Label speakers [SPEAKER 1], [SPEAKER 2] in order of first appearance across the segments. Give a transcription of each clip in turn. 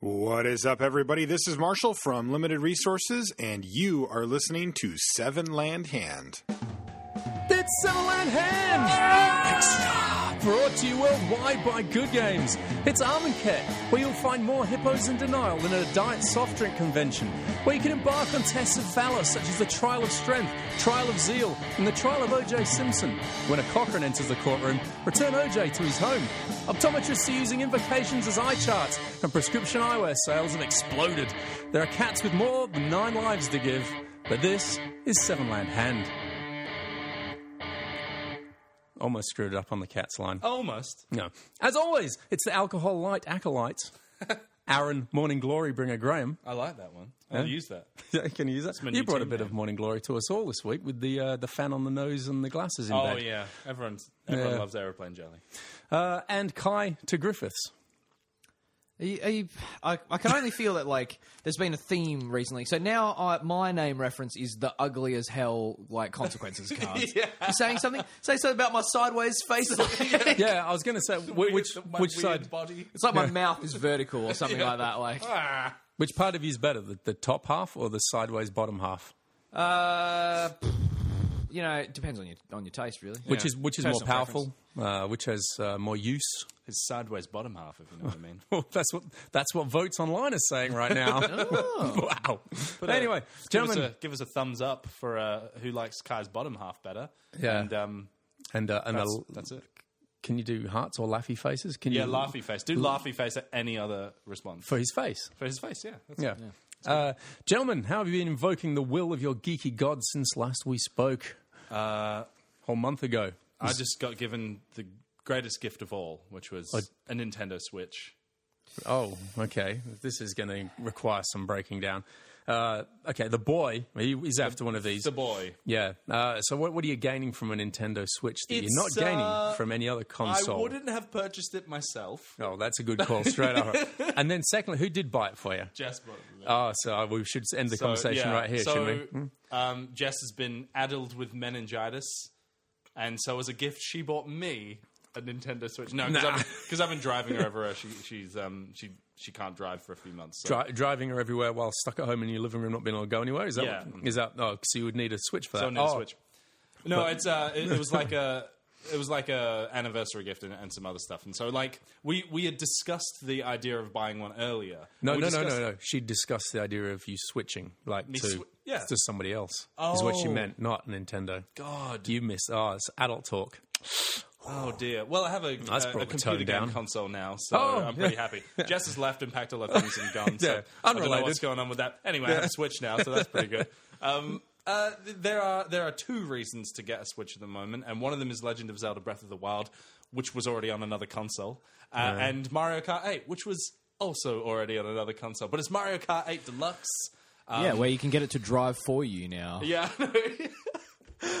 [SPEAKER 1] What is up, everybody? This is Marshall from Limited Resources, and you are listening to Seven Land Hand.
[SPEAKER 2] That's Seven Land Hand! Extra! Brought to you worldwide by Good Games. It's Almond Cat, where you'll find more hippos in denial than at a diet soft drink convention, where you can embark on tests of valor such as the Trial of Strength, Trial of Zeal, and the Trial of O.J. Simpson. When a Cochrane enters the courtroom, return O.J. to his home. Optometrists are using invocations as eye charts, and prescription eyewear sales have exploded. There are cats with more than nine lives to give, but this is Seven Land Hand. Almost screwed up on the cat's line.
[SPEAKER 3] Almost.
[SPEAKER 2] No. As always, it's the alcohol light acolytes. Aaron Morning Glory bringer Graham.
[SPEAKER 3] I like that one. I'll use that.
[SPEAKER 2] Can you use that?
[SPEAKER 3] my
[SPEAKER 2] You
[SPEAKER 3] new
[SPEAKER 2] brought a
[SPEAKER 3] team
[SPEAKER 2] bit
[SPEAKER 3] name.
[SPEAKER 2] of Morning Glory to us all this week with the uh, the fan on the nose and the glasses in
[SPEAKER 3] Oh
[SPEAKER 2] bed.
[SPEAKER 3] yeah, everyone's everyone
[SPEAKER 2] Yeah.
[SPEAKER 3] loves aeroplane jelly.
[SPEAKER 2] Uh, and Kai to Griffiths.
[SPEAKER 4] Are you, are you, I, I can only feel that like there's been a theme recently. So now I, my name reference is the ugly as hell like consequences cards. You're saying something? Say something about my sideways face. it's
[SPEAKER 2] Yeah, I was going to say wh- which
[SPEAKER 3] My
[SPEAKER 2] which
[SPEAKER 3] weird
[SPEAKER 2] side,
[SPEAKER 3] body?
[SPEAKER 4] like my mouth is vertical or something like that. Like
[SPEAKER 2] which part of you is better, the, the top half or the sideways bottom half?
[SPEAKER 4] uh, you know, it depends on your on your taste really.
[SPEAKER 2] Which is which is more
[SPEAKER 4] Personal
[SPEAKER 2] powerful? Uh, which has uh, more use?
[SPEAKER 3] His sideways bottom half, if you know what I mean.
[SPEAKER 2] Well, that's what that's what votes online is saying right now. Oh. wow. anyway,
[SPEAKER 3] Give us,
[SPEAKER 2] gentlemen,
[SPEAKER 3] a, give us a thumbs up for uh, who likes Kai's bottom half better.
[SPEAKER 2] Yeah.
[SPEAKER 3] and um,
[SPEAKER 2] and uh, and a-
[SPEAKER 3] that's, that's it.
[SPEAKER 2] Can you do hearts or laughy faces? Can
[SPEAKER 3] Yeah,
[SPEAKER 2] you
[SPEAKER 3] laughy face. Do laughy face at any other response
[SPEAKER 2] for his face?
[SPEAKER 3] for his face. Yeah, that's
[SPEAKER 2] Yeah. Uh, gentlemen, how have you been invoking the will of your geeky god since last we spoke?
[SPEAKER 3] Uh,
[SPEAKER 2] Whole month ago.
[SPEAKER 3] I just got given the greatest gift of all, which was a Nintendo Switch.
[SPEAKER 2] Oh, okay. This is going to require some breaking down. Uh, okay, the boy he, he's after one of these.
[SPEAKER 3] The boy.
[SPEAKER 2] yeah. Uh, so what, what are you gaining from a Nintendo Switch that you're
[SPEAKER 3] It's,
[SPEAKER 2] not gaining
[SPEAKER 3] uh,
[SPEAKER 2] from any other console?
[SPEAKER 3] I wouldn't have purchased it myself.
[SPEAKER 2] Oh, that's a good call straight up. And then, secondly, who did buy it for you?
[SPEAKER 3] Jess bought it.
[SPEAKER 2] Oh, so we should end the
[SPEAKER 3] So,
[SPEAKER 2] conversation
[SPEAKER 3] yeah,
[SPEAKER 2] right here,
[SPEAKER 3] so,
[SPEAKER 2] shouldn't we? Hmm.
[SPEAKER 3] Um, Jess has been addled with meningitis, and so as a gift, she bought me a Nintendo Switch. No, because
[SPEAKER 2] Nah.
[SPEAKER 3] I've, 'cause I've been driving her everywhere. She, she's um, she she can't drive for a few months. So,
[SPEAKER 2] Dri- driving her everywhere while stuck at home in your living room, not being able to go anywhere. Is that?
[SPEAKER 3] Yeah.
[SPEAKER 2] what- is that? Oh, so you would need a switch for that.
[SPEAKER 3] so I need a
[SPEAKER 2] oh,
[SPEAKER 3] Switch. No, it's uh, it, it was like a. It was like a anniversary gift and, and some other stuff, and so like we we had discussed the idea of buying one earlier.
[SPEAKER 2] No,
[SPEAKER 3] We
[SPEAKER 2] no, no,
[SPEAKER 3] discussed-
[SPEAKER 2] no, no. She discussed the idea of you switching, like to
[SPEAKER 3] swi- yeah.
[SPEAKER 2] to somebody else. Is what she
[SPEAKER 3] Oh.
[SPEAKER 2] meant, not Nintendo.
[SPEAKER 3] God,
[SPEAKER 2] You miss. Oh, it's adult talk.
[SPEAKER 3] Oh dear. Well, I have a,
[SPEAKER 2] That's
[SPEAKER 3] a, a
[SPEAKER 2] brought the tone
[SPEAKER 3] computer game
[SPEAKER 2] down.
[SPEAKER 3] console now, so
[SPEAKER 2] Oh,
[SPEAKER 3] I'm pretty happy. Jess has left and packed all her things and
[SPEAKER 2] Yeah,
[SPEAKER 3] gone. so I don't know
[SPEAKER 2] unrelated.
[SPEAKER 3] what's going on with that. Anyway, I have a Switch now, so that's pretty good. Um, uh, th- there are there are two reasons to get a Switch at the moment, and one of them is Legend of Zelda: Breath of the Wild, which was already on another console, uh, and Mario Kart 8, which was also already on another console. But it's Mario Kart 8 Deluxe.
[SPEAKER 4] yeah, where you can get it to drive for you now.
[SPEAKER 3] Yeah. I know.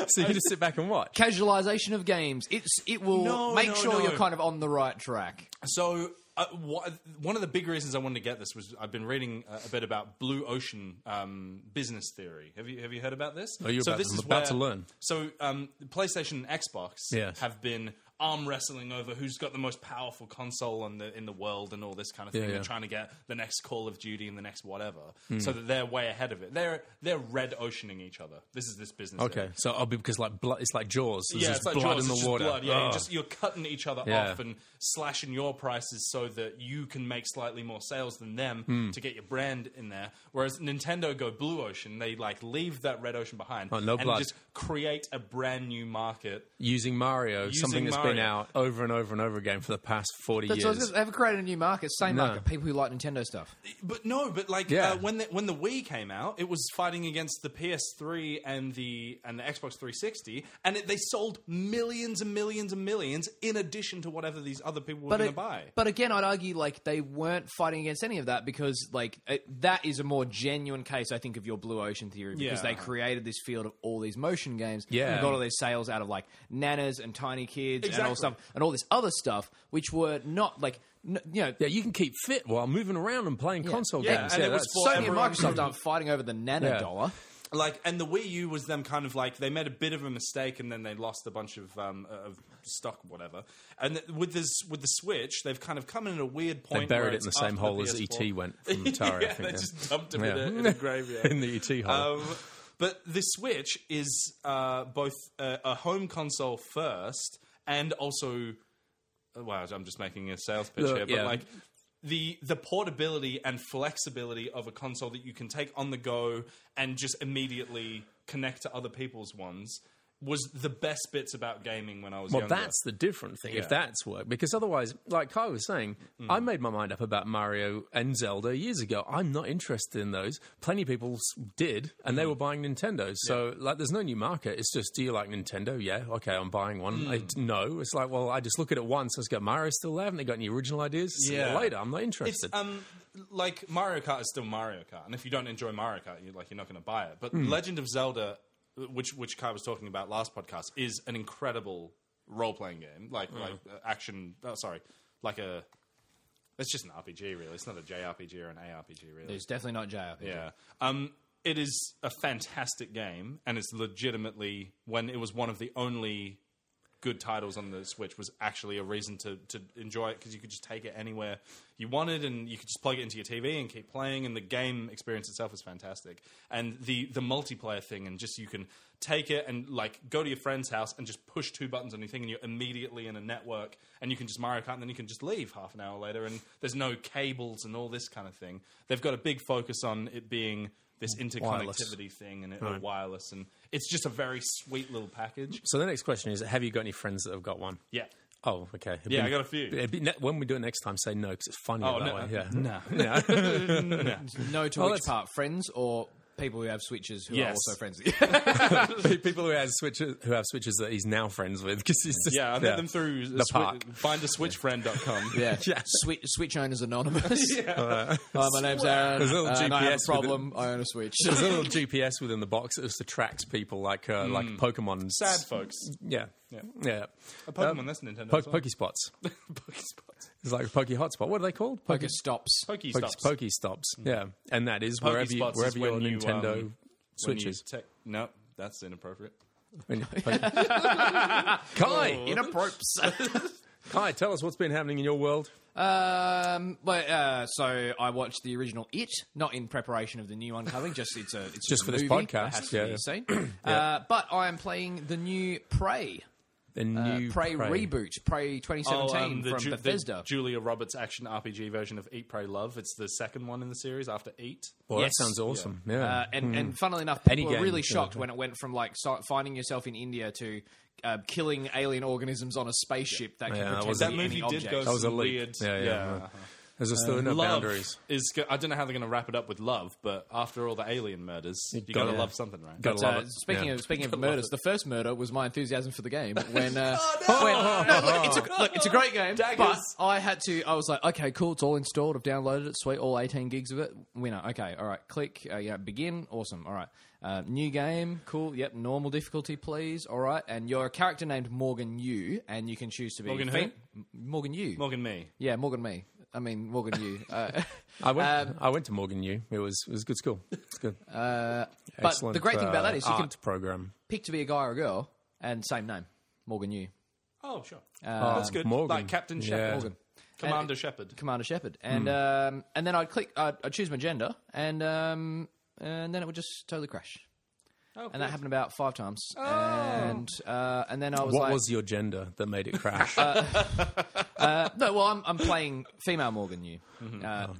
[SPEAKER 2] So you can just sit back and watch.
[SPEAKER 4] Casualization of games. It's it will
[SPEAKER 3] No,
[SPEAKER 4] make
[SPEAKER 3] no,
[SPEAKER 4] sure
[SPEAKER 3] no.
[SPEAKER 4] you're kind of on the right track.
[SPEAKER 3] So, uh, wha- one of the big reasons I wanted to get this was I've been reading uh, a bit about blue ocean um, business theory. Have you have you heard about this?
[SPEAKER 2] Oh, you're
[SPEAKER 3] so
[SPEAKER 2] about
[SPEAKER 3] this
[SPEAKER 2] to-
[SPEAKER 3] is
[SPEAKER 2] about to
[SPEAKER 3] where-
[SPEAKER 2] learn.
[SPEAKER 3] So, um, PlayStation and Xbox
[SPEAKER 2] Yes.
[SPEAKER 3] have been arm wrestling over who's got the most powerful console in the in the world and all this kind of thing.
[SPEAKER 2] Yeah, yeah. Hmm.
[SPEAKER 3] They're trying to get the next Call of Duty and the next whatever, so that they're way ahead of it. They're they're red oceaning each other. This is this business. theory.
[SPEAKER 2] Okay, so I'll be because like blood. It's like Jaws. There's
[SPEAKER 3] Yeah,
[SPEAKER 2] just
[SPEAKER 3] it's like
[SPEAKER 2] blood
[SPEAKER 3] Jaws,
[SPEAKER 2] in the
[SPEAKER 3] it's just
[SPEAKER 2] water.
[SPEAKER 3] blood. Yeah,
[SPEAKER 2] Oh.
[SPEAKER 3] you're, just, you're cutting each other
[SPEAKER 2] Yeah.
[SPEAKER 3] off and slashing your prices so that you can make slightly more sales than them
[SPEAKER 2] Hmm.
[SPEAKER 3] to get your brand in there. Whereas Nintendo go blue ocean, they like leave that red ocean behind
[SPEAKER 2] Oh, no
[SPEAKER 3] and
[SPEAKER 2] blood.
[SPEAKER 3] just create a brand new market.
[SPEAKER 2] using Mario, something that's been
[SPEAKER 3] Mario.
[SPEAKER 2] out over and over and over again for the past forty
[SPEAKER 4] That's what I was
[SPEAKER 2] years.
[SPEAKER 4] gonna- they haven't created a new market, same
[SPEAKER 2] No.
[SPEAKER 4] market, people who like Nintendo stuff.
[SPEAKER 3] But no, but like
[SPEAKER 2] Yeah.
[SPEAKER 3] uh, when the, when the Wii came out, it was fighting against the PS3 and the and the Xbox 360, and it, they sold millions and millions and millions in addition to whatever these other people were going to
[SPEAKER 4] it-
[SPEAKER 3] buy.
[SPEAKER 4] but again, I'd argue like they weren't fighting against any of that because like it, that is a more genuine case, I think, of your blue ocean theory because
[SPEAKER 3] Yeah.
[SPEAKER 4] they created this field of all these motion games.
[SPEAKER 2] Yeah.
[SPEAKER 4] and got all these sales out of like nanas and tiny kids and all
[SPEAKER 3] Exactly.
[SPEAKER 4] stuff and all this other stuff, which were not like n- you know.
[SPEAKER 2] Yeah, you can keep fit while moving around and playing console
[SPEAKER 3] Yeah,
[SPEAKER 2] games.
[SPEAKER 3] and
[SPEAKER 2] yeah,
[SPEAKER 3] it was
[SPEAKER 2] that's-
[SPEAKER 3] for
[SPEAKER 4] Sony and
[SPEAKER 3] everyone-
[SPEAKER 4] Microsoft aren't fighting over the nana
[SPEAKER 2] Yeah.
[SPEAKER 4] dollar.
[SPEAKER 3] like and the Wii U was them kind of like they made a bit of a mistake and then they lost a bunch of um, of stock whatever. And th- with this with the Switch, they've kind of come in at a weird point.
[SPEAKER 2] They buried
[SPEAKER 3] where
[SPEAKER 2] it in the
[SPEAKER 3] it's
[SPEAKER 2] same
[SPEAKER 3] after
[SPEAKER 2] hole
[SPEAKER 3] the
[SPEAKER 2] as
[SPEAKER 3] PS4.
[SPEAKER 2] ET went from Atari.
[SPEAKER 3] yeah,
[SPEAKER 2] I think
[SPEAKER 3] they
[SPEAKER 2] yeah. Uh,
[SPEAKER 3] just dumped him in,
[SPEAKER 2] Yeah.
[SPEAKER 3] a, in a graveyard.
[SPEAKER 2] in the ET hole.
[SPEAKER 3] Um, but the Switch is uh, both a, a home console first and also. uh, Wow, I'm just making a sales pitch
[SPEAKER 2] Look,
[SPEAKER 3] here, but
[SPEAKER 2] yeah.
[SPEAKER 3] like the the portability and flexibility of a console that you can take on the go and just immediately connect to other people's ones was the best bits about gaming when I was
[SPEAKER 2] well,
[SPEAKER 3] younger.
[SPEAKER 2] that's the different thing.
[SPEAKER 3] Yeah. Hmm.
[SPEAKER 2] If that's worked, because otherwise, like Kai was saying, I made my mind up about Mario and Zelda years ago. I'm not interested in those. Plenty of people s- did, and
[SPEAKER 3] Hmm.
[SPEAKER 2] they were buying Nintendos. So, like, there's no new market. It's just, do you like Nintendo? Yeah, okay, I'm buying one.
[SPEAKER 3] Hmm.
[SPEAKER 2] I d no, it's like, well, I just look at it once. Let's go. Mario's still there. Haven't they got any original ideas? See you
[SPEAKER 3] Yeah.
[SPEAKER 2] later. I'm not
[SPEAKER 3] It's
[SPEAKER 2] interested.
[SPEAKER 3] um like Mario Kart is still Mario Kart, and if you don't enjoy Mario Kart, you like you're not going to buy it. But Legend of Zelda, which which Kai was talking about last podcast, is an incredible role playing game, like like uh, action. Oh, sorry, like a it's just an RPG really. It's not a JRPG or an ARPG really.
[SPEAKER 4] It's definitely not JRPG.
[SPEAKER 3] Yeah. Um, it is a fantastic game, and it's legitimately when it was one of the only good titles on the Switch was actually a reason to to enjoy it because you could just take it anywhere you wanted, and you could just plug it into your TV and keep playing. And the game experience itself is fantastic, and the the multiplayer thing, and just you can take it and like go to your friend's house and just push two buttons on your thing, and you're immediately in a network, and you can just Mario Kart, and then you can just leave half an hour later, and there's no cables and all this kind of thing. They've got a big focus on it being this interconnectivity thing and it, or wireless, and it's just a very sweet little package.
[SPEAKER 2] so the next question is: Have you got any friends that have got one?
[SPEAKER 3] Yeah.
[SPEAKER 2] Oh, okay. It'd
[SPEAKER 3] Yeah, I got a few.
[SPEAKER 2] it'd be ne- when we do it next time, say no because it's funny
[SPEAKER 3] Oh,
[SPEAKER 2] that
[SPEAKER 3] no.
[SPEAKER 2] way. Yeah.
[SPEAKER 3] No.
[SPEAKER 2] no.
[SPEAKER 4] No to which
[SPEAKER 2] that's-
[SPEAKER 4] part? Friends or people who have switches who are
[SPEAKER 3] Yes.
[SPEAKER 4] also friends? Yeah.
[SPEAKER 2] people who have switches who have switches that he's now friends with because he's just
[SPEAKER 3] Yeah, I met them through
[SPEAKER 2] the park.
[SPEAKER 3] findaswitchfriend.com.
[SPEAKER 4] Yeah. Switch, switch owners anonymous. Hi, my name's Aaron.
[SPEAKER 2] There's a little
[SPEAKER 4] uh, and I have
[SPEAKER 2] GPS
[SPEAKER 4] a problem. I own a switch.
[SPEAKER 2] There's a little GPS within the box that just attracts people like uh, like Pokemon.
[SPEAKER 3] Hmm. Sad folks.
[SPEAKER 2] Yeah. Yeah. yeah.
[SPEAKER 3] A Pokemon, that's Nintendo.
[SPEAKER 2] Po-
[SPEAKER 3] as well.
[SPEAKER 2] Pokespots.
[SPEAKER 3] Pokespots.
[SPEAKER 2] It's like a Poke Hotspot. What are they called? Poke,
[SPEAKER 4] Focus stops.
[SPEAKER 2] Poke,
[SPEAKER 3] Pokestops.
[SPEAKER 2] Poke Stops. Yeah. And that is wherever you,
[SPEAKER 3] Pokestops Hmm. is
[SPEAKER 2] wherever your
[SPEAKER 3] when you,
[SPEAKER 2] Nintendo
[SPEAKER 3] um, When you
[SPEAKER 2] switches.
[SPEAKER 3] tech- no, that's inappropriate.
[SPEAKER 2] When you- Kai,
[SPEAKER 4] In a props.
[SPEAKER 2] Kai, tell us what's been happening in your world.
[SPEAKER 4] um, but, uh, so I watched the original It, not in preparation of the new one coming. Just it's a it's
[SPEAKER 2] Just
[SPEAKER 4] a
[SPEAKER 2] for this
[SPEAKER 4] movie.
[SPEAKER 2] podcast,
[SPEAKER 4] It has to
[SPEAKER 2] yeah.
[SPEAKER 4] be seen. Uh, but I am playing the new Prey,
[SPEAKER 2] The
[SPEAKER 4] uh,
[SPEAKER 2] new Oh, um,
[SPEAKER 4] Prey, reboot, Prey 2017 from
[SPEAKER 3] Oh, um, Ju-
[SPEAKER 4] Bethesda.
[SPEAKER 3] Julia Roberts action RPG version of Eat, Pray, Love. It's the second one in the series after Eat.
[SPEAKER 2] Well,
[SPEAKER 4] Yes.
[SPEAKER 2] that sounds awesome. Yeah. Hmm.
[SPEAKER 4] Uh, and, and funnily enough, people
[SPEAKER 2] Any
[SPEAKER 4] were
[SPEAKER 2] game
[SPEAKER 4] really
[SPEAKER 2] is
[SPEAKER 4] shocked
[SPEAKER 2] okay.
[SPEAKER 4] when it went from like so- finding yourself in India to uh, killing alien organisms on a spaceship that
[SPEAKER 2] Yeah,
[SPEAKER 4] can
[SPEAKER 2] that
[SPEAKER 4] pretend
[SPEAKER 2] was-
[SPEAKER 4] to
[SPEAKER 3] That
[SPEAKER 4] be
[SPEAKER 3] movie
[SPEAKER 4] any
[SPEAKER 3] did
[SPEAKER 4] object.
[SPEAKER 3] go
[SPEAKER 2] that was a
[SPEAKER 3] some
[SPEAKER 2] leap.
[SPEAKER 3] weird.
[SPEAKER 2] Yeah, yeah. yeah. There's
[SPEAKER 4] Uh,
[SPEAKER 2] just still no
[SPEAKER 3] Love
[SPEAKER 2] boundaries.
[SPEAKER 3] is. go- I don't know how they're going to wrap it up with love, but after all the alien murders, you got to
[SPEAKER 2] gotta-
[SPEAKER 3] love something, right?
[SPEAKER 2] Gotta
[SPEAKER 4] Uh,
[SPEAKER 2] love it.
[SPEAKER 4] speaking
[SPEAKER 2] Yeah.
[SPEAKER 4] of speaking of murders, the first murder was my enthusiasm for the game. When, uh, when- no, look, it's a, look, it's a great game, but
[SPEAKER 3] Daggers.
[SPEAKER 4] I had to. I was like, okay, cool, it's all installed. I've downloaded it, sweet, all eighteen gigs of it. Winner, okay, all right, click, uh, yeah, begin, awesome, all right, uh, new game, cool, yep, normal difficulty, please, all right, and you're a character named Morgan Yu, and you can choose to be
[SPEAKER 3] Morgan who?
[SPEAKER 4] Fe- M- Morgan Yu,
[SPEAKER 3] Morgan, me.
[SPEAKER 4] yeah, Morgan me. I mean, Morgan Yu. Uh,
[SPEAKER 2] I went. I went to Morgan U. It was it was a good school. It's good.
[SPEAKER 4] Uh,
[SPEAKER 2] uh,
[SPEAKER 4] but the great thing about that is you
[SPEAKER 2] art
[SPEAKER 4] can
[SPEAKER 2] program.
[SPEAKER 4] pick to be a guy or a girl, and same name, Morgan Yu.
[SPEAKER 3] Oh, sure. That's good.
[SPEAKER 2] Morgan.
[SPEAKER 3] Like Captain
[SPEAKER 2] Yeah.
[SPEAKER 3] Shepard.
[SPEAKER 2] Morgan.
[SPEAKER 3] Commander Shepard.
[SPEAKER 4] Commander Shepard, and
[SPEAKER 3] Hmm.
[SPEAKER 4] um, and then I'd click, I'd, I'd choose my gender, and um, and then it would just totally crash.
[SPEAKER 3] Oh,
[SPEAKER 4] And that happened about five times, and uh, and then I was
[SPEAKER 2] What
[SPEAKER 4] like, Uh,
[SPEAKER 2] was your gender that made it crash?
[SPEAKER 4] no, well, I'm, I'm playing female Morgan you.
[SPEAKER 3] Mm-hmm.
[SPEAKER 4] Uh, because
[SPEAKER 3] Oh.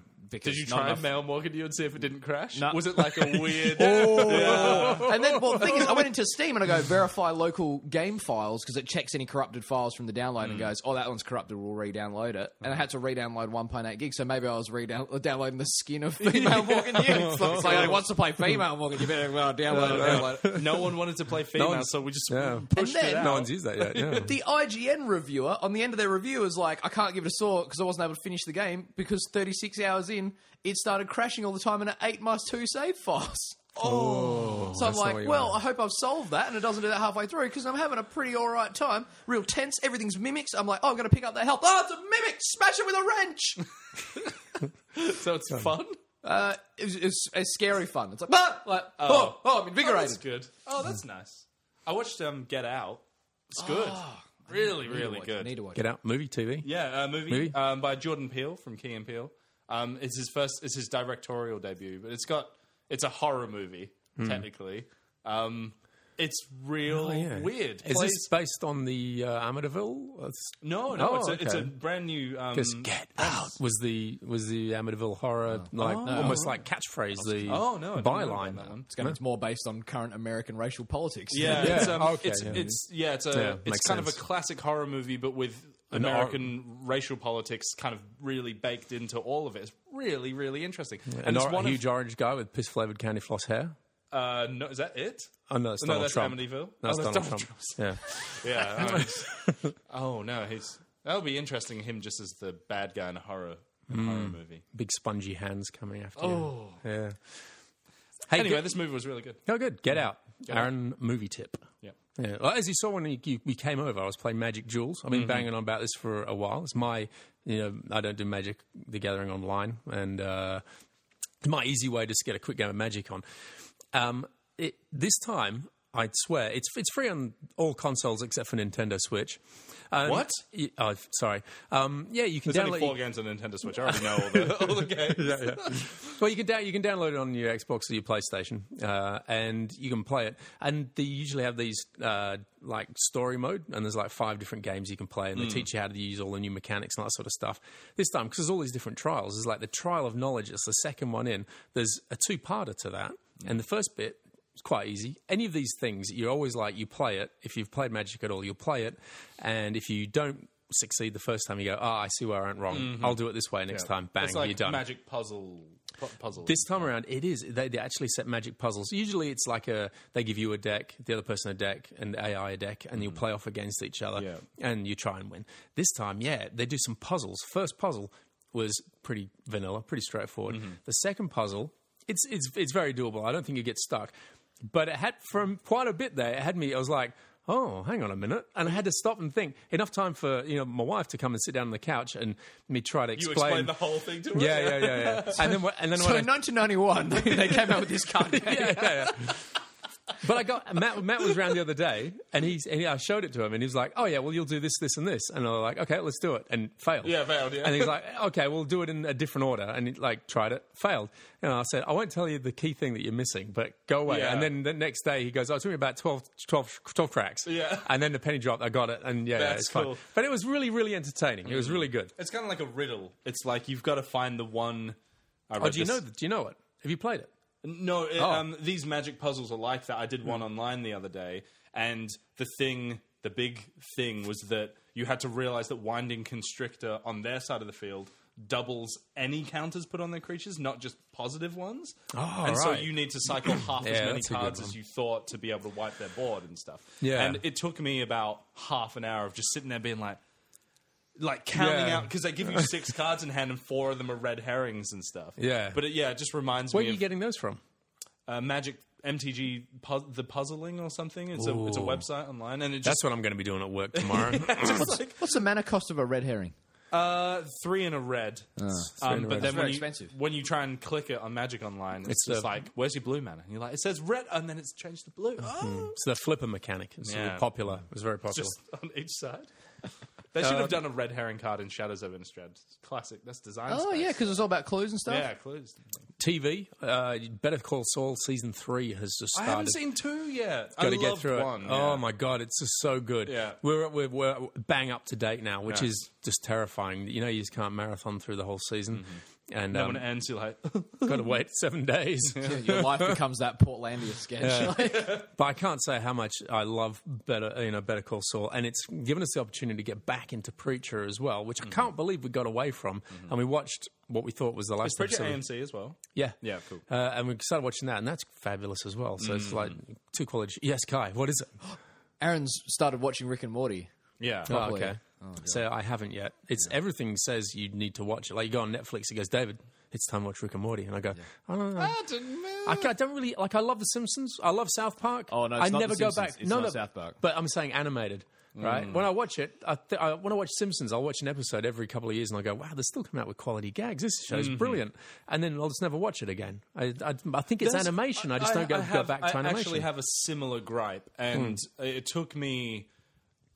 [SPEAKER 3] Did you
[SPEAKER 4] not
[SPEAKER 3] try
[SPEAKER 4] enough-
[SPEAKER 3] and mail Morgan to you and see if it didn't crash?
[SPEAKER 4] No.
[SPEAKER 3] Was it like a weird?
[SPEAKER 2] Oh,
[SPEAKER 4] And then, well, the thing is, I went into Steam and I go verify local game files because it checks any corrupted files from the download
[SPEAKER 3] Mm.
[SPEAKER 4] and goes, "Oh, that one's corrupted. We'll re-download it." And I had to re-download 1.8 gigs, so maybe I was re-downloading the skin of female Morgan Yu. It's like, it's like, "Hey, wants to play female Morgan. You better well, download it. Download it.
[SPEAKER 3] no one wanted to play female, so we just
[SPEAKER 2] Yeah.
[SPEAKER 3] pushed it
[SPEAKER 4] And then-
[SPEAKER 3] out.
[SPEAKER 2] no one's used that yet. Yeah.
[SPEAKER 4] The IGN reviewer on the end of their review is like, "I can't give it a score because I wasn't able to finish the game because 36 hours in, it started crashing all the time and it ate my two save files."
[SPEAKER 2] oh,
[SPEAKER 4] So I'm
[SPEAKER 2] that's not what
[SPEAKER 4] like,
[SPEAKER 2] you
[SPEAKER 4] well,
[SPEAKER 2] want.
[SPEAKER 4] I hope I've solved that, and it doesn't do that halfway through because I'm having a pretty all right time. Real tense, everything's mimics. I'm like, oh, I'm going to pick up that health. Oh, it's a mimic! Smash it with a wrench.
[SPEAKER 3] So it's fun.
[SPEAKER 4] Uh, it's, it's, it's scary fun. It's like, "Ah!" like oh,
[SPEAKER 3] Oh.
[SPEAKER 4] oh,
[SPEAKER 3] that's
[SPEAKER 4] I'm invigorated.
[SPEAKER 3] good. Oh, that's nice. I watched um, Get Out.
[SPEAKER 4] Ah,
[SPEAKER 3] It's good. really, really
[SPEAKER 4] Watch-
[SPEAKER 3] good.
[SPEAKER 4] Need to watch.
[SPEAKER 2] Get out, movie, TV.
[SPEAKER 3] Yeah, uh, movie,
[SPEAKER 2] Movie?
[SPEAKER 3] Um, by Jordan Peele from Key and Peele. Um, it's his first, it's his directorial debut, but it's got it's a horror movie technically. Um, it's
[SPEAKER 2] Hmm.
[SPEAKER 3] real
[SPEAKER 2] Oh, yeah.
[SPEAKER 3] weird.
[SPEAKER 2] Is
[SPEAKER 3] Plays-
[SPEAKER 2] this based on the uh, Amityville? That's-
[SPEAKER 4] Mm,
[SPEAKER 3] no, no,
[SPEAKER 2] Oh,
[SPEAKER 3] it's, a, it's a
[SPEAKER 2] okay.
[SPEAKER 3] brand new. Um,
[SPEAKER 2] Just get out was the was the Amityville horror
[SPEAKER 4] Oh.
[SPEAKER 2] like almost like catchphrase the
[SPEAKER 3] Oh, no, I didn't know
[SPEAKER 2] byline
[SPEAKER 3] about that one.
[SPEAKER 4] It's, gonna, it's more based on current American racial politics.
[SPEAKER 3] Yeah,
[SPEAKER 2] Yeah,
[SPEAKER 3] It's, um,
[SPEAKER 2] okay,
[SPEAKER 3] it's,
[SPEAKER 2] yeah.
[SPEAKER 3] it's yeah, it's a
[SPEAKER 2] Yeah,
[SPEAKER 3] it's
[SPEAKER 2] makes
[SPEAKER 3] kind
[SPEAKER 2] sense.
[SPEAKER 3] of a classic horror movie, but with
[SPEAKER 2] ar-
[SPEAKER 3] American racial politics kind of really baked into all of it. It's really, really interesting.
[SPEAKER 2] an
[SPEAKER 3] it's
[SPEAKER 2] or-
[SPEAKER 3] one of-
[SPEAKER 2] huge orange guy with piss flavored candy floss hair.
[SPEAKER 3] uh, no, is that it?
[SPEAKER 2] Oh no, that's
[SPEAKER 3] no,
[SPEAKER 2] Donald
[SPEAKER 3] that's
[SPEAKER 2] Trump.
[SPEAKER 3] Amityville.
[SPEAKER 2] No, that's
[SPEAKER 3] oh,
[SPEAKER 2] Donald,
[SPEAKER 3] Donald
[SPEAKER 2] Trump.
[SPEAKER 3] Trump's.
[SPEAKER 2] Yeah,
[SPEAKER 3] Yeah. um, oh no, he's that'll be interesting. Him just as the bad guy in a horror in a
[SPEAKER 2] Mm.
[SPEAKER 3] horror movie.
[SPEAKER 2] big spongy hands coming after you. Yeah. Hey,
[SPEAKER 3] Anyway,
[SPEAKER 2] good-
[SPEAKER 3] this movie was really good.
[SPEAKER 2] oh good, get out. Aaron movie tip.
[SPEAKER 3] Yeah.
[SPEAKER 2] Yeah. Well, as you saw when you, you, we came over, I was playing Magic Jewels. I've been
[SPEAKER 3] Mm-hmm.
[SPEAKER 2] banging on about this for a while. It's my, you know, I don't do Magic the Gathering online, and uh, it's my easy way just to get a quick game of Magic on. Um, it, this time, I'd swear, it's it's free on all consoles except for Nintendo Switch. Um,
[SPEAKER 3] What?
[SPEAKER 2] y- Oh, sorry. Um, yeah, you can
[SPEAKER 3] There's
[SPEAKER 2] download.
[SPEAKER 3] only four games on Nintendo Switch. I already know all the, all the games.
[SPEAKER 2] Well, you can down, you can download it on your Xbox or your PlayStation, uh, and you can play it. And they usually have these uh, like story mode, and there's like five different games you can play,
[SPEAKER 3] Hmm.
[SPEAKER 2] and they teach you how to use all the new mechanics and all that sort of stuff. This time, because there's all these different trials, there's like the trial of knowledge. It's the second one in. There's a two-parter to that, and the first bit it's quite easy. Any of these things, you're always like, you play it. If you've played Magic at all, you'll play it. And if you don't succeed the first time, you go, oh, I see where I went wrong. I'll do it this way next time. Bang,
[SPEAKER 3] Mm-hmm. It's like
[SPEAKER 2] you're done.
[SPEAKER 3] magic puzzle pu- puzzle.
[SPEAKER 2] This time around, it is. They, they actually set magic puzzles. Usually, it's like a they give you a deck, the other person a deck, and AI a deck, and you play off against each other,
[SPEAKER 3] Mm-hmm. Yeah.
[SPEAKER 2] and you try and win. This time, yeah, they do some puzzles. First puzzle was pretty vanilla, pretty straightforward.
[SPEAKER 3] Mm-hmm.
[SPEAKER 2] The second puzzle, it's it's it's very doable. I don't think you get stuck, but it had from quite a bit there. It had me. I was like. Oh, hang on a minute, and I had to stop and think. Enough time for you know my wife to come and sit down on the couch and me try to
[SPEAKER 3] you
[SPEAKER 2] explain.
[SPEAKER 3] explain the whole thing to us.
[SPEAKER 2] yeah, yeah, yeah, yeah. and then when- and then
[SPEAKER 4] So
[SPEAKER 2] when I
[SPEAKER 4] in 1991, they, they came out with this card game.
[SPEAKER 2] yeah, yeah, yeah. But I got Matt. Matt was around the other day, and he's and I showed it to him, and he was like, "Oh yeah, well you'll do this, this, and this." And I was like, "Okay, let's do it," and failed.
[SPEAKER 3] Yeah, failed, yeah.
[SPEAKER 2] And he's like, "Okay, we'll do it in a different order," and he, like tried it, failed. And I said, "I won't tell you the key thing that you're missing, but go away."
[SPEAKER 3] Yeah.
[SPEAKER 2] And then the next day he goes, "I oh, took me about 12, 12, 12 cracks."
[SPEAKER 3] Yeah.
[SPEAKER 2] And then the penny dropped. I got it, and yeah, yeah
[SPEAKER 3] That's
[SPEAKER 2] it's fun.
[SPEAKER 3] cool.
[SPEAKER 2] But it was really, really entertaining. It was really good.
[SPEAKER 3] It's kind of like a riddle. It's like you've got to find the one. I
[SPEAKER 2] Oh,
[SPEAKER 3] read
[SPEAKER 2] do you
[SPEAKER 3] this-
[SPEAKER 2] know? Do you know it? Have you played it?
[SPEAKER 3] No, it,
[SPEAKER 2] Oh.
[SPEAKER 3] um, these magic puzzles are like that. I did
[SPEAKER 2] Hmm.
[SPEAKER 3] one online the other day, and the thing, the big thing, was that you had to realize that Winding Constrictor on their side of the field doubles any counters put on their creatures, not just positive ones.
[SPEAKER 2] Oh,
[SPEAKER 3] and so
[SPEAKER 2] right.
[SPEAKER 3] you need to cycle half as
[SPEAKER 2] Yeah,
[SPEAKER 3] many
[SPEAKER 2] that's a good
[SPEAKER 3] cards
[SPEAKER 2] one.
[SPEAKER 3] as you thought to be able to wipe their board and stuff.
[SPEAKER 2] Yeah.
[SPEAKER 3] And it took me about half an hour of just sitting there being like, like counting
[SPEAKER 2] Yeah.
[SPEAKER 3] out because they give you six cards in hand and four of them are red herrings and stuff.
[SPEAKER 2] Yeah.
[SPEAKER 3] but it, yeah, it just reminds
[SPEAKER 2] Where
[SPEAKER 3] me
[SPEAKER 2] are you
[SPEAKER 3] of
[SPEAKER 2] getting those from?
[SPEAKER 3] uh, Magic MTG pu- the puzzling or something. It's a it's a
[SPEAKER 2] Ooh.
[SPEAKER 3] website online, and it
[SPEAKER 2] That's
[SPEAKER 3] just
[SPEAKER 2] what I'm going to be doing at work tomorrow.
[SPEAKER 3] it's like
[SPEAKER 4] What's the mana cost of a red herring?
[SPEAKER 3] uh, three in a red. um,
[SPEAKER 2] Ah, in a red.
[SPEAKER 3] but then
[SPEAKER 2] That's
[SPEAKER 3] when
[SPEAKER 4] very
[SPEAKER 3] you
[SPEAKER 4] expensive.
[SPEAKER 3] when you try and click it on Magic Online, it's,
[SPEAKER 2] It's
[SPEAKER 3] just
[SPEAKER 2] the-
[SPEAKER 3] like where's your blue mana? And you're like it says red, and then it's changed to blue.
[SPEAKER 2] Mm-hmm.
[SPEAKER 3] Oh,
[SPEAKER 2] It's the flipper mechanic. It's
[SPEAKER 3] Yeah.
[SPEAKER 2] popular. It was very popular.
[SPEAKER 3] just on each side. They should
[SPEAKER 2] Um,
[SPEAKER 3] have done a red herring card in Shadows of Innistrad. It's Classic. That's design.
[SPEAKER 4] Oh
[SPEAKER 3] space.
[SPEAKER 4] yeah, because it's all about clues and stuff.
[SPEAKER 3] yeah, clues.
[SPEAKER 2] TV. Uh, Better Call Saul season three has just
[SPEAKER 3] I
[SPEAKER 2] started.
[SPEAKER 3] haven't seen two yet.
[SPEAKER 2] Got
[SPEAKER 3] I
[SPEAKER 2] to get
[SPEAKER 3] loved
[SPEAKER 2] through
[SPEAKER 3] one.
[SPEAKER 2] it.
[SPEAKER 3] yeah.
[SPEAKER 2] Oh my god, it's just so good.
[SPEAKER 3] Yeah.
[SPEAKER 2] we're, we're we're bang up to date now, which
[SPEAKER 3] Yeah.
[SPEAKER 2] is just terrifying. You know, you just can't marathon through the whole season, and
[SPEAKER 3] When
[SPEAKER 2] um,
[SPEAKER 3] it ends, you're like,
[SPEAKER 2] got to wait seven days.
[SPEAKER 4] Your life becomes that Portlandia sketch.
[SPEAKER 2] But I can't say how much I love better, you know, Better Call Saul, and it's given us the opportunity to get back into Preacher as well, which I can't believe we got away from. And we watched what we thought was the last
[SPEAKER 3] Bridget
[SPEAKER 2] episode. of-
[SPEAKER 3] AMC as well.
[SPEAKER 2] Yeah,
[SPEAKER 3] Yeah, cool.
[SPEAKER 2] Uh, and we started watching that, and that's fabulous as well. So it's like two college. Yes, Kai, what is it?
[SPEAKER 4] Aaron's started watching Rick and Morty.
[SPEAKER 3] Yeah.
[SPEAKER 2] Oh,
[SPEAKER 4] Probably.
[SPEAKER 2] okay. so I haven't yet. It's everything says you need to watch it. Like you go on Netflix, it goes, David, it's time to watch Rick and Morty, and I go, I don't know. I, ca- I don't really like. I love The Simpsons. I love South Park.
[SPEAKER 4] Oh, no, it's
[SPEAKER 2] I
[SPEAKER 4] not
[SPEAKER 2] never
[SPEAKER 4] The
[SPEAKER 2] go
[SPEAKER 4] Simpsons.
[SPEAKER 2] back.
[SPEAKER 4] It's
[SPEAKER 2] no,
[SPEAKER 4] not
[SPEAKER 2] no,
[SPEAKER 4] South Park. Mm.
[SPEAKER 2] But I'm saying animated. right? When I watch it, I, th- I when I watch Simpsons, I'll watch an episode every couple of years, and I go, "Wow, they're still coming out with quality gags. This show's
[SPEAKER 4] Mm-hmm.
[SPEAKER 2] brilliant." And then I'll just never watch it again. I, I, I think it's
[SPEAKER 3] There's-
[SPEAKER 2] animation. I, just don't go, go
[SPEAKER 3] have-
[SPEAKER 2] back to
[SPEAKER 3] I actually
[SPEAKER 2] animation. Hmm.
[SPEAKER 3] have a similar gripe, and it took me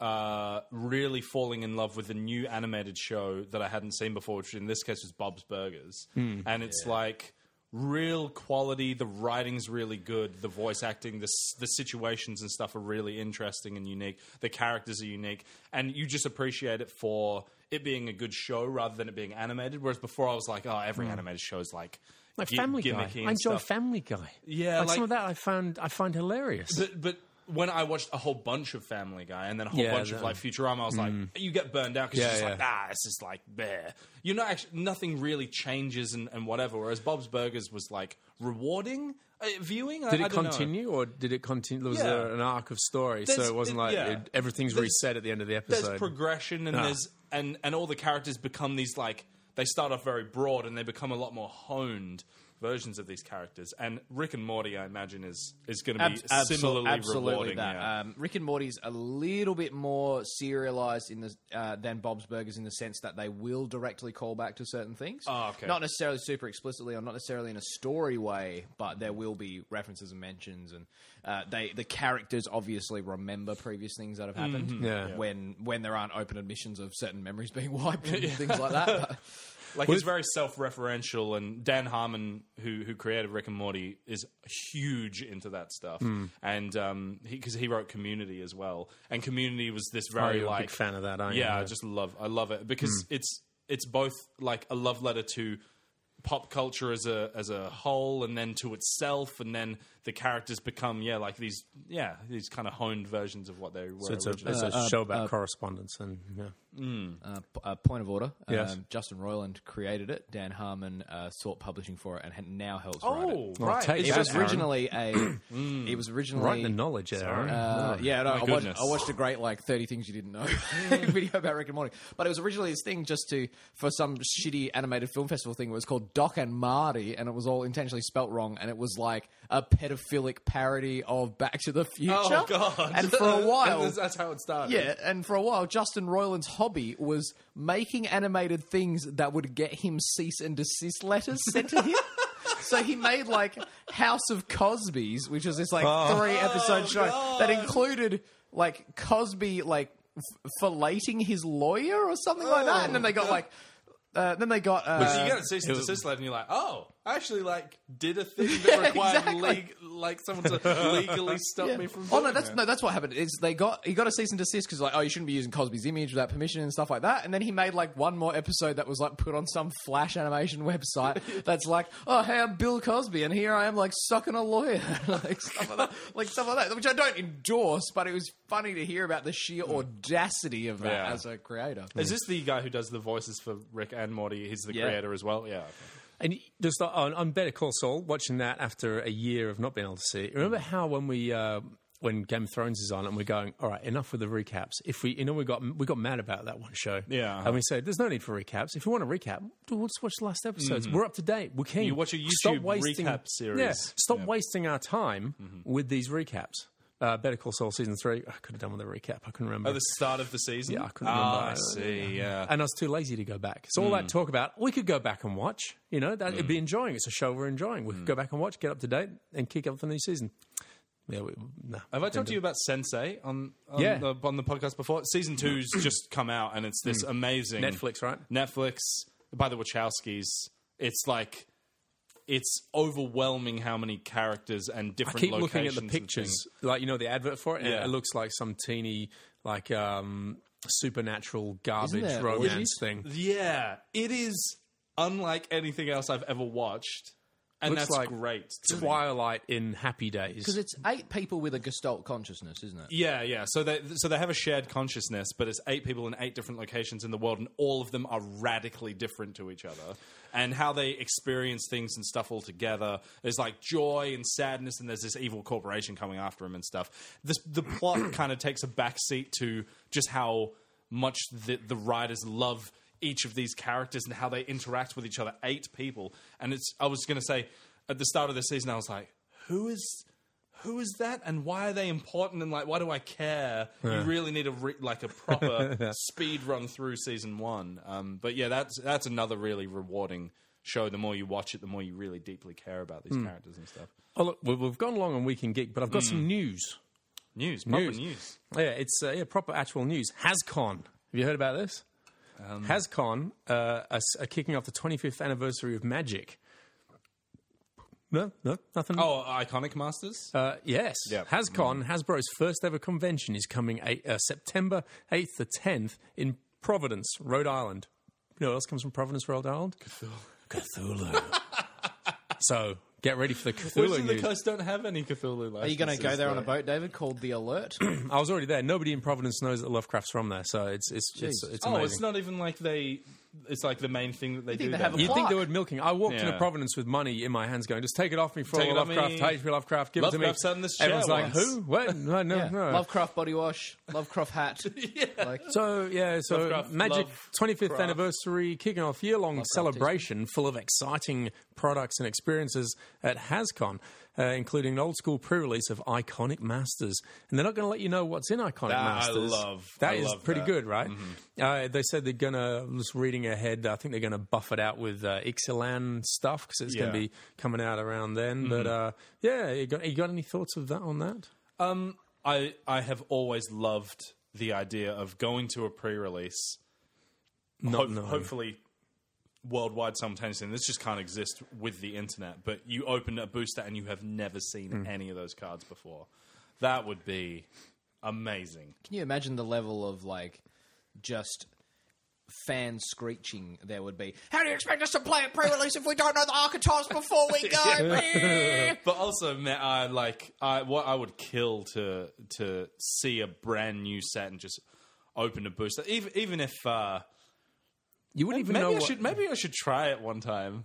[SPEAKER 3] uh, really falling in love with a new animated show that I hadn't seen before, which in this case was Bob's Burgers,
[SPEAKER 2] Hmm.
[SPEAKER 3] and it's like real quality. The writing's really good. The voice acting, the s- the situations and stuff are really interesting and unique. The characters are unique, and you just appreciate it for. It being a good show rather than it being animated, whereas before I was like, oh, every animated show is like
[SPEAKER 2] Hmm. My
[SPEAKER 3] gi-
[SPEAKER 2] Family Guy.
[SPEAKER 3] gimmicky
[SPEAKER 2] I
[SPEAKER 3] and
[SPEAKER 2] enjoy
[SPEAKER 3] stuff.
[SPEAKER 2] Family Guy.
[SPEAKER 3] Yeah,
[SPEAKER 2] like, some
[SPEAKER 3] like-
[SPEAKER 2] of that I found I find hilarious.
[SPEAKER 3] But but when I watched a whole bunch of Family Guy and then a whole
[SPEAKER 2] Yeah,
[SPEAKER 3] bunch of
[SPEAKER 2] that- Mm.
[SPEAKER 3] like Futurama, I was like, you get burned out because
[SPEAKER 2] Yeah,
[SPEAKER 3] you're just like,
[SPEAKER 2] yeah.
[SPEAKER 3] ah, it's just like there. You're not actually nothing really changes and, and whatever. Whereas Bob's Burgers was like rewarding uh, viewing.
[SPEAKER 2] did it continue, or did it continue? Was
[SPEAKER 3] Yeah.
[SPEAKER 2] there an arc of story, so
[SPEAKER 3] There's-
[SPEAKER 2] it wasn't
[SPEAKER 3] it-
[SPEAKER 2] like
[SPEAKER 3] yeah.
[SPEAKER 2] it- everything's
[SPEAKER 3] There's-
[SPEAKER 2] reset at the end of the
[SPEAKER 3] There's
[SPEAKER 2] episode?
[SPEAKER 3] progression and
[SPEAKER 2] Ah.
[SPEAKER 3] there's and and all the characters become these like they start off very broad and they become a lot more honed versions of these characters. And Rick and Morty, I imagine, is is going to be
[SPEAKER 4] Abs- abso-
[SPEAKER 3] similarly
[SPEAKER 4] absolutely
[SPEAKER 3] rewarding.
[SPEAKER 4] that.
[SPEAKER 3] yeah.
[SPEAKER 4] Um, Rick and Morty's a little bit more serialized in the uh, than Bob's Burgers in the sense that they will directly call back to certain things.
[SPEAKER 3] Oh, okay.
[SPEAKER 4] Not necessarily super explicitly, or not necessarily in a story way, but there will be references and mentions, and uh, they the characters obviously remember previous things that have happened.
[SPEAKER 3] Mm-hmm.
[SPEAKER 2] Yeah. Yeah.
[SPEAKER 4] When when there aren't open admissions of certain memories being wiped and things like that. But-
[SPEAKER 3] Like he's very self-referential, and Dan Harmon, who who created Rick and Morty, is huge into that stuff.
[SPEAKER 2] Hmm.
[SPEAKER 3] And um, because he, wrote Community as well, and Community was this very
[SPEAKER 2] Oh, you're a big
[SPEAKER 3] like
[SPEAKER 2] fan of that, aren't you?
[SPEAKER 3] yeah, I
[SPEAKER 2] Yeah. Hmm.
[SPEAKER 3] just love I love it because it's it's both like a love letter to pop culture as a as a whole, and then to itself, and then the characters become yeah like these yeah these kind of honed versions of what they were.
[SPEAKER 2] So it's a,
[SPEAKER 3] originally.
[SPEAKER 2] it's a show about correspondence, and yeah.
[SPEAKER 4] Uh, p- uh, point of order.
[SPEAKER 2] Yes.
[SPEAKER 4] Um, Justin Roiland created it. Dan Harmon uh, sought publishing for it and had now helps write it.
[SPEAKER 3] oh right,
[SPEAKER 2] take
[SPEAKER 3] It's
[SPEAKER 4] It
[SPEAKER 2] that.
[SPEAKER 3] just-
[SPEAKER 4] was
[SPEAKER 2] Aaron. Mm.
[SPEAKER 4] originally a. it was originally
[SPEAKER 2] right in the knowledge Aaron.
[SPEAKER 4] Uh, yeah, no, I, watched,
[SPEAKER 3] goodness.
[SPEAKER 4] I watched a great like thirty things you didn't know
[SPEAKER 2] Mm.
[SPEAKER 4] video about Rick and Morty, but it was originally this thing just to for some shitty animated film festival thing. It was called Doc and Marty, and it was all intentionally spelt wrong, and it was like a pedophilic parody of Back to the Future.
[SPEAKER 3] Oh god!
[SPEAKER 4] And for a while,
[SPEAKER 3] that's, that's how it started.
[SPEAKER 4] yeah, and for a while, Justin Roiland's hobby was making animated things that would get him cease and desist letters sent to him. so he made like House of Cosby's, which was this like three episode show that included like Cosby like f- fellating his lawyer or something like that, and then they got like. Uh, then they got uh,
[SPEAKER 3] So you get a cease and desist letter, and you're like, "Oh, I actually like did a thing that required
[SPEAKER 4] exactly.
[SPEAKER 3] leg- like someone to legally stop
[SPEAKER 4] Yeah.
[SPEAKER 3] me from."
[SPEAKER 4] Oh no,
[SPEAKER 3] doing
[SPEAKER 4] that's
[SPEAKER 3] that.
[SPEAKER 4] no, that's what happened. Is they got he got a cease and desist because like, oh, you shouldn't be using Cosby's image without permission and stuff like that. And then he made like one more episode that was like put on some flash animation website that's like, oh, hey, I'm Bill Cosby, and here I am like sucking a lawyer, like stuff like that, like stuff like that, which I don't endorse, but it was funny to hear about the sheer audacity of that
[SPEAKER 3] Yeah.
[SPEAKER 4] as a creator.
[SPEAKER 3] Is this the guy who does the voices for Rick and Morty? He's the
[SPEAKER 4] Yeah.
[SPEAKER 3] creator as well. Yeah. okay.
[SPEAKER 2] And just uh, on, on Better Call Saul, watching that after a year of not being able to see it, remember how when we uh, when Game of Thrones is on and we're going, all right, enough with the recaps. If we, you know, we got we got mad about that one show,
[SPEAKER 3] Yeah. uh-huh.
[SPEAKER 2] and we said there's no need for recaps. If you want to recap, do- let's watch the last episodes. We're up to date. We're keen.
[SPEAKER 3] Mm. You watch a
[SPEAKER 2] stop
[SPEAKER 3] YouTube
[SPEAKER 2] wasting,
[SPEAKER 3] recap series. Mm-hmm.
[SPEAKER 2] Yeah, stop wasting our time with these recaps. Uh, Better Call Saul season three. I could have done with a recap. I couldn't remember.
[SPEAKER 3] At Oh, the start of the season.
[SPEAKER 2] Yeah, I couldn't
[SPEAKER 3] Ah,
[SPEAKER 2] remember.
[SPEAKER 3] I see. Yeah.
[SPEAKER 2] and I was too lazy to go back. So all that talk about we could go back and watch, you know, that it'd be enjoying. It's a show we're enjoying. We could go back and watch, get up to date, and kick up for the new season. Yeah, we, nah.
[SPEAKER 3] Have I talked to you about Sensei on on,
[SPEAKER 2] Yeah.
[SPEAKER 3] the, on the podcast before? Season two's just come out, and it's this amazing
[SPEAKER 2] Hmm. Netflix, right?
[SPEAKER 3] Netflix by the Wachowskis. It's like it's overwhelming how many characters and different.
[SPEAKER 2] I keep looking
[SPEAKER 3] locations
[SPEAKER 2] at the
[SPEAKER 3] and things.
[SPEAKER 2] pictures, like you know the advert for it, and
[SPEAKER 3] Yeah.
[SPEAKER 2] it looks like some teeny like um, supernatural garbage
[SPEAKER 4] there
[SPEAKER 2] romance
[SPEAKER 4] orgies?
[SPEAKER 2] thing.
[SPEAKER 3] Yeah, it is unlike anything else I've ever watched, and
[SPEAKER 2] Looks
[SPEAKER 3] that's
[SPEAKER 2] like
[SPEAKER 3] great.
[SPEAKER 2] Twilight in Happy Days.
[SPEAKER 4] Because it's eight people with a Gestalt consciousness, isn't it?
[SPEAKER 3] Yeah, yeah. So they so they have a shared consciousness, but it's eight people in eight different locations in the world, and all of them are radically different to each other. And how they experience things and stuff all together. There's like joy and sadness, and there's this evil corporation coming after him and stuff. This the plot kind of takes a backseat to just how much the, the writers love each of these characters and how they interact with each other. Eight people, and it's. I was going to say at the start of the season, I was like, who is who is that and why are they important and like why do I care? You really need a re- like a proper speed run through season one. Um, but yeah, that's that's another really rewarding show. The more you watch it, the more you really deeply care about
[SPEAKER 2] Hmm.
[SPEAKER 3] these characters and stuff.
[SPEAKER 2] Oh, look, we- we've gone long on Weekend Geek, but I've got some news.
[SPEAKER 3] News, proper
[SPEAKER 2] News.
[SPEAKER 3] news.
[SPEAKER 2] Yeah, it's uh, yeah, proper actual news. HasCon. Have you heard about this?
[SPEAKER 3] Um,
[SPEAKER 2] HasCon uh, are, s- are kicking off the 25th anniversary of Magic. No, no, nothing.
[SPEAKER 3] Oh, Mm. iconic masters.
[SPEAKER 2] Uh, yes.
[SPEAKER 5] Yep.
[SPEAKER 2] HasCon, Hasbro's first ever convention, is coming eight, uh, September 8th to 10th in Providence, Rhode Island. You know what else comes from Providence, Rhode Island? Cthulhu. Cthulhu. so get ready for the
[SPEAKER 3] Wizards
[SPEAKER 2] Cthulhu
[SPEAKER 3] of the
[SPEAKER 2] news.
[SPEAKER 3] Coast don't have any Cthulhu.
[SPEAKER 4] Are you going to go there on a boat, David, called the Alert?
[SPEAKER 2] I was already there. Nobody in Providence knows that Lovecraft's from there, so it's it's it's,
[SPEAKER 4] Jeez.
[SPEAKER 2] it's
[SPEAKER 3] Oh,
[SPEAKER 2] amazing.
[SPEAKER 3] it's not even like they. It's like the main thing that they do.
[SPEAKER 4] think they
[SPEAKER 3] there.
[SPEAKER 4] have a
[SPEAKER 2] You'd think
[SPEAKER 4] Clock.
[SPEAKER 2] they would milking. I walked into
[SPEAKER 3] Yeah.
[SPEAKER 2] Providence with money in my hands, going, "Just take it off me for
[SPEAKER 3] Take
[SPEAKER 2] all
[SPEAKER 3] it off
[SPEAKER 2] Lovecraft,
[SPEAKER 3] me.
[SPEAKER 2] HP Lovecraft, give it
[SPEAKER 3] Lovecraft
[SPEAKER 2] to me."
[SPEAKER 3] sat in this chair
[SPEAKER 2] Everyone's like,
[SPEAKER 3] once.
[SPEAKER 2] "Who? What? No, no,
[SPEAKER 4] Yeah.
[SPEAKER 2] no."
[SPEAKER 4] Lovecraft body wash, Lovecraft hat. Like,
[SPEAKER 2] So yeah, so
[SPEAKER 3] Lovecraft,
[SPEAKER 2] Magic
[SPEAKER 3] love
[SPEAKER 2] 25th
[SPEAKER 3] craft.
[SPEAKER 2] anniversary kicking off year long celebration full of exciting products and experiences at HasCon, uh, including an old school pre-release of Iconic Masters, and they're not going to let you know what's in Iconic
[SPEAKER 3] That Ah, I
[SPEAKER 2] Masters.
[SPEAKER 3] love.
[SPEAKER 2] That
[SPEAKER 3] I
[SPEAKER 2] is
[SPEAKER 3] love
[SPEAKER 2] pretty
[SPEAKER 3] that. Mm-hmm.
[SPEAKER 2] good, right? Uh, they said they're going to just reading ahead. I think they're going to buff it out with uh, Ixalan stuff because it's going to
[SPEAKER 3] Yeah. Mm-hmm.
[SPEAKER 2] be coming out around then. But uh, yeah, you got, you got any thoughts of that on that?
[SPEAKER 3] Um, I I have always loved the idea of going to a pre-release.
[SPEAKER 2] Not
[SPEAKER 3] Ho-
[SPEAKER 2] knowing.
[SPEAKER 3] hopefully worldwide simultaneously. And this just can't exist with the internet. But you open a booster and you have never seen
[SPEAKER 2] Hmm.
[SPEAKER 3] any of those cards before. That would be amazing.
[SPEAKER 4] Can you imagine the level of like just fan screeching there would be? How do you expect us to play at pre-release if we don't know the archetypes before we go?
[SPEAKER 3] But also, man, I like I what I would kill to to see a brand new set and just open a booster. Even even if uh,
[SPEAKER 2] you wouldn't even
[SPEAKER 3] maybe
[SPEAKER 2] know.
[SPEAKER 3] I
[SPEAKER 2] what-
[SPEAKER 3] should maybe I should try it one time.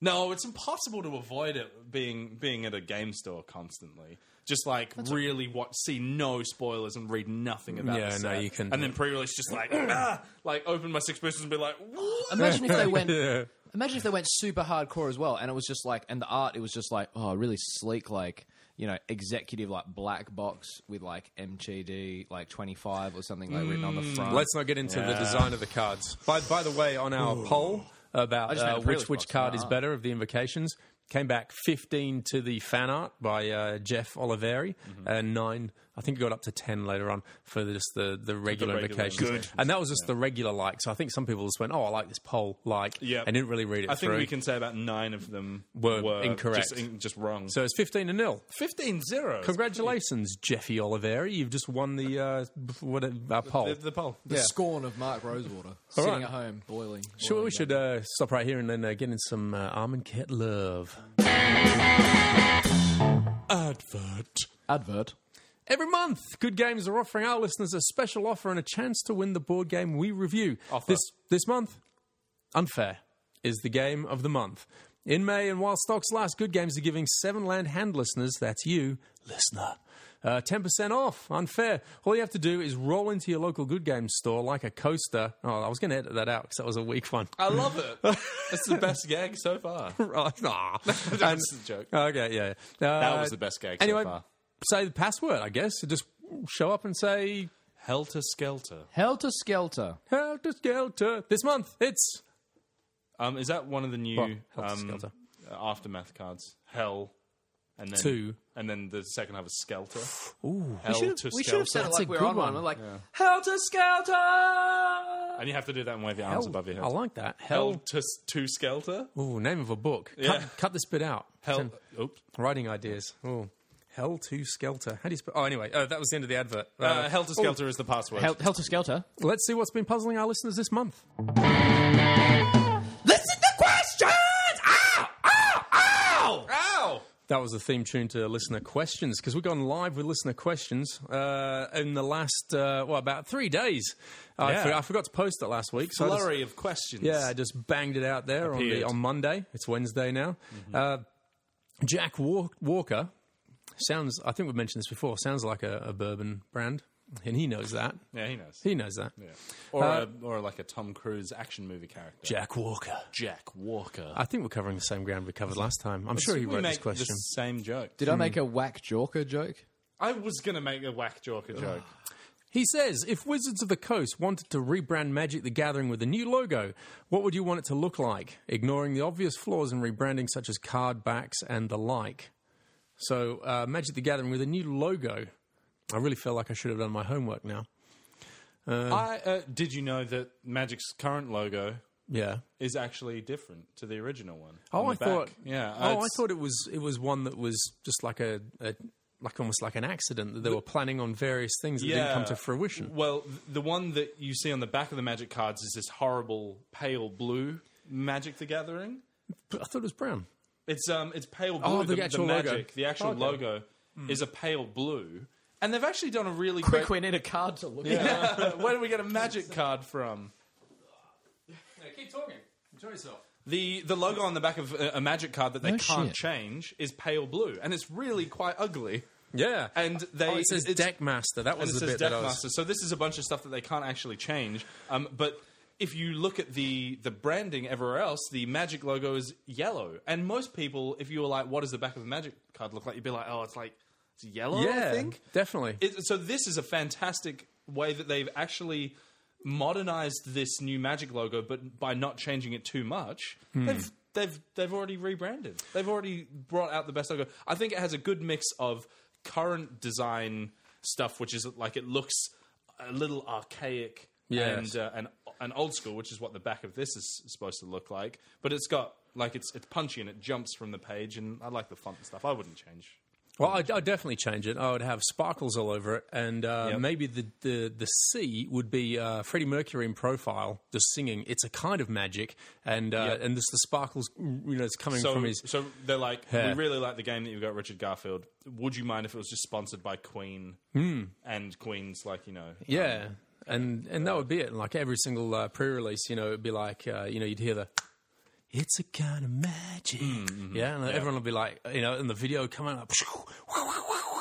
[SPEAKER 3] No, it's impossible to avoid it being being at a game store constantly. Just like really watch, see no spoilers and read nothing about.
[SPEAKER 2] Yeah,
[SPEAKER 3] the
[SPEAKER 2] no,
[SPEAKER 3] set.
[SPEAKER 2] you can-
[SPEAKER 3] And then pre-release, just like ah, like open my six boosters and be like, what?
[SPEAKER 4] imagine if they went.
[SPEAKER 2] Yeah.
[SPEAKER 4] Imagine if they went super hardcore as well, and it was just like, and the art, it was just like, oh, really sleek, like you know, executive like black box with like MTD like twenty five or something like written on the front.
[SPEAKER 2] Let's not get into the design of the cards. By, by the way, on our poll about
[SPEAKER 4] just made
[SPEAKER 2] uh,
[SPEAKER 4] a
[SPEAKER 2] which
[SPEAKER 4] pre-release
[SPEAKER 2] which
[SPEAKER 4] box,
[SPEAKER 2] card
[SPEAKER 4] not
[SPEAKER 2] is
[SPEAKER 4] art.
[SPEAKER 2] better of the invocations, came back 15 to the fan art by uh, Jeff Oliveri,
[SPEAKER 3] Mm-hmm.
[SPEAKER 2] and nine. I think it got up to 10 later on for just the, the regular
[SPEAKER 3] regular
[SPEAKER 2] invocations.
[SPEAKER 3] Good.
[SPEAKER 2] And that was just the regular like. So I think some people just went, oh, I like this poll, like,
[SPEAKER 3] Yeah.
[SPEAKER 2] and didn't really read it
[SPEAKER 3] I think
[SPEAKER 2] through.
[SPEAKER 3] we can say about nine of them
[SPEAKER 2] Were
[SPEAKER 3] were,
[SPEAKER 2] incorrect.
[SPEAKER 3] just, in- just wrong.
[SPEAKER 2] so it's 15 to nil.
[SPEAKER 3] 15 0.
[SPEAKER 2] Congratulations, Jeffy Oliveri. You've just won the uh, what, uh, poll.
[SPEAKER 3] The, the poll.
[SPEAKER 4] the scorn of Mark Rosewater sitting at home boiling.
[SPEAKER 2] Sure, we should uh, stop right here and then uh, get in some uh, Armand Cat love. Advert.
[SPEAKER 4] advert.
[SPEAKER 2] Every month, Good Games are offering our listeners a special offer and a chance to win the board game we review. This this month, Unfair is the game of the month. In May, and while stocks last, Good Games are giving Seven Land Hand listeners, that's you, listener, uh, 10% off. Unfair. All you have to do is roll into your local Good Games store like a coaster. Oh, I was going to edit that out because that was a weak one.
[SPEAKER 3] I love it. That's the best gag so far.
[SPEAKER 2] Right. Aw. And-
[SPEAKER 3] That's the joke.
[SPEAKER 2] Okay, yeah. yeah. Uh,
[SPEAKER 3] That was the best gag so
[SPEAKER 2] Anyway,
[SPEAKER 3] far.
[SPEAKER 2] say the password, I guess. Just show up and say
[SPEAKER 3] Helter Skelter.
[SPEAKER 4] Helter Skelter.
[SPEAKER 2] helter skelter. This month, it's
[SPEAKER 3] Um, is that one of the new
[SPEAKER 2] Well, Helter
[SPEAKER 3] um,
[SPEAKER 2] Skelter.
[SPEAKER 3] aftermath cards? Hell, and then
[SPEAKER 2] Two.
[SPEAKER 3] and then the second half is Skelter. Ooh, Hell to
[SPEAKER 4] we should
[SPEAKER 3] Skelter.
[SPEAKER 4] have said it
[SPEAKER 2] That's a
[SPEAKER 4] like we
[SPEAKER 2] good
[SPEAKER 4] were on one.
[SPEAKER 2] one.
[SPEAKER 4] We're like Helter Skelter.
[SPEAKER 3] and you have to do that and wave your arms above your head.
[SPEAKER 2] I like that.
[SPEAKER 3] Hell
[SPEAKER 2] Hell.
[SPEAKER 3] to s- to Skelter.
[SPEAKER 2] Ooh, name of a book.
[SPEAKER 3] Yeah.
[SPEAKER 2] Cut, cut this bit out.
[SPEAKER 3] Hell.
[SPEAKER 2] Ten-
[SPEAKER 3] Oops.
[SPEAKER 2] Writing ideas. Ooh. Hell to skelter. How do you spell? Oh, anyway, uh, that was the end of the advert. Uh,
[SPEAKER 3] Uh, Hell to Skelter is the password.
[SPEAKER 4] Hel- Helter Skelter.
[SPEAKER 2] let's see what's been puzzling our listeners this month.
[SPEAKER 4] Listen to questions.
[SPEAKER 3] Ow!
[SPEAKER 2] That was a theme tune to listener questions because we've gone live with listener questions uh, in the last uh, well about three days. I,
[SPEAKER 3] Yeah.
[SPEAKER 2] for- I forgot to post it last week, so I just,
[SPEAKER 3] Flurry of questions.
[SPEAKER 2] yeah, I just banged it out there on, the,
[SPEAKER 3] Appeared. Mm-hmm.
[SPEAKER 2] on Monday. It's Wednesday now. Uh, Jack Wa- Walker sounds. I think we've mentioned this before. Sounds like a, a bourbon brand. and he knows that.
[SPEAKER 3] Yeah, he knows.
[SPEAKER 2] He knows that.
[SPEAKER 3] Yeah. Or,
[SPEAKER 2] Uh,
[SPEAKER 3] a, or like a Tom Cruise action movie character.
[SPEAKER 2] Jack Walker.
[SPEAKER 3] Jack Walker.
[SPEAKER 2] I think we're covering the same ground we covered last time. I'm sure he
[SPEAKER 3] we
[SPEAKER 2] wrote
[SPEAKER 3] make
[SPEAKER 2] this question.
[SPEAKER 3] The same joke.
[SPEAKER 4] Did I make a whack jorker joke?
[SPEAKER 3] I was going to make a whack jorker joke.
[SPEAKER 2] He says, if Wizards of the Coast wanted to rebrand Magic the Gathering with a new logo, what would you want it to look like? Ignoring the obvious flaws in rebranding, such as card backs and the like. So, uh, Magic the Gathering with a new logo. I really feel like I should have done my homework now.
[SPEAKER 3] I uh, did you know that Magic's current logo
[SPEAKER 2] Yeah.
[SPEAKER 3] is actually different to the original one?
[SPEAKER 2] Oh,
[SPEAKER 3] on
[SPEAKER 2] I
[SPEAKER 3] the back.
[SPEAKER 2] thought.
[SPEAKER 3] Yeah. uh,
[SPEAKER 2] Oh, I
[SPEAKER 3] it's-
[SPEAKER 2] thought it was it was one that was just like a, a like almost like an accident that they were planning on various things that didn't come to fruition.
[SPEAKER 3] Well, th- the one that you see on the back of the Magic cards is this horrible pale blue Magic the Gathering.
[SPEAKER 2] But I thought it was brown.
[SPEAKER 3] It's um, it's pale blue.
[SPEAKER 2] Oh, the
[SPEAKER 3] the,
[SPEAKER 2] actual logo.
[SPEAKER 3] Magic, the actual
[SPEAKER 2] Okay. Hmm.
[SPEAKER 3] logo is a pale blue, and they've actually done a really
[SPEAKER 4] Quick,
[SPEAKER 3] great. uh,
[SPEAKER 4] we need a card to look at.
[SPEAKER 3] Where do we get a Magic card from?
[SPEAKER 2] keep talking. Enjoy yourself.
[SPEAKER 3] The the logo on the back of uh, a, a Magic card that they
[SPEAKER 4] No
[SPEAKER 3] can't
[SPEAKER 4] shit.
[SPEAKER 3] change is pale blue, and it's really quite ugly.
[SPEAKER 2] Yeah.
[SPEAKER 3] And they
[SPEAKER 2] oh, it says
[SPEAKER 3] it's-
[SPEAKER 2] Deckmaster. That
[SPEAKER 3] and
[SPEAKER 2] was
[SPEAKER 3] it
[SPEAKER 2] the
[SPEAKER 3] says
[SPEAKER 2] bit that I was.
[SPEAKER 3] Deathmaster. So this is a bunch of stuff that they can't actually change. Um, but if you look at the the branding everywhere else, the Magic logo is yellow. And most people, if you were like, "What does the back of the Magic card look like?" You'd be like, "Oh, it's like it's yellow."
[SPEAKER 2] Yeah,
[SPEAKER 3] I think.
[SPEAKER 2] definitely.
[SPEAKER 3] It, so this is a fantastic way that they've actually modernized this new Magic logo, but by not changing it too much, they've they've they've already rebranded. They've already brought out the best logo. I think it has a good mix of current design stuff, which is like it looks a little archaic
[SPEAKER 2] Yes.
[SPEAKER 3] and uh, and and old school, which is what the back of this is supposed to look like. But it's got like it's it's punchy and it jumps from the page, and I like the font and stuff. I wouldn't change.
[SPEAKER 2] well, I'd, I'd definitely change it. I would have sparkles all over it, and uh,
[SPEAKER 3] Yep.
[SPEAKER 2] maybe the, the, the C would be uh, Freddie Mercury in profile, just singing. It's a kind of magic, and uh,
[SPEAKER 3] Yep.
[SPEAKER 2] and just the sparkles, you know, it's coming
[SPEAKER 3] So,
[SPEAKER 2] from his.
[SPEAKER 3] so they're like,
[SPEAKER 2] Yeah.
[SPEAKER 3] we really like the game that you've got, Richard Garfield. Would you mind if it was just sponsored by Queen
[SPEAKER 2] Hmm.
[SPEAKER 3] and Queen's, like you know,
[SPEAKER 2] Yeah, and and that would be it. And, Like every single uh, pre-release, you know, it'd be like uh, you know you'd hear the. It's a kind of magic,
[SPEAKER 3] Mm, mm-hmm.
[SPEAKER 2] yeah. And everyone would be like, you know, and the video coming up,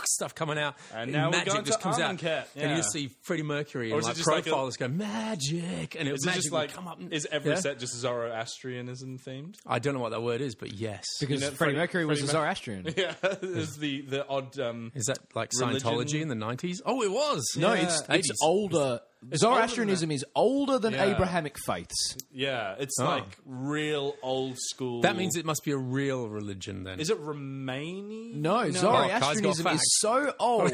[SPEAKER 2] stuff coming out,
[SPEAKER 3] And now we're
[SPEAKER 2] magic
[SPEAKER 3] going
[SPEAKER 2] just
[SPEAKER 3] to
[SPEAKER 2] comes out,
[SPEAKER 3] Armenket,
[SPEAKER 2] and you
[SPEAKER 3] yeah.
[SPEAKER 2] just see Freddie Mercury and
[SPEAKER 3] is it
[SPEAKER 2] like
[SPEAKER 3] just like a-
[SPEAKER 2] profiles go magic, and it,
[SPEAKER 3] is it
[SPEAKER 2] magic
[SPEAKER 3] just
[SPEAKER 2] would
[SPEAKER 3] like
[SPEAKER 2] come up. and-
[SPEAKER 3] is every
[SPEAKER 2] yeah?
[SPEAKER 3] set just Zoroastrianism themed?
[SPEAKER 2] I don't know what that word is, but yes,
[SPEAKER 4] Because
[SPEAKER 3] know,
[SPEAKER 4] Freddie
[SPEAKER 3] Freddie-
[SPEAKER 4] Mercury was a
[SPEAKER 3] Freddie Mer-
[SPEAKER 4] Zoroastrian.
[SPEAKER 3] Yeah, is the the odd um,
[SPEAKER 2] is that like
[SPEAKER 3] Religion?
[SPEAKER 2] Scientology in the nineties? Oh, it was.
[SPEAKER 4] No, it's, it's
[SPEAKER 2] 80s.
[SPEAKER 4] older. Zoroastrianism is older than
[SPEAKER 3] Yeah.
[SPEAKER 4] Abrahamic faiths.
[SPEAKER 3] yeah, it's like real old school.
[SPEAKER 2] Oh. That means it must be a real religion then.
[SPEAKER 3] is it Romanian?
[SPEAKER 4] No,
[SPEAKER 2] Kai's
[SPEAKER 4] Zoroastrianism
[SPEAKER 2] got
[SPEAKER 4] is so old.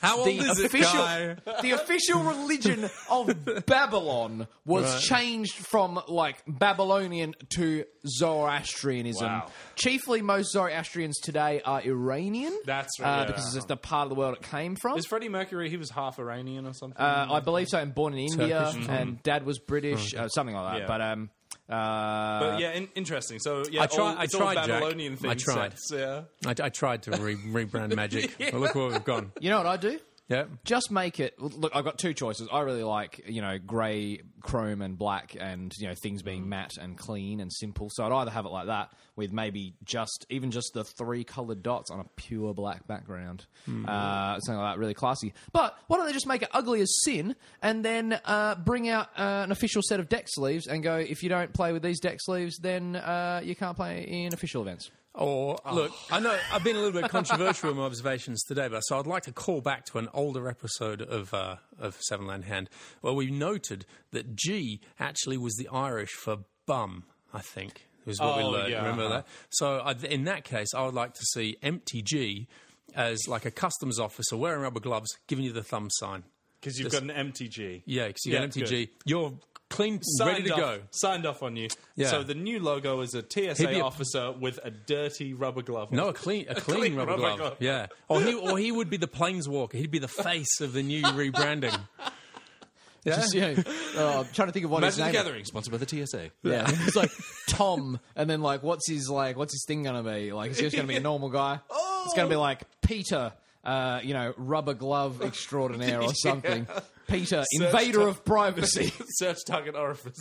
[SPEAKER 2] How old
[SPEAKER 4] the
[SPEAKER 2] is it,
[SPEAKER 4] official,
[SPEAKER 2] Kai?
[SPEAKER 4] The official religion of Babylon was changed from like Babylonian to Zoroastrianism.
[SPEAKER 3] Wow.
[SPEAKER 4] Chiefly, most Zoroastrians today are Iranian.
[SPEAKER 3] That's right,
[SPEAKER 4] uh,
[SPEAKER 3] yeah.
[SPEAKER 4] because it's the part of the world it came from.
[SPEAKER 3] Is Freddie Mercury? He was half Iranian or something.
[SPEAKER 4] Uh, I believe so. And born in India,
[SPEAKER 2] Turkish or
[SPEAKER 4] and dad was British, uh, something like that.
[SPEAKER 3] Mm-hmm. Yeah.
[SPEAKER 4] But um, uh,
[SPEAKER 3] but yeah, in, interesting. So yeah,
[SPEAKER 2] I try-
[SPEAKER 3] all,
[SPEAKER 2] I
[SPEAKER 3] it's
[SPEAKER 2] tried,
[SPEAKER 3] all
[SPEAKER 2] Jack.
[SPEAKER 3] Babylonian
[SPEAKER 2] I
[SPEAKER 3] things.
[SPEAKER 2] tried.
[SPEAKER 3] yeah.
[SPEAKER 2] I, I tried to re- rebrand Magic. Well, look where we've gone.
[SPEAKER 4] you know what I do?
[SPEAKER 2] Yeah.
[SPEAKER 4] Just make it. Look, I've got two choices. I really like you know grey, chrome, and black, and you know things being matte and clean and simple. So I'd either have it like that with maybe just even just the three coloured dots on a pure black background, uh, something like that, really classy. But why don't they just make it ugly as sin, and then uh, bring out uh, an official set of deck sleeves and go, if you don't play with these deck sleeves, then uh, you can't play in official events.
[SPEAKER 2] Or
[SPEAKER 3] oh.
[SPEAKER 2] look, I know I've been a little bit controversial in my observations today, but so I'd like to call back to an older episode of uh, of Seven Land Hand where we noted that G actually was the Irish for bum. I think was what we
[SPEAKER 3] Oh,
[SPEAKER 2] learned.
[SPEAKER 3] yeah,
[SPEAKER 2] Remember that? So I, in that case, I would like to see empty G as like a customs officer wearing rubber gloves, giving you the thumb sign.
[SPEAKER 3] Because you've got an MTG.
[SPEAKER 2] Yeah, because you got
[SPEAKER 3] Yeah,
[SPEAKER 2] empty
[SPEAKER 3] good.
[SPEAKER 2] G. You're clean, ready to
[SPEAKER 3] off,
[SPEAKER 2] go.
[SPEAKER 3] Signed off on you.
[SPEAKER 2] Yeah.
[SPEAKER 3] So the new logo is a
[SPEAKER 2] He'd be
[SPEAKER 3] TSA
[SPEAKER 2] a-
[SPEAKER 3] officer with a dirty rubber glove. on.
[SPEAKER 2] No, a clean, a clean,
[SPEAKER 3] clean
[SPEAKER 2] rubber,
[SPEAKER 3] rubber
[SPEAKER 2] glove.
[SPEAKER 3] glove.
[SPEAKER 2] Yeah, or he, or he would be the planeswalker. He'd be the face of the new rebranding. Yeah,
[SPEAKER 4] Just, you know, oh, I'm trying to think of what his
[SPEAKER 3] Magic
[SPEAKER 4] name
[SPEAKER 3] the
[SPEAKER 4] is.
[SPEAKER 3] Gathering, sponsored by the TSA.
[SPEAKER 4] Yeah, it's like Tom, and then
[SPEAKER 2] Oh.
[SPEAKER 4] like, what's his like, what's his thing gonna be? Like, it's just gonna be a normal guy. It's gonna be like Peter, uh, you know, rubber glove extraordinaire or something. Peter, invader of privacy.
[SPEAKER 3] Search target orifice.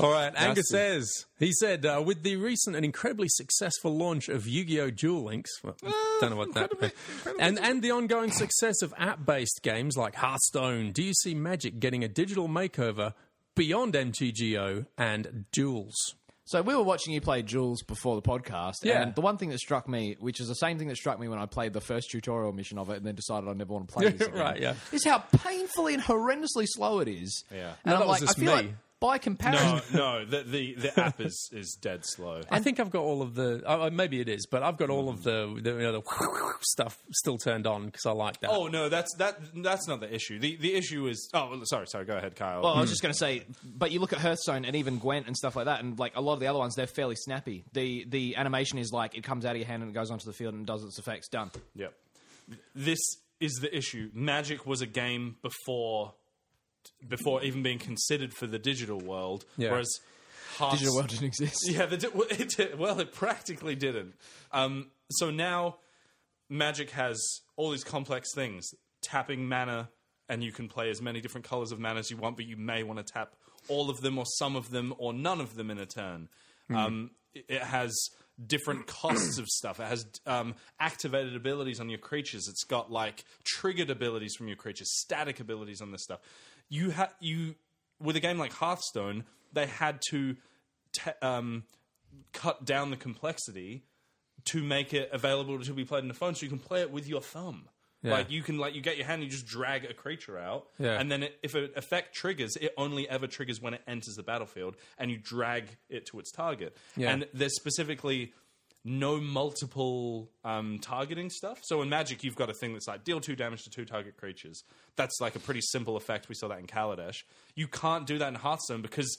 [SPEAKER 2] All right, Anger says he said uh, with the recent and incredibly successful launch of Yu-Gi-Oh! Duel Links. Well, don't know what that. and and the ongoing success of app-based games like Hearthstone. Do you see Magic getting a digital makeover beyond MTGO and Duels?
[SPEAKER 4] So we were watching you play Jules before the podcast,
[SPEAKER 2] Yeah.
[SPEAKER 4] and the one thing that struck me, which is the same thing that struck me when I played the first tutorial mission of it, and then decided I never want to play this again,
[SPEAKER 2] Right, yeah.
[SPEAKER 4] is how painfully and horrendously slow it is. Yeah, and
[SPEAKER 2] that
[SPEAKER 4] I'm
[SPEAKER 2] was
[SPEAKER 4] like,
[SPEAKER 2] just
[SPEAKER 4] I
[SPEAKER 2] me.
[SPEAKER 4] feel like by comparison,
[SPEAKER 3] Oh,
[SPEAKER 6] No, no, the the, the app is, is dead slow.
[SPEAKER 2] I think I've got all of the. Uh, maybe it is, but I've got all of the, the, you know, the stuff still turned on because I like that.
[SPEAKER 3] oh no, that's that. That's not the issue. The the issue is. Oh, sorry, sorry. Go ahead, Kyle.
[SPEAKER 4] Well, I was just going to say, but you look at Hearthstone and even Gwent and stuff like that, and like a lot of the other ones, they're fairly snappy. The the animation is like it comes out of your hand and it goes onto the field and does its effects. Done.
[SPEAKER 3] Yep. This is the issue. Magic was a game before before even being considered for the digital world,
[SPEAKER 2] Yeah.
[SPEAKER 3] whereas Hearthstone,
[SPEAKER 4] Digital world didn't exist.
[SPEAKER 3] Yeah, the, di- well, it did, well, it practically didn't. Um, so now Magic has all these complex things. Tapping mana, and you can play as many different colors of mana as you want, but you may want to tap all of them, or some of them, or none of them in a turn. Um, it- it has different costs of stuff. It has um, activated abilities on your creatures. It's got like triggered abilities from your creatures, static abilities on this stuff. You ha- you with a game like Hearthstone, they had to te- um, cut down the complexity to make it available to be played on the phone, so you can play it with your thumb. Like you can, like you get your hand, and you just drag a creature out,
[SPEAKER 2] Yeah.
[SPEAKER 3] and then it, if an effect triggers, it only ever triggers when it enters the battlefield, and you drag it to its target.
[SPEAKER 2] Yeah.
[SPEAKER 3] And there's specifically no multiple um, targeting stuff. So in Magic, you've got a thing that's like deal two damage to two target creatures. That's like a pretty simple effect. We saw that in Kaladesh. You can't do that in Hearthstone because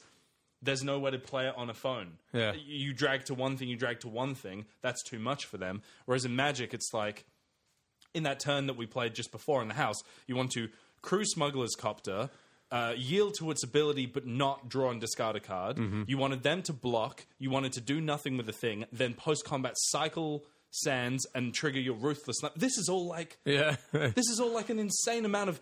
[SPEAKER 3] there's nowhere to play it on a phone.
[SPEAKER 2] Yeah.
[SPEAKER 3] Y- You drag to one thing, you drag to one thing. That's too much for them. Whereas in Magic, it's like in that turn that we played just before in the house, you want to crew Smuggler's Copter, uh, yield to its ability but not draw and discard a card.
[SPEAKER 2] Mm-hmm.
[SPEAKER 3] You wanted them to block. You wanted to do nothing with the thing. Then post combat cycle sands and trigger your ruthless. Slam. This is all like
[SPEAKER 2] yeah.
[SPEAKER 3] this is all like an insane amount of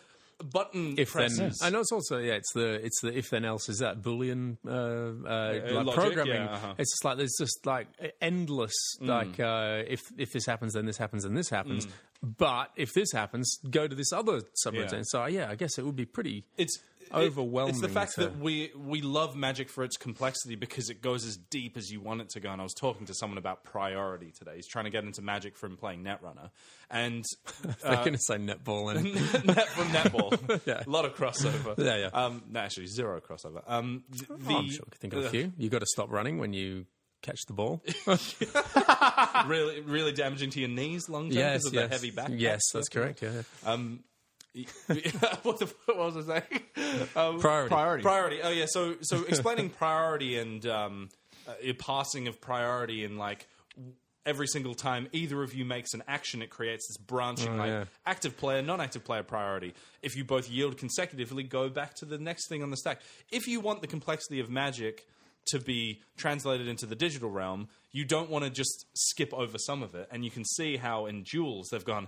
[SPEAKER 3] button
[SPEAKER 2] If then,
[SPEAKER 3] presses.
[SPEAKER 2] I know it's also yeah, it's the it's the if then else is that boolean uh, uh, like
[SPEAKER 3] logic,
[SPEAKER 2] programming.
[SPEAKER 3] yeah, uh-huh. Mm.
[SPEAKER 2] It's just like there's just like e, endless like uh, if if this happens then this happens and this happens, but if this happens go to this other subroutine.
[SPEAKER 3] Yeah.
[SPEAKER 2] So yeah, I guess it would be pretty.
[SPEAKER 3] it's it-
[SPEAKER 2] Overwhelming
[SPEAKER 3] It's the fact
[SPEAKER 2] to-
[SPEAKER 3] that we we love magic for its complexity because it goes as deep as you want it to go. And I was talking to someone about priority today. He's trying to get into magic from playing Netrunner, and
[SPEAKER 2] They're
[SPEAKER 3] uh,
[SPEAKER 2] going to say netball and
[SPEAKER 3] net from netball, a lot of crossover.
[SPEAKER 2] Yeah, yeah.
[SPEAKER 3] Um, no, actually, zero crossover. Um, th- the,
[SPEAKER 2] Oh, I'm sure I can think of a few. You got to stop running when you catch the ball.
[SPEAKER 3] really, really damaging to your knees long term because of the heavy back.
[SPEAKER 2] Yes, that's correct. Yeah.
[SPEAKER 3] what, the, what was I saying? Um,
[SPEAKER 2] Priority.
[SPEAKER 4] Priority.
[SPEAKER 3] priority. Oh yeah. So so explaining priority and um, uh, your passing of priority and like w- every single time either of you makes an action, it creates this branching like
[SPEAKER 2] yeah.
[SPEAKER 3] active player, non-active player priority. If you both yield consecutively, go back to the next thing on the stack. If you want the complexity of magic. To be translated into the digital realm, you don't want to just skip over some of it. And you can see how in duels they've gone,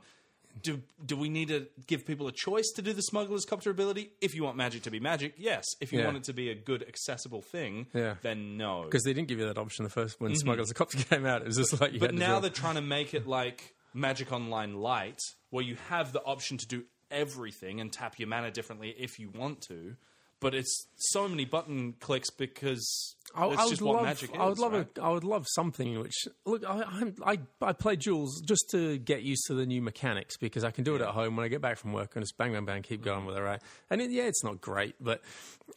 [SPEAKER 3] do do we need to give people a choice to do the smuggler's copter ability? If you want magic to be magic, yes. If you
[SPEAKER 2] Yeah.
[SPEAKER 3] want it to be a good accessible thing,
[SPEAKER 2] Yeah.
[SPEAKER 3] then no.
[SPEAKER 2] Because they didn't give you that option the first when Smugglers of Cops came out. It was just like you
[SPEAKER 3] But
[SPEAKER 2] had to
[SPEAKER 3] now
[SPEAKER 2] draw.
[SPEAKER 3] they're trying to make it like Magic Online Lite, where you have the option to do everything and tap your mana differently if you want to. But it's so many button clicks because
[SPEAKER 2] I,
[SPEAKER 3] it's
[SPEAKER 2] I would
[SPEAKER 3] just
[SPEAKER 2] love,
[SPEAKER 3] what magic is.
[SPEAKER 2] I would love,
[SPEAKER 3] right?
[SPEAKER 2] a, I would love something which look. I, I'm- I I play Jules just to get used to the new mechanics because I can do it at home when I get back from work and just bang, bang, bang, keep going with it, right? And it, yeah, it's not great, but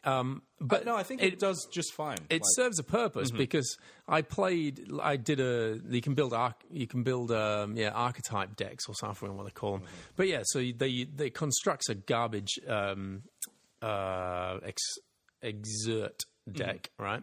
[SPEAKER 2] um, but
[SPEAKER 3] no, I think it, does just fine.
[SPEAKER 2] it serves a purpose because I played. I did a. You can build arch, You can build um, yeah archetype decks or something. What they call them. But yeah, so they they constructs a garbage um, uh, ex, exert deck, right?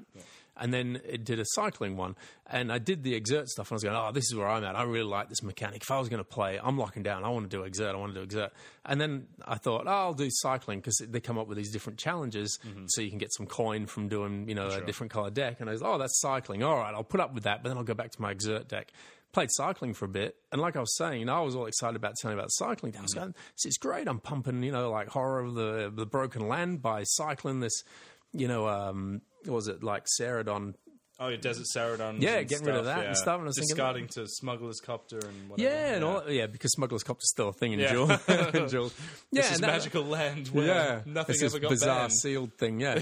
[SPEAKER 2] And then it did a cycling one, and I did the exert stuff, and I was going, "Oh, this is where I'm at. I really like this mechanic. If I was going to play, I'm locking down. I want to do exert. I want to do exert." And then I thought, "Oh, I'll do cycling because they come up with these different challenges, so you can get some coin from doing, you know, a different color deck." And I was, "Oh, that's cycling. All right, I'll put up with that, but then I'll go back to my exert deck." played cycling for a bit, and like I was saying, you know, I was all excited about telling about cycling. I was going, "This is great! I'm pumping, you know, like horror of the the broken land by cycling this, you know, um, what was it like Ceradon
[SPEAKER 3] Oh, yeah, Desert Saradon.
[SPEAKER 2] Yeah, getting rid of that and stuff, and I was thinking-
[SPEAKER 3] discarding to Smuggler's Copter and whatever.
[SPEAKER 2] Yeah, and all yeah, because Smuggler's Copter's still a thing in
[SPEAKER 3] Yeah.
[SPEAKER 2] Jewel. in Jewel. Yeah,
[SPEAKER 3] This is
[SPEAKER 2] and that-
[SPEAKER 3] magical land where
[SPEAKER 2] yeah,
[SPEAKER 3] nothing
[SPEAKER 2] it's this
[SPEAKER 3] ever got
[SPEAKER 2] bizarre
[SPEAKER 3] banned.
[SPEAKER 2] sealed thing. Yeah.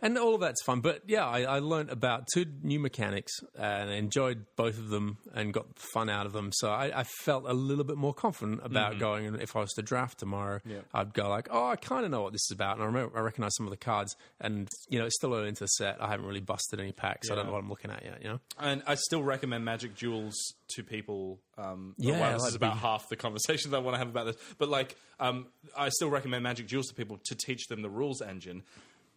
[SPEAKER 2] and all of that's fun. But yeah, I, I learned about two new mechanics and enjoyed both of them and got fun out of them. So I, I felt a little bit more confident about
[SPEAKER 3] Mm-hmm.
[SPEAKER 2] going. And if I was to draft tomorrow, I'd go like, oh, I kind of know what this is about, and I remember I recognize some of the cards. And you know, it's still early into the set. I haven't really busted any packs. I don't know what I'm looking at yet. You know.
[SPEAKER 3] And I still recommend Magic Duels to people. Um, oh,
[SPEAKER 2] Yeah,
[SPEAKER 3] wow, this
[SPEAKER 2] like
[SPEAKER 3] is about
[SPEAKER 2] the-
[SPEAKER 3] half the conversation that I want to have about this. But like, um, I still recommend Magic Duels to people to teach them the rules engine,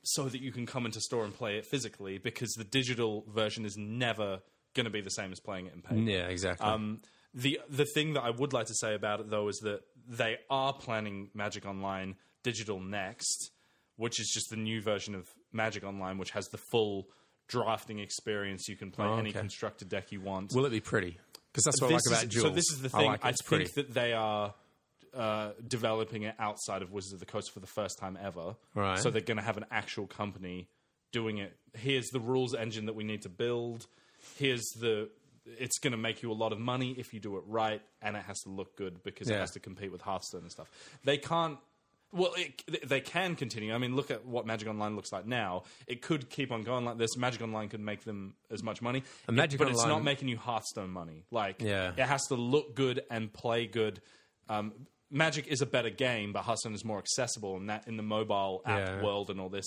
[SPEAKER 3] so that you can come into store and play it physically. Because the digital version is never going to be the same as playing it in paper.
[SPEAKER 2] Yeah, exactly.
[SPEAKER 3] Um, the the thing that I would like to say about it though is that they are planning Magic Online Digital next, which is just the new version of Magic Online, which has the full drafting experience. You can play any
[SPEAKER 2] Oh, okay.
[SPEAKER 3] constructed deck you want.
[SPEAKER 2] Will it be pretty? Because that's what I like
[SPEAKER 3] This is-
[SPEAKER 2] about Jewel.
[SPEAKER 3] so this is the thing.
[SPEAKER 2] I, like it. It's
[SPEAKER 3] think
[SPEAKER 2] pretty.
[SPEAKER 3] that they are. Uh, developing it outside of Wizards of the Coast for the first time ever,
[SPEAKER 2] Right.
[SPEAKER 3] so they're going to have an actual company doing it. Here's the rules engine that we need to build. Here's the. It's going to make you a lot of money if you do it right, and it has to look good because
[SPEAKER 2] Yeah.
[SPEAKER 3] it has to compete with Hearthstone and stuff. They can't. Well, it, they can continue. I mean, look at what Magic Online looks like now. It could keep on going like this. Magic Online could make them as much money,
[SPEAKER 2] And Magic
[SPEAKER 3] but it's
[SPEAKER 2] Online-
[SPEAKER 3] not making you Hearthstone money. Like,
[SPEAKER 2] Yeah.
[SPEAKER 3] it has to look good and play good. Um, Magic is a better game, but Hearthstone is more accessible, and that in the mobile app
[SPEAKER 2] Yeah.
[SPEAKER 3] world and all this,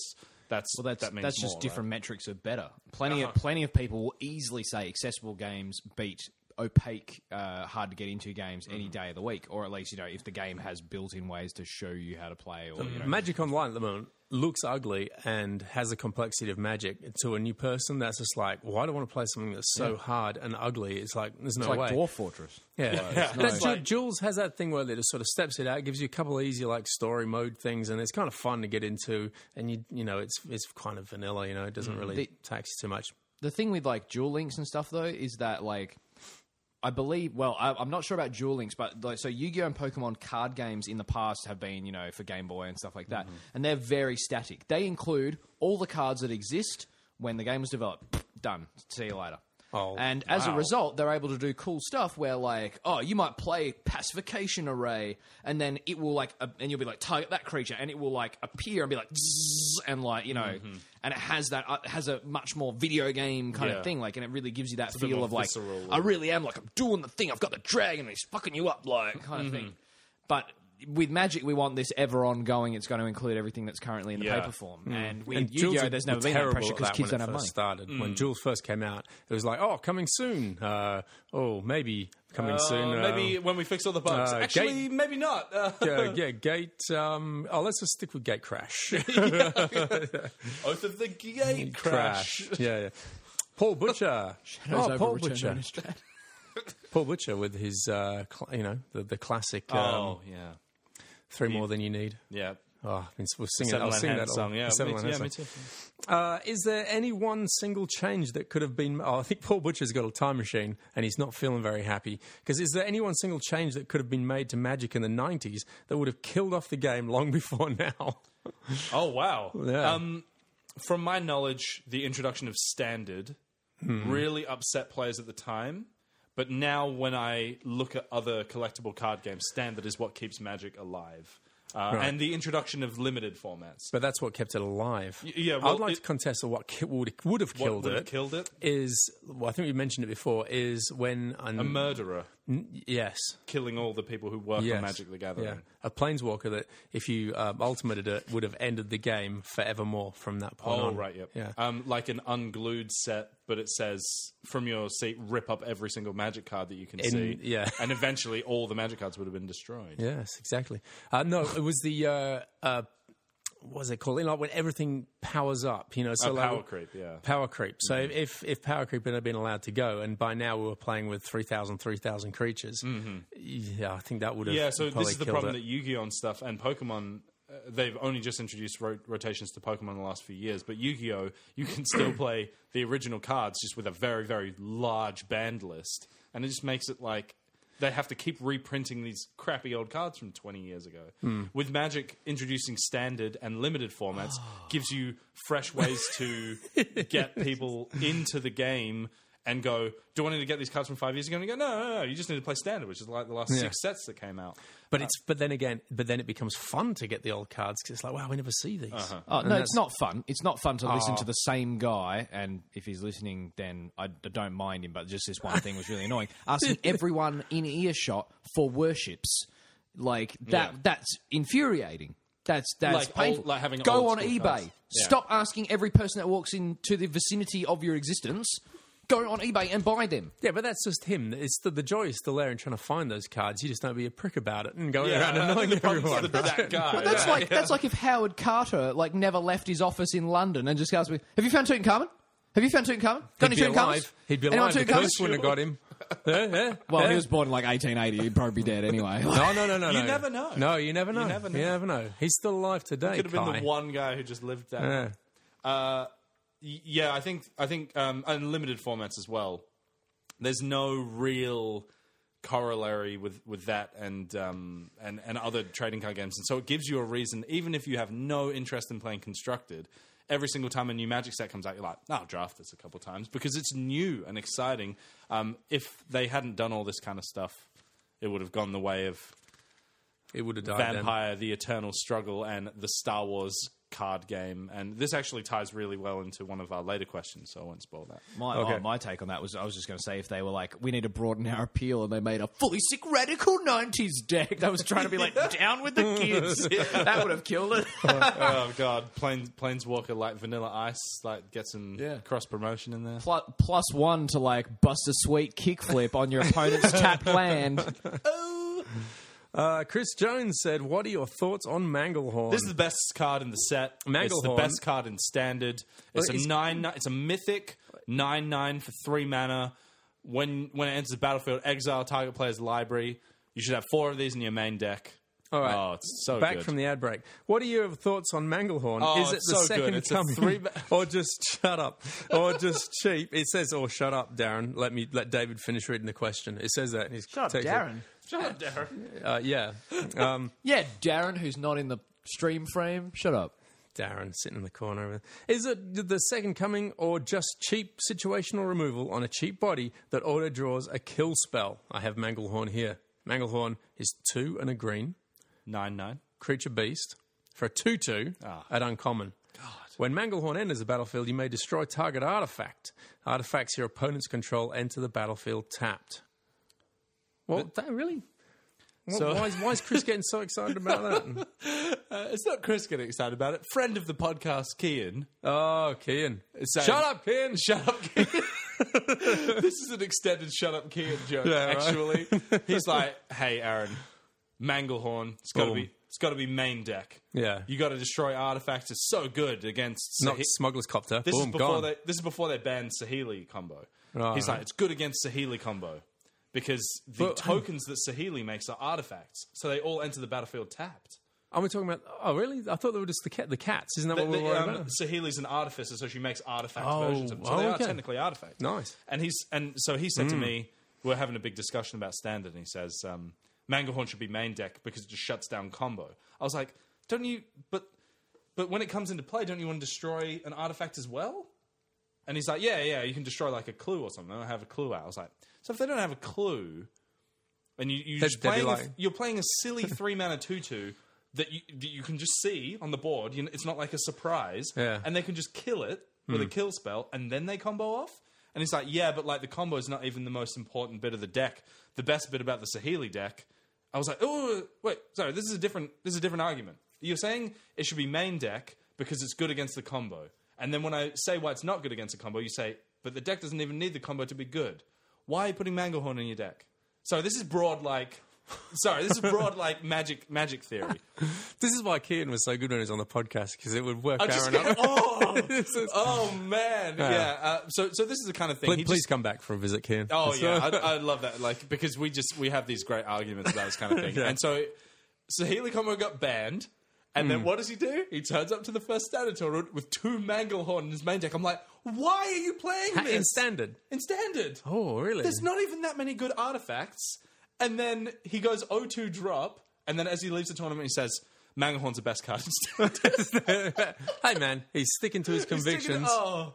[SPEAKER 3] that's
[SPEAKER 4] Well, that's
[SPEAKER 3] that means
[SPEAKER 4] that's
[SPEAKER 3] more,
[SPEAKER 4] just
[SPEAKER 3] right?
[SPEAKER 4] different metrics are better. Plenty of plenty of people will easily say accessible games beat opaque, uh, hard to get into games any
[SPEAKER 3] Mm-hmm.
[SPEAKER 4] day of the week, or at least you know if the game has built-in ways to show you how to play. Or
[SPEAKER 3] Mm-hmm.
[SPEAKER 4] you know,
[SPEAKER 2] Magic Online at the moment looks ugly and has a complexity of magic. To a new person, that's just like, why do I want to play something that's so hard and ugly? It's like, there's no
[SPEAKER 4] like
[SPEAKER 2] way.
[SPEAKER 4] Dwarf Fortress.
[SPEAKER 2] Yeah. And
[SPEAKER 3] nice.
[SPEAKER 2] that Ju- Jules has that thing where they just sort of steps it out, gives you a couple of easy like story mode things, and it's kind of fun to get into. And you you know, it's it's kind of vanilla. You know, it
[SPEAKER 3] Mm.
[SPEAKER 2] doesn't really tax you too much.
[SPEAKER 4] the thing with like dual links and stuff though is that like I believe. Well, I, I'm not sure about dual links, but like, so Yu-Gi-Oh and Pokemon card games in the past have been, you know, for Game Boy and stuff like that, and they're very static. They include all the cards that exist when the game was developed. Done. See you later.
[SPEAKER 2] Oh,
[SPEAKER 4] and as a
[SPEAKER 2] wow.
[SPEAKER 4] result, they're able to do cool stuff where, like, oh, you might play pacification array, and then it will like, uh, and you'll be like target that creature, and it will like appear and be like, "Zzzz," and like you know, and it has that uh, has a much more video game kind
[SPEAKER 3] Yeah.
[SPEAKER 4] of thing, like, and it really gives you that
[SPEAKER 3] bit
[SPEAKER 4] feel
[SPEAKER 3] more
[SPEAKER 4] of like
[SPEAKER 3] visceral.
[SPEAKER 4] I really am like I'm doing the thing. I've got the dragon. and He's fucking you up, like
[SPEAKER 2] Mm-hmm.
[SPEAKER 4] kind of thing. But with magic, we want this ever ongoing. It's going to include everything that's currently in the
[SPEAKER 3] Yeah.
[SPEAKER 4] paper form. And with
[SPEAKER 2] Mm. And Jules
[SPEAKER 4] Yu-Gi-Oh,
[SPEAKER 2] were-
[SPEAKER 4] there's never
[SPEAKER 2] were
[SPEAKER 4] been that
[SPEAKER 2] terrible
[SPEAKER 4] pressure
[SPEAKER 2] at
[SPEAKER 4] because
[SPEAKER 2] that
[SPEAKER 4] kids
[SPEAKER 2] when it
[SPEAKER 4] don't have money.
[SPEAKER 2] first Started when Jules first came out, it was like, oh, coming soon. Uh, oh, maybe coming soon.
[SPEAKER 3] Uh,
[SPEAKER 2] uh,
[SPEAKER 3] maybe when we fix all the bugs.
[SPEAKER 2] uh,
[SPEAKER 3] Actually,
[SPEAKER 2] gate-
[SPEAKER 3] maybe not. Uh,
[SPEAKER 2] yeah, yeah, Gate. Um, oh, let's just stick with Gate Crash.
[SPEAKER 3] Oath of the Gate Crash.
[SPEAKER 2] yeah, yeah. Paul Butcher.
[SPEAKER 4] Those
[SPEAKER 2] oh,
[SPEAKER 4] over
[SPEAKER 2] Paul
[SPEAKER 4] Return
[SPEAKER 2] Butcher.
[SPEAKER 4] to Innistrad.
[SPEAKER 2] Paul Butcher with his, uh, cl- you know, the, the classic um,
[SPEAKER 3] Oh yeah,
[SPEAKER 2] Three More Than You Need.
[SPEAKER 3] yeah.
[SPEAKER 2] Oh, I've been, we'll sing it.
[SPEAKER 3] Seven
[SPEAKER 2] I'll
[SPEAKER 3] Line
[SPEAKER 2] sing
[SPEAKER 3] Hand
[SPEAKER 2] that all-
[SPEAKER 3] song. Yeah,
[SPEAKER 2] Seven
[SPEAKER 3] me
[SPEAKER 2] Line
[SPEAKER 3] too,
[SPEAKER 2] Hand
[SPEAKER 3] yeah, me
[SPEAKER 2] song.
[SPEAKER 3] too.
[SPEAKER 2] Uh, is there any one single change that could have been? Oh, I think Paul Butcher's got a time machine and he's not feeling very happy. Because is there any one single change that could have been made to Magic in the '90s that would have killed off the game long before now?
[SPEAKER 3] Oh wow.
[SPEAKER 2] Yeah.
[SPEAKER 3] Um, from my knowledge, the introduction of standard
[SPEAKER 2] Hmm.
[SPEAKER 3] really upset players at the time. But now, when I look at other collectible card games, standard is what keeps Magic alive, uh, and the introduction of limited formats.
[SPEAKER 2] But that's what kept it alive.
[SPEAKER 3] yeah, well,
[SPEAKER 2] I'd like
[SPEAKER 3] it-
[SPEAKER 2] to contest that what ki- would would have
[SPEAKER 3] What
[SPEAKER 2] killed
[SPEAKER 3] would
[SPEAKER 2] it.
[SPEAKER 3] have killed it?
[SPEAKER 2] Is well, I think we mentioned it before. Is when an,
[SPEAKER 3] A murderer
[SPEAKER 2] yes,
[SPEAKER 3] killing all the people who work
[SPEAKER 2] yes,
[SPEAKER 3] on Magic the Gathering.
[SPEAKER 2] yeah. a planeswalker that if you um, ultimated it would have ended the game forevermore from that point
[SPEAKER 3] Oh
[SPEAKER 2] on.
[SPEAKER 3] right, yep.
[SPEAKER 2] yeah.
[SPEAKER 3] Um, like an unglued set, but it says from your seat, rip up every single magic card that you can see.
[SPEAKER 2] yeah.
[SPEAKER 3] and eventually all the magic cards would have been destroyed.
[SPEAKER 2] Yes, exactly. Uh, no, it was the uh, uh, what's it called? You know, when everything powers up, you know, so
[SPEAKER 7] Oh,
[SPEAKER 2] like,
[SPEAKER 7] power creep, yeah.
[SPEAKER 2] power creep. So if if power creep had been allowed to go, and by now we were playing with 3,000, 3,000 creatures, yeah, I think that would have
[SPEAKER 3] Yeah, so this
[SPEAKER 2] probably
[SPEAKER 3] is the
[SPEAKER 2] killed
[SPEAKER 3] problem
[SPEAKER 2] it.
[SPEAKER 3] that Yu-Gi-Oh and stuff and Pokemon. Uh, they've only just introduced ro- rotations to Pokemon in the last few years, but Yu-Gi-Oh, you can still play the original cards just with a very very large band list, and it just makes it like they have to keep reprinting these crappy old cards from 20 years ago. With Magic introducing standard and limited formats gives you fresh ways to get people into the game and go, do I need to get these cards from 5 years ago? And you go, no, no, no, you just need to play standard, which is like the last six sets that came out.
[SPEAKER 2] But it's but then again, but then it becomes fun to get the old cards because it's like, wow, we never see these.
[SPEAKER 4] Oh, no, it's not fun. It's not fun to listen
[SPEAKER 2] Oh.
[SPEAKER 4] to the same guy. And if he's listening, then I d- don't mind him. But just this one thing was really annoying. Asking everyone in earshot for worships, like that. That's infuriating. That's that's
[SPEAKER 3] Like old-
[SPEAKER 4] painful.
[SPEAKER 3] like having
[SPEAKER 4] Go
[SPEAKER 3] old
[SPEAKER 4] on
[SPEAKER 3] school
[SPEAKER 4] eBay.
[SPEAKER 3] cards. Yeah.
[SPEAKER 4] Stop asking every person that walks into the vicinity of your existence. Go on eBay and buy them.
[SPEAKER 2] Yeah, but that's just him. It's the, the joy is still there in trying to find those cards. You just don't be a prick about it and go around
[SPEAKER 3] I think
[SPEAKER 2] annoying
[SPEAKER 3] the problem's
[SPEAKER 2] everyone.
[SPEAKER 3] with that guy.
[SPEAKER 4] That's like that's like if Howard Carter like never left his office in London and just asked me, "Have you found Tutankhamun? Have you found Tutankhamun? Got any
[SPEAKER 2] He'd be
[SPEAKER 4] Tutankhamun?
[SPEAKER 2] alive. He'd be alive. The curse
[SPEAKER 4] Well,
[SPEAKER 2] wouldn't have got him. Yeah, yeah,
[SPEAKER 4] he
[SPEAKER 2] yeah.
[SPEAKER 4] was born in like 1880. He'd probably be dead anyway.
[SPEAKER 2] No, no, no, no.
[SPEAKER 3] You
[SPEAKER 2] no.
[SPEAKER 3] never know.
[SPEAKER 2] No, you never know. You
[SPEAKER 3] never
[SPEAKER 2] never
[SPEAKER 3] know.
[SPEAKER 2] know. He's still alive today.
[SPEAKER 3] could have been
[SPEAKER 2] Kai.
[SPEAKER 3] the one guy who just lived that.
[SPEAKER 2] Yeah.
[SPEAKER 3] Uh, y- yeah, I think I think um, unlimited formats as well. There's no real corollary with, with that and um, and and other trading card games, and so it gives you a reason, even if you have no interest in playing constructed. Every single time a new Magic set comes out, you're like, I'll draft this a couple times because it's new and exciting. Um, if they hadn't done all this kind of stuff, it would have gone the way of
[SPEAKER 2] It would have died. Uh, then.
[SPEAKER 3] Vampire, The Eternal Struggle, and the Star Wars card game. And this actually ties really well into one of our later questions, so I won't spoil that.
[SPEAKER 4] My, oh, my take on that was I was just going to say if they were like, we need to broaden our appeal, and they made a fully sick radical 90s deck that was trying to be like, down with the kids. That would have killed it.
[SPEAKER 3] oh, God. Planes, Planeswalker, like Vanilla Ice, like get some cross promotion in there.
[SPEAKER 4] Plus, plus one to like bust a sweet kickflip on your opponent's tapped land.
[SPEAKER 2] Uh, Chris Jones said, "What are your thoughts on Manglehorn?"
[SPEAKER 3] This is the best card in the set. It's the
[SPEAKER 2] Manglehorn.
[SPEAKER 3] best card in standard. It's a
[SPEAKER 2] it's-
[SPEAKER 3] nine. It's a mythic nine nine for three mana. When when it enters the battlefield, exile target player's library. You should have four of these in your main deck.
[SPEAKER 2] All right.
[SPEAKER 3] Oh, it's so
[SPEAKER 2] Back
[SPEAKER 3] good.
[SPEAKER 2] from the ad break. What are your thoughts on Manglehorn?
[SPEAKER 3] Oh,
[SPEAKER 2] is it
[SPEAKER 3] it's
[SPEAKER 2] the
[SPEAKER 3] so
[SPEAKER 2] second
[SPEAKER 3] good. It's a
[SPEAKER 2] coming,
[SPEAKER 3] three-
[SPEAKER 2] or just shut up, or just cheap? It says, "Or shut up, Darren." Let me let David finish reading the question. It says that. and He's shut
[SPEAKER 3] Shut up, Darren.
[SPEAKER 2] Uh, yeah, um,
[SPEAKER 4] Yeah, Darren, who's not in the stream frame, shut up.
[SPEAKER 2] Darren sitting in the corner. over there. Is it the second coming or just cheap situational removal on a cheap body that auto draws a kill spell? I have Manglehorn here. Manglehorn is two and a green,
[SPEAKER 3] Nine nine.
[SPEAKER 2] creature beast, for a 2 2 at uncommon. When Manglehorn enters the battlefield, you may destroy target artifact. Artifacts your opponents control enter the battlefield tapped. Well, that really? Wh- why, is, why is Chris getting so excited about that?
[SPEAKER 3] It's not Chris getting excited about it. Friend of the podcast, Kian.
[SPEAKER 2] Oh, Kian.
[SPEAKER 3] saying-
[SPEAKER 2] Shut up, Kian.
[SPEAKER 3] Shut up, Kian. this is an extended shut up, Kian joke,
[SPEAKER 2] Yeah, right.
[SPEAKER 3] actually. He's like, hey, Aaron, Manglehorn, it's got to
[SPEAKER 2] Boom.
[SPEAKER 3] be. It's got to be main deck.
[SPEAKER 2] Yeah.
[SPEAKER 3] you got to destroy artifacts. It's so good against.
[SPEAKER 2] Not
[SPEAKER 3] Sahi-
[SPEAKER 2] smuggler's copter.
[SPEAKER 3] this
[SPEAKER 2] Boom,
[SPEAKER 3] is before
[SPEAKER 2] gone.
[SPEAKER 3] they. This is before they banned Sahili combo.
[SPEAKER 2] Right.
[SPEAKER 3] He's like, it's good against Sahili combo because the
[SPEAKER 2] But-
[SPEAKER 3] tokens that Sahili makes are artifacts, so they all enter the battlefield tapped.
[SPEAKER 2] Are we talking about? Oh, really? I thought they were just the cat, the cats. Isn't that
[SPEAKER 3] The,
[SPEAKER 2] what we
[SPEAKER 3] the,
[SPEAKER 2] were worried
[SPEAKER 3] um,
[SPEAKER 2] about?
[SPEAKER 3] Sahili's an artificer, so she makes artifact
[SPEAKER 2] Oh,
[SPEAKER 3] versions of them. So they
[SPEAKER 2] oh,
[SPEAKER 3] are
[SPEAKER 2] okay.
[SPEAKER 3] technically artifacts.
[SPEAKER 2] Nice. Hmm.
[SPEAKER 3] And he's and so he said to me, we're having a big discussion about standard, and he says, um, Manglehorn should be main deck because it just shuts down combo. I was like, don't you? But but when it comes into play, don't you want to destroy an artifact as well? And he's like, yeah, yeah, you can destroy like a clue or something. I have a clue out. I was like, so if they don't have a clue, and you, you
[SPEAKER 2] They'd-
[SPEAKER 3] just
[SPEAKER 2] they'd be
[SPEAKER 3] playing a,
[SPEAKER 2] like-
[SPEAKER 3] you're playing a silly three mana two two that you that you can just see on the board. You know, it's not like a surprise,
[SPEAKER 2] Yeah.
[SPEAKER 3] and they can just kill it with a kill spell, and then they combo off. And it's like, yeah, but like the combo is not even the most important bit of the deck. The best bit about the Sahili deck, I was like, oh wait, sorry, this is a different this is a different argument. You're saying it should be main deck because it's good against the combo, and then when I say why it's not good against the combo, you say, but the deck doesn't even need the combo to be good. Why are you putting Manglehorn in your deck? So this is broad, like Sorry, this is broad like magic magic theory.
[SPEAKER 2] This is why Keaton was so good when he was on the podcast because it would work
[SPEAKER 3] I'm just
[SPEAKER 2] Aaron up.
[SPEAKER 3] gonna- oh, oh man, yeah. uh, so so this is the kind of thing.
[SPEAKER 2] But
[SPEAKER 3] he
[SPEAKER 2] please
[SPEAKER 3] just-
[SPEAKER 2] come back for a visit, Keaton.
[SPEAKER 3] Oh yeah, I, I love that. Like because we just we have these great arguments about this kind of thing, and so so Helicomo got banned, and
[SPEAKER 2] Hmm.
[SPEAKER 3] then what does he do? He turns up to the first standard tournament with two Manglehorn in his main deck. I'm like, why are you playing
[SPEAKER 2] Ha-
[SPEAKER 3] this
[SPEAKER 2] in standard.
[SPEAKER 3] In standard?
[SPEAKER 2] Oh, really?
[SPEAKER 3] There's not even that many good artifacts. And then he goes 0-2 drop, and then as he leaves the tournament, he says, Manglehorn's the best card in standard.
[SPEAKER 2] hey man, he's sticking to his
[SPEAKER 3] He's thinking,
[SPEAKER 2] convictions.
[SPEAKER 3] Oh.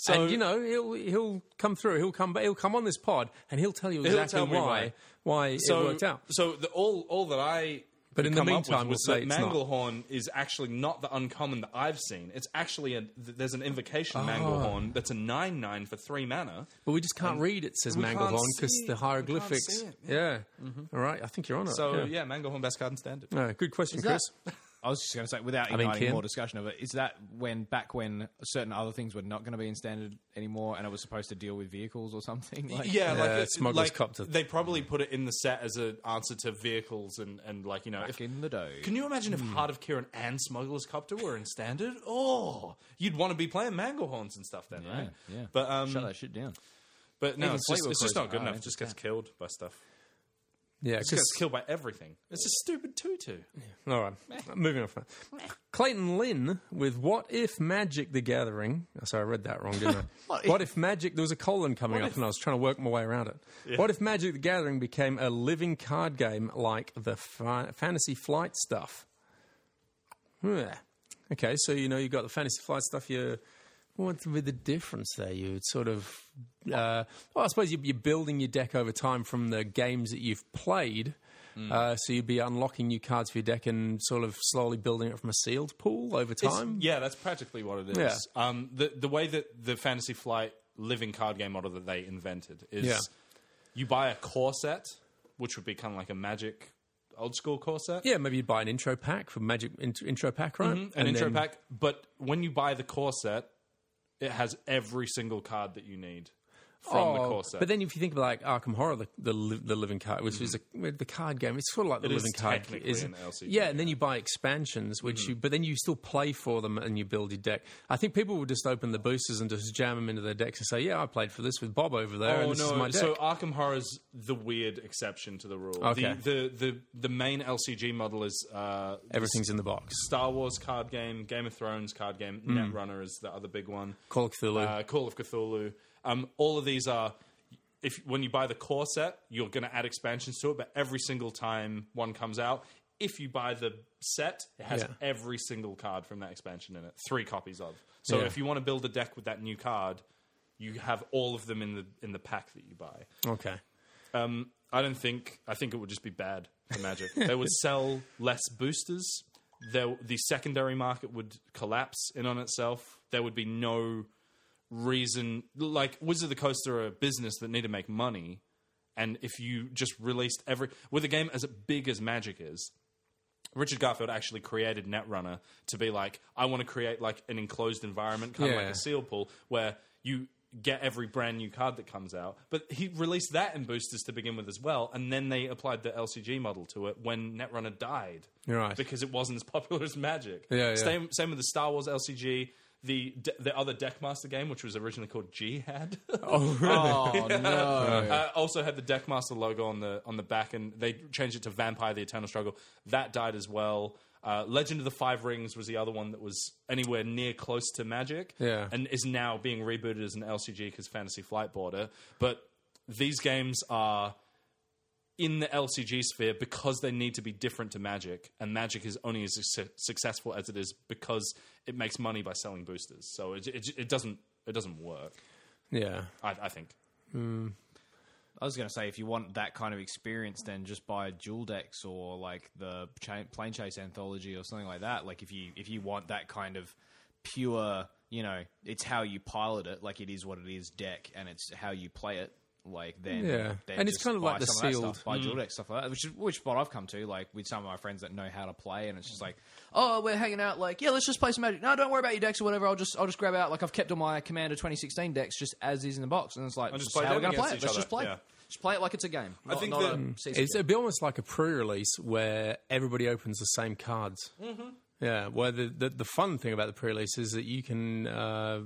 [SPEAKER 3] So
[SPEAKER 2] and you know he'll he'll come through. He'll come. He'll come on this pod and he'll tell you
[SPEAKER 3] He'll
[SPEAKER 2] exactly
[SPEAKER 3] tell me
[SPEAKER 2] why why
[SPEAKER 3] so,
[SPEAKER 2] it worked out.
[SPEAKER 3] So the, all all that I
[SPEAKER 2] But in
[SPEAKER 3] could
[SPEAKER 2] the
[SPEAKER 3] come up
[SPEAKER 2] meantime,
[SPEAKER 3] with was
[SPEAKER 2] we'll say
[SPEAKER 3] that
[SPEAKER 2] it's not.
[SPEAKER 3] Manglehorn is actually not the uncommon that I've seen. It's actually a th- there's an invocation
[SPEAKER 2] Ah.
[SPEAKER 3] Manglehorn that's a nine nine for three mana.
[SPEAKER 2] But we just can't read it says
[SPEAKER 3] we can't
[SPEAKER 2] Manglehorn
[SPEAKER 3] see
[SPEAKER 2] because
[SPEAKER 3] it.
[SPEAKER 2] the
[SPEAKER 3] We can't
[SPEAKER 2] hieroglyphics.
[SPEAKER 3] see it, Mm-hmm.
[SPEAKER 2] yeah. All right. I think you're on it.
[SPEAKER 3] So yeah, Manglehorn best card in standard.
[SPEAKER 2] Uh, good question,
[SPEAKER 4] that-
[SPEAKER 2] Chris.
[SPEAKER 4] I was just going to say, without
[SPEAKER 2] mean,
[SPEAKER 4] igniting
[SPEAKER 2] Kim?
[SPEAKER 4] more discussion of it, is that when back when certain other things were not going to be in standard anymore, and it was supposed to deal with vehicles or something? Like,
[SPEAKER 3] yeah, like,
[SPEAKER 2] Yeah,
[SPEAKER 3] it-
[SPEAKER 2] Smuggler's
[SPEAKER 3] like,
[SPEAKER 2] Copter.
[SPEAKER 3] They probably put it in the set as an answer to vehicles and, and like you know.
[SPEAKER 4] back
[SPEAKER 3] if-
[SPEAKER 4] in the day.
[SPEAKER 3] can you imagine if
[SPEAKER 4] Hmm.
[SPEAKER 3] Heart of Kieran and Smuggler's Copter were in standard? Oh, you'd want to be playing Manglehorns and stuff then, right?
[SPEAKER 4] yeah.
[SPEAKER 3] But um,
[SPEAKER 4] Shut that shit down.
[SPEAKER 3] but no,
[SPEAKER 4] Even
[SPEAKER 3] it's just,
[SPEAKER 4] Fleetwood
[SPEAKER 3] it's just
[SPEAKER 4] Cruise.
[SPEAKER 3] not good
[SPEAKER 4] Oh,
[SPEAKER 3] enough.
[SPEAKER 4] yeah,
[SPEAKER 3] It just gets killed by stuff.
[SPEAKER 2] Yeah,
[SPEAKER 3] Just gets
[SPEAKER 2] 'cause-
[SPEAKER 3] killed by everything. It's a stupid tutu.
[SPEAKER 2] All right, moving on. From that. Clayton Lynn with "What if Magic: The Gathering"? Oh, sorry, I read that wrong, didn't I? what, if, Magic? There was a colon coming up, and I was trying to work my way around it. What if Magic: The Gathering became a living card game like the fi- Fantasy Flight stuff? Yeah. Okay, so you know you got the Fantasy Flight stuff. You what would be the difference there? You sort of, uh, well, I suppose you're, you're building your deck over time from the games that you've played.
[SPEAKER 3] Hmm.
[SPEAKER 2] Uh, so you'd be unlocking new cards for your deck and sort of slowly building it from a sealed pool over
[SPEAKER 3] It's-
[SPEAKER 2] time.
[SPEAKER 3] yeah, that's practically what it is.
[SPEAKER 2] Yeah.
[SPEAKER 3] Um, the the way that the Fantasy Flight living card game model that they invented is
[SPEAKER 2] Yeah.
[SPEAKER 3] you buy a core set, which would be kind of like a Magic old school core set.
[SPEAKER 2] Yeah, maybe you'd buy an intro pack for Magic int- intro pack, right?
[SPEAKER 3] Mm-hmm. An intro
[SPEAKER 2] then-
[SPEAKER 3] pack, but when you buy the core set, it has every single card that you need from the
[SPEAKER 2] Oh,
[SPEAKER 3] core set.
[SPEAKER 2] But then if you think about like Arkham Horror, the the, li- the living card, which is a, the card game, it's sort of like the
[SPEAKER 3] It is
[SPEAKER 2] living card.
[SPEAKER 3] technically
[SPEAKER 2] isn't-
[SPEAKER 3] an LCG,
[SPEAKER 2] yeah, and then you buy expansions, which
[SPEAKER 3] Mm.
[SPEAKER 2] you but then you still play for them and you build your deck. I think people will just open the boosters and just jam them into their decks and say, "Yeah, I played for this with Bob over there, and this is Oh, my deck."
[SPEAKER 3] Oh, So Arkham Horror's the weird exception to the rule.
[SPEAKER 2] Okay.
[SPEAKER 3] The, the the the main LCG model is uh,
[SPEAKER 2] Everything's in the box.
[SPEAKER 3] Star Wars card game, Game of Thrones card game,
[SPEAKER 2] Hmm.
[SPEAKER 3] Netrunner is the other big one.
[SPEAKER 2] Call of Cthulhu.
[SPEAKER 3] Uh, Call of Cthulhu. Um, all of these are. If when you buy the core set, you're going to add expansions to it, but every single time one comes out, if you buy the set, it has
[SPEAKER 2] Yeah.
[SPEAKER 3] every single card from that expansion in it, three copies of. So
[SPEAKER 2] Yeah.
[SPEAKER 3] if you want to build a deck with that new card, you have all of them in the in the pack that you buy.
[SPEAKER 2] okay.
[SPEAKER 3] Um, I don't think. I think it would just be bad for Magic. they would sell less boosters. There, the secondary market would collapse in on itself. There would be no reason. Like Wizard of the Coast are a business that need to make money, and if you just released every with a game as big as Magic is. Richard Garfield actually created Netrunner to be like, I want to create like an enclosed environment, kind of like
[SPEAKER 2] Yeah.
[SPEAKER 3] a seal pool, where you get every brand new card that comes out. But he released that in boosters to begin with as well, and then they applied the LCG model to it when Netrunner died,
[SPEAKER 2] Right.
[SPEAKER 3] Because it wasn't as popular as Magic.
[SPEAKER 2] Yeah, yeah.
[SPEAKER 3] Same same with the Star Wars LCG. The de- the other Deckmaster game, which was originally called Jihad,
[SPEAKER 4] Oh no!
[SPEAKER 3] uh, also had the Deckmaster logo on the on the back, and they changed it to Vampire: The Eternal Struggle. That died as well. Uh, Legend of the Five Rings was the other one that was anywhere near close to Magic,
[SPEAKER 2] Yeah.
[SPEAKER 3] and is now being rebooted as an LCG because Fantasy Flight bought it. But these games are in the LCG sphere because they need to be different to Magic, and Magic is only as su- successful as it is because it makes money by selling boosters. So it it, it doesn't it doesn't work.
[SPEAKER 2] Yeah.
[SPEAKER 3] I, I think.
[SPEAKER 4] I was going to say, if you want that kind of experience, then just buy Jewel Decks or like the cha- Plane Chase Anthology or something like that. Like if you if you want that kind of pure, you know, it's how you pilot it, like it is what it is deck, and it's how you play it. Like then,
[SPEAKER 2] Yeah.
[SPEAKER 4] then
[SPEAKER 2] And it's
[SPEAKER 4] just
[SPEAKER 2] kind of
[SPEAKER 4] buy
[SPEAKER 2] like the
[SPEAKER 4] some of that
[SPEAKER 2] sealed- Mm.
[SPEAKER 4] stuff, buy jewel deck stuff like that, which is which is what I've come to like with some of my friends that know how to play, and it's just like, oh, we're hanging out, like yeah, let's just play some magic. No, don't worry about your decks or whatever. I'll just I'll just grab out like I've kept all my Commander 2016 decks just as is in the box, and it's like,
[SPEAKER 3] I'll
[SPEAKER 4] just
[SPEAKER 3] just play
[SPEAKER 4] how we're
[SPEAKER 3] them
[SPEAKER 4] going to play it.
[SPEAKER 3] against each
[SPEAKER 4] Let's
[SPEAKER 3] other.
[SPEAKER 4] just play.
[SPEAKER 3] Yeah.
[SPEAKER 4] Just play it like it's a game. Not,
[SPEAKER 3] think
[SPEAKER 4] I think not
[SPEAKER 3] that- Mm.
[SPEAKER 4] a season
[SPEAKER 2] It's,
[SPEAKER 4] game.
[SPEAKER 2] it'd be almost like a pre-release where everybody opens the same cards. Mm-hmm. Yeah, where the, the the fun thing about the pre-release is that you can uh,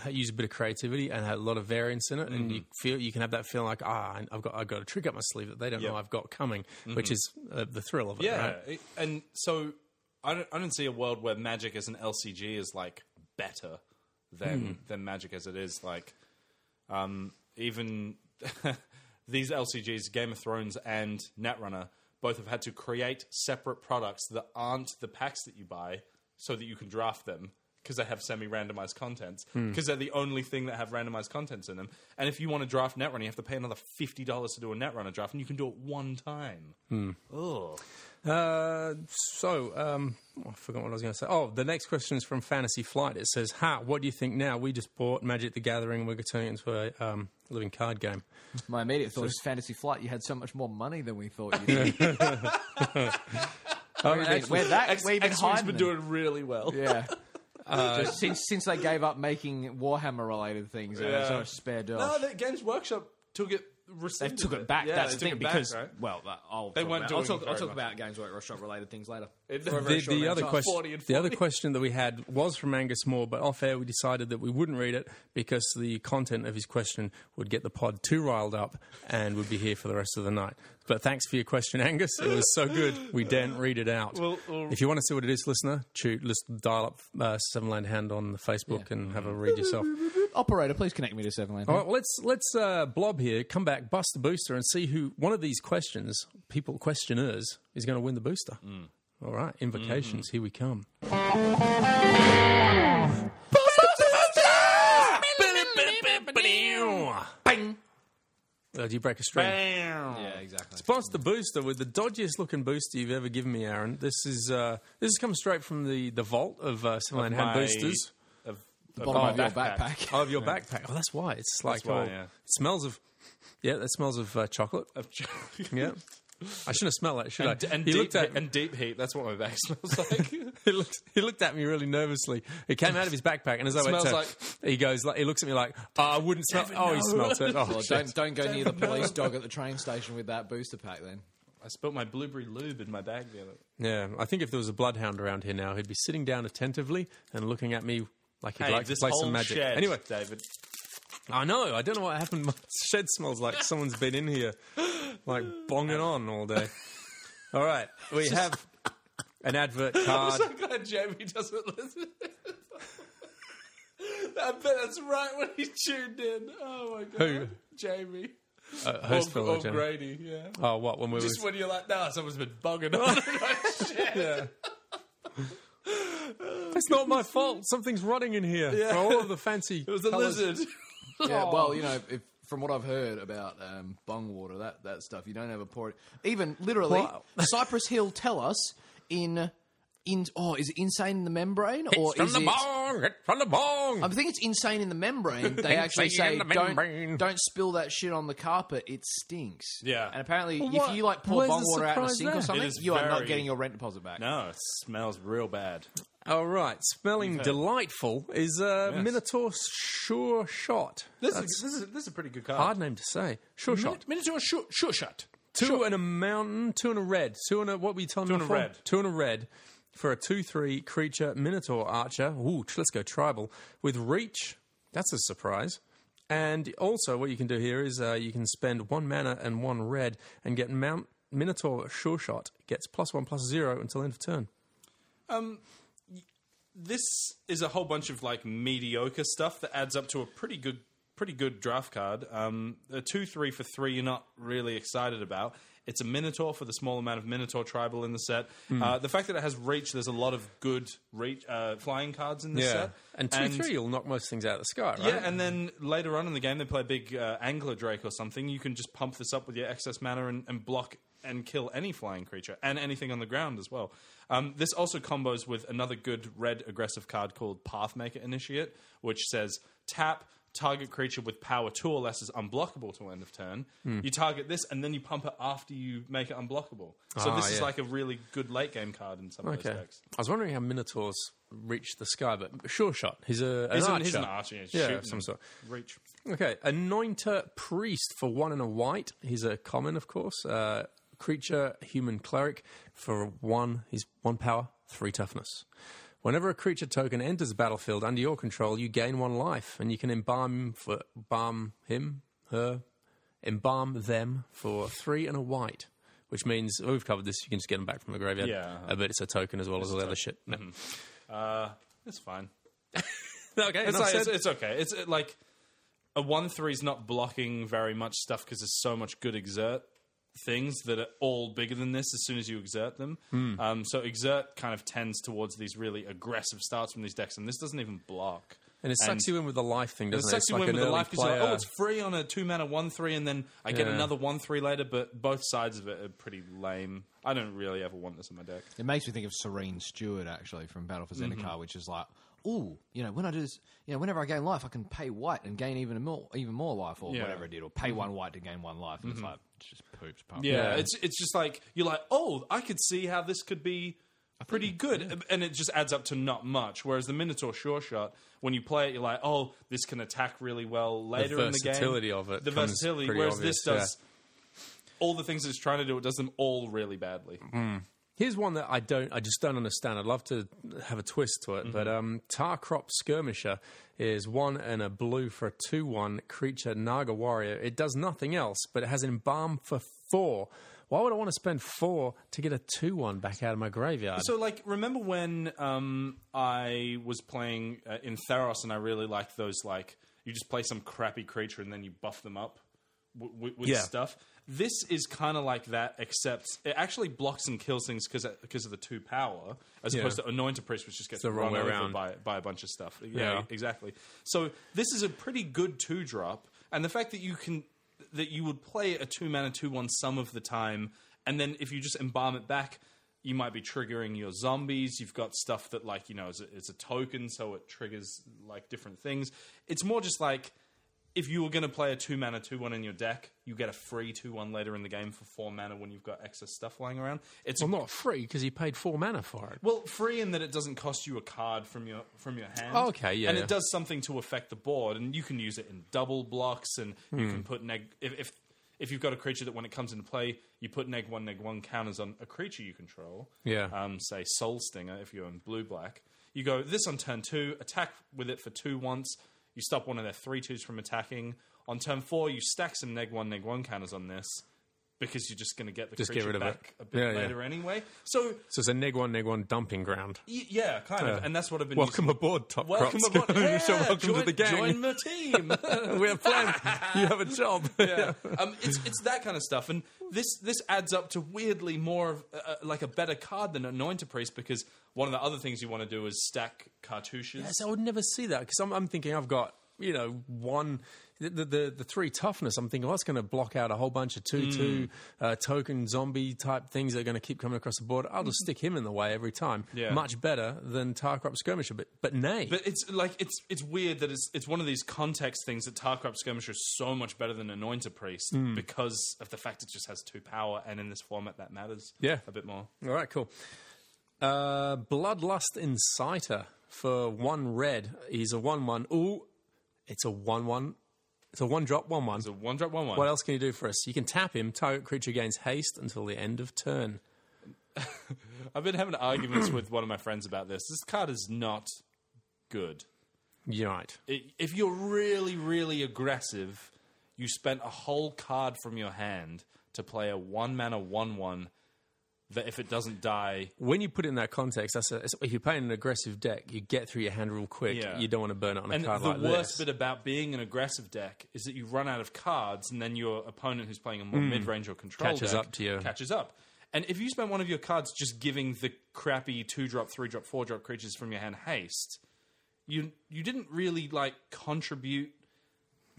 [SPEAKER 2] ha- use a bit of creativity and have a lot of variance in it, and you feel you can have that feeling like ah, I've got I've got a trick up my sleeve that they don't know I've got coming, which is uh, the thrill of it.
[SPEAKER 3] Yeah,
[SPEAKER 2] right?
[SPEAKER 3] it- and so I don't, I don't see a world where Magic as an LCG is like better than
[SPEAKER 2] Hmm.
[SPEAKER 3] than Magic as it is. Like, um, even these LCGs, Game of Thrones and Netrunner, both have had to create separate products that aren't the packs that you buy, so that you can draft them. Because they have semi-randomized contents.
[SPEAKER 2] Hmm.
[SPEAKER 3] Because they're the only thing that have randomized contents in them. And if you want to draft Netrunner, you have to pay another fifty dollars to do a Netrunner draft, and you can do it one time.
[SPEAKER 2] Hmm.
[SPEAKER 3] Ugh.
[SPEAKER 2] Uh, so, um, I forgot what I was going to say. Oh, the next question is from Fantasy Flight. It says, "Ha, what do you think now? We just bought Magic: The Gathering. We're turning it into a um, living card game."
[SPEAKER 4] My immediate thought is Fantasy Flight. You had so much more money than we thought you did.
[SPEAKER 2] Oh,
[SPEAKER 4] Where- where that
[SPEAKER 3] X-
[SPEAKER 4] we've been
[SPEAKER 3] X-Wing's
[SPEAKER 4] hiding
[SPEAKER 3] been
[SPEAKER 4] them.
[SPEAKER 3] doing Uh, really well.
[SPEAKER 4] Yeah. Just since since they gave up making Warhammer related things, yeah.
[SPEAKER 3] Yeah.
[SPEAKER 4] so much spare dough.
[SPEAKER 3] No, the Games Workshop took it.
[SPEAKER 4] they
[SPEAKER 3] rescinded
[SPEAKER 4] took it
[SPEAKER 3] it
[SPEAKER 4] back.
[SPEAKER 3] Yeah,
[SPEAKER 4] that's
[SPEAKER 3] they
[SPEAKER 4] the
[SPEAKER 3] took
[SPEAKER 4] thing
[SPEAKER 3] it back,
[SPEAKER 4] because
[SPEAKER 3] right?
[SPEAKER 4] well, uh, I'll
[SPEAKER 3] They
[SPEAKER 4] talk
[SPEAKER 3] weren't
[SPEAKER 4] about, I'll
[SPEAKER 3] doing
[SPEAKER 4] talk, I'll
[SPEAKER 3] very
[SPEAKER 4] talk
[SPEAKER 3] much.
[SPEAKER 4] about Games Workshop related things later.
[SPEAKER 3] It-
[SPEAKER 4] For a very
[SPEAKER 2] the,
[SPEAKER 4] short
[SPEAKER 2] the
[SPEAKER 4] amount of
[SPEAKER 2] other
[SPEAKER 4] time.
[SPEAKER 2] question,
[SPEAKER 3] 40 and
[SPEAKER 2] the other question that we had was from Angus Moore, but off air we decided that we wouldn't read it because the content of his question would get the pod too riled up and would be here for the rest of the night. But thanks for your question, Angus. It was so good we daren't read it out. if you want to see what it is, listener, shoot, list, dial up uh, Sevenland Hand on the Facebook and have a read yourself.
[SPEAKER 4] Operator, please connect me to Sevenland.
[SPEAKER 3] Oh,
[SPEAKER 2] All right, well, let's let's uh, blob here, come back, bust the booster, and see who one of these questions, people questioners, is going to win the booster. All right, invocations. Here we come. Uh, do you break a string?
[SPEAKER 4] Yeah, exactly.
[SPEAKER 2] Bust the booster with the dodgiest looking booster you've ever given me, Aaron. This is uh, this has come straight from the, the vault of uh, Silverland Hand
[SPEAKER 3] my-
[SPEAKER 2] boosters.
[SPEAKER 3] Of,
[SPEAKER 4] Bottom
[SPEAKER 3] my
[SPEAKER 4] of your backpack.
[SPEAKER 2] Oh, of your backpack. Oh, that's why. It's like
[SPEAKER 3] why,
[SPEAKER 2] all-
[SPEAKER 3] yeah.
[SPEAKER 2] it smells of yeah, that smells of uh, chocolate. yeah, I shouldn't have smelled that, should
[SPEAKER 3] And,
[SPEAKER 2] I?
[SPEAKER 3] and,
[SPEAKER 2] he
[SPEAKER 3] deep,
[SPEAKER 2] looked at
[SPEAKER 3] and deep heat. That's what my bag smells like.
[SPEAKER 2] he looked he looked at me really nervously. It came out of his backpack, and as I went
[SPEAKER 3] Smells
[SPEAKER 2] to,
[SPEAKER 3] like-
[SPEAKER 2] he goes, like, he looks at me like, oh, I wouldn't smell. Oh, he smelled it. Oh,
[SPEAKER 4] Well,
[SPEAKER 2] shit.
[SPEAKER 4] don't don't go near the police dog at the train station with that booster pack. Then
[SPEAKER 3] I spilt my blueberry lube in my bag the other.
[SPEAKER 2] yeah. I think if there was a bloodhound around here now, he'd be sitting down attentively and looking at me. Like he'd
[SPEAKER 3] Hey,
[SPEAKER 2] like to
[SPEAKER 3] this
[SPEAKER 2] play
[SPEAKER 3] whole
[SPEAKER 2] some magic.
[SPEAKER 3] shed,
[SPEAKER 2] Anyway,
[SPEAKER 3] David.
[SPEAKER 2] I know. I don't know what happened. My shed smells like someone's been in here, like bonging on all day. All right, we have an advert card.
[SPEAKER 3] I'm glad Jamie doesn't listen. I bet that's right when he tuned in. Oh my god,
[SPEAKER 2] Who?
[SPEAKER 3] Jamie
[SPEAKER 2] Uh, who's
[SPEAKER 3] or,
[SPEAKER 2] Phil
[SPEAKER 3] or
[SPEAKER 2] Jim?
[SPEAKER 3] Grady? Yeah.
[SPEAKER 2] Oh, what when we were
[SPEAKER 3] Just when you're like, nah, someone's been bugging on.
[SPEAKER 2] It's not my fault. Something's rotting in here. For all of the fancy. It
[SPEAKER 3] It was a lizard.
[SPEAKER 4] yeah, well,
[SPEAKER 2] Oh.
[SPEAKER 4] you know, if, from what I've heard about um, bung water, that that stuff, you don't ever pour it. Even literally,
[SPEAKER 2] Wow.
[SPEAKER 4] Cypress Hill tell us in in oh, is it insane in the membrane or
[SPEAKER 2] from
[SPEAKER 4] is
[SPEAKER 2] the
[SPEAKER 4] it?
[SPEAKER 2] bong. It's from the bong.
[SPEAKER 4] I think it's insane in the membrane. They actually
[SPEAKER 2] Insane
[SPEAKER 4] say
[SPEAKER 2] in the membrane.
[SPEAKER 4] don't, don't spill that shit on the carpet. It stinks.
[SPEAKER 3] Yeah.
[SPEAKER 4] And apparently,
[SPEAKER 2] What-
[SPEAKER 4] if you like pour
[SPEAKER 2] where's
[SPEAKER 4] bong
[SPEAKER 2] the
[SPEAKER 4] water out in a
[SPEAKER 2] surprise
[SPEAKER 4] sink
[SPEAKER 2] there?
[SPEAKER 4] or something,
[SPEAKER 3] is
[SPEAKER 4] you are
[SPEAKER 3] very-
[SPEAKER 4] not getting your rent deposit back.
[SPEAKER 3] No, it smells real bad.
[SPEAKER 2] All right. Smelling delightful is uh, Minotaur Sure Shot.
[SPEAKER 3] This is, this, is, this is a pretty good card.
[SPEAKER 2] Hard name to say. Sure Shot.
[SPEAKER 3] Minotaur sure, sure shot.
[SPEAKER 2] Two and a mountain, two and a red, two and a what were you telling me?
[SPEAKER 3] and a
[SPEAKER 2] before?
[SPEAKER 3] red.
[SPEAKER 2] Two and a red for a two-three creature minotaur archer. Ooh, tr- let's go tribal with reach. That's a surprise. And also, what you can do here is uh, you can spend one mana and one red and get mount minotaur sure shot gets plus one plus zero until end of turn.
[SPEAKER 3] This is a whole bunch of like mediocre stuff that adds up to a pretty good, pretty good draft card. Um, a two three for three you're not really excited about. It's a Minotaur for the small amount of Minotaur tribal in the set. Uh, the fact that it has reach, there's a lot of good reach uh, flying cards in this set.
[SPEAKER 2] and two-three, you'll knock most things out of the sky, right?
[SPEAKER 3] Yeah, and then later on in the game, they play a big uh, angler drake or something. You can just pump this up with your excess mana and, and block and kill any flying creature and anything on the ground as well. Um, this also combos with another good red aggressive card called Pathmaker Initiate, which says tap, target creature with power two or less is unblockable till end of turn.
[SPEAKER 2] Hmm.
[SPEAKER 3] You target this, and then you pump it after you make it unblockable. So
[SPEAKER 2] Ah,
[SPEAKER 3] this is
[SPEAKER 2] yeah.
[SPEAKER 3] like a really good late game card in some
[SPEAKER 2] Okay.
[SPEAKER 3] respects.
[SPEAKER 2] I was wondering how minotaurs reach the sky, but sure shot. He's a an
[SPEAKER 3] He's an-
[SPEAKER 2] archer.
[SPEAKER 3] he's an archer, yeah,
[SPEAKER 2] yeah,
[SPEAKER 3] shooting.
[SPEAKER 2] of some sort.
[SPEAKER 3] Reach.
[SPEAKER 2] Okay, anointer priest for one and a white. He's a common, of course. Uh, creature, human cleric for one. He's one power, three toughness. Whenever a creature token enters the battlefield under your control, you gain one life, and you can embalm for balm him, her, embalm them for three and a white. Which means oh, we've covered this. You can just get them back from the graveyard.
[SPEAKER 3] Yeah.
[SPEAKER 2] Uh, but it's a token as well as all the other shit. No.
[SPEAKER 3] Uh, it's fine.
[SPEAKER 2] Okay,
[SPEAKER 3] It's,
[SPEAKER 2] enough
[SPEAKER 3] like,
[SPEAKER 2] said.
[SPEAKER 3] it's, it's okay. It's uh, like a one three is not blocking very much stuff because there's so much good exert things that are all bigger than this as soon as you exert them.
[SPEAKER 2] Hmm.
[SPEAKER 3] Um, so exert kind of tends towards these really aggressive starts from these decks, and this doesn't even block.
[SPEAKER 2] and it sucks you in with the life thing, doesn't
[SPEAKER 3] It
[SPEAKER 2] it?
[SPEAKER 3] sucks
[SPEAKER 2] It's
[SPEAKER 3] you
[SPEAKER 2] like an
[SPEAKER 3] in with the
[SPEAKER 2] early
[SPEAKER 3] life because you're like, oh,
[SPEAKER 2] player-
[SPEAKER 3] it's free on a two mana one three, and then I get
[SPEAKER 2] Yeah.
[SPEAKER 3] another one three later. But both sides of it are pretty lame. I don't really ever want this in my deck.
[SPEAKER 4] It makes me think of Serene Stewart actually from Battle for Zendikar,
[SPEAKER 2] Mm-hmm.
[SPEAKER 4] which is like, ooh, you know, when I do this, you know, whenever I gain life, I can pay white and gain even more, even more life, or
[SPEAKER 3] Yeah.
[SPEAKER 4] whatever it did, or pay
[SPEAKER 2] Mm-hmm.
[SPEAKER 4] one white to gain one life, and it's like it's just poops. pump.
[SPEAKER 3] Yeah, it's it's just like you're like, oh, I could see how this could be pretty good, and it just adds up to not much. Whereas the Minotaur Sure Shot, when you play it, you're like, oh, this can attack really well later in the game.
[SPEAKER 2] versatility of it
[SPEAKER 3] the
[SPEAKER 2] comes
[SPEAKER 3] versatility.
[SPEAKER 2] pretty
[SPEAKER 3] Whereas
[SPEAKER 2] obvious,
[SPEAKER 3] this does all the things it's trying to do. It does them all really badly.
[SPEAKER 2] Here's one that I don't, I just don't understand. I'd love to have a twist to it, but um, Tar Crop Skirmisher is one and a blue for a two-one creature Naga Warrior. It does nothing else, but it has Embalm for four. Why would I want to spend four to get a two-one back out of my graveyard?
[SPEAKER 3] So, like, remember when um, I was playing uh, in Theros, and I really liked those. Like, you just play some crappy creature, and then you buff them up w- w- with
[SPEAKER 2] Yeah.
[SPEAKER 3] stuff. This is kind of like that, except it actually blocks and kills things because because of the two power, as opposed to Anointed Priest, which just gets
[SPEAKER 2] the wrong
[SPEAKER 3] run
[SPEAKER 2] way
[SPEAKER 3] over
[SPEAKER 2] around.
[SPEAKER 3] by by a bunch of stuff. Yeah,
[SPEAKER 2] Yeah.
[SPEAKER 3] exactly. So this is a pretty good two drop, and the fact that you can that you would play a two mana two one some of the time, and then if you just embalm it back, you might be triggering your zombies. You've got stuff that like you know is a, is a token, so it triggers like different things. It's more just like. If you were going to play a two mana two one in your deck, you get a free two one later in the game for four mana when you've got excess stuff lying around. It's
[SPEAKER 2] well, not free because you paid four mana for it.
[SPEAKER 3] well, free in that it doesn't cost you a card from your from your hand.
[SPEAKER 2] Oh, okay, yeah,
[SPEAKER 3] And
[SPEAKER 2] yeah.
[SPEAKER 3] it does something to affect the board, and you can use it in double blocks, and you
[SPEAKER 2] Hmm.
[SPEAKER 3] can put neg if, if if you've got a creature that when it comes into play, you put neg one neg one counters on a creature you control.
[SPEAKER 2] Yeah.
[SPEAKER 3] Um, say Soul Stinger if you're in blue black. You go this on turn two, attack with it for two once. You stop one of their three twos from attacking. On turn four, you stack some neg one neg one counters on this. Because you're just going to get the
[SPEAKER 2] Just get
[SPEAKER 3] creature
[SPEAKER 2] rid of it.
[SPEAKER 3] back a bit
[SPEAKER 2] Yeah, yeah.
[SPEAKER 3] later anyway. So
[SPEAKER 2] So it's a neg one, neg one dumping ground.
[SPEAKER 3] Y- Yeah, kind of, and that's what I've been.
[SPEAKER 2] Welcome
[SPEAKER 3] using.
[SPEAKER 2] aboard, Top
[SPEAKER 3] welcome
[SPEAKER 2] Crop
[SPEAKER 3] aboard.
[SPEAKER 2] Skirmisher.
[SPEAKER 3] Yeah,
[SPEAKER 2] welcome
[SPEAKER 3] join,
[SPEAKER 2] to the gang.
[SPEAKER 3] Join my team.
[SPEAKER 2] we have plans. you have a job.
[SPEAKER 3] yeah, um, it's it's that kind of stuff, and this this adds up to weirdly more of uh, uh, like a better card than Anointer Priest because one of the other things you want to do is stack cartouches.
[SPEAKER 2] Yes, I would never see that because I'm, I'm thinking I've got you know one the the, the three toughness. I'm thinking well, that's going to block out a whole bunch of two two uh, token zombie type things that are going to keep coming across the board. I'll just stick him in the way every time.
[SPEAKER 3] Yeah.
[SPEAKER 2] much better than Tarkrop Skirmisher. But but nay,
[SPEAKER 3] But it's like it's it's weird that it's it's one of these context things that Tarkrop Skirmisher is so much better than Anointer Priest
[SPEAKER 2] Hmm.
[SPEAKER 3] because of the fact it just has two power, and in this format that matters.
[SPEAKER 2] Yeah.
[SPEAKER 3] a bit more.
[SPEAKER 2] All right, cool. Uh, Bloodlust Inciter for one red. He's a one-one. Ooh, it's a one-one. It's a one-drop one-one.
[SPEAKER 3] So one drop, one one.
[SPEAKER 2] What else can you do for us? You can tap him. Target creature gains haste until the end of turn.
[SPEAKER 3] I've been having arguments with one of my friends about this. This card is not good.
[SPEAKER 2] You're right.
[SPEAKER 3] I- if you're really, really aggressive, you spent a whole card from your hand to play a one mana one one that if it doesn't die,
[SPEAKER 2] when you put it in that context, that's a, it's- if you're playing an aggressive deck, you get through your hand real quick.
[SPEAKER 3] Yeah.
[SPEAKER 2] You don't want to burn it on a
[SPEAKER 3] and
[SPEAKER 2] card
[SPEAKER 3] the
[SPEAKER 2] like
[SPEAKER 3] worst
[SPEAKER 2] this.
[SPEAKER 3] bit about being an aggressive deck is that you run out of cards, and then your opponent who's playing a more mid range or control
[SPEAKER 2] Hmm. Catches
[SPEAKER 3] deck
[SPEAKER 2] up to you.
[SPEAKER 3] catches up. And if you spend one of your cards just giving the crappy two drop, three drop, four drop creatures from your hand haste, you you didn't really like contribute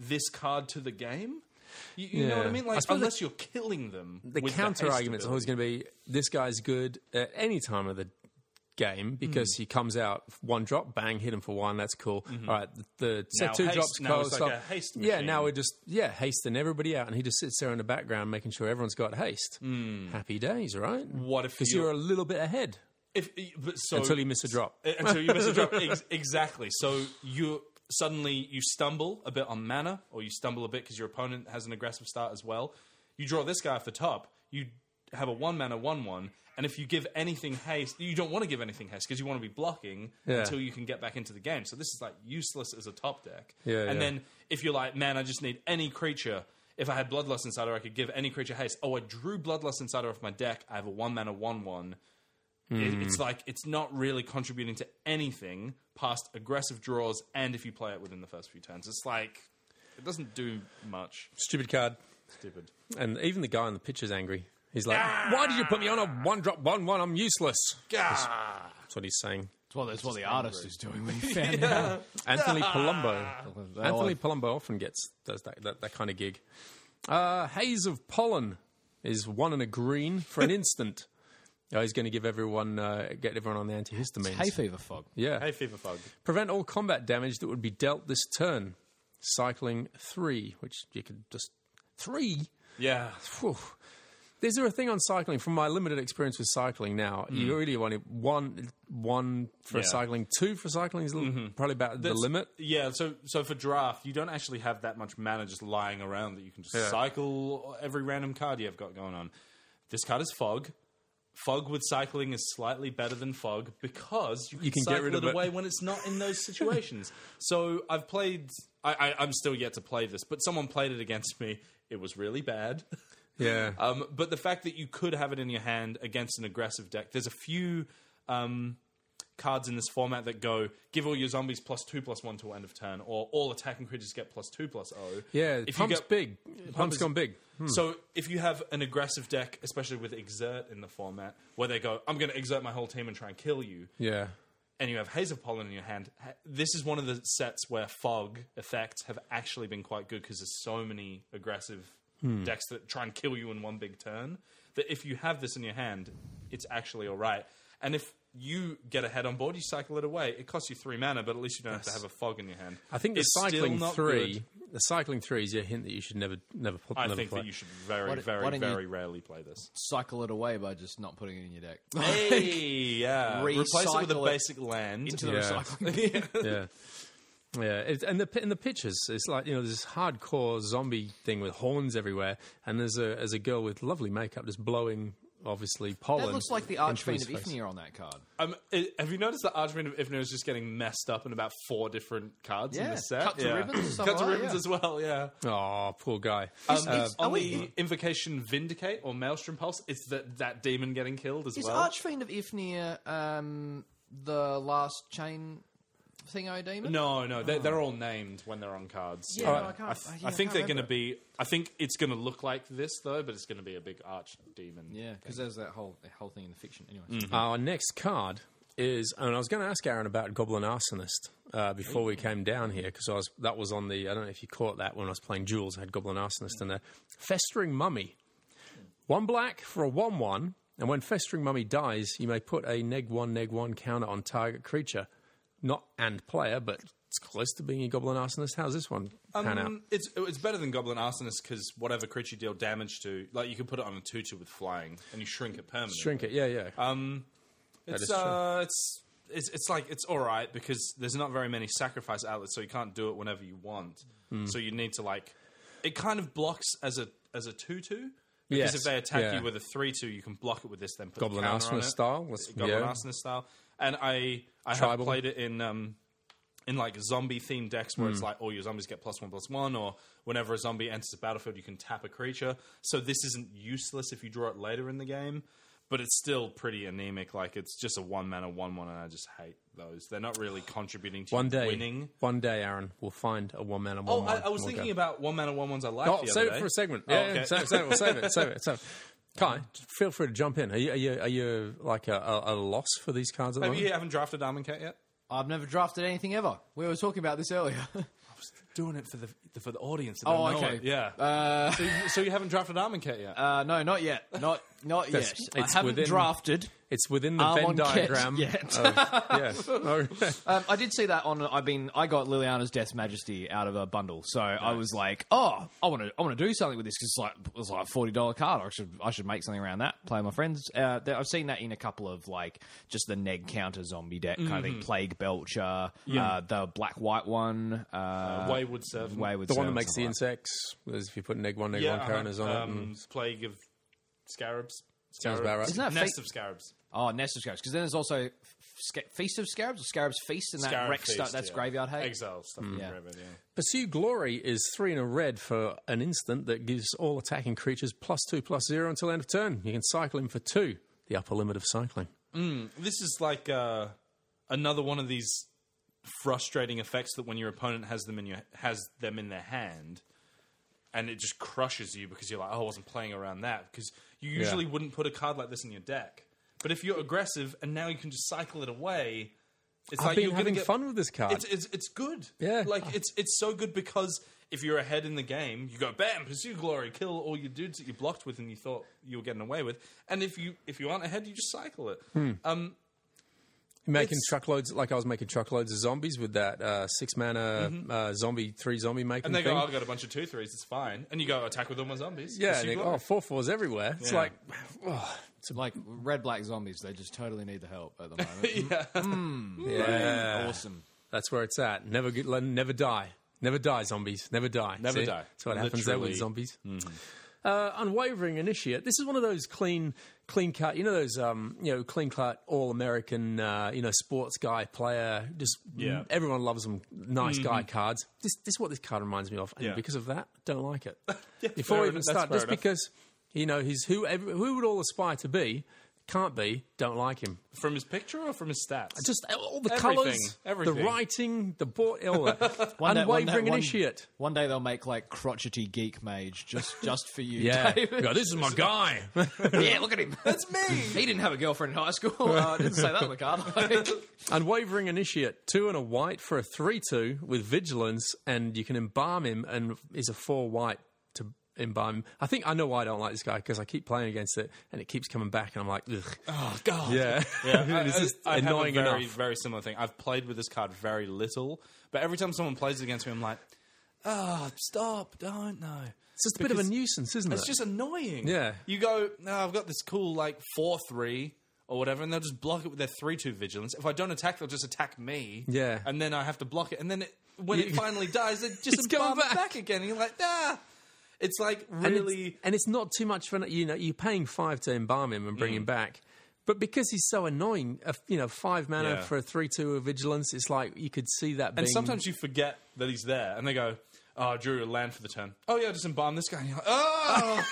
[SPEAKER 3] this card to the game. You, you know what I
[SPEAKER 2] Yeah.
[SPEAKER 3] mean?
[SPEAKER 2] I
[SPEAKER 3] Like
[SPEAKER 2] suppose the-
[SPEAKER 3] unless you're killing them,
[SPEAKER 2] the
[SPEAKER 3] with
[SPEAKER 2] counter
[SPEAKER 3] haste
[SPEAKER 2] argument is
[SPEAKER 3] ability.
[SPEAKER 2] always going to be this guy's good at any time of the game
[SPEAKER 3] Mm.
[SPEAKER 2] because he comes out one drop, bang, hit him for one. That's cool. All right, the, the set
[SPEAKER 3] Mm-hmm. Now
[SPEAKER 2] two
[SPEAKER 3] haste-
[SPEAKER 2] drops.
[SPEAKER 3] now
[SPEAKER 2] Cole
[SPEAKER 3] it's like
[SPEAKER 2] stuff.
[SPEAKER 3] a haste
[SPEAKER 2] yeah, now
[SPEAKER 3] machine.
[SPEAKER 2] we're just yeah hasting everybody out, and he just sits there in the background making sure everyone's got haste. Happy days, right?
[SPEAKER 3] Mm. What if
[SPEAKER 2] because
[SPEAKER 3] you're- Oh,
[SPEAKER 2] you're a little bit ahead
[SPEAKER 3] If but so
[SPEAKER 2] until you miss a drop?
[SPEAKER 3] Uh, until you miss a drop. Ex- exactly. So you suddenly you stumble a bit on mana, or you stumble a bit because your opponent has an aggressive start as well. You draw this guy off the top. You have a one mana one one, and if you give anything haste, you don't want to give anything haste because you want to be blocking
[SPEAKER 2] Yeah.
[SPEAKER 3] until you can get back into the game. So this is like useless as a top deck.
[SPEAKER 2] Yeah, yeah.
[SPEAKER 3] and then if you're like, man, I just need any creature. If I had Bloodlust Insider, I could give any creature haste. Oh, I drew Bloodlust Insider off my deck. I have a one mana one one. It,
[SPEAKER 2] Hmm.
[SPEAKER 3] it's like it's not really contributing to anything past aggressive draws, and if you play it within the first few turns, it's like it doesn't do much.
[SPEAKER 2] Stupid card.
[SPEAKER 3] Stupid.
[SPEAKER 2] And even the guy in the picture's angry. He's like, "Why did you put me on a one drop one one? I'm useless." That's that's what he's saying.
[SPEAKER 4] Well, that's what the artist is doing when he found out.
[SPEAKER 2] Anthony Palumbo. Anthony Palumbo often gets does that, that, that kind of gig. Uh, Haze of Pollen is one and a green for an instant. Oh, he's going to give everyone uh, get everyone on the antihistamines.
[SPEAKER 4] Hay fever fog.
[SPEAKER 2] yeah.
[SPEAKER 3] Hey, Fever Fog.
[SPEAKER 2] Prevent all combat damage that would be dealt this turn. Cycling three, which you could just three.
[SPEAKER 3] Yeah,
[SPEAKER 2] Phew. Is there a thing on cycling? From my limited experience with cycling now, you really want it- one, one for
[SPEAKER 3] Mm. Yeah. Mm-hmm.
[SPEAKER 2] cycling, two for cycling is a little, probably about the limit.
[SPEAKER 3] Yeah, so so for draft, you don't actually have that much mana just lying around that you can just cycle every random card you've got going on. This card is Fog. Fog with cycling is slightly better than Fog because you can,
[SPEAKER 2] can get
[SPEAKER 3] cycle
[SPEAKER 2] rid of
[SPEAKER 3] it
[SPEAKER 2] it.
[SPEAKER 3] away when it's not in those situations. so I've played. I, I, I'm still yet to play this, but someone played it against me. It was really bad.
[SPEAKER 2] Yeah,
[SPEAKER 3] Um, but the fact that you could have it in your hand against an aggressive deck, there's a few um, cards in this format that go give all your zombies plus two plus one till end of turn, or all attacking creatures get plus two plus oh.
[SPEAKER 2] yeah.
[SPEAKER 3] If you
[SPEAKER 2] pump's
[SPEAKER 3] get-
[SPEAKER 2] big.
[SPEAKER 3] Pump
[SPEAKER 2] pump's
[SPEAKER 3] is-
[SPEAKER 2] gone big.
[SPEAKER 3] So if you have an aggressive deck, especially with exert in the format, where they go, I'm going to exert my whole team and try and kill you,
[SPEAKER 2] Yeah,
[SPEAKER 3] and you have hazel pollen in your hand, ha- this is one of the sets where fog effects have actually been quite good because there's so many aggressive
[SPEAKER 2] Hmm.
[SPEAKER 3] decks that try and kill you in one big turn that if you have this in your hand, it's actually all right. And if you get a head on board, you cycle it away. It costs you three mana, but at least you don't have to have a fog in your hand.
[SPEAKER 2] I think the
[SPEAKER 3] It's still
[SPEAKER 2] cycling
[SPEAKER 3] not
[SPEAKER 2] three,
[SPEAKER 3] good.
[SPEAKER 2] the cycling three is a hint that you should never, never, pl-
[SPEAKER 3] I
[SPEAKER 2] never
[SPEAKER 3] think
[SPEAKER 2] play.
[SPEAKER 3] that you should very,
[SPEAKER 4] Why don't-
[SPEAKER 3] very,
[SPEAKER 4] why don't you-
[SPEAKER 3] very rarely play this.
[SPEAKER 4] Cycle it away by just not putting it in your deck.
[SPEAKER 3] Hey, yeah. Replace it with a
[SPEAKER 4] Recycle it
[SPEAKER 3] basic land.
[SPEAKER 4] Into the
[SPEAKER 2] Yeah.
[SPEAKER 4] recycling.
[SPEAKER 2] yeah. Yeah, it, and the pi- and the pictures, it's like you know this hardcore zombie thing with horns everywhere, and there's a there's a girl with lovely makeup just blowing obviously pollen.
[SPEAKER 4] That looks like the
[SPEAKER 2] into
[SPEAKER 4] Archfiend
[SPEAKER 2] his
[SPEAKER 4] of
[SPEAKER 2] face.
[SPEAKER 4] Ifnir on that card.
[SPEAKER 3] Um, i- have you noticed that Archman of Ifnir is just getting messed up in about four different cards in
[SPEAKER 4] Yeah,
[SPEAKER 3] this set?
[SPEAKER 4] cut to ribbons or something
[SPEAKER 3] cut to
[SPEAKER 4] like that,
[SPEAKER 3] ribbons
[SPEAKER 4] yeah.
[SPEAKER 3] as well, yeah.
[SPEAKER 2] Oh, poor guy.
[SPEAKER 3] Um, on the Invocation Vindicate or Maelstrom Pulse, it's that, that demon getting killed as
[SPEAKER 4] Is
[SPEAKER 3] well.
[SPEAKER 4] Archfiend of Ifnir um, the last chain thingo demon?
[SPEAKER 3] no, no, they're, they're all named when they're on cards.
[SPEAKER 4] Oh. Yeah, no, I can't.
[SPEAKER 3] I, th-
[SPEAKER 4] yeah,
[SPEAKER 3] I think
[SPEAKER 4] can't
[SPEAKER 3] they're going to
[SPEAKER 4] remember.
[SPEAKER 3] be. I think it's going to look like this though, but it's going to be a big arch demon.
[SPEAKER 4] Yeah, because there's that whole that whole thing in the fiction. Anyway,
[SPEAKER 3] Mm-hmm.
[SPEAKER 2] Our next card is, and I was going to ask Aaron about Goblin Arsonist uh, before
[SPEAKER 3] Mm.
[SPEAKER 2] we came down here because I was that was on the I don't know if you caught that when I was playing Jewels I had Goblin Arsonist and a festering mummy, one black for a one one, and when festering mummy dies, you may put a neg one neg one counter on target creature, not and player, but it's close to being a Goblin Arsonist. How's this one pan out?
[SPEAKER 3] Um, it's it's better than Goblin Arsonist because whatever creature you deal damage to, like you can put it on a two two with flying, and you shrink it permanently.
[SPEAKER 2] Shrink it, yeah, yeah.
[SPEAKER 3] um, It's
[SPEAKER 2] is true.
[SPEAKER 3] uh, it's it's it's like it's all right because there's not very many sacrifice outlets, so you can't do it whenever you want.
[SPEAKER 2] Hmm.
[SPEAKER 3] So you need to like it kind of blocks as a as a two two
[SPEAKER 2] Yes,
[SPEAKER 3] because if they attack
[SPEAKER 2] yeah.
[SPEAKER 3] you with a three two, you can block it with this. Then put the
[SPEAKER 2] Goblin
[SPEAKER 3] counter on
[SPEAKER 2] Arsonist
[SPEAKER 3] it.
[SPEAKER 2] style, let's-
[SPEAKER 3] Goblin
[SPEAKER 2] yeah.
[SPEAKER 3] Arsonist style, and I I have
[SPEAKER 2] Tribal.
[SPEAKER 3] played it in um in like zombie themed decks where it's
[SPEAKER 2] Hmm.
[SPEAKER 3] like all your zombies get plus one plus one, or whenever a zombie enters the battlefield, you can tap a creature. So this isn't useless if you draw it later in the game, but it's still pretty anemic. Like it's just a one mana one one, and I just hate those. They're not really contributing to
[SPEAKER 2] one
[SPEAKER 3] you
[SPEAKER 2] day,
[SPEAKER 3] winning.
[SPEAKER 2] one day, Aaron, we'll find a one man and one.
[SPEAKER 3] Oh, I,
[SPEAKER 2] one,
[SPEAKER 3] I was
[SPEAKER 2] and we'll
[SPEAKER 3] thinking
[SPEAKER 2] go.
[SPEAKER 3] about one mana one ones I like.
[SPEAKER 2] Oh,
[SPEAKER 3] the
[SPEAKER 2] save
[SPEAKER 3] other
[SPEAKER 2] it
[SPEAKER 3] day.
[SPEAKER 2] for a segment.
[SPEAKER 3] Oh,
[SPEAKER 2] Yeah,
[SPEAKER 3] okay.
[SPEAKER 2] yeah, save it, save it, save it, save it. Save it. Kai, feel free to jump in. Are you, are you, are you like a, a, a loss for these cards at the
[SPEAKER 3] Have you
[SPEAKER 2] moment?
[SPEAKER 3] haven't drafted Diamond Cat yet?
[SPEAKER 4] I've never drafted anything ever. We were talking about this earlier.
[SPEAKER 3] Doing it for the for the audience.
[SPEAKER 4] Oh, know okay. it.
[SPEAKER 3] Yeah.
[SPEAKER 4] uh,
[SPEAKER 3] so, you, so you haven't drafted Diamond Cat yet?
[SPEAKER 4] uh, no, not yet. Not Not
[SPEAKER 2] That's-
[SPEAKER 4] yet. I
[SPEAKER 2] it's
[SPEAKER 4] haven't
[SPEAKER 2] within-
[SPEAKER 4] drafted.
[SPEAKER 2] It's within the
[SPEAKER 4] I'm
[SPEAKER 2] Venn
[SPEAKER 4] on cat
[SPEAKER 2] diagram.
[SPEAKER 4] yet.
[SPEAKER 2] Of, yes. Oh, Okay.
[SPEAKER 4] Um, I did see that on. I've been. I got Liliana's Death Majesty out of a bundle, so I was like, "Oh, I want to. I want to do something with this because it's like it was like a forty dollar card. I should. I should make something around that. Play with my friends. Uh, there, I've seen that in a couple of like just the neg counter zombie deck kind of thing. Plague Belcher, uh, the black white one, uh,
[SPEAKER 3] Wayward Servant.
[SPEAKER 4] Wayward.
[SPEAKER 2] The one that
[SPEAKER 4] Servant,
[SPEAKER 2] makes the
[SPEAKER 4] something like
[SPEAKER 2] insects. Whereas if you put neg one, neg
[SPEAKER 3] yeah,
[SPEAKER 2] one
[SPEAKER 3] uh-huh.
[SPEAKER 2] counters on it.
[SPEAKER 3] um,
[SPEAKER 2] and-
[SPEAKER 3] Plague of Scarabs.
[SPEAKER 2] Sounds about right.
[SPEAKER 4] Isn't that
[SPEAKER 3] Nest
[SPEAKER 4] fe-
[SPEAKER 3] of Scarabs.
[SPEAKER 4] Oh, Nest of Scarabs. Because then there's also Sca- Feast of Scarabs or Scarabs Feast, and that
[SPEAKER 3] Scarab
[SPEAKER 4] Rex
[SPEAKER 3] Feast,
[SPEAKER 4] stuff. That's
[SPEAKER 3] yeah.
[SPEAKER 4] Graveyard Hate.
[SPEAKER 3] Exile stuff.
[SPEAKER 2] Mm.
[SPEAKER 4] Yeah.
[SPEAKER 3] Graveyard, yeah.
[SPEAKER 2] Pursue Glory is three and a red for an instant that gives all attacking creatures plus two plus zero until end of turn. You can cycle him for two, the upper limit of cycling.
[SPEAKER 3] this is like uh, another one of these frustrating effects that when your opponent has them in your has them in their hand, and it just crushes you because you're like, oh, I wasn't playing around that because you usually wouldn't put a card like this in your deck. But if you're aggressive and now you can just cycle it away, it's
[SPEAKER 2] I've
[SPEAKER 3] like
[SPEAKER 2] been
[SPEAKER 3] you're gonna
[SPEAKER 2] having
[SPEAKER 3] get-
[SPEAKER 2] fun with this card.
[SPEAKER 3] It's, it's it's good.
[SPEAKER 2] Yeah.
[SPEAKER 3] like it's it's so good because if you're ahead in the game, you go bam, pursue glory, kill all your dudes that you blocked with and you thought you were getting away with. And if you if you aren't ahead, you just cycle it.
[SPEAKER 2] Hmm. You're making
[SPEAKER 3] it's-
[SPEAKER 2] truckloads, like I was making truckloads of zombies with that uh, six mana uh, zombie, three zombie making
[SPEAKER 3] Mm-hmm. And they
[SPEAKER 2] thing.
[SPEAKER 3] go, "Oh, I've got a bunch of two threes, it's fine. And you go, attack with all my zombies.
[SPEAKER 2] yeah,
[SPEAKER 3] Yes,
[SPEAKER 2] and
[SPEAKER 3] you
[SPEAKER 2] they go,
[SPEAKER 3] glory.
[SPEAKER 2] oh, four fours everywhere. It's
[SPEAKER 3] Yeah.
[SPEAKER 2] like, oh,
[SPEAKER 4] Like red black zombies, they just totally need the help at the moment.
[SPEAKER 2] yeah.
[SPEAKER 4] Awesome.
[SPEAKER 2] That's where it's at. Never, get, let- never die. Never die, zombies. Never die.
[SPEAKER 3] Never
[SPEAKER 2] See?
[SPEAKER 3] die.
[SPEAKER 2] That's what happens there with
[SPEAKER 3] Literally. Mm.
[SPEAKER 2] zombies. Uh, unwavering initiate. This is one of those clean, clean cut. You know those, um, you know, clean cut all American, uh, you know, sports guy player. Just
[SPEAKER 3] Yeah. Mm-hmm.
[SPEAKER 2] everyone loves them. Nice guy cards. This, this is what this card reminds me of, and
[SPEAKER 3] Yeah.
[SPEAKER 2] because of that, don't like it.
[SPEAKER 3] fair
[SPEAKER 2] Before I
[SPEAKER 3] enough.
[SPEAKER 2] even
[SPEAKER 3] That's
[SPEAKER 2] start,
[SPEAKER 3] fair
[SPEAKER 2] just
[SPEAKER 3] enough.
[SPEAKER 2] because you know he's who, every, who would all aspire to be. Can't be. Don't like him
[SPEAKER 3] From his picture or from his stats?
[SPEAKER 2] just all the
[SPEAKER 3] Everything,
[SPEAKER 2] colours, the
[SPEAKER 3] everything.
[SPEAKER 2] writing, the board, all that.
[SPEAKER 4] One day- one
[SPEAKER 2] Unwavering
[SPEAKER 4] day- one-
[SPEAKER 2] initiate.
[SPEAKER 4] One day they'll make like crotchety geek mage just just for you. David.
[SPEAKER 2] yeah, this is my guy.
[SPEAKER 4] yeah, look at him. That's me. he didn't have a girlfriend in high school. Uh, I didn't say that on the card. Like,
[SPEAKER 2] Unwavering initiate, two and a white for a three-two with vigilance, and you can embalm him, and is a four-white to embalm him. I think I know why I don't like this guy because I keep playing against it, and it keeps coming back, and I'm like, ugh.
[SPEAKER 3] oh, God.
[SPEAKER 2] yeah,
[SPEAKER 3] I-
[SPEAKER 2] it's
[SPEAKER 3] I-
[SPEAKER 2] just
[SPEAKER 3] I have a
[SPEAKER 2] annoying
[SPEAKER 3] very,
[SPEAKER 2] enough.
[SPEAKER 3] very similar thing. I've played with this card very little, but every time someone plays it against me, I'm like, oh, stop, don't, no.
[SPEAKER 2] It's just a bit of a nuisance, isn't
[SPEAKER 3] It's
[SPEAKER 2] it?
[SPEAKER 3] just annoying.
[SPEAKER 2] Yeah.
[SPEAKER 3] You go, no, I've got this cool, like, 4 3 or whatever, and they'll just block it with their 3 2 vigilance. If I don't attack, they'll just attack me.
[SPEAKER 2] Yeah.
[SPEAKER 3] And then I have to block it. And then it, when it
[SPEAKER 2] You-
[SPEAKER 3] finally dies, it just
[SPEAKER 2] It's coming
[SPEAKER 3] bomb back.
[SPEAKER 2] back.
[SPEAKER 3] back again. And you're like, ah. It's like
[SPEAKER 2] And
[SPEAKER 3] really.
[SPEAKER 2] it's, and it's not too much for you know you're paying five to embalm him and bring him back, but because he's so annoying, a, you know five mana
[SPEAKER 3] Yeah.
[SPEAKER 2] for a three-two of vigilance, it's like you could see that.
[SPEAKER 3] And
[SPEAKER 2] being,
[SPEAKER 3] sometimes you forget that he's there, and they go, "Oh, I drew a land for the turn. Oh yeah, just embalm this guy." And you're like, "Oh,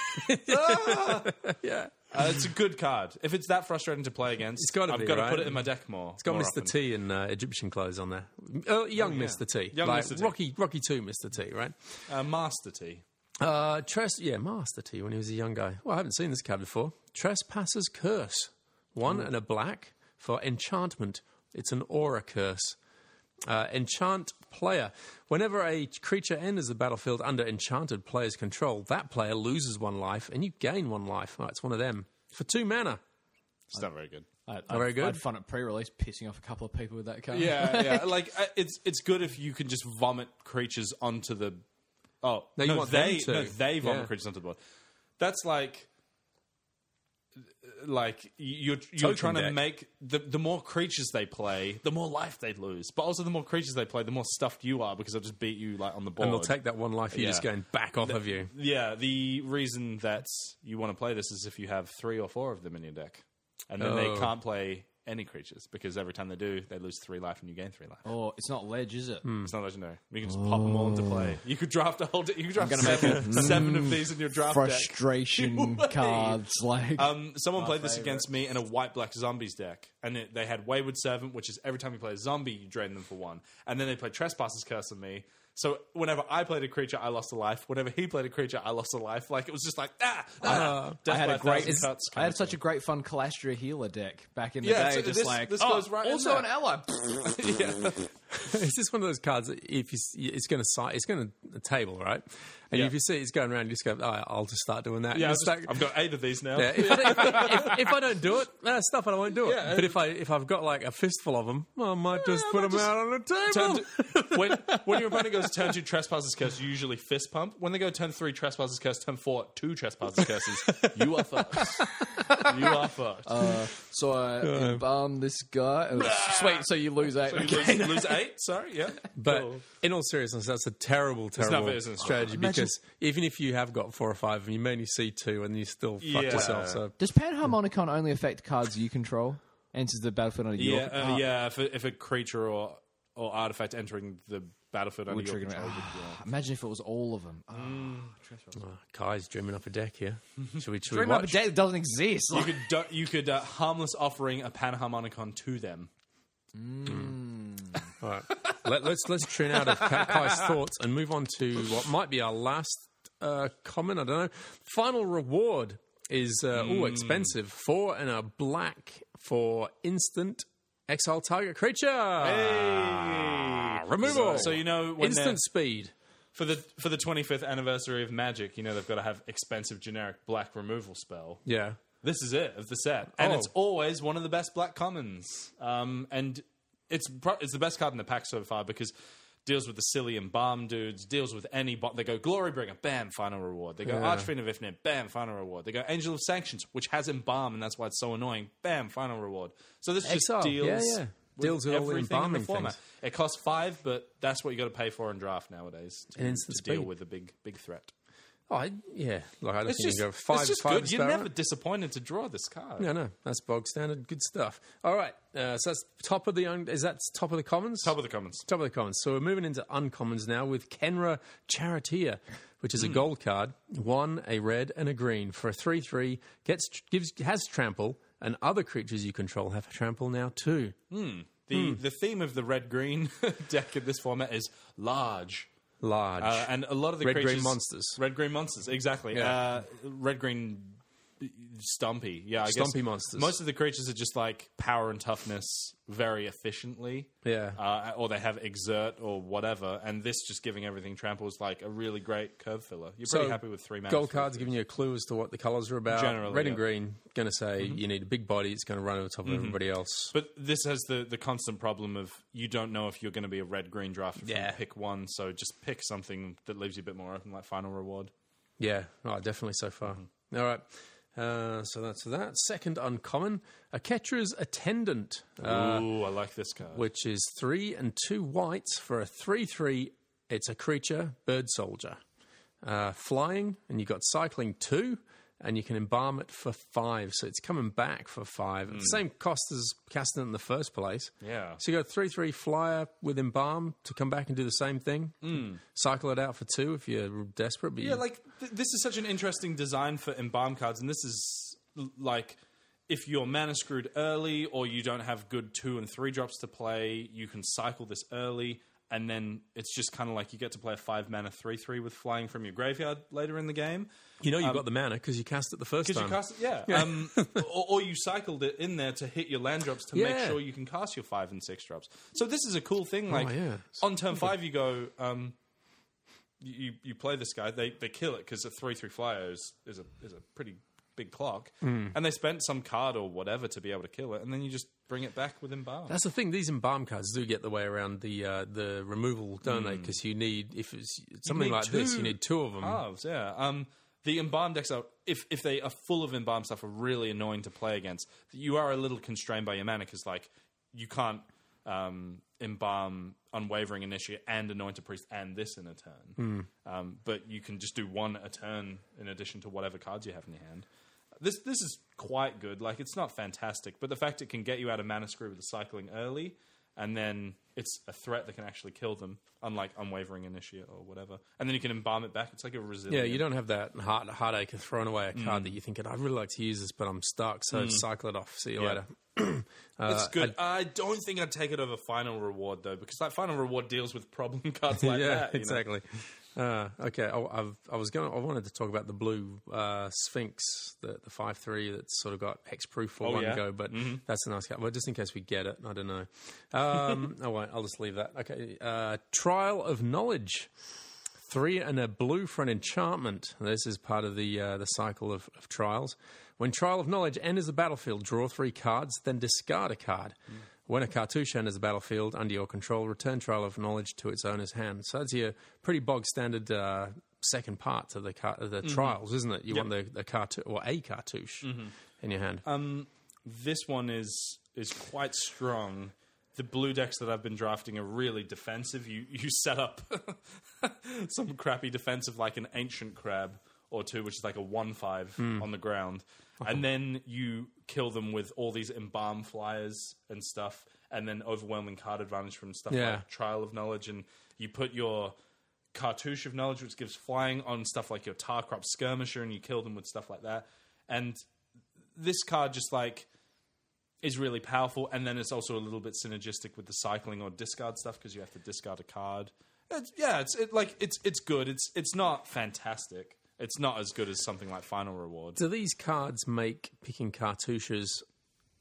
[SPEAKER 3] Ah.
[SPEAKER 2] yeah,
[SPEAKER 3] Uh, it's a good card. If it's that frustrating to play against,
[SPEAKER 2] It's gotta
[SPEAKER 3] I've
[SPEAKER 2] be,
[SPEAKER 3] got to
[SPEAKER 2] right?
[SPEAKER 3] put it in my deck more.
[SPEAKER 2] it's got
[SPEAKER 3] more
[SPEAKER 2] Mr.
[SPEAKER 3] often.
[SPEAKER 2] T in uh, Egyptian clothes on there. Uh, young Mr. T,
[SPEAKER 3] Young
[SPEAKER 2] like
[SPEAKER 3] Mr. T.
[SPEAKER 2] Rocky, Rocky Two, Mr. T, right?
[SPEAKER 3] uh, Master T.
[SPEAKER 2] Uh, Tres- yeah, Master T when he was a young guy. Well, I haven't seen this card before. Trespasser's Curse. One and a black for enchantment. It's an aura curse. Uh, enchant player. Whenever a creature enters the battlefield under enchanted player's control, that player loses one life and you gain one life. Oh, it's one of them. For two mana.
[SPEAKER 3] It's not very good.
[SPEAKER 4] I,
[SPEAKER 2] very good.
[SPEAKER 4] I'd fun at pre-release pissing off a couple of people with that card.
[SPEAKER 3] Yeah, yeah. like uh, it's it's good if you can just vomit creatures onto the. Oh
[SPEAKER 2] No,
[SPEAKER 3] no,
[SPEAKER 2] you want them
[SPEAKER 3] they
[SPEAKER 2] to.
[SPEAKER 3] no, they vomit
[SPEAKER 2] Yeah.
[SPEAKER 3] creatures onto the board. That's like. Like you're you're
[SPEAKER 2] Token
[SPEAKER 3] trying to
[SPEAKER 2] deck.
[SPEAKER 3] make the the more creatures they play, the more life they lose. But also the more creatures they play, the more stuffed you are because they'll just beat you like on the board.
[SPEAKER 2] And they'll take that one life you're
[SPEAKER 3] Yeah.
[SPEAKER 2] just going back off of you.
[SPEAKER 3] Yeah, the reason that you want to play this is if you have three or four of them in your deck, and then
[SPEAKER 2] Oh.
[SPEAKER 3] they can't play any creatures because every time they do, they lose three life and you gain three life.
[SPEAKER 4] Or it's not ledge, is it?
[SPEAKER 3] It's not legendary. You can just pop them all
[SPEAKER 4] Oh.
[SPEAKER 3] into play. You could draft a whole. Di- you could draft seven, seven of these in your draft deck.
[SPEAKER 4] Frustration
[SPEAKER 3] Wait.
[SPEAKER 4] cards, like
[SPEAKER 3] Um, someone played this against me in a white black zombies deck, and it, they had Wayward Servant, which is every time you play a zombie, you drain them for one, and then they played Trespasser's Curse on me. So whenever I played a creature, I lost a life. Whenever he played a creature, I lost a life. Like it was just like ah, ah death
[SPEAKER 4] Uh, I had
[SPEAKER 3] by
[SPEAKER 4] a great,
[SPEAKER 3] thousand cuts.
[SPEAKER 4] I had such a great fun Calastria healer deck back in the
[SPEAKER 3] Yeah,
[SPEAKER 4] day.
[SPEAKER 3] so
[SPEAKER 4] just
[SPEAKER 3] this-
[SPEAKER 4] like
[SPEAKER 3] this
[SPEAKER 4] oh,
[SPEAKER 3] goes right in
[SPEAKER 4] also
[SPEAKER 3] there.
[SPEAKER 4] an ally.
[SPEAKER 2] it's just one of those cards that if you, s- it's going to it's going to table right, and
[SPEAKER 3] Yeah.
[SPEAKER 2] if you see it's going around, you just go, "Oh, I'll just start doing that.
[SPEAKER 3] Yeah,
[SPEAKER 2] And
[SPEAKER 3] I've,
[SPEAKER 2] it's
[SPEAKER 3] just-
[SPEAKER 2] like-
[SPEAKER 3] I've got eight of these now.
[SPEAKER 2] yeah, if, I, if, if, if I don't do it, that's stuff I won't do it.
[SPEAKER 3] Yeah.
[SPEAKER 2] but if I if I've got like a fistful of them, I might just put
[SPEAKER 3] might
[SPEAKER 2] them
[SPEAKER 3] just
[SPEAKER 2] out on the table.
[SPEAKER 3] Turn to- when, when your opponent goes turn two trespasses curse, you usually fist pump. When they go turn three trespasses curse, turn four two trespasses curses, you are fucked. You are fucked.
[SPEAKER 4] Uh, So I embalm this guy. Oh, sweet. So you lose eight.
[SPEAKER 3] You lose, lose eight. Sorry, yeah.
[SPEAKER 2] But
[SPEAKER 3] Cool.
[SPEAKER 2] in all seriousness, that's a terrible, terrible
[SPEAKER 3] not business. Oh,
[SPEAKER 2] strategy
[SPEAKER 4] Imagine-
[SPEAKER 2] because even if you have got four or five, and you mainly see two, and you still fuck
[SPEAKER 3] Yeah.
[SPEAKER 2] yourself. So
[SPEAKER 4] Does Panharmonicon only affect cards you control? Enters the battlefield under
[SPEAKER 3] Yeah,
[SPEAKER 4] your
[SPEAKER 3] uh,
[SPEAKER 4] Ah,
[SPEAKER 3] yeah. If a, if a creature or or artifact entering the battlefield under your
[SPEAKER 4] trigger it.
[SPEAKER 3] control,
[SPEAKER 4] Imagine if it was all of
[SPEAKER 3] Mm.
[SPEAKER 4] them. Ah.
[SPEAKER 2] "Oh, Kai's dreaming up a deck here. Should we? Should
[SPEAKER 4] Dream
[SPEAKER 2] we
[SPEAKER 4] up a
[SPEAKER 2] watch?
[SPEAKER 4] day that doesn't exist.
[SPEAKER 3] you could do, you could uh, harmless offering a panharmonicon to them.
[SPEAKER 2] All right. Let, let's let's tune out of Ka- Kai's thoughts and move on to what might be our last uh, comment. I don't know. Final reward is uh,
[SPEAKER 3] Hmm.
[SPEAKER 2] ooh expensive four and a black for instant exile target creature removal.
[SPEAKER 3] So you know when they're-
[SPEAKER 2] instant speed.
[SPEAKER 3] for the for the 25th anniversary of Magic, you know they've got to have expensive generic black removal spell.
[SPEAKER 2] Yeah.
[SPEAKER 3] This is it of the set, and
[SPEAKER 2] Oh.
[SPEAKER 3] it's always one of the best black commons. Um, and it's pro- it's the best card in the pack so far because deals with the silly and bomb dudes, deals with any bot. They go Glorybringer, bam, final reward. They go Archfiend of Ifnit, bam, final reward. They go Angel of Sanctions, which has embalm, and that's why it's so annoying. Bam, final reward. So this just
[SPEAKER 2] Exile,
[SPEAKER 3] deals.
[SPEAKER 2] yeah, yeah.
[SPEAKER 3] With
[SPEAKER 2] Deals with all the
[SPEAKER 3] everything in the
[SPEAKER 2] embalming
[SPEAKER 3] format.
[SPEAKER 2] things.
[SPEAKER 3] It costs five, but that's what you got to pay for in draft nowadays to,
[SPEAKER 2] And instant
[SPEAKER 3] to deal
[SPEAKER 2] speed.
[SPEAKER 3] with the big big threat.
[SPEAKER 2] Oh, I, yeah. Like I don't
[SPEAKER 3] It's
[SPEAKER 2] think
[SPEAKER 3] just,
[SPEAKER 2] you go five.
[SPEAKER 3] it's just
[SPEAKER 2] five
[SPEAKER 3] good.
[SPEAKER 2] is
[SPEAKER 3] You're
[SPEAKER 2] better.
[SPEAKER 3] never disappointed to draw this card.
[SPEAKER 2] No, no, that's bog standard. Good stuff. All right, uh, so that's top of the un- is that top of the commons?
[SPEAKER 3] Top of the commons.
[SPEAKER 2] Top of the commons. So we're moving into uncommons now with Kenra Charioteer, which
[SPEAKER 3] Hmm.
[SPEAKER 2] is a gold card, one a red and a green for a three-three. Gets gives has trample, and other creatures you control have trample now too.
[SPEAKER 3] The
[SPEAKER 2] Hmm.
[SPEAKER 3] the theme of the red green deck in this format is large.
[SPEAKER 2] Large.
[SPEAKER 3] Uh, and a lot of the
[SPEAKER 2] Red-green
[SPEAKER 3] creatures,
[SPEAKER 2] monsters.
[SPEAKER 3] red green monsters, exactly.
[SPEAKER 2] Yeah.
[SPEAKER 3] Uh, red green stumpy, yeah, I guess
[SPEAKER 2] Stumpy monsters.
[SPEAKER 3] Most of the creatures are just like power and toughness very efficiently,
[SPEAKER 2] Yeah.
[SPEAKER 3] uh, or they have exert or whatever. And this just giving everything trample is like a really great curve filler. You're pretty happy with three mana.
[SPEAKER 2] Gold
[SPEAKER 3] for-
[SPEAKER 2] cards giving you a clue as to what the colours are about.
[SPEAKER 3] Generally,
[SPEAKER 2] red and
[SPEAKER 3] yeah. Mm-hmm.
[SPEAKER 2] green going to say you need a big body. It's going to run over top of everybody else.
[SPEAKER 3] But this has the, the constant problem of you don't know if you're going to be a red green draft from
[SPEAKER 2] Yeah.
[SPEAKER 3] pick one, so just pick something that leaves you a bit more open, like final reward.
[SPEAKER 2] Yeah, oh, definitely so far.
[SPEAKER 3] Mm-hmm.
[SPEAKER 2] All right. Uh, so that's that. Second uncommon, a catcher's attendant, uh,
[SPEAKER 3] Ooh, I like this card.
[SPEAKER 2] which is three and two whites for a 3 3. It's a creature, bird soldier. Uh, flying, and you've got cycling two, and you can embalm it for five. So it's coming back for five. At the same cost as casting it in the first place.
[SPEAKER 3] Hmm. Yeah.
[SPEAKER 2] So you got a 3 3 flyer with embalm to come back and do the same thing. Cycle it out for two if you're desperate. But
[SPEAKER 3] Hmm. Yeah,
[SPEAKER 2] you-
[SPEAKER 3] like th- this is such an interesting design for embalm cards, and this is l- like if you're mana screwed early or you don't have good two and three drops to play, you can cycle this early, and then it's just kind of like you get to play a five mana three three with flying from your graveyard later in the game.
[SPEAKER 2] You know you've got the mana because you cast it the first
[SPEAKER 3] um, Because
[SPEAKER 2] time.
[SPEAKER 3] you cast it, yeah. Um, or, or you cycled it in there to hit your land drops to make
[SPEAKER 2] Yeah. Oh,
[SPEAKER 3] sure you can cast your five and six drops. So this is a cool thing. Like
[SPEAKER 2] yeah.
[SPEAKER 3] on turn five, you go, um, you you- you play this guy. They they kill it because a three three flyer is, is a is a pretty big clock,
[SPEAKER 2] Hmm.
[SPEAKER 3] and they spent some card or whatever to be able to kill it, and then you just bring it back with embalm.
[SPEAKER 2] That's the thing. These embalm cards do get the way around the uh, the removal, don't they? Because you need if it's something
[SPEAKER 3] Hmm. need
[SPEAKER 2] like this, you
[SPEAKER 3] two
[SPEAKER 2] need two of them.
[SPEAKER 3] halves, yeah. Um, the embalm decks are, if if they are full of embalm stuff, are really annoying to play against. You are a little constrained by your mana because like you can't um, embalm unwavering initiate and anointed priest and this in a turn. Um, but you can just do one a turn in addition to whatever cards you have in your hand. This this is quite good. Like it's not fantastic, but the fact it can get you out of mana screw with the cycling early, and then it's a threat that can actually kill them, unlike unwavering initiate or whatever. And then you can embalm it back. It's like a
[SPEAKER 2] Yeah,
[SPEAKER 3] resilient.
[SPEAKER 2] you don't have that heart, heartache of throwing away a
[SPEAKER 3] Hmm.
[SPEAKER 2] card that you're thinking, I'd really like to use this, but I'm stuck, so cycle it off. See you later. uh,
[SPEAKER 3] It's good. I, don't think I'd take it over final reward though, because that final reward deals with problem cards like
[SPEAKER 2] yeah,
[SPEAKER 3] that. you know?
[SPEAKER 2] exactly. Uh, okay, I, I've, I was going. I wanted to talk about the blue uh, Sphinx, the the five three that's sort of got hex proof for one
[SPEAKER 3] Oh, yeah. Mm-hmm.
[SPEAKER 2] go, but that's a nice guy. Well, just in case we get it, I don't know. Um, I won't. I'll just leave that. Okay, uh, Trial of Knowledge, three and a blue for an enchantment. This is part of the uh, the cycle of, of trials. When Trial of Knowledge enters the battlefield, draw three cards, then discard a card. When a cartouche enters the battlefield under your control, return Trial of Knowledge to its owner's hand. So that's your pretty bog standard uh, second part to the car- the trials, isn't it? You want the, the cartouche or a cartouche in your hand.
[SPEAKER 3] this one is is quite strong. The blue decks that I've been drafting are really defensive. You you set up some crappy defensive like an ancient crab or two, which is like a one five on the ground, and then you kill them with all these embalm flyers and stuff, and then overwhelming card advantage from stuff
[SPEAKER 2] Yeah.
[SPEAKER 3] like Trial of Knowledge, and you put your cartouche of knowledge which gives flying on stuff like your tar crop skirmisher and you kill them with stuff like that and this card just like is really powerful, and then it's also a little bit synergistic with the cycling or discard stuff because you have to discard a card. It's, yeah, it's it, like it's it's good. It's it's not fantastic. It's not as good as something like Final Reward.
[SPEAKER 2] Do these cards make picking cartouches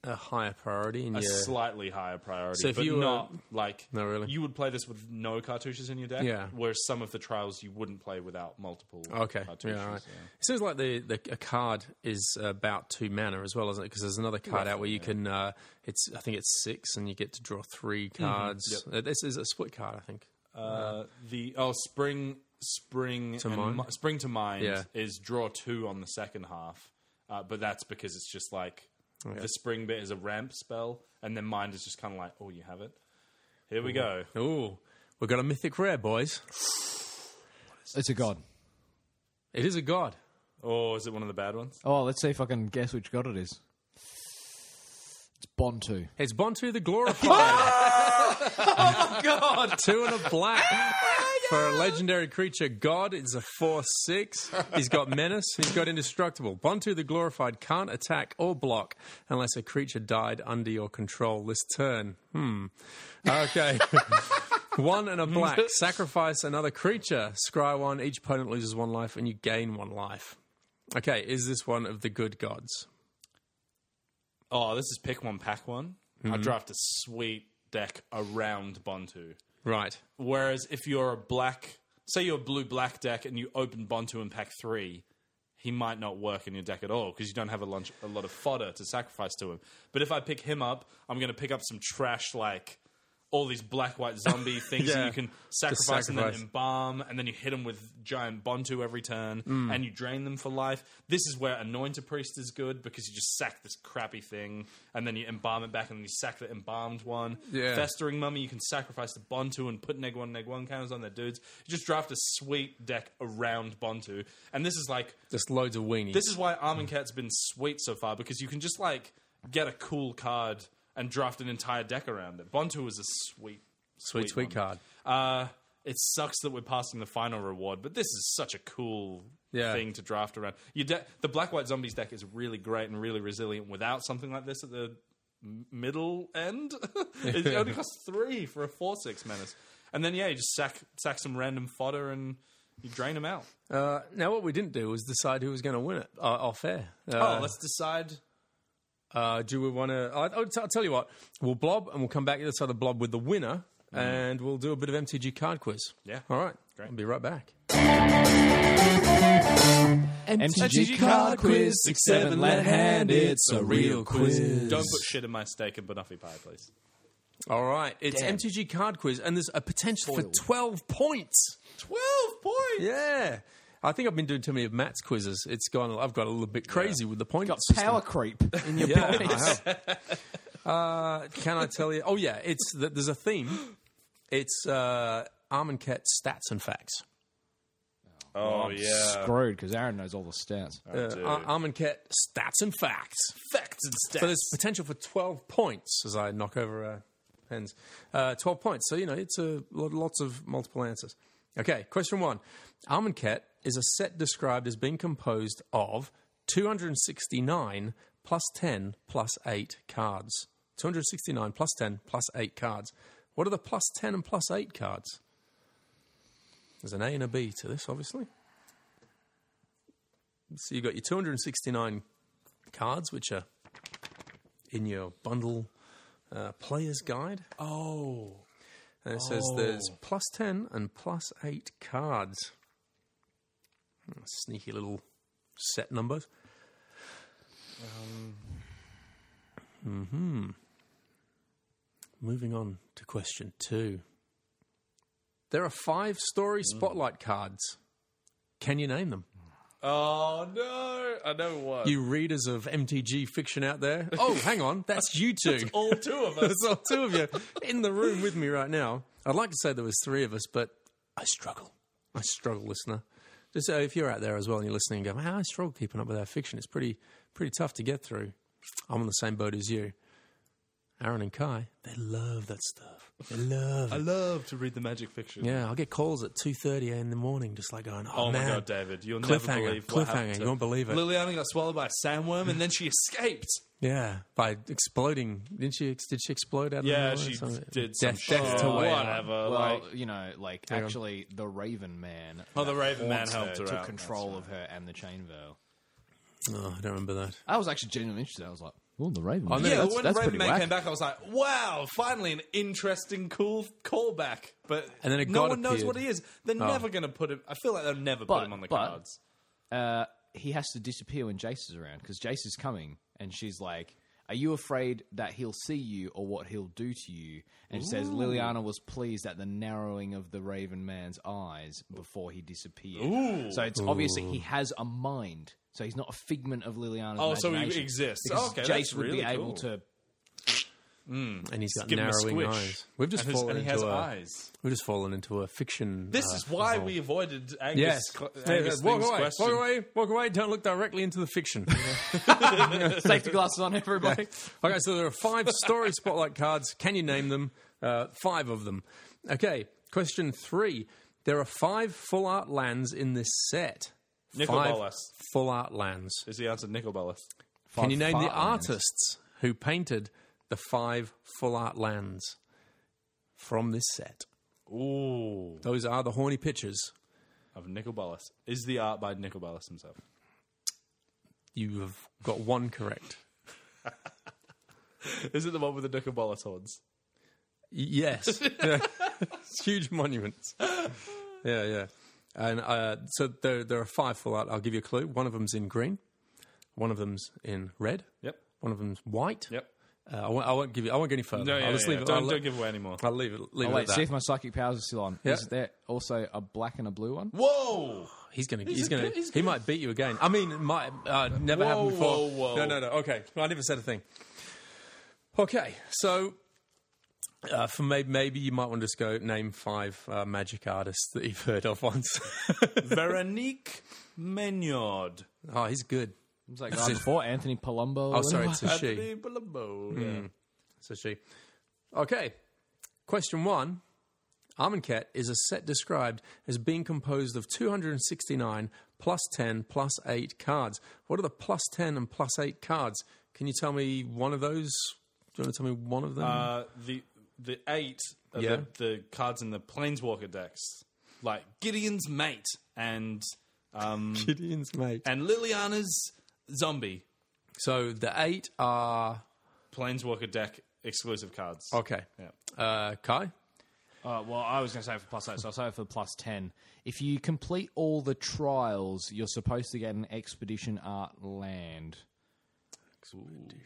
[SPEAKER 2] a higher priority in
[SPEAKER 3] A
[SPEAKER 2] your?
[SPEAKER 3] slightly higher priority,
[SPEAKER 2] So if
[SPEAKER 3] but
[SPEAKER 2] you were-
[SPEAKER 3] not like
[SPEAKER 2] No, really?
[SPEAKER 3] you would play this with no cartouches in your deck.
[SPEAKER 2] Yeah.
[SPEAKER 3] whereas some of the trials you wouldn't play without multiple.
[SPEAKER 2] Okay.
[SPEAKER 3] cartouches.
[SPEAKER 2] Yeah, all right.
[SPEAKER 3] yeah.
[SPEAKER 2] It seems like the, the a card is about two mana as well, isn't it? Because there's another card out where you can. Uh, it's I think it's six, and you get to draw three cards. Uh, This is a split card, I think.
[SPEAKER 3] Uh, the oh spring spring to
[SPEAKER 2] Mind?
[SPEAKER 3] spring to mind
[SPEAKER 2] Yeah.
[SPEAKER 3] is draw two on the second half, uh, but that's because it's just like the spring bit is a ramp spell, and then mind is just kind of like oh you have it. Here we go.
[SPEAKER 2] Ooh, we've got a mythic rare, boys.
[SPEAKER 4] It's a god.
[SPEAKER 2] It is a god.
[SPEAKER 3] Oh, is it one of the bad ones?
[SPEAKER 4] Oh, let's see if I can guess which god it is. It's Bontu.
[SPEAKER 2] It's Bontu the Glorified. oh my god! Oh Two and a black for a legendary creature. God is a 4 6. He's got Menace, he's got Indestructible. Bontu the Glorified can't attack or block unless a creature died under your control this turn. Hmm. Okay. One and a black. Sacrifice another creature. Scry one. Each opponent loses one life and you gain one life. Okay, is this one of the good gods?
[SPEAKER 3] Oh, this is pick one, pack one. I draft a sweet deck around Bontu.
[SPEAKER 2] Right.
[SPEAKER 3] Whereas if you're a black, say you're a blue black deck and you open Bontu in pack three, he might not work in your deck at all because you don't have a, lunch, a lot of fodder to sacrifice to him. But if I pick him up, I'm going to pick up some trash like all these black white zombie things that
[SPEAKER 2] Yeah.
[SPEAKER 3] you can
[SPEAKER 2] Just
[SPEAKER 3] sacrifice, and then
[SPEAKER 2] sacrifice.
[SPEAKER 3] embalm, and then you hit them with giant Bontu every turn and you drain them for life. This is where Anointer Priest is good because you just sack this crappy thing and then you embalm it back and then you sack the embalmed one.
[SPEAKER 2] Yeah.
[SPEAKER 3] Festering Mummy, you can sacrifice the Bontu and put Neg 1, Neg 1 counters on their dudes. You just draft a sweet deck around Bontu. And this is like,
[SPEAKER 2] Just loads of weenies.
[SPEAKER 3] this is why Armin Cat's been sweet so far because you can just like get a cool card and draft an entire deck around it. Bontu is a sweet,
[SPEAKER 2] sweet, sweet
[SPEAKER 3] one.
[SPEAKER 2] card.
[SPEAKER 3] Uh, it sucks that we're passing the final reward, but this is such a cool
[SPEAKER 2] Yeah.
[SPEAKER 3] thing to draft around. Your de- the Black White Zombies deck is really great and really resilient without something like this at the m- middle end. it only costs three for a 4 6 menace. And then, yeah, you just sack, sack some random fodder and you drain them out.
[SPEAKER 2] Uh, now, what we didn't do was decide who was going to win it uh, off air.
[SPEAKER 3] Oh,
[SPEAKER 2] Uh,
[SPEAKER 3] let's decide.
[SPEAKER 2] uh, do we want to? i I'll, t- I'll tell you what. We'll blob and we'll come back to the other side of the blob with the winner, and we'll do a bit of MTG card quiz.
[SPEAKER 3] Yeah.
[SPEAKER 2] All right.
[SPEAKER 3] Great.
[SPEAKER 2] We'll be right back.
[SPEAKER 4] MTG card quiz, six seven left hand. It's a real quiz.
[SPEAKER 3] Don't put shit in my steak and banoffee pie, please.
[SPEAKER 2] All right. It's MTG card quiz, and there's a potential for twelve points.
[SPEAKER 3] 12 points!
[SPEAKER 2] Yeah. I think I've been doing too many of Matt's quizzes. It's gone. I've got a little bit crazy with the points. system.
[SPEAKER 4] Power creep in your
[SPEAKER 2] Yeah,
[SPEAKER 4] pockets.
[SPEAKER 2] I have. uh, can I tell you? Oh yeah, it's th- there's a theme. It's uh, Armin Cat stats and facts.
[SPEAKER 3] Oh, yeah.
[SPEAKER 4] Screwed because Aaron knows all the stats.
[SPEAKER 2] Uh, Ar- Armin Cat stats and facts.
[SPEAKER 3] Facts and stats.
[SPEAKER 2] So there's potential for 12 points as I knock over uh, pens. Uh, 12 points. So you know it's a lo- lots of multiple answers. Okay, question one. Armin Cat is a set described as being composed of 269 plus 10 plus 8 cards. 269 plus 10 plus 8 cards. What are the plus 10 and plus 8 cards? There's an A and a B to this, obviously. So you've got your 269 cards, which are in your bundle uh, player's guide. Oh. And it says there's plus 10 and plus 8 cards. Sneaky little set numbers. Um. hmm Mm-hmm. Moving on to question two. There are five story spotlight cards. Can you name them?
[SPEAKER 7] Oh no, I know one.
[SPEAKER 2] You readers of MTG fiction out there. Oh, hang on, that's you two.
[SPEAKER 7] all two of us.
[SPEAKER 2] There's all two of you in the room with me right now. I'd like to say there was three of us, but I struggle. I struggle, listener. Just uh, if you're out there as well and you're listening, and go, man, I struggle keeping up with our fiction. It's pretty, pretty tough to get through. I'm on the same boat as you. Aaron and Kai, they love that stuff. They love.
[SPEAKER 7] I
[SPEAKER 2] it.
[SPEAKER 7] love to read the magic fiction.
[SPEAKER 2] Yeah, I'll get calls at two thirty in the morning, just like going, "Oh,
[SPEAKER 7] Oh
[SPEAKER 2] man,
[SPEAKER 7] my god, David, you'll never
[SPEAKER 2] cliffhanger,
[SPEAKER 7] believe what happened
[SPEAKER 2] cliffhanger,
[SPEAKER 7] to-
[SPEAKER 2] you won't believe it."
[SPEAKER 7] Liliana got swallowed by a sandworm and then she escaped.
[SPEAKER 2] Yeah, by exploding. Didn't she? ex- Did she explode out
[SPEAKER 7] Yeah,
[SPEAKER 2] of nowhere?
[SPEAKER 7] she
[SPEAKER 2] Something-
[SPEAKER 7] did some
[SPEAKER 2] Death,
[SPEAKER 7] shit.
[SPEAKER 2] death to
[SPEAKER 7] Oh,
[SPEAKER 2] Wayne.
[SPEAKER 7] whatever.
[SPEAKER 4] Well,
[SPEAKER 7] like,
[SPEAKER 4] you know, like actually, the Raven Man.
[SPEAKER 7] Oh, the Raven Man
[SPEAKER 4] haunts
[SPEAKER 7] helped her
[SPEAKER 4] took
[SPEAKER 7] out,
[SPEAKER 4] control of her and the chain veil.
[SPEAKER 2] Oh, I don't remember that.
[SPEAKER 4] I was actually genuinely interested. I was like, "Oh, the Raven Man."
[SPEAKER 2] no,
[SPEAKER 3] Yeah,
[SPEAKER 4] that's,
[SPEAKER 3] when
[SPEAKER 4] that's
[SPEAKER 3] Raven
[SPEAKER 4] pretty
[SPEAKER 3] Man
[SPEAKER 4] whack.
[SPEAKER 3] came back, I was like, "Wow, finally an interesting, cool callback." But
[SPEAKER 2] And then a
[SPEAKER 3] no
[SPEAKER 2] god
[SPEAKER 3] one knows
[SPEAKER 2] appeared.
[SPEAKER 3] what he is. They're never going to put him. I feel like they'll never
[SPEAKER 4] But-
[SPEAKER 3] put him on the
[SPEAKER 4] but-
[SPEAKER 3] cards.
[SPEAKER 4] uh, he has to disappear when Jace is around because Jace is coming, and she's like, "Are you afraid that he'll see you or what he'll do to you?" And she says Liliana was pleased at the narrowing of the Raven Man's eyes before he disappeared. So it's obviously he has a mind, so he's not a figment of Liliana's.
[SPEAKER 7] Oh, so he
[SPEAKER 4] imagination.
[SPEAKER 7] exists.
[SPEAKER 4] Because
[SPEAKER 7] Okay,
[SPEAKER 4] Jace
[SPEAKER 7] that's
[SPEAKER 4] would be
[SPEAKER 7] really
[SPEAKER 4] able
[SPEAKER 7] cool.
[SPEAKER 4] to.
[SPEAKER 2] And he's got
[SPEAKER 7] give him a
[SPEAKER 2] narrowing
[SPEAKER 7] squish.
[SPEAKER 2] eyes. We've just
[SPEAKER 7] and, his-
[SPEAKER 2] fallen
[SPEAKER 7] and he
[SPEAKER 2] into
[SPEAKER 7] has
[SPEAKER 2] a,
[SPEAKER 7] eyes.
[SPEAKER 2] We've just fallen into a fiction.
[SPEAKER 3] This
[SPEAKER 2] uh,
[SPEAKER 3] is why
[SPEAKER 2] hole.
[SPEAKER 3] we avoided Angus.
[SPEAKER 2] Yes.
[SPEAKER 3] Angus
[SPEAKER 2] David, walk
[SPEAKER 3] Thing's
[SPEAKER 2] away.
[SPEAKER 3] question.
[SPEAKER 2] Walk away. Walk away. Don't look directly into the fiction.
[SPEAKER 4] Safety glasses on, everybody.
[SPEAKER 2] okay, so there are five story spotlight cards. Can you name them? Uh, five of them. Okay, question three. There are five full art lands in this set. Five
[SPEAKER 3] Nicobolas.
[SPEAKER 2] full art lands.
[SPEAKER 3] Is the answer Nicobolas?
[SPEAKER 2] Can you name
[SPEAKER 4] Five
[SPEAKER 2] the
[SPEAKER 4] fart lands.
[SPEAKER 2] artists who painted the five full art lands from this set?
[SPEAKER 3] Ooh,
[SPEAKER 2] Those are the horny pictures.
[SPEAKER 3] of Nicobolas. Is the art by Nicobolas himself?
[SPEAKER 2] You have got one correct.
[SPEAKER 3] Is it the one with the Nicobolas horns?
[SPEAKER 2] Yes. Yeah. Huge monuments. Yeah, yeah. And uh, so there, there are five full out. I'll give you a clue. One of them's in green. One of them's in red.
[SPEAKER 3] Yep.
[SPEAKER 2] One of them's white.
[SPEAKER 3] Yep.
[SPEAKER 2] Uh, I, won't, I won't give you. I won't go any further.
[SPEAKER 3] No, yeah,
[SPEAKER 2] I'll just
[SPEAKER 3] yeah.
[SPEAKER 2] leave it.
[SPEAKER 3] Don't,
[SPEAKER 2] I'll,
[SPEAKER 3] don't give away anymore.
[SPEAKER 2] I'll leave it. Leave
[SPEAKER 4] Oh,
[SPEAKER 2] it
[SPEAKER 4] wait,
[SPEAKER 2] at
[SPEAKER 4] see
[SPEAKER 2] that.
[SPEAKER 4] if my psychic powers are still on.
[SPEAKER 2] Yeah.
[SPEAKER 4] Is there also a black and a blue one?
[SPEAKER 3] Whoa!
[SPEAKER 2] He's gonna. He's, gonna. he might beat you again. I mean, might uh, never happened
[SPEAKER 3] Whoa,
[SPEAKER 2] before.
[SPEAKER 3] whoa, whoa.
[SPEAKER 2] No, no, no. Okay, I never said a thing. Okay, so uh, for maybe, maybe you might want to just go name five uh, magic artists that you've heard of once.
[SPEAKER 3] Veronique Menard.
[SPEAKER 2] oh, he's good.
[SPEAKER 4] It's like oh, before Anthony Palumbo.
[SPEAKER 2] Oh, sorry, it's a she.
[SPEAKER 3] Anthony Palumbo.
[SPEAKER 2] Hmm.
[SPEAKER 3] Yeah.
[SPEAKER 2] It's a she. Okay, question one. Armenket is a set described as being composed of 269 plus 10 plus 8 cards. What are the plus 10 and plus 8 cards? Can you tell me one of those? Do you want to tell me one of them?
[SPEAKER 3] Uh, the the eight are
[SPEAKER 2] Yeah.
[SPEAKER 3] the, the cards in the Planeswalker decks, like Gideon's mate and um,
[SPEAKER 2] Gideon's mate.
[SPEAKER 3] and Liliana's zombie
[SPEAKER 2] So the 8 are.
[SPEAKER 3] Planeswalker deck exclusive cards.
[SPEAKER 2] Okay. Uh, Kai?
[SPEAKER 4] Uh, well, I was going to say for plus eight, so I'll say for plus ten. If you complete all the trials, you're supposed to get an expedition art land.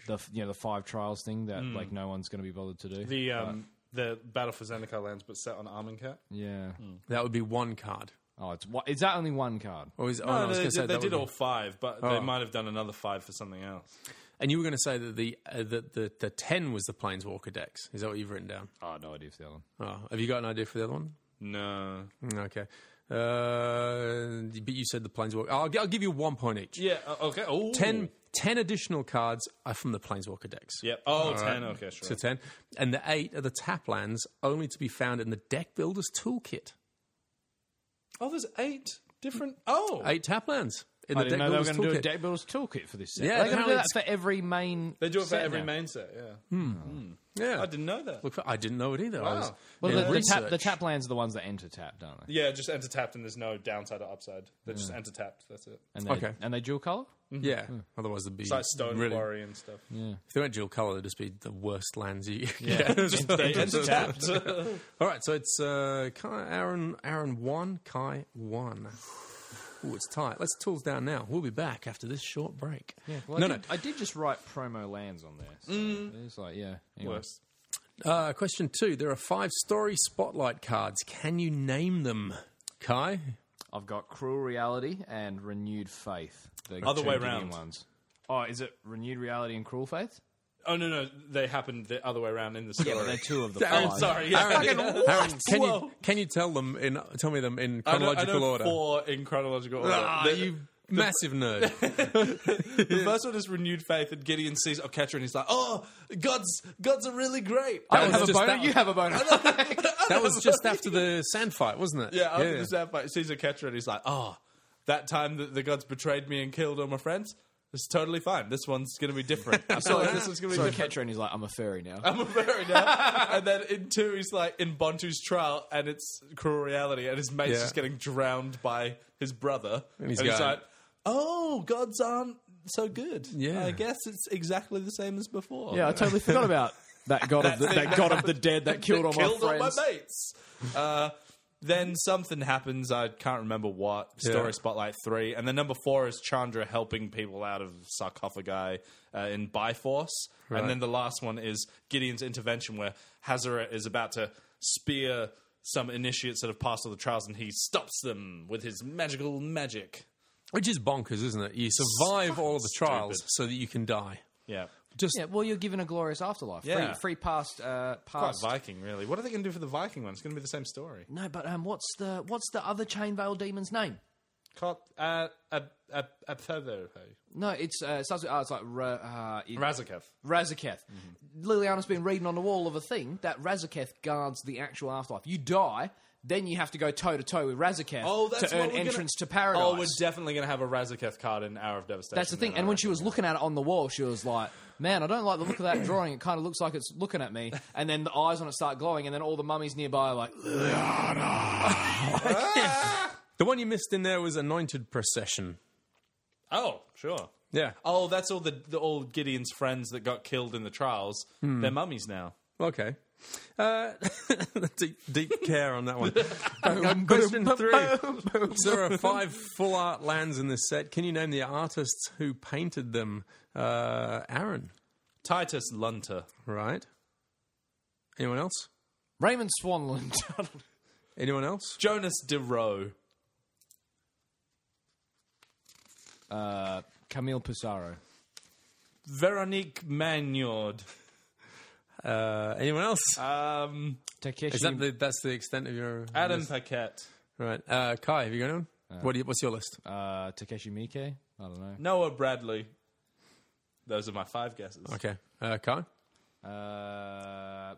[SPEAKER 4] The f- you know the five trials thing that like no one's going to be bothered to do.
[SPEAKER 3] Hmm. The um, the Battle for Zendikar lands, but set on Armenkat.
[SPEAKER 4] yeah.
[SPEAKER 3] Hmm.
[SPEAKER 2] That would be one card.
[SPEAKER 4] Oh, it's wha- is that only one card?
[SPEAKER 2] Or is, oh,
[SPEAKER 3] No,
[SPEAKER 2] no, I was
[SPEAKER 3] they,
[SPEAKER 2] gonna say
[SPEAKER 3] did, they
[SPEAKER 2] that
[SPEAKER 3] did
[SPEAKER 2] would Oh. be-
[SPEAKER 3] all five, but they might have done another five for something else.
[SPEAKER 2] And you were going to say that the, uh, the, the, the 10 was the Planeswalker decks. Is that what you've written down?
[SPEAKER 3] Uh,
[SPEAKER 4] Oh, no idea if the other one.
[SPEAKER 2] Oh, have you got an idea for the other one?
[SPEAKER 3] No.
[SPEAKER 2] Okay. Uh, but you said the Planeswalker. I'll, gi- I'll give you one point each.
[SPEAKER 3] Yeah. uh, Okay. Oh.
[SPEAKER 2] Ten, ten additional cards are from the Planeswalker decks.
[SPEAKER 3] Yep. Oh, ten. Okay. Sure.
[SPEAKER 2] So 10. And the eight are the tap lands only to be found in the Deck Builder's Toolkit.
[SPEAKER 3] oh, there's eight different. Oh,
[SPEAKER 2] Eight tap lands. in
[SPEAKER 8] I
[SPEAKER 2] the
[SPEAKER 8] didn't
[SPEAKER 2] deck
[SPEAKER 8] know they were
[SPEAKER 2] builders
[SPEAKER 8] going to do a
[SPEAKER 2] toolkit.
[SPEAKER 8] deck builders toolkit for this set.
[SPEAKER 2] Yeah,
[SPEAKER 8] Are they going to
[SPEAKER 2] apparently
[SPEAKER 8] do that
[SPEAKER 2] it's-
[SPEAKER 8] for every main.
[SPEAKER 3] They do it for
[SPEAKER 8] set
[SPEAKER 3] every
[SPEAKER 8] now?
[SPEAKER 3] main set. Yeah.
[SPEAKER 2] Yeah,
[SPEAKER 3] I didn't know that.
[SPEAKER 2] Look, I didn't know it either. I was
[SPEAKER 3] Wow.
[SPEAKER 8] Well,
[SPEAKER 2] in
[SPEAKER 8] the, the, tap,
[SPEAKER 2] research.
[SPEAKER 8] the tap lands are the ones that enter tapped, aren't they?
[SPEAKER 3] Yeah, just enter tapped and there's no downside or upside. They're just enter tapped. That's it.
[SPEAKER 8] And they,
[SPEAKER 2] Okay.
[SPEAKER 8] And they dual color.
[SPEAKER 2] Yeah,
[SPEAKER 8] Hmm.
[SPEAKER 2] otherwise it'd be
[SPEAKER 3] It's like Stone
[SPEAKER 2] really,
[SPEAKER 3] Quarry and stuff.
[SPEAKER 2] If they went dual color, it'd just be the worst lands you. Yeah, Just- just-
[SPEAKER 3] tapped.
[SPEAKER 2] All right, so it's uh, Kai, Aaron, Aaron one, Kai one. Ooh, it's tight. Let's tools down now. We'll be back after this short break.
[SPEAKER 8] Well,
[SPEAKER 2] no,
[SPEAKER 8] I
[SPEAKER 2] no.
[SPEAKER 8] did, I did just write promo lands on there. So
[SPEAKER 3] Mm.
[SPEAKER 8] It's like, yeah. anyway.
[SPEAKER 3] Worse.
[SPEAKER 2] Uh, question two: There are five story spotlight cards. Can you name them, Kai?
[SPEAKER 8] I've got Cruel Reality and Renewed Faith. The
[SPEAKER 3] Other
[SPEAKER 8] two
[SPEAKER 3] way
[SPEAKER 8] giddy
[SPEAKER 3] round.
[SPEAKER 8] Ones. Oh, is it Renewed Reality and Cruel Faith?
[SPEAKER 3] Oh no, no, they happened the other way around in the story.
[SPEAKER 8] They're two of the
[SPEAKER 3] I'm
[SPEAKER 8] five.
[SPEAKER 3] sorry. Yeah.
[SPEAKER 2] Aaron, can you
[SPEAKER 3] Whoa.
[SPEAKER 2] can you tell them in tell me them in
[SPEAKER 3] I know, I
[SPEAKER 2] chronological
[SPEAKER 3] know
[SPEAKER 2] order?
[SPEAKER 3] four in chronological order.
[SPEAKER 2] Ah,
[SPEAKER 3] the,
[SPEAKER 2] you massive nerd.
[SPEAKER 3] the first one is renewed faith, and Gideon sees Okatra, and he's like, "Oh, gods, gods are really great."
[SPEAKER 2] That was just- that-
[SPEAKER 8] have a boner.
[SPEAKER 2] that was just after the sand fight, wasn't it?
[SPEAKER 3] Yeah, after the sapphire, sees Okatra, and he's like, "Oh, that time that the gods betrayed me and killed all my friends, this is totally fine. This one's going to be different. I feel like this one's going to be
[SPEAKER 8] so
[SPEAKER 3] different." Oh.
[SPEAKER 8] Ketra and he's like, I'm a fairy now.
[SPEAKER 3] I'm a fairy now. and then in two, he's like in Bontu's trial, and it's cruel reality, and his mate's
[SPEAKER 2] Yeah.
[SPEAKER 3] just getting drowned by his brother. And
[SPEAKER 2] he's going-
[SPEAKER 3] like, "Oh, gods aren't so good.
[SPEAKER 2] Yeah.
[SPEAKER 3] I guess it's exactly the same as before.
[SPEAKER 8] yeah, I totally forgot about that god of the, that god of the dead that killed all my
[SPEAKER 3] killed all my
[SPEAKER 8] friends.
[SPEAKER 3] mates." Uh, then something happens. I can't remember what story
[SPEAKER 2] Yeah.
[SPEAKER 3] spotlight three, and then number four is Chandra helping people out of sarcophagi uh, in Biforce, and then the last one is Gideon's intervention, where Hazara is about to spear some initiates that have passed all the trials, and he stops them with his magical magic.
[SPEAKER 2] Which is bonkers, isn't it? You survive all of the trials
[SPEAKER 3] stupid.
[SPEAKER 2] so that you can die.
[SPEAKER 3] Yeah,
[SPEAKER 2] Just
[SPEAKER 4] Yeah, well, you're given a glorious afterlife.
[SPEAKER 3] Yeah.
[SPEAKER 4] Free, free past, uh,
[SPEAKER 3] quite
[SPEAKER 4] past.
[SPEAKER 3] Viking, really. What are they going to do for the Viking one? It's going to be the same story.
[SPEAKER 4] no, but um, what's the what's the other chain veil demon's name?
[SPEAKER 3] Caught uh, a a a feather.
[SPEAKER 4] No, it's uh, it starts with, oh, it's like Ra- uh, it-
[SPEAKER 3] Razaketh.
[SPEAKER 4] Razaketh.
[SPEAKER 3] mm-hmm.
[SPEAKER 4] Liliana's been reading on the wall of a thing that Razaketh guards the actual afterlife. You die, then you have to go toe to toe with Razaketh to earn entrance to paradise.
[SPEAKER 3] Oh, we're definitely going to have a Razaketh card in Hour of Devastation.
[SPEAKER 4] That's the thing.
[SPEAKER 3] then, I
[SPEAKER 4] And when she
[SPEAKER 3] reckon.
[SPEAKER 4] was looking at it on the wall, she was like, "Man, I don't like the look of that drawing. It kind of looks like it's looking at me." And then the eyes on it start glowing, and then all the mummies nearby are like,
[SPEAKER 2] the one you missed in there was anointed procession.
[SPEAKER 3] Oh, sure.
[SPEAKER 2] Yeah.
[SPEAKER 3] Oh, that's all the, the all Gideon's friends that got killed in the trials.
[SPEAKER 4] Hmm.
[SPEAKER 3] They're mummies now.
[SPEAKER 2] Oh, Okay. Uh, deep, deep care on that one. Um, Question three. there are five full art lands in this set. Can you name the artists who painted them? Uh, Aaron,
[SPEAKER 3] Titus Lunter.
[SPEAKER 2] right? Anyone else?
[SPEAKER 4] "Raymond Swanland."
[SPEAKER 2] Anyone else?
[SPEAKER 3] Jonas DeRoe.
[SPEAKER 4] uh,
[SPEAKER 8] Camille Pissarro.
[SPEAKER 3] Veronique Magnard.
[SPEAKER 2] Uh, anyone else?
[SPEAKER 3] Um,
[SPEAKER 8] Takeshi.
[SPEAKER 2] Is that the, that's the extent of your
[SPEAKER 3] Adam Paquette.
[SPEAKER 2] Right. Uh, Kai, have you got anyone? what do you, what's your list?
[SPEAKER 8] uh, Takeshi Miike? I don't know.
[SPEAKER 3] Noah Bradley. Those are my five guesses.
[SPEAKER 2] Okay. Uh, Kai?
[SPEAKER 8] Uh,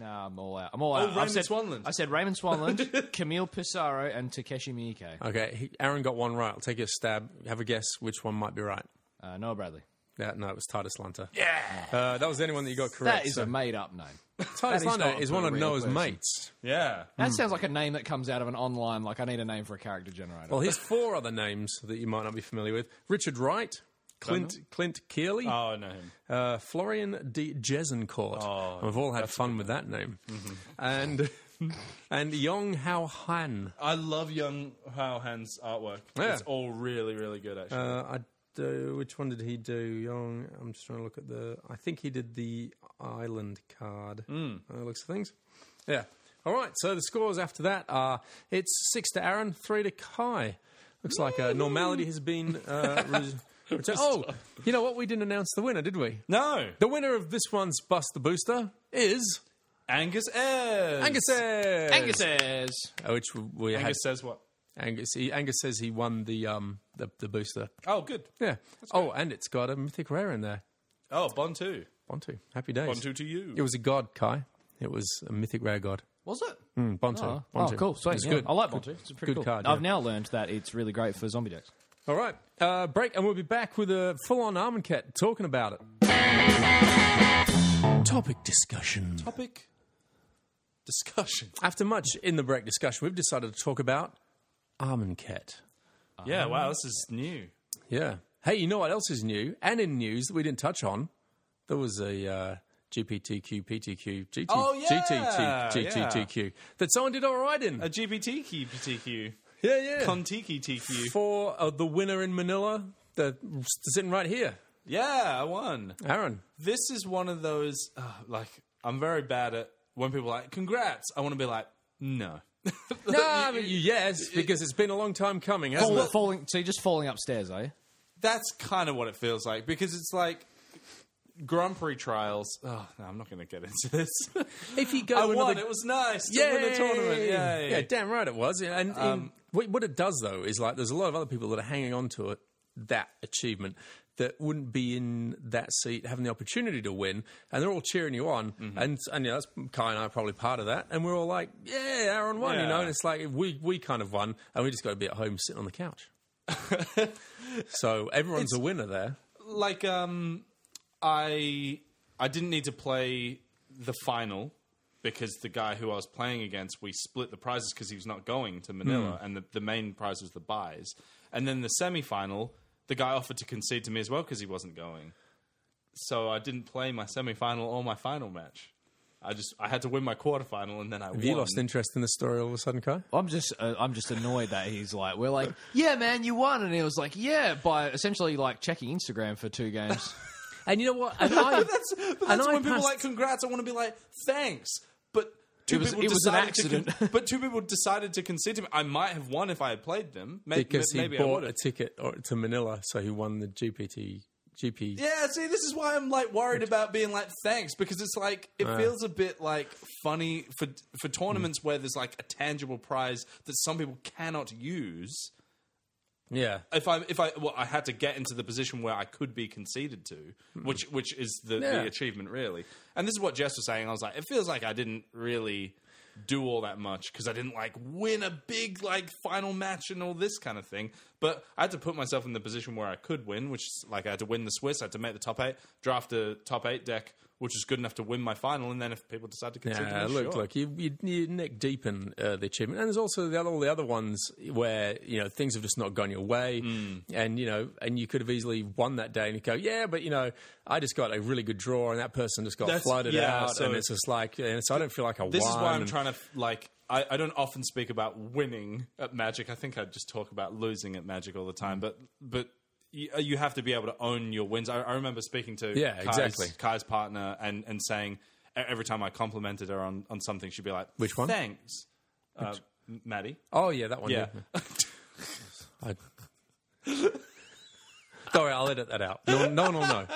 [SPEAKER 8] nah, I'm all out. I'm all out.
[SPEAKER 3] Oh,
[SPEAKER 8] I've
[SPEAKER 3] Raymond
[SPEAKER 8] said-
[SPEAKER 3] Swanland.
[SPEAKER 8] I said Raymond Swanland, Camille Pissarro, and Takeshi Miike.
[SPEAKER 2] Okay. he- Aaron got one right. I'll take a stab. Have a guess which one might be right.
[SPEAKER 8] Uh, Noah Bradley.
[SPEAKER 2] Yeah, no, it was Titus Lanter. Yeah. Uh, that was the only one that you got correct.
[SPEAKER 8] That is
[SPEAKER 2] so-
[SPEAKER 8] a made up name.
[SPEAKER 2] Titus
[SPEAKER 8] that is
[SPEAKER 2] Lanter
[SPEAKER 8] not
[SPEAKER 2] is,
[SPEAKER 8] a
[SPEAKER 2] one of
[SPEAKER 8] real
[SPEAKER 2] Noah's
[SPEAKER 8] person.
[SPEAKER 2] mates.
[SPEAKER 3] Yeah.
[SPEAKER 2] Hmm.
[SPEAKER 8] That sounds like a name that comes out of an online, like, I need a name for a character generator.
[SPEAKER 2] Well, here's four other names that you might not be familiar with Richard Wright, Clint Clint Keeley,
[SPEAKER 3] Oh, I know him.
[SPEAKER 2] uh, Florian de Jezencourt.
[SPEAKER 8] Oh,
[SPEAKER 2] And We've all had fun with that name.
[SPEAKER 8] Mm-hmm.
[SPEAKER 2] And and Yong Hao Han.
[SPEAKER 3] I love Young Hao Han's artwork.
[SPEAKER 2] Yeah.
[SPEAKER 3] It's all really, really good, actually.
[SPEAKER 2] Uh, I do, which one did he do? Young. I'm just trying to look at the. I think he did the island card. Mm. Uh, looks of things. Yeah. All right. So the scores after that are it's six to Aaron, three to Kai. Looks like uh, normality has been. Uh, res- returned. Oh, you know what? We didn't announce the winner, did we?
[SPEAKER 3] no.
[SPEAKER 2] The winner of this one's Bust the Booster is
[SPEAKER 3] Angus Ayres.
[SPEAKER 2] Angus Ayres.
[SPEAKER 8] Angus says.
[SPEAKER 2] Uh, which we had.
[SPEAKER 3] Angus says what?
[SPEAKER 2] Angus, he, Angus says he won the um the, the booster.
[SPEAKER 3] Oh, good.
[SPEAKER 2] Yeah. Oh, and it's got a mythic rare in there.
[SPEAKER 3] Oh, Bontu.
[SPEAKER 2] Bontu. Happy days.
[SPEAKER 3] Bontu to you.
[SPEAKER 2] It was a god, Kai. It was a mythic rare god.
[SPEAKER 4] was it?
[SPEAKER 2] Mm, Bontu.
[SPEAKER 4] Oh,
[SPEAKER 2] Bontu.
[SPEAKER 4] oh, cool. Sweet.
[SPEAKER 2] It's
[SPEAKER 4] yeah.
[SPEAKER 2] good.
[SPEAKER 4] I like Bontu. It's pretty
[SPEAKER 2] good
[SPEAKER 4] cool.
[SPEAKER 2] card.
[SPEAKER 8] I've
[SPEAKER 2] yeah.
[SPEAKER 8] now learned that it's really great for zombie decks.
[SPEAKER 2] All right, uh, break, and we'll be back with a full-on Armand Cat talking about it. Topic discussion.
[SPEAKER 3] Topic discussion.
[SPEAKER 2] After much in the break discussion, we've decided to talk about Armand Cat.
[SPEAKER 3] Yeah, wow, this is new.
[SPEAKER 2] Yeah. Hey, you know what else is new and in news that we didn't touch on? There was a uh, GPTQ, PTQ, GT,
[SPEAKER 3] Oh, yeah,
[SPEAKER 2] GTT,
[SPEAKER 3] yeah.
[SPEAKER 2] GTTQ that someone did all right in.
[SPEAKER 4] Uh,
[SPEAKER 3] A GBTQ, PTQ,
[SPEAKER 2] yeah, yeah.
[SPEAKER 3] Contiki TQ.
[SPEAKER 2] For uh, the winner in Manila, the, sitting right here,
[SPEAKER 3] Yeah, I won.
[SPEAKER 2] Aaron.
[SPEAKER 3] This is one of those, uh, like, I'm very bad at when people are like, congrats. I want to be like, no.
[SPEAKER 2] No, I mean, yes, because it's been a long time coming, hasn't
[SPEAKER 8] Fall,
[SPEAKER 2] it?
[SPEAKER 8] falling, so you're just falling upstairs, eh?
[SPEAKER 3] That's kind of what it feels like because it's like Grand Prix trials. Oh, no, I'm not going to get into this.
[SPEAKER 2] If you go
[SPEAKER 3] I
[SPEAKER 2] to
[SPEAKER 3] won.
[SPEAKER 2] another
[SPEAKER 3] It was nice to win a tournament. Yay.
[SPEAKER 2] Yeah, Um, damn right it was. And and what what it does though is like there's a lot of other people that are hanging on to it that achievement that wouldn't be in that seat having the opportunity to win, and they're all cheering you on. And and you know, that's Kai and I are probably part of that. And we're all like, yeah, Aaron won, you know.
[SPEAKER 3] Yeah.
[SPEAKER 2] And it's like we we kind of won, and we just got to be at home sitting on the couch. so everyone's a winner there.
[SPEAKER 3] like um i i didn't need to play the final because the guy who i was playing against we split the prizes because he was not going to
[SPEAKER 2] Hmm.
[SPEAKER 3] manila and the, the main prize was the buys and then the semi-final the guy offered to concede to me as well because he wasn't going so i didn't play my semi-final or my final match i just i had to win my quarterfinal and then i
[SPEAKER 2] Have
[SPEAKER 3] won
[SPEAKER 2] you lost interest in the story all of a sudden, Kai?
[SPEAKER 4] I'm just uh, I'm just annoyed that he's like we're like yeah man you won and he was like yeah by essentially like checking Instagram for two games.
[SPEAKER 2] And you know what? And I,
[SPEAKER 3] that's, but
[SPEAKER 2] and
[SPEAKER 3] that's
[SPEAKER 2] I
[SPEAKER 3] when people are
[SPEAKER 2] passed-
[SPEAKER 3] like congrats i want to be like thanks but two
[SPEAKER 4] It was-
[SPEAKER 3] people
[SPEAKER 4] it was an
[SPEAKER 3] decided to con-
[SPEAKER 4] accident.
[SPEAKER 3] but two people decided to concede him i might have won if i had played them maybe,
[SPEAKER 2] because he
[SPEAKER 3] maybe I
[SPEAKER 2] bought a
[SPEAKER 3] would have.
[SPEAKER 2] ticket or, to Manila, so he won the GPT GP.
[SPEAKER 3] yeah see this is why i'm like worried about being like thanks because it's like it feels a bit like funny for for tournaments where there's like a tangible prize that some people cannot use
[SPEAKER 2] Yeah,
[SPEAKER 3] if I if I well, I had to get into the position where I could be conceded to, which which is the,
[SPEAKER 2] Hmm. Yeah.
[SPEAKER 3] the achievement really. And this is what Jess was saying. I was like, it feels like I didn't really do all that much because I didn't like win a big like final match and all this kind of thing. But I had to put myself in the position where I could win, which is like I had to win the Swiss, I had to make the top eight, draft a top eight deck, which is good enough to win my final. And then if people decide to concede,
[SPEAKER 2] yeah.
[SPEAKER 3] to me,
[SPEAKER 2] Look,
[SPEAKER 3] sure.
[SPEAKER 2] look, you, you you neck deep in uh, the achievement, and there's also the, other- all the other ones where you know things have just not gone your way,
[SPEAKER 3] Hmm.
[SPEAKER 2] and you know, and you could have easily won that day, and you go, yeah, but you know, I just got a really good draw, and that person just got
[SPEAKER 3] That's-
[SPEAKER 2] flooded
[SPEAKER 3] yeah,
[SPEAKER 2] out,
[SPEAKER 3] so-
[SPEAKER 2] and it's just like, and so I don't feel like I
[SPEAKER 3] This
[SPEAKER 2] won.
[SPEAKER 3] is why I'm
[SPEAKER 2] and-
[SPEAKER 3] trying to like. I, I don't often speak about winning at Magic. I think I just talk about losing at Magic all the time. But but you, you have to be able to own your wins. I, I remember speaking to
[SPEAKER 2] Yeah,
[SPEAKER 3] Kai's,
[SPEAKER 2] exactly.
[SPEAKER 3] Kai's partner and and saying e- every time I complimented her on on something, she'd be like,
[SPEAKER 2] Which one?
[SPEAKER 3] Thanks, uh, M- Maddie.
[SPEAKER 2] Oh yeah, that one.
[SPEAKER 3] Yeah.
[SPEAKER 2] I... Sorry, I'll edit that out. No, no one will know.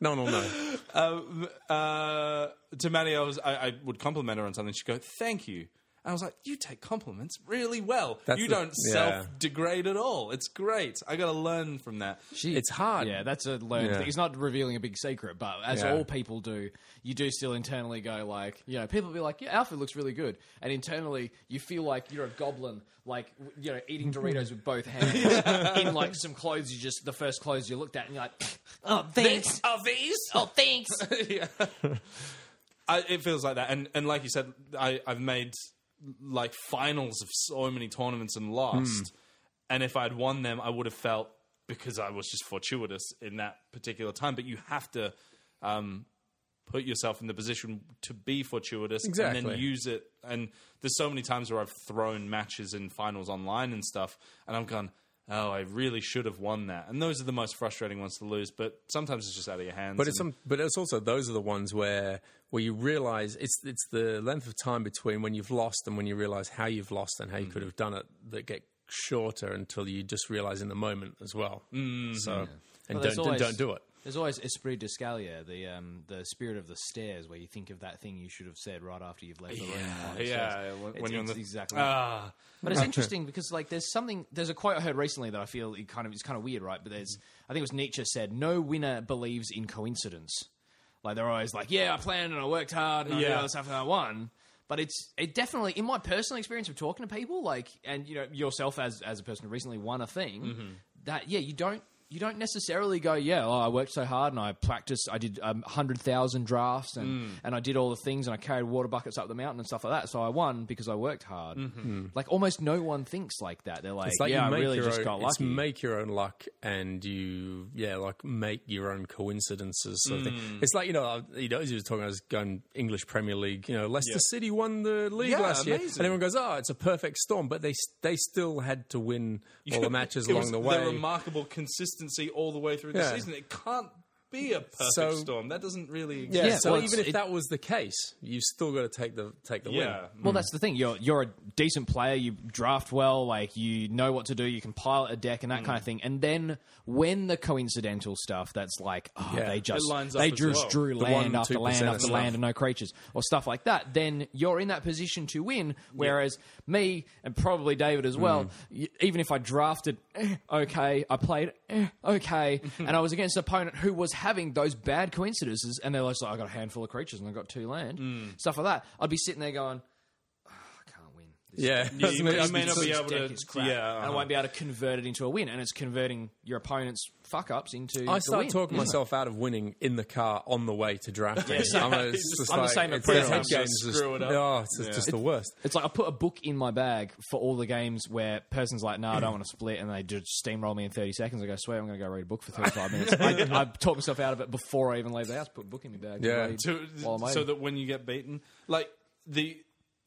[SPEAKER 2] No one will know.
[SPEAKER 3] uh, to Maddie, I was I, I would compliment her on something. She'd go, "Thank you." And I was like, "You take compliments really well.
[SPEAKER 2] That's
[SPEAKER 3] you
[SPEAKER 2] the-
[SPEAKER 3] don't
[SPEAKER 2] yeah.
[SPEAKER 3] self degrade at all. It's great. I got to learn from that."
[SPEAKER 2] It's hard.
[SPEAKER 4] Yeah, that's a learned
[SPEAKER 2] Yeah.
[SPEAKER 4] thing. It's not revealing a big secret, but as
[SPEAKER 2] Yeah.
[SPEAKER 4] all people do, you do still internally go like, you know, people be like, yeah, Alpha looks really good, and internally you feel like you're a goblin, like w- you know, eating Doritos with both hands in like some clothes you just the first clothes you looked at, and you're like, oh thanks,
[SPEAKER 3] Are these?
[SPEAKER 4] oh thanks.
[SPEAKER 3] I, it feels like that, and and like you said, I, I've made like finals of so many tournaments and lost.
[SPEAKER 4] Hmm.
[SPEAKER 3] And if I'd won them, I would have felt because I was just fortuitous in that particular time. But you have to um, put yourself in the position to be fortuitous and
[SPEAKER 2] Exactly.
[SPEAKER 3] then use it. And there's so many times where I've thrown matches in finals online and stuff, and I've gone. Oh, I really should have won that, and those are the most frustrating ones to lose. But sometimes it's just out of your hands.
[SPEAKER 2] But it's
[SPEAKER 3] and-
[SPEAKER 2] some, but it's also those are the ones where where you realize it's it's the length of time between when you've lost and when you realize how you've lost and how you could have done it that get shorter until you just realize in the moment as well. So and
[SPEAKER 4] Well,
[SPEAKER 2] don't
[SPEAKER 4] there's always-
[SPEAKER 2] don't do it.
[SPEAKER 4] There's always esprit de scalier, the um, the spirit of the stairs, where you think of that thing you should have said right after you've left the room.
[SPEAKER 3] yeah, yeah, when-
[SPEAKER 4] It's-
[SPEAKER 3] when you're on
[SPEAKER 4] it's
[SPEAKER 3] the-
[SPEAKER 4] exactly. that.
[SPEAKER 3] ah,
[SPEAKER 4] But it's interesting because like there's something there's a quote I heard recently that I feel it kind of is kind of weird, right? But there's I think it was Nietzsche said, "No winner believes in coincidence." Like they're always like, "Yeah, I planned and I worked hard and I did
[SPEAKER 3] Yeah.
[SPEAKER 4] all this stuff and I won,"
[SPEAKER 8] But it's it definitely in my personal experience of talking to people, like and you know yourself as as a person who recently won a thing,
[SPEAKER 2] Mm-hmm.
[SPEAKER 8] that yeah you don't. You don't necessarily go, yeah. Oh, I worked so hard and I practiced. I did um, hundred thousand drafts and,
[SPEAKER 2] Mm.
[SPEAKER 8] and I did all the things and I carried water buckets up the mountain and stuff like that. So I won because I worked hard. Like almost no one thinks like that. They're like,
[SPEAKER 2] Mm-hmm. It's like
[SPEAKER 8] yeah, I
[SPEAKER 2] you make
[SPEAKER 8] really
[SPEAKER 2] your
[SPEAKER 8] just
[SPEAKER 2] own,
[SPEAKER 8] got
[SPEAKER 2] It's
[SPEAKER 8] lucky.
[SPEAKER 2] make your own luck, and you yeah, like make your own coincidences. Sort of
[SPEAKER 3] Hmm.
[SPEAKER 2] thing. It's like you know, I, you know, as you were talking, I was going English Premier League. You know, Leicester City won the league
[SPEAKER 3] Yeah,
[SPEAKER 2] last year,
[SPEAKER 3] amazing.
[SPEAKER 2] and everyone goes, "Oh, it's a perfect storm," but they s- they still had to win all the matches
[SPEAKER 3] It
[SPEAKER 2] along
[SPEAKER 3] was
[SPEAKER 2] the way.
[SPEAKER 3] remarkable consistency all the way through the
[SPEAKER 2] Yeah.
[SPEAKER 3] season. It can't be a perfect
[SPEAKER 2] So-
[SPEAKER 3] storm. That doesn't really
[SPEAKER 2] yeah,
[SPEAKER 8] Yeah,
[SPEAKER 2] so
[SPEAKER 8] well,
[SPEAKER 2] even
[SPEAKER 8] it's-
[SPEAKER 2] if that was the case, you've still got to take the take the win.
[SPEAKER 3] Yeah.
[SPEAKER 8] Well, that's the thing. You're you're a decent player. You draft well. Like you know what to do. You can pilot a deck
[SPEAKER 2] Mm.
[SPEAKER 8] and that kind of thing. And then when the coincidental stuff, that's like oh,
[SPEAKER 2] Yeah.
[SPEAKER 8] they
[SPEAKER 2] It
[SPEAKER 8] just
[SPEAKER 3] lines up
[SPEAKER 8] they
[SPEAKER 3] as
[SPEAKER 8] just
[SPEAKER 3] well.
[SPEAKER 8] drew
[SPEAKER 2] The
[SPEAKER 8] land
[SPEAKER 2] one,
[SPEAKER 8] after
[SPEAKER 2] 2%
[SPEAKER 8] land
[SPEAKER 2] and
[SPEAKER 8] after
[SPEAKER 2] stuff.
[SPEAKER 8] land and no creatures or stuff like that. Then you're in that position to win. Whereas me and probably David as well.
[SPEAKER 2] Mm.
[SPEAKER 8] y- even if I drafted eh, okay, I played eh, okay, and I was against an opponent who was having those bad coincidences, and they're like, I got a handful of creatures and I got two land
[SPEAKER 2] Mm.
[SPEAKER 8] stuff like that. I'd be sitting there going. I can't win. This
[SPEAKER 2] Yeah,
[SPEAKER 3] Yeah, you, may, you
[SPEAKER 2] That's-
[SPEAKER 3] may not be able
[SPEAKER 8] deck
[SPEAKER 3] to.
[SPEAKER 8] is crap.
[SPEAKER 3] Yeah, uh-huh.
[SPEAKER 8] and I won't be able to convert it into a win, and it's converting your opponent's fuck ups into.
[SPEAKER 2] I
[SPEAKER 8] the
[SPEAKER 2] start
[SPEAKER 8] win.
[SPEAKER 2] talking myself out of winning in the car on the way to drafting. I'm, a, it's just
[SPEAKER 8] I'm the
[SPEAKER 2] like,
[SPEAKER 8] same
[SPEAKER 2] it's
[SPEAKER 8] approach.
[SPEAKER 2] head games
[SPEAKER 3] Just
[SPEAKER 2] just-
[SPEAKER 3] screw it up.
[SPEAKER 2] Oh, it's just the worst.
[SPEAKER 8] It's like I put a book in my bag for all the games where person's like, "No, I don't want to split," and they just steamroll me in thirty seconds. I go, "Swear, I'm going to go read a book for thirty-five minutes." I, I talk myself out of it before I even leave the house. Put a book in my bag.
[SPEAKER 2] Yeah.
[SPEAKER 8] read
[SPEAKER 3] to,
[SPEAKER 8] while I'm
[SPEAKER 3] so
[SPEAKER 8] over.
[SPEAKER 3] that when you get beaten, like the,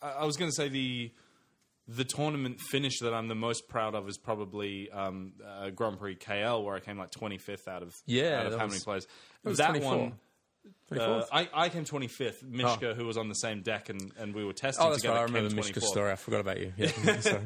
[SPEAKER 3] I I was going to say the, the tournament finish that I'm the most proud of is probably um, uh, Grand Prix KL where I came like 25th out of
[SPEAKER 2] Yeah,
[SPEAKER 3] out of
[SPEAKER 2] that
[SPEAKER 3] how
[SPEAKER 2] was-
[SPEAKER 3] many players.
[SPEAKER 2] was
[SPEAKER 3] That
[SPEAKER 2] 24.
[SPEAKER 3] one. Uh, I, I came 25th. Mishka, who was on the same deck, and, and we were testing
[SPEAKER 2] Oh, that's
[SPEAKER 3] together.
[SPEAKER 2] right. I
[SPEAKER 3] came
[SPEAKER 2] remember Mishka's
[SPEAKER 3] 24th.
[SPEAKER 2] story. I forgot about you. Yeah. So-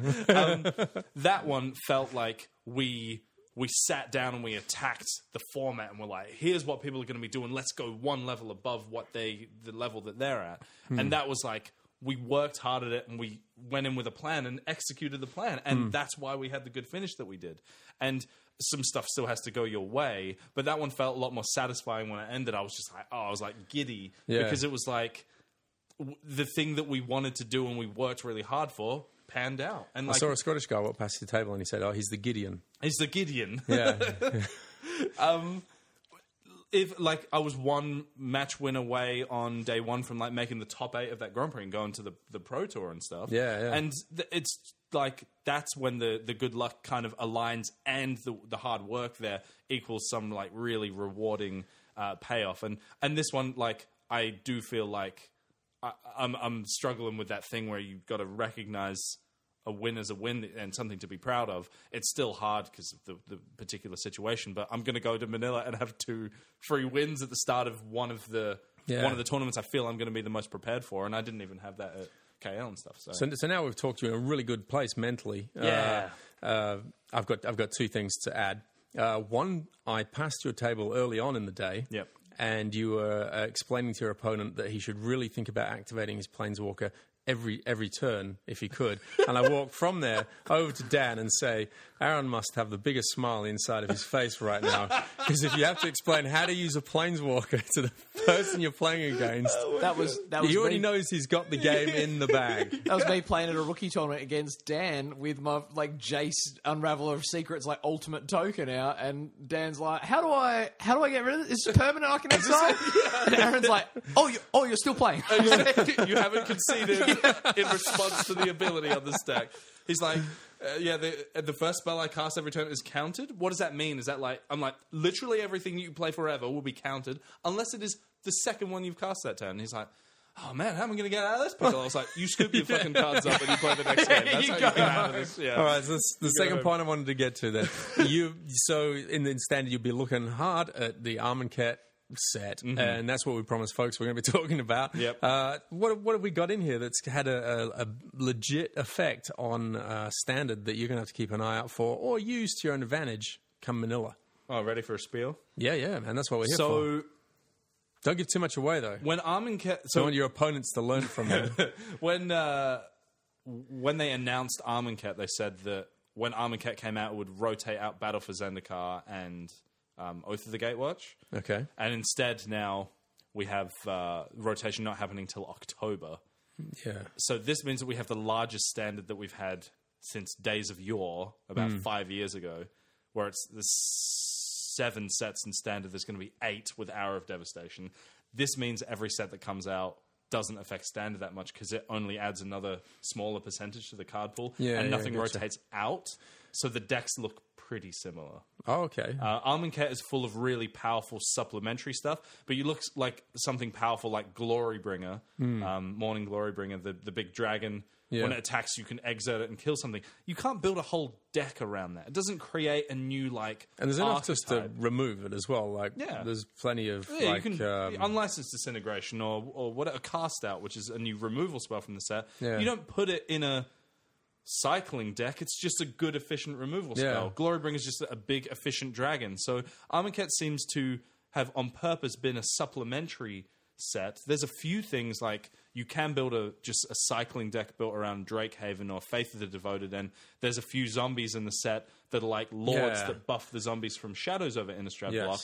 [SPEAKER 3] that one felt like we we sat down and we attacked the format and we're like here's what people are going to be doing let's go one level above what they the level that they're at
[SPEAKER 2] Hmm.
[SPEAKER 3] and that was like we worked hard at it and we went in with a plan and executed the plan
[SPEAKER 2] Hmm.
[SPEAKER 3] and that's why we had the good finish that we did and some stuff still has to go your way but that one felt a lot more satisfying when it ended i was just like oh i was like giddy
[SPEAKER 2] Yeah.
[SPEAKER 3] because it was like w- the thing that we wanted to do and we worked really hard for panned out and
[SPEAKER 2] I
[SPEAKER 3] like
[SPEAKER 2] saw a Scottish guy walk past the table and he said, "Oh, he's the Gideon."
[SPEAKER 3] it's the Gideon.
[SPEAKER 2] Yeah,
[SPEAKER 3] Um, if like I was one match win away on day one from like making the top eight of that Grand Prix and going to the the Pro Tour and stuff.
[SPEAKER 2] Yeah, yeah.
[SPEAKER 3] And th- it's like that's when the the good luck kind of aligns and the the hard work there equals some like really rewarding uh, payoff. And and this one like I do feel like I, I'm I'm struggling with that thing where you've got to recognize a win as a win and something to be proud of. It's still hard because of the, the particular situation, but I'm going to go to Manila and have two free wins at the start of one of the
[SPEAKER 2] Yeah.
[SPEAKER 3] one of the tournaments I feel I'm going to be the most prepared for, and I didn't even have that at KL and stuff. So,
[SPEAKER 2] So, so now we've talked you in a really good place mentally.
[SPEAKER 3] Yeah.
[SPEAKER 2] Uh, uh, I've got I've got two things to add. Uh, one, I passed your table early on in the day.
[SPEAKER 3] Yep.
[SPEAKER 2] And you were uh, explaining to your opponent that he should really think about activating his planeswalker every every turn if he could. and I walk from there over to Dan and say, Aaron must have the biggest smile inside of his face right now because if you have to explain how to use a planeswalker to the person you're playing against.
[SPEAKER 8] that was that was
[SPEAKER 2] He already
[SPEAKER 8] me.
[SPEAKER 2] knows he's got the game in the bag.
[SPEAKER 8] That was me playing at a rookie tournament against Dan with my like Jace Unraveler of Secrets like ultimate token out, and Dan's like, "How do I how do I get rid of this? It's permanent. I can exile." And Aaron's like, "Oh, you, oh, you're still playing."
[SPEAKER 3] you haven't conceded in response to the ability on the stack. He's like, uh, yeah, the, uh, the first spell I cast every turn is counted. What does that mean? Is that like, I'm like, literally everything you play forever will be counted unless it is the second one you've cast that turn. And he's like, oh man, how am I going to get out of this pickle? I was like, you scoop your fucking cards up and you play the next game. That's how you get out of this. Yeah.
[SPEAKER 2] All right, so this, the second point I wanted to get to then. you so in the standard you'll be looking hard at the Armand Cat set, and that's what we promised folks we're going to be talking about.
[SPEAKER 3] Yep.
[SPEAKER 2] Uh, what what have we got in here that's had a, a, a legit effect on uh, standard that you're going to have to keep an eye out for or use to your own advantage come Manila?
[SPEAKER 3] Oh, ready for a spiel?
[SPEAKER 2] Yeah, yeah, man, that's what we're here for.
[SPEAKER 3] So
[SPEAKER 2] Don't give too much away though.
[SPEAKER 3] when Armin, Ke-
[SPEAKER 2] Don't
[SPEAKER 3] so
[SPEAKER 2] want your opponents to learn from you.
[SPEAKER 3] when uh, when they announced Armanket, they said that when Armanket came out, it would rotate out Battle for Zendikar and um, Oath of the Gatewatch.
[SPEAKER 2] okay.
[SPEAKER 3] And instead, now we have uh, rotation not happening till October.
[SPEAKER 2] Yeah.
[SPEAKER 3] So this means that we have the largest standard that we've had since days of yore, about
[SPEAKER 2] Hmm.
[SPEAKER 3] five years ago, where it's the s- seven sets in standard. There's going to be eight with Hour of Devastation. This means every set that comes out doesn't affect standard that much because it only adds another smaller percentage to the card pool,
[SPEAKER 2] Yeah,
[SPEAKER 3] and
[SPEAKER 2] yeah,
[SPEAKER 3] nothing
[SPEAKER 2] gotcha.
[SPEAKER 3] rotates out. So the decks look pretty similar.
[SPEAKER 2] Oh, okay.
[SPEAKER 3] Uh, Almond Cat is full of really powerful supplementary stuff, but you look s- like something powerful like Glorybringer,
[SPEAKER 2] Hmm.
[SPEAKER 3] um, Morning Glorybringer, the, the big dragon. When it attacks, you can exert it and kill something. You can't build a whole deck around that. It doesn't create a new, like.
[SPEAKER 2] and there's enough just to
[SPEAKER 3] archetype.
[SPEAKER 2] remove it as well. Like,
[SPEAKER 3] Yeah.
[SPEAKER 2] there's plenty of
[SPEAKER 3] Yeah,
[SPEAKER 2] like.
[SPEAKER 3] you can
[SPEAKER 2] um,
[SPEAKER 3] unlicensed disintegration or or what a cast out, which is a new removal spell from the set.
[SPEAKER 2] Yeah.
[SPEAKER 3] You don't put it in a cycling deck. It's just a good efficient removal
[SPEAKER 2] Yeah.
[SPEAKER 3] spell. Glorybring is just a big efficient dragon. So Armaket seems to have on purpose been a supplementary set. There's a few things like you can build a just a cycling deck built around Drakehaven or Faith of the Devoted and there's a few zombies in the set that are like lords
[SPEAKER 2] Yeah.
[SPEAKER 3] that buff the zombies from shadows over Innistrad
[SPEAKER 2] Yes.
[SPEAKER 3] block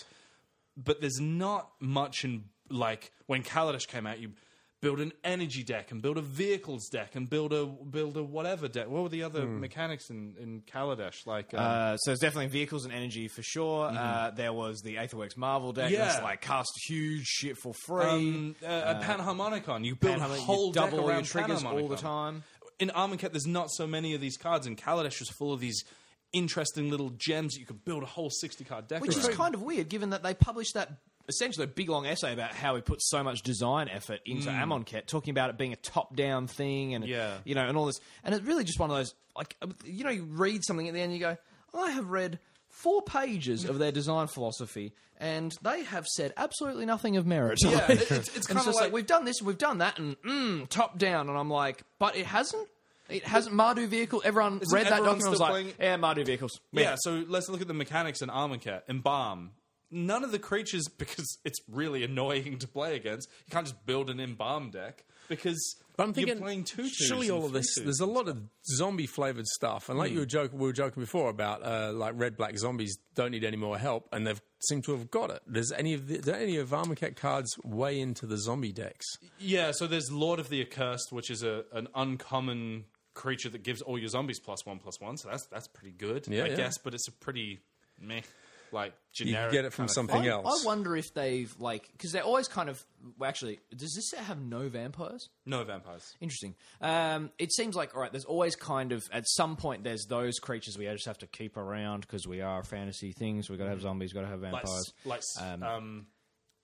[SPEAKER 3] but there's not much in like when Kaladesh came out, you build an energy deck and build a vehicles deck and build a build a whatever deck. What were the other mechanics in in Kaladesh like? um,
[SPEAKER 8] Hmm. Uh, so it's definitely vehicles and energy for sure. Uh, there was the Aetherworks Marvel deck.
[SPEAKER 3] Yeah.
[SPEAKER 8] Yeah. like cast huge shit for free.
[SPEAKER 3] um, uh, a Panharmonicon. You build
[SPEAKER 8] and how
[SPEAKER 3] a
[SPEAKER 8] many- you
[SPEAKER 3] whole deck
[SPEAKER 8] double
[SPEAKER 3] around
[SPEAKER 8] your triggers all the
[SPEAKER 3] Panharmonicon.
[SPEAKER 8] time.
[SPEAKER 3] in Armanket, there's not so many of these cards, and Kaladesh was full of these interesting little gems that you could build a whole 60 card deck
[SPEAKER 8] Which
[SPEAKER 3] around.
[SPEAKER 8] is kind of weird, given that they published that essentially a big long essay about how we put so much design effort into Amon Cat, talking about it being a top down thing and
[SPEAKER 3] Mm. Yeah.
[SPEAKER 8] you know, and all this. And it's really just one of those like you know, you read something at the end, and you go, I have read four pages of their design philosophy, and they have said absolutely nothing of merit.
[SPEAKER 3] Yeah, it- it's- it's
[SPEAKER 8] And
[SPEAKER 3] kinda
[SPEAKER 8] just
[SPEAKER 3] like-
[SPEAKER 8] we've done this, we've done that, and mm, top down, and I'm like, but it hasn't. It hasn't Mardu vehicle. Everyone read that
[SPEAKER 3] everyone
[SPEAKER 8] document. and was
[SPEAKER 3] still
[SPEAKER 8] like,
[SPEAKER 3] playing-
[SPEAKER 8] yeah, Mardu vehicles.
[SPEAKER 3] Yeah, so let's look at the mechanics in Armancat. Embalm. None of the creatures, because it's really annoying to play against, you can't just build an Embalm deck because
[SPEAKER 2] But I'm thinking,
[SPEAKER 3] you're playing two twos
[SPEAKER 2] surely
[SPEAKER 3] and
[SPEAKER 2] all of this.
[SPEAKER 3] three Hmm. twos.
[SPEAKER 2] There's a lot of zombie flavored stuff, and like you were joking, we were joking before about uh, like red black zombies don't need any more help, and they've seem to have got it. Does any of the, do any of Armacat cards weigh into the zombie decks?
[SPEAKER 3] Yeah, so there's Lord of the Accursed, which is a, an uncommon creature that gives all your zombies plus one plus one. So that's that's pretty good,
[SPEAKER 2] Yeah,
[SPEAKER 3] I
[SPEAKER 2] yeah.
[SPEAKER 3] guess. But it's a pretty meh, like
[SPEAKER 2] You
[SPEAKER 3] generic.
[SPEAKER 2] can get it from
[SPEAKER 3] kind of
[SPEAKER 2] something
[SPEAKER 3] thing.
[SPEAKER 8] I,
[SPEAKER 2] else.
[SPEAKER 8] I wonder if they've like because they're always kind of well, actually. Does this set have no vampires?
[SPEAKER 3] No vampires.
[SPEAKER 8] Interesting. Um, it seems like all right. There's always kind of at some point there's those creatures we just have to keep around because we are fantasy things. We got to have zombies. Got to have
[SPEAKER 3] Like,
[SPEAKER 8] vampires.
[SPEAKER 3] like um,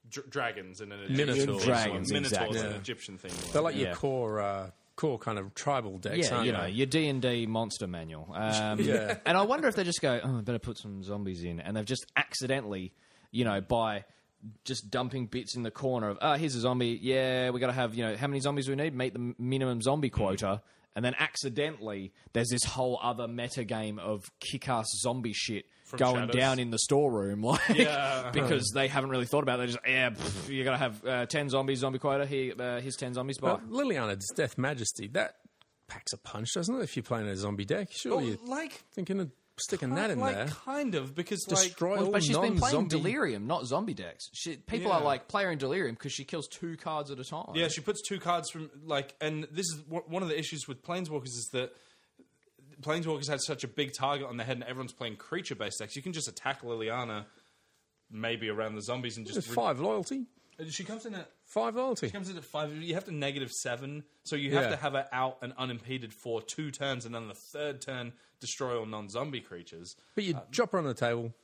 [SPEAKER 3] dr- dragons and an Egyptian
[SPEAKER 2] Minotaurs.
[SPEAKER 8] Dragons,
[SPEAKER 3] Minotaurs,
[SPEAKER 8] exactly.
[SPEAKER 3] an
[SPEAKER 8] Yeah.
[SPEAKER 3] Egyptian thing.
[SPEAKER 2] They're like your
[SPEAKER 8] Yeah.
[SPEAKER 2] core uh, core kind of tribal decks,
[SPEAKER 8] yeah,
[SPEAKER 2] aren't
[SPEAKER 8] you
[SPEAKER 2] they?
[SPEAKER 8] know your D and D monster manual. Um,
[SPEAKER 2] Yeah.
[SPEAKER 8] And I wonder if they just go, oh, I better put some zombies in, and they've just accidentally, you know, by just dumping bits in the corner of, oh, here's a zombie. Yeah, we got to have, you know, how many zombies we need? Meet the minimum zombie quota. And then accidentally, there's this whole other meta game of kick-ass zombie shit going
[SPEAKER 3] Shadows.
[SPEAKER 8] down in the storeroom, like because they haven't really thought about. it. They just yeah, pff, you gotta have uh, ten zombies, zombie quota. Here, uh, here's ten zombies. Bye.
[SPEAKER 2] But Liliana's Death Majesty that packs a punch, doesn't it? If you're playing a zombie deck, surely
[SPEAKER 3] Well,
[SPEAKER 2] you're
[SPEAKER 3] like
[SPEAKER 2] thinking of sticking that in
[SPEAKER 3] like,
[SPEAKER 2] there.
[SPEAKER 3] kind of because
[SPEAKER 2] Destroy
[SPEAKER 3] like
[SPEAKER 2] all
[SPEAKER 8] Well, Oh, but she's been playing
[SPEAKER 2] non-zombie-
[SPEAKER 8] Delirium, not zombie decks. She, people
[SPEAKER 3] Yeah.
[SPEAKER 8] are like player in Delirium because she kills two cards at a time.
[SPEAKER 3] yeah she puts two cards from like and this is wh- one of the issues with planeswalkers is that planeswalkers had such a big target on their head and everyone's playing creature based decks you can just attack liliana maybe around the zombies and just
[SPEAKER 2] There's five loyalty,
[SPEAKER 3] she comes in at
[SPEAKER 2] five loyalty.
[SPEAKER 3] she comes in at five you have to negative seven so you have
[SPEAKER 2] Yeah.
[SPEAKER 3] to have her out and unimpeded for two turns and then the third turn destroy all non-zombie creatures
[SPEAKER 2] But you drop her on the table,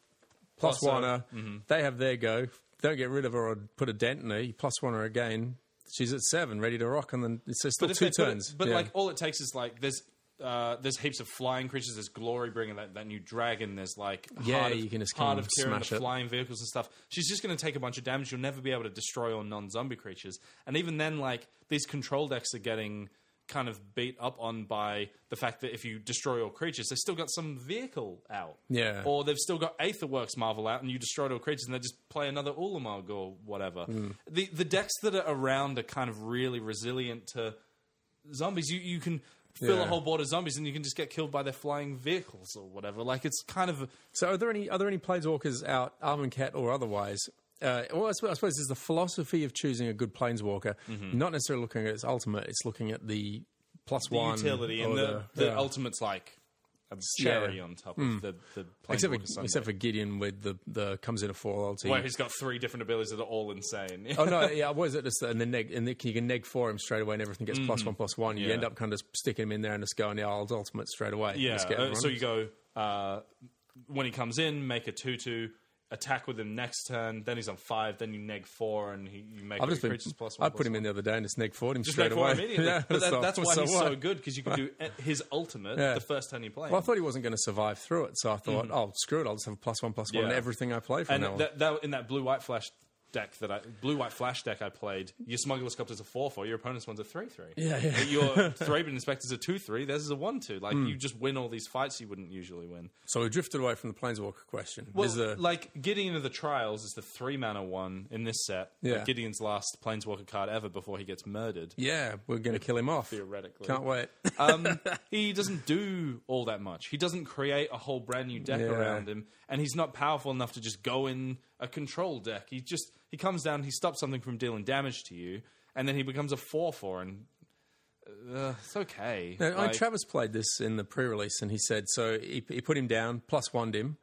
[SPEAKER 2] plus
[SPEAKER 3] Um, plus
[SPEAKER 2] one
[SPEAKER 3] her. Mm-hmm.
[SPEAKER 2] her. They have their go. Don't get rid of her or put a dent in her. You plus one her again. She's at seven, ready to rock, and then it's there's still
[SPEAKER 3] if
[SPEAKER 2] two
[SPEAKER 3] they put it-
[SPEAKER 2] turns.
[SPEAKER 3] but
[SPEAKER 2] Yeah.
[SPEAKER 3] like all it takes is like there's uh, there's heaps of flying creatures. There's glory bringing that, that new dragon. There's like
[SPEAKER 2] Yeah,
[SPEAKER 3] Heart of-
[SPEAKER 2] you can just
[SPEAKER 3] Heart
[SPEAKER 2] kind
[SPEAKER 3] of
[SPEAKER 2] of
[SPEAKER 3] Kieran,
[SPEAKER 2] smash
[SPEAKER 3] the
[SPEAKER 2] it.
[SPEAKER 3] flying vehicles and stuff. She's just going to take a bunch of damage. You'll never be able to destroy all non-zombie creatures. And even then, like these control decks are getting kind of beat up on by the fact that if you destroy all creatures, they've still got some vehicle out.
[SPEAKER 2] Yeah.
[SPEAKER 3] Or they've still got Aetherworks Marvel out and you destroyed all creatures and they just play another Ulamog or whatever.
[SPEAKER 2] Hmm.
[SPEAKER 3] The the decks that are around are kind of really resilient to zombies. You you can fill a
[SPEAKER 2] Yeah.
[SPEAKER 3] whole board of zombies and you can just get killed by their flying vehicles or whatever. Like it's kind of
[SPEAKER 2] so are there any are there any planeswalkers out, Armin Cat or otherwise, uh, well, I suppose, I suppose it's the philosophy of choosing a good planeswalker, not necessarily looking at its ultimate. It's looking at the plus
[SPEAKER 3] Mm-hmm. the
[SPEAKER 2] one
[SPEAKER 3] utility
[SPEAKER 2] or
[SPEAKER 3] and the, the,
[SPEAKER 2] yeah. Hmm.
[SPEAKER 3] ultimate's like a cherry on top of the the
[SPEAKER 2] Except
[SPEAKER 3] Planeswalker
[SPEAKER 2] for,
[SPEAKER 3] Sunday.
[SPEAKER 2] except for Gideon with the, the comes in a four ulti.
[SPEAKER 3] where he's got three different abilities that are all insane.
[SPEAKER 2] oh no, yeah, what is it? Just, and the neg, and the, you can neg for him straight away, and everything gets plus one, plus one. You
[SPEAKER 3] Mm-hmm. Yeah.
[SPEAKER 2] end up kind of just sticking him in there and just going, "Yeah, I'll ultimate straight away." and
[SPEAKER 3] yeah.
[SPEAKER 2] just get
[SPEAKER 3] uh,
[SPEAKER 2] everyone.
[SPEAKER 3] so you go uh, when he comes in, make a two-two. Attack with him next turn, then he's on five, then you neg four, and he, you make
[SPEAKER 2] I've just been,
[SPEAKER 3] creatures plus one.
[SPEAKER 2] I put
[SPEAKER 3] plus
[SPEAKER 2] him
[SPEAKER 3] one.
[SPEAKER 2] in the other day and just neg forward him
[SPEAKER 3] Just
[SPEAKER 2] straight
[SPEAKER 3] neg
[SPEAKER 2] away.
[SPEAKER 3] four immediately.
[SPEAKER 2] Yeah,
[SPEAKER 3] but
[SPEAKER 2] so-
[SPEAKER 3] that, that's why
[SPEAKER 2] so
[SPEAKER 3] he's
[SPEAKER 2] what?
[SPEAKER 3] so good because you can do uh, his ultimate
[SPEAKER 2] Yeah.
[SPEAKER 3] the first turn you play.
[SPEAKER 2] Well, I
[SPEAKER 3] him.
[SPEAKER 2] thought he wasn't going to survive through it, so I thought, "Oh, screw it! I'll just have a plus one, plus one on
[SPEAKER 3] Mm-hmm. Yeah.
[SPEAKER 2] everything I play from
[SPEAKER 3] and
[SPEAKER 2] now on."
[SPEAKER 3] that, that in that blue white flash deck that I blue white flash deck I played, your smuggler's copter's a four four, your opponent's one's a three three.
[SPEAKER 2] Yeah, yeah.
[SPEAKER 3] Your Thraben inspector's a two three, theirs is a one two.
[SPEAKER 2] Hmm.
[SPEAKER 3] Like you just win all these fights you wouldn't usually win.
[SPEAKER 2] So we drifted away from the planeswalker question.
[SPEAKER 3] Well,
[SPEAKER 2] Is the-
[SPEAKER 3] like Gideon of the Trials is the three mana one in this set.
[SPEAKER 2] Yeah.
[SPEAKER 3] Like, Gideon's last planeswalker card ever before he gets murdered.
[SPEAKER 2] yeah, we're going to kill him off.
[SPEAKER 3] Theoretically.
[SPEAKER 2] can't wait.
[SPEAKER 3] um, he doesn't do all that much. He doesn't create a whole brand new deck
[SPEAKER 2] Yeah.
[SPEAKER 3] around him, and he's not powerful enough to just go in a control deck. He just he comes down, he stops something from dealing damage to you, and then he becomes a four four, and uh, it's okay.
[SPEAKER 2] No, I,
[SPEAKER 3] Like,
[SPEAKER 2] Travis played this in the pre-release, and he said so. He, he put him down, plus one him.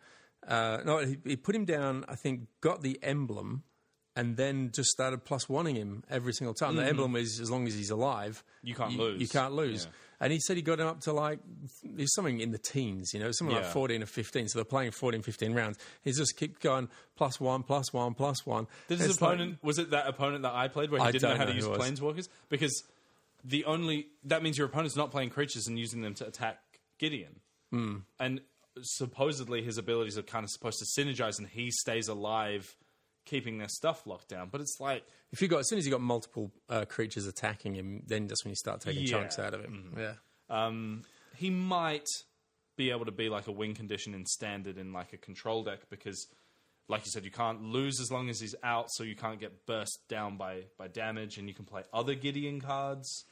[SPEAKER 2] Uh, no, he, he put him down. I think got the emblem, and then just started plus oneing him every single time. The emblem is as long as he's alive,
[SPEAKER 3] Mm. You can't
[SPEAKER 2] You
[SPEAKER 3] lose.
[SPEAKER 2] can't lose.
[SPEAKER 3] Yeah.
[SPEAKER 2] And he said he got him up to like there's something in the teens, you know, something like
[SPEAKER 3] Yeah.
[SPEAKER 2] 14 or 15. So they're playing 14, 15 rounds. He's just keep going plus one, plus one, plus one.
[SPEAKER 3] did his
[SPEAKER 2] It's like-
[SPEAKER 3] opponent was it that opponent that I played where he
[SPEAKER 2] I
[SPEAKER 3] didn't know
[SPEAKER 2] don't
[SPEAKER 3] how to
[SPEAKER 2] know
[SPEAKER 3] use
[SPEAKER 2] who it was.
[SPEAKER 3] planeswalkers because the only that means your opponent's not playing creatures and using them to attack Gideon,
[SPEAKER 2] Hmm.
[SPEAKER 3] and supposedly his abilities are kind of supposed to synergize, and he stays alive, keeping their stuff locked down. But it's like
[SPEAKER 2] if you got as soon as you got multiple uh, creatures attacking him, then that's when you start taking
[SPEAKER 3] Yeah. Mm.
[SPEAKER 2] chunks out of him. Yeah.
[SPEAKER 3] um, he might be able to be like a win condition in standard in like a control deck because like you said you can't lose as long as he's out so you can't get burst down by by damage and you can play other gideon cards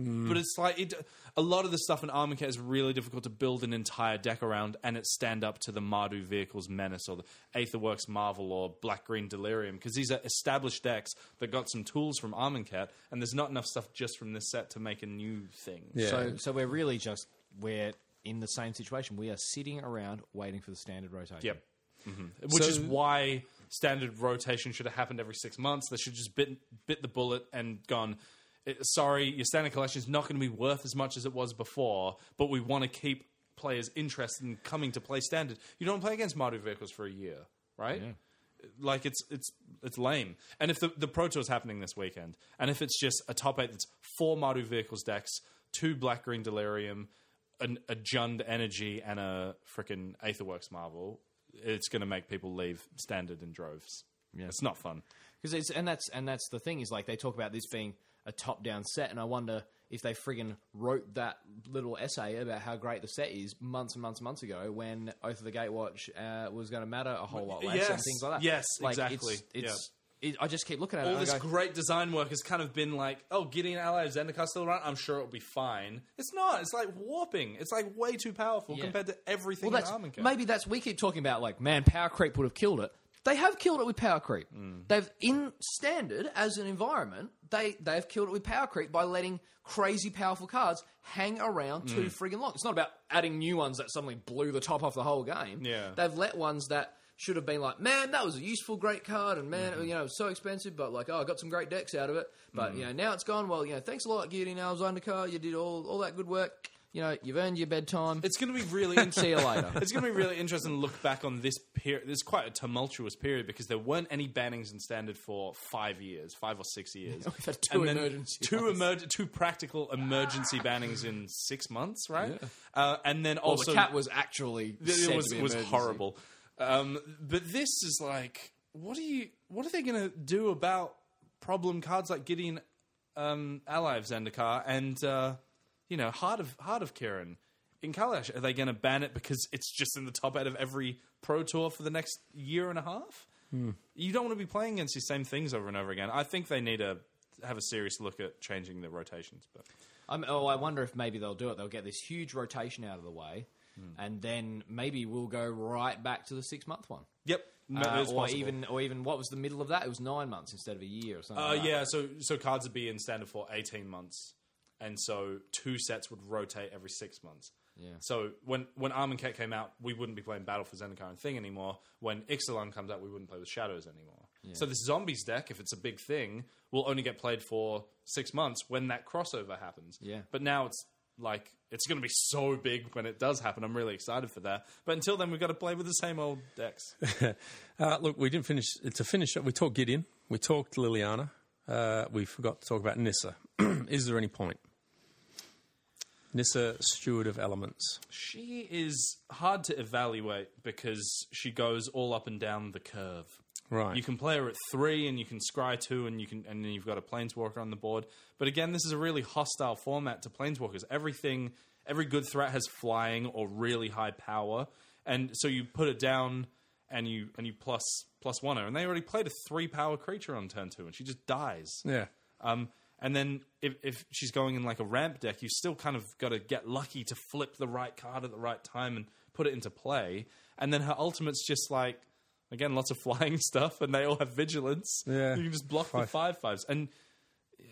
[SPEAKER 3] but it's like it, a lot of the stuff in armor Cat is really difficult to build an entire deck around and it stand up to the mardu vehicles menace or the aetherworks marvel or black green delirium because these are established decks that got some tools from armor Cat, and there's not enough stuff just from this set to make a new thing
[SPEAKER 2] Yeah.
[SPEAKER 8] So, so we're really just we're in the same situation. We are sitting around waiting for the standard rotation.
[SPEAKER 3] Yep. Mm-hmm. Which is
[SPEAKER 2] So-
[SPEAKER 3] why standard rotation should have happened every six months. They should just bit bit the bullet and gone. "Eh, Sorry, your standard collection is not going to be worth as much as it was before, but we want to keep players interested in coming to play standard. You don't play against Mardu vehicles for a year, right? Like it's it's it's lame. And if the the Pro Tour is happening this weekend, and if it's just a top eight that's four Mardu vehicles decks, two Black Green Delirium, an, a Jund Energy, and a frickin' Aetherworks Marvel, it's going to make people leave standard in droves. It's not fun.
[SPEAKER 8] Because it's and that's and that's the thing is like they talk about this being a top down set, and I wonder if they friggin' wrote that little essay about how great the set is months and months and months ago when Oath of the Gatewatch uh, was going to matter a whole lot less and
[SPEAKER 3] Yes.
[SPEAKER 8] things like that.
[SPEAKER 3] Yes,
[SPEAKER 8] like,
[SPEAKER 3] exactly.
[SPEAKER 8] It's, it's it, I just keep looking at it.
[SPEAKER 3] All
[SPEAKER 8] and I
[SPEAKER 3] this
[SPEAKER 8] go,
[SPEAKER 3] great design work has kind of been like, oh, Gideon Ally of Zendikar still around? I'm sure it'll be fine. It's not. It's like warping. It's like way too powerful
[SPEAKER 8] Yeah.
[SPEAKER 3] compared to everything
[SPEAKER 8] well, that's
[SPEAKER 3] in Armin Cat.
[SPEAKER 8] maybe that's we keep talking about like man, power creep would have killed it.
[SPEAKER 4] They have killed it with power creep.
[SPEAKER 3] Mm.
[SPEAKER 4] They've in standard as an environment, they they've killed it with power creep by letting crazy powerful cards hang around too
[SPEAKER 3] Mm.
[SPEAKER 4] friggin' long. It's not about adding new ones that suddenly blew the top off the whole game.
[SPEAKER 3] Yeah.
[SPEAKER 4] They've let ones that should have been like, man, that was a useful, great card, and man,
[SPEAKER 3] Mm-hmm.
[SPEAKER 4] you know, it was so expensive, but like, oh, I got some great decks out of it. But you know, now it's gone. Well, you know, thanks a lot, Gideon Alexander card. You did all all that good work. You know, you've earned your bedtime.
[SPEAKER 3] It's going to be really interesting.
[SPEAKER 4] See you later.
[SPEAKER 3] it's going to be really interesting to look back on this period. This is quite a tumultuous period because there weren't any bannings in standard for five years, five or six years. We've
[SPEAKER 4] had two emergency
[SPEAKER 3] two emer- two practical emergency bannings in six months, right? Uh, and then
[SPEAKER 4] the
[SPEAKER 3] also
[SPEAKER 4] cat was actually
[SPEAKER 3] it
[SPEAKER 4] said
[SPEAKER 3] was
[SPEAKER 4] to be
[SPEAKER 3] was
[SPEAKER 4] emergency.
[SPEAKER 3] horrible. Um, but this is like, what are you? What are they going to do about problem cards like Gideon, um, Ally of Zendikar, and uh, you know Heart of Heart of Kieran in Kalash? Are they going to ban it because it's just in the top out of every pro tour for the next year and a half?
[SPEAKER 4] Hmm.
[SPEAKER 3] You don't want to be playing against these same things over and over again. I think they need to have a serious look at changing the rotations. But
[SPEAKER 8] I'm, oh, I wonder if maybe they'll do it. They'll get this huge rotation out of the way, and then maybe we'll go right back to the six month one.
[SPEAKER 3] yep, No,
[SPEAKER 8] Uh,
[SPEAKER 3] it's
[SPEAKER 8] or
[SPEAKER 3] possible.
[SPEAKER 8] even or even what was the middle of that? It was nine months instead of a year or something.
[SPEAKER 3] Uh,
[SPEAKER 8] like that.
[SPEAKER 3] yeah, so so cards would be in standard for eighteen months, and so two sets would rotate every six months.
[SPEAKER 8] Yeah.
[SPEAKER 3] So when when Arm and Cat came out, we wouldn't be playing Battle for Zendikar and Thing anymore. When Ixalan comes out, we wouldn't play with Shadows anymore. So this zombies deck, if it's a big thing, will only get played for six months when that crossover happens.
[SPEAKER 8] Yeah.
[SPEAKER 3] But now it's like it's going to be so big when it does happen. I'm really excited for that. But until then, we've got to play with the same old decks.
[SPEAKER 2] Uh, look, we didn't finish. To finish up, we talked Gideon, we talked Liliana, uh, we forgot to talk about Nissa. Is there any point? Nissa, steward of elements.
[SPEAKER 3] She is hard to evaluate because she goes all up and down the curve.
[SPEAKER 2] Right.
[SPEAKER 3] You can play her at three, and you can scry two, and you can, and then you've got a planeswalker on the board. But again, this is a really hostile format to planeswalkers. Everything, every good threat has flying or really high power, and so you put it down, and you and you plus plus one her, and they already played a three power creature on turn two, and she just dies.
[SPEAKER 2] Yeah.
[SPEAKER 3] Um, and then if, if she's going in like a ramp deck, you still kind of got to get lucky to flip the right card at the right time and put it into play. And then her ultimate's just like, again, lots of flying stuff, and they all have vigilance.
[SPEAKER 2] Yeah.
[SPEAKER 3] You can just block the
[SPEAKER 2] Five.
[SPEAKER 3] five fives. And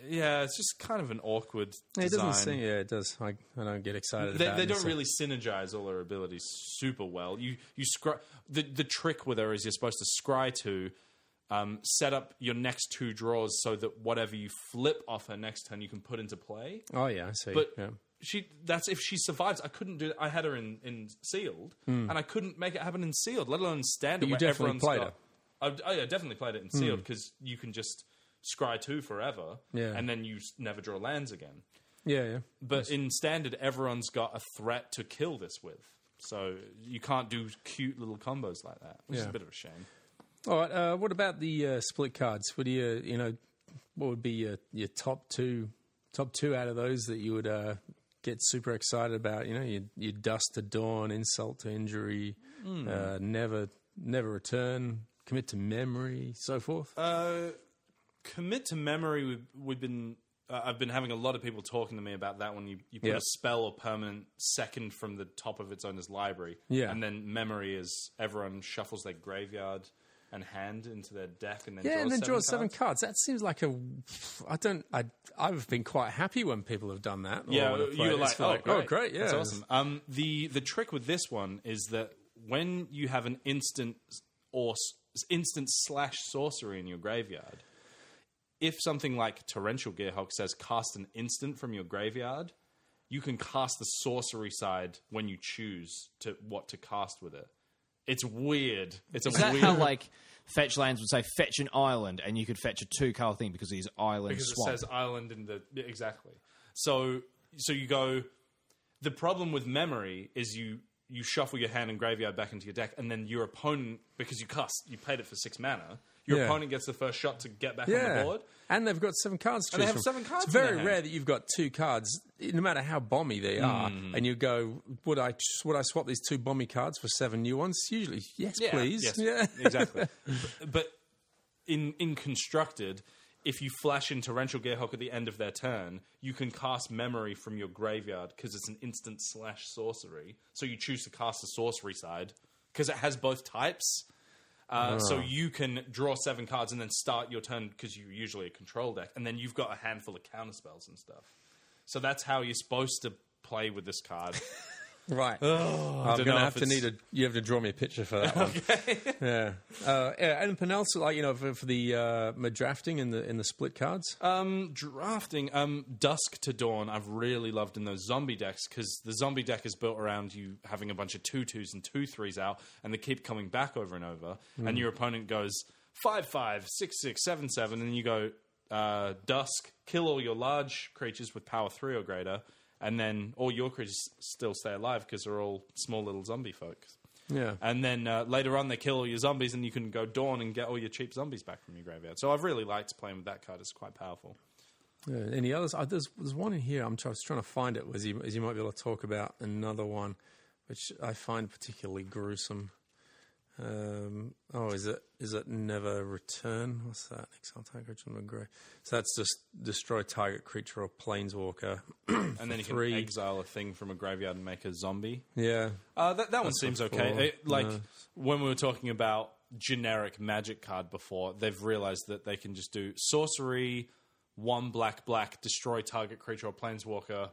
[SPEAKER 3] yeah, it's just kind of an awkward
[SPEAKER 2] It
[SPEAKER 3] design.
[SPEAKER 2] doesn't seem. Yeah, it does. I, I don't get excited.
[SPEAKER 3] They,
[SPEAKER 2] about
[SPEAKER 3] they don't
[SPEAKER 2] Nissa.
[SPEAKER 3] really synergize all her abilities super well. You you scry the the trick with her is you're supposed to scry to um, set up your next two draws so that whatever you flip off her next turn you can put into play.
[SPEAKER 2] Oh yeah, I see.
[SPEAKER 3] But
[SPEAKER 2] yeah.
[SPEAKER 3] she that's if she survives. I couldn't do. I had her in in sealed and I couldn't make it happen in sealed, let alone standard.
[SPEAKER 2] Hmm. But you
[SPEAKER 3] where
[SPEAKER 2] definitely
[SPEAKER 3] everyone's
[SPEAKER 2] played Hmm.
[SPEAKER 3] got- oh, I, I definitely played it in sealed because you can just scry two forever,
[SPEAKER 2] Yeah.
[SPEAKER 3] and then you s- never draw lands again.
[SPEAKER 2] yeah, yeah.
[SPEAKER 3] But in standard, everyone's got a threat to kill this with. So you can't do cute little combos like that, which is
[SPEAKER 2] Yeah.
[SPEAKER 3] a bit of a shame.
[SPEAKER 2] All right. Uh, what about the uh, split cards? Would you, you know, what would be your, your top two, top two out of those that you would uh, get super excited about? You know, your, your dust to dawn, insult to injury,
[SPEAKER 3] Hmm.
[SPEAKER 2] uh, never, never return, commit to memory, so forth.
[SPEAKER 3] Uh, commit to memory. We've, we've been. Uh, I've been having a lot of people talking to me about that one. You, you put
[SPEAKER 2] Yeah.
[SPEAKER 3] a spell or permanent second from the top of its owner's library,
[SPEAKER 2] Yeah.
[SPEAKER 3] and then memory is everyone shuffles their graveyard and hand into their deck, and then
[SPEAKER 2] yeah,
[SPEAKER 3] draws
[SPEAKER 2] and then
[SPEAKER 3] seven
[SPEAKER 2] draw seven cards.
[SPEAKER 3] cards.
[SPEAKER 2] That seems like a. I don't. I. I've been quite happy when people have done that. or
[SPEAKER 3] Yeah,
[SPEAKER 2] when I've
[SPEAKER 3] you
[SPEAKER 2] played
[SPEAKER 3] were
[SPEAKER 2] it.
[SPEAKER 3] like,
[SPEAKER 2] It's
[SPEAKER 3] oh, great.
[SPEAKER 2] Yeah,
[SPEAKER 3] that's awesome. Um, the the trick with this one is that when you have an instant or s- instant slash sorcery in your graveyard, if something like Torrential Gearhulk says cast an instant from your graveyard, you can cast the sorcery side when you choose to what to cast with it. It's weird. It's a
[SPEAKER 8] Is that
[SPEAKER 3] weird.
[SPEAKER 8] how like fetch lands would say fetch an island and you could fetch a two color thing because he's island
[SPEAKER 3] because
[SPEAKER 8] swamp.
[SPEAKER 3] it says island in the yeah, exactly. So so you go. The problem with memory is you you shuffle your hand and graveyard back into your deck, and then your opponent because you cast you paid it for six mana. Your
[SPEAKER 2] Yeah.
[SPEAKER 3] opponent gets the first shot to get back on
[SPEAKER 2] Yeah.
[SPEAKER 3] the board.
[SPEAKER 2] And they've got seven cards to
[SPEAKER 3] And they
[SPEAKER 2] choose
[SPEAKER 3] have
[SPEAKER 2] from.
[SPEAKER 3] seven cards
[SPEAKER 2] It's
[SPEAKER 3] in their
[SPEAKER 2] very
[SPEAKER 3] hand. Hmm.
[SPEAKER 2] rare that you've got two cards, no matter how bomby they are, and you go, would I would I swap these two bomby cards for seven new ones? Usually, yes, please.
[SPEAKER 3] Yes,
[SPEAKER 2] yeah.
[SPEAKER 3] exactly. but, but in in constructed, if you flash in torrential gearhawk at the end of their turn, you can cast memory from your graveyard because it's an instant slash sorcery. So you choose to cast the sorcery side because it has both types. Uh, So you can draw seven cards and then start your turn because you're usually a control deck, and then you've got a handful of counter spells and stuff. So that's how you're supposed to play with this card.
[SPEAKER 2] Right.
[SPEAKER 3] don't
[SPEAKER 2] I'm going
[SPEAKER 3] know
[SPEAKER 2] to
[SPEAKER 3] if
[SPEAKER 2] have to
[SPEAKER 3] it's-
[SPEAKER 2] need a. You have to draw me a picture for that one. yeah. Uh, yeah. And Penelsa, like you know, for, for the uh, my drafting and the in the split cards.
[SPEAKER 3] Um, drafting. Um, Dusk to Dawn. I've really loved in those zombie decks because the zombie deck is built around you having a bunch of two twos and two threes out, and they keep coming back over and over. And your opponent goes five five six six seven seven, and you go uh, Dusk. Kill all your large creatures with power three or greater, and then all your creatures still stay alive because they're all small little zombie folk.
[SPEAKER 2] yeah.
[SPEAKER 3] And then uh, later on, they kill all your zombies, and you can go dawn and get all your cheap zombies back from your graveyard. So I've really liked playing with that card; it's quite powerful.
[SPEAKER 2] Yeah, any others? Uh, there's, there's one in here. I'm try- I was trying to find it. Was you, as you might be able to talk about another one, which I find particularly gruesome. Um, Oh, is it is it never return? What's that? Exile target creature number gray. So that's just destroy target creature or planeswalker.
[SPEAKER 3] and then you
[SPEAKER 2] three.
[SPEAKER 3] can exile a thing from a graveyard and make a zombie.
[SPEAKER 2] yeah.
[SPEAKER 3] Uh, that that one seems
[SPEAKER 2] not
[SPEAKER 3] okay.
[SPEAKER 2] four.
[SPEAKER 3] It- like
[SPEAKER 2] No.
[SPEAKER 3] when we were talking about generic magic card before, they've realized that they can just do sorcery, one black black, destroy target creature or planeswalker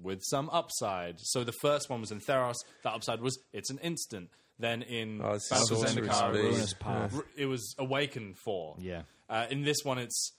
[SPEAKER 3] with some upside. So the first one was in Theros. The upside was it's an instant. Then in
[SPEAKER 2] Oh, it's
[SPEAKER 3] Battle for
[SPEAKER 2] sorcery
[SPEAKER 3] Zendikar, it
[SPEAKER 2] speed.
[SPEAKER 3] was-
[SPEAKER 2] Ruinous Path.
[SPEAKER 3] r- it was Awaken Four.
[SPEAKER 8] Yeah.
[SPEAKER 3] Uh, in this one, it's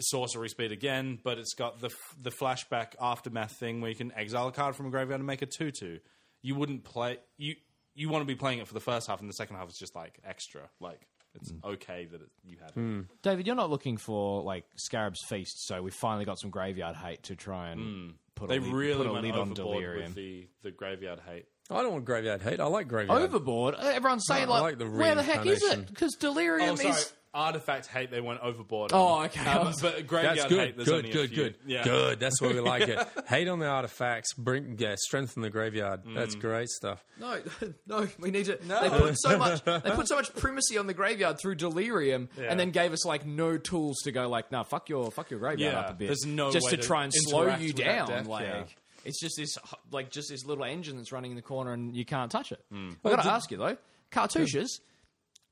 [SPEAKER 3] sorcery speed again, but it's got the the flashback aftermath thing where you can exile a card from a graveyard and make a two two. You wouldn't play you you want to be playing it for the first half, and the second half is just like extra. Like it's
[SPEAKER 8] Hmm.
[SPEAKER 3] okay that it, you have it.
[SPEAKER 8] David, you're not looking for like Scarab's Feast, so we finally got some graveyard hate to try and put
[SPEAKER 3] They
[SPEAKER 8] a lid,
[SPEAKER 3] really
[SPEAKER 8] put a
[SPEAKER 3] went
[SPEAKER 8] lid on
[SPEAKER 3] overboard
[SPEAKER 8] delirium.
[SPEAKER 3] with the the graveyard hate.
[SPEAKER 2] I don't want graveyard hate. I like graveyard.
[SPEAKER 4] Overboard. Everyone's saying
[SPEAKER 2] No, I
[SPEAKER 4] like,
[SPEAKER 2] like the
[SPEAKER 4] where the heck is it?
[SPEAKER 2] reincarnation.
[SPEAKER 4] Because delirium
[SPEAKER 3] Oh, sorry,
[SPEAKER 4] is.
[SPEAKER 3] artifact hate. They went overboard.
[SPEAKER 4] Oh,
[SPEAKER 3] on.
[SPEAKER 4] okay.
[SPEAKER 3] Uh,
[SPEAKER 4] I
[SPEAKER 3] but,
[SPEAKER 4] was-
[SPEAKER 3] but graveyard
[SPEAKER 2] That's good.
[SPEAKER 3] hate. There's
[SPEAKER 2] good.
[SPEAKER 3] only a
[SPEAKER 2] Good.
[SPEAKER 3] few.
[SPEAKER 2] Good.
[SPEAKER 3] Yeah.
[SPEAKER 2] Good. That's why we like it. Hate on the artifacts. Bring yeah, strengthen the graveyard. That's
[SPEAKER 3] Mm.
[SPEAKER 2] great stuff.
[SPEAKER 4] No, no, we need to. They put so much. They put so much primacy on the graveyard through delirium, and then gave us like no tools to go like, nah, fuck your, fuck your graveyard
[SPEAKER 3] Yeah,
[SPEAKER 4] up a bit.
[SPEAKER 3] there's no
[SPEAKER 4] just
[SPEAKER 3] way
[SPEAKER 4] to
[SPEAKER 3] to
[SPEAKER 4] try and slow
[SPEAKER 3] interact
[SPEAKER 4] you
[SPEAKER 3] with that
[SPEAKER 4] down.
[SPEAKER 3] deck,
[SPEAKER 4] like,
[SPEAKER 3] yeah.
[SPEAKER 4] it's just this, like, just this little engine that's running in the corner, and you can't touch it.
[SPEAKER 3] Hmm.
[SPEAKER 4] I got to ask you though, cartouches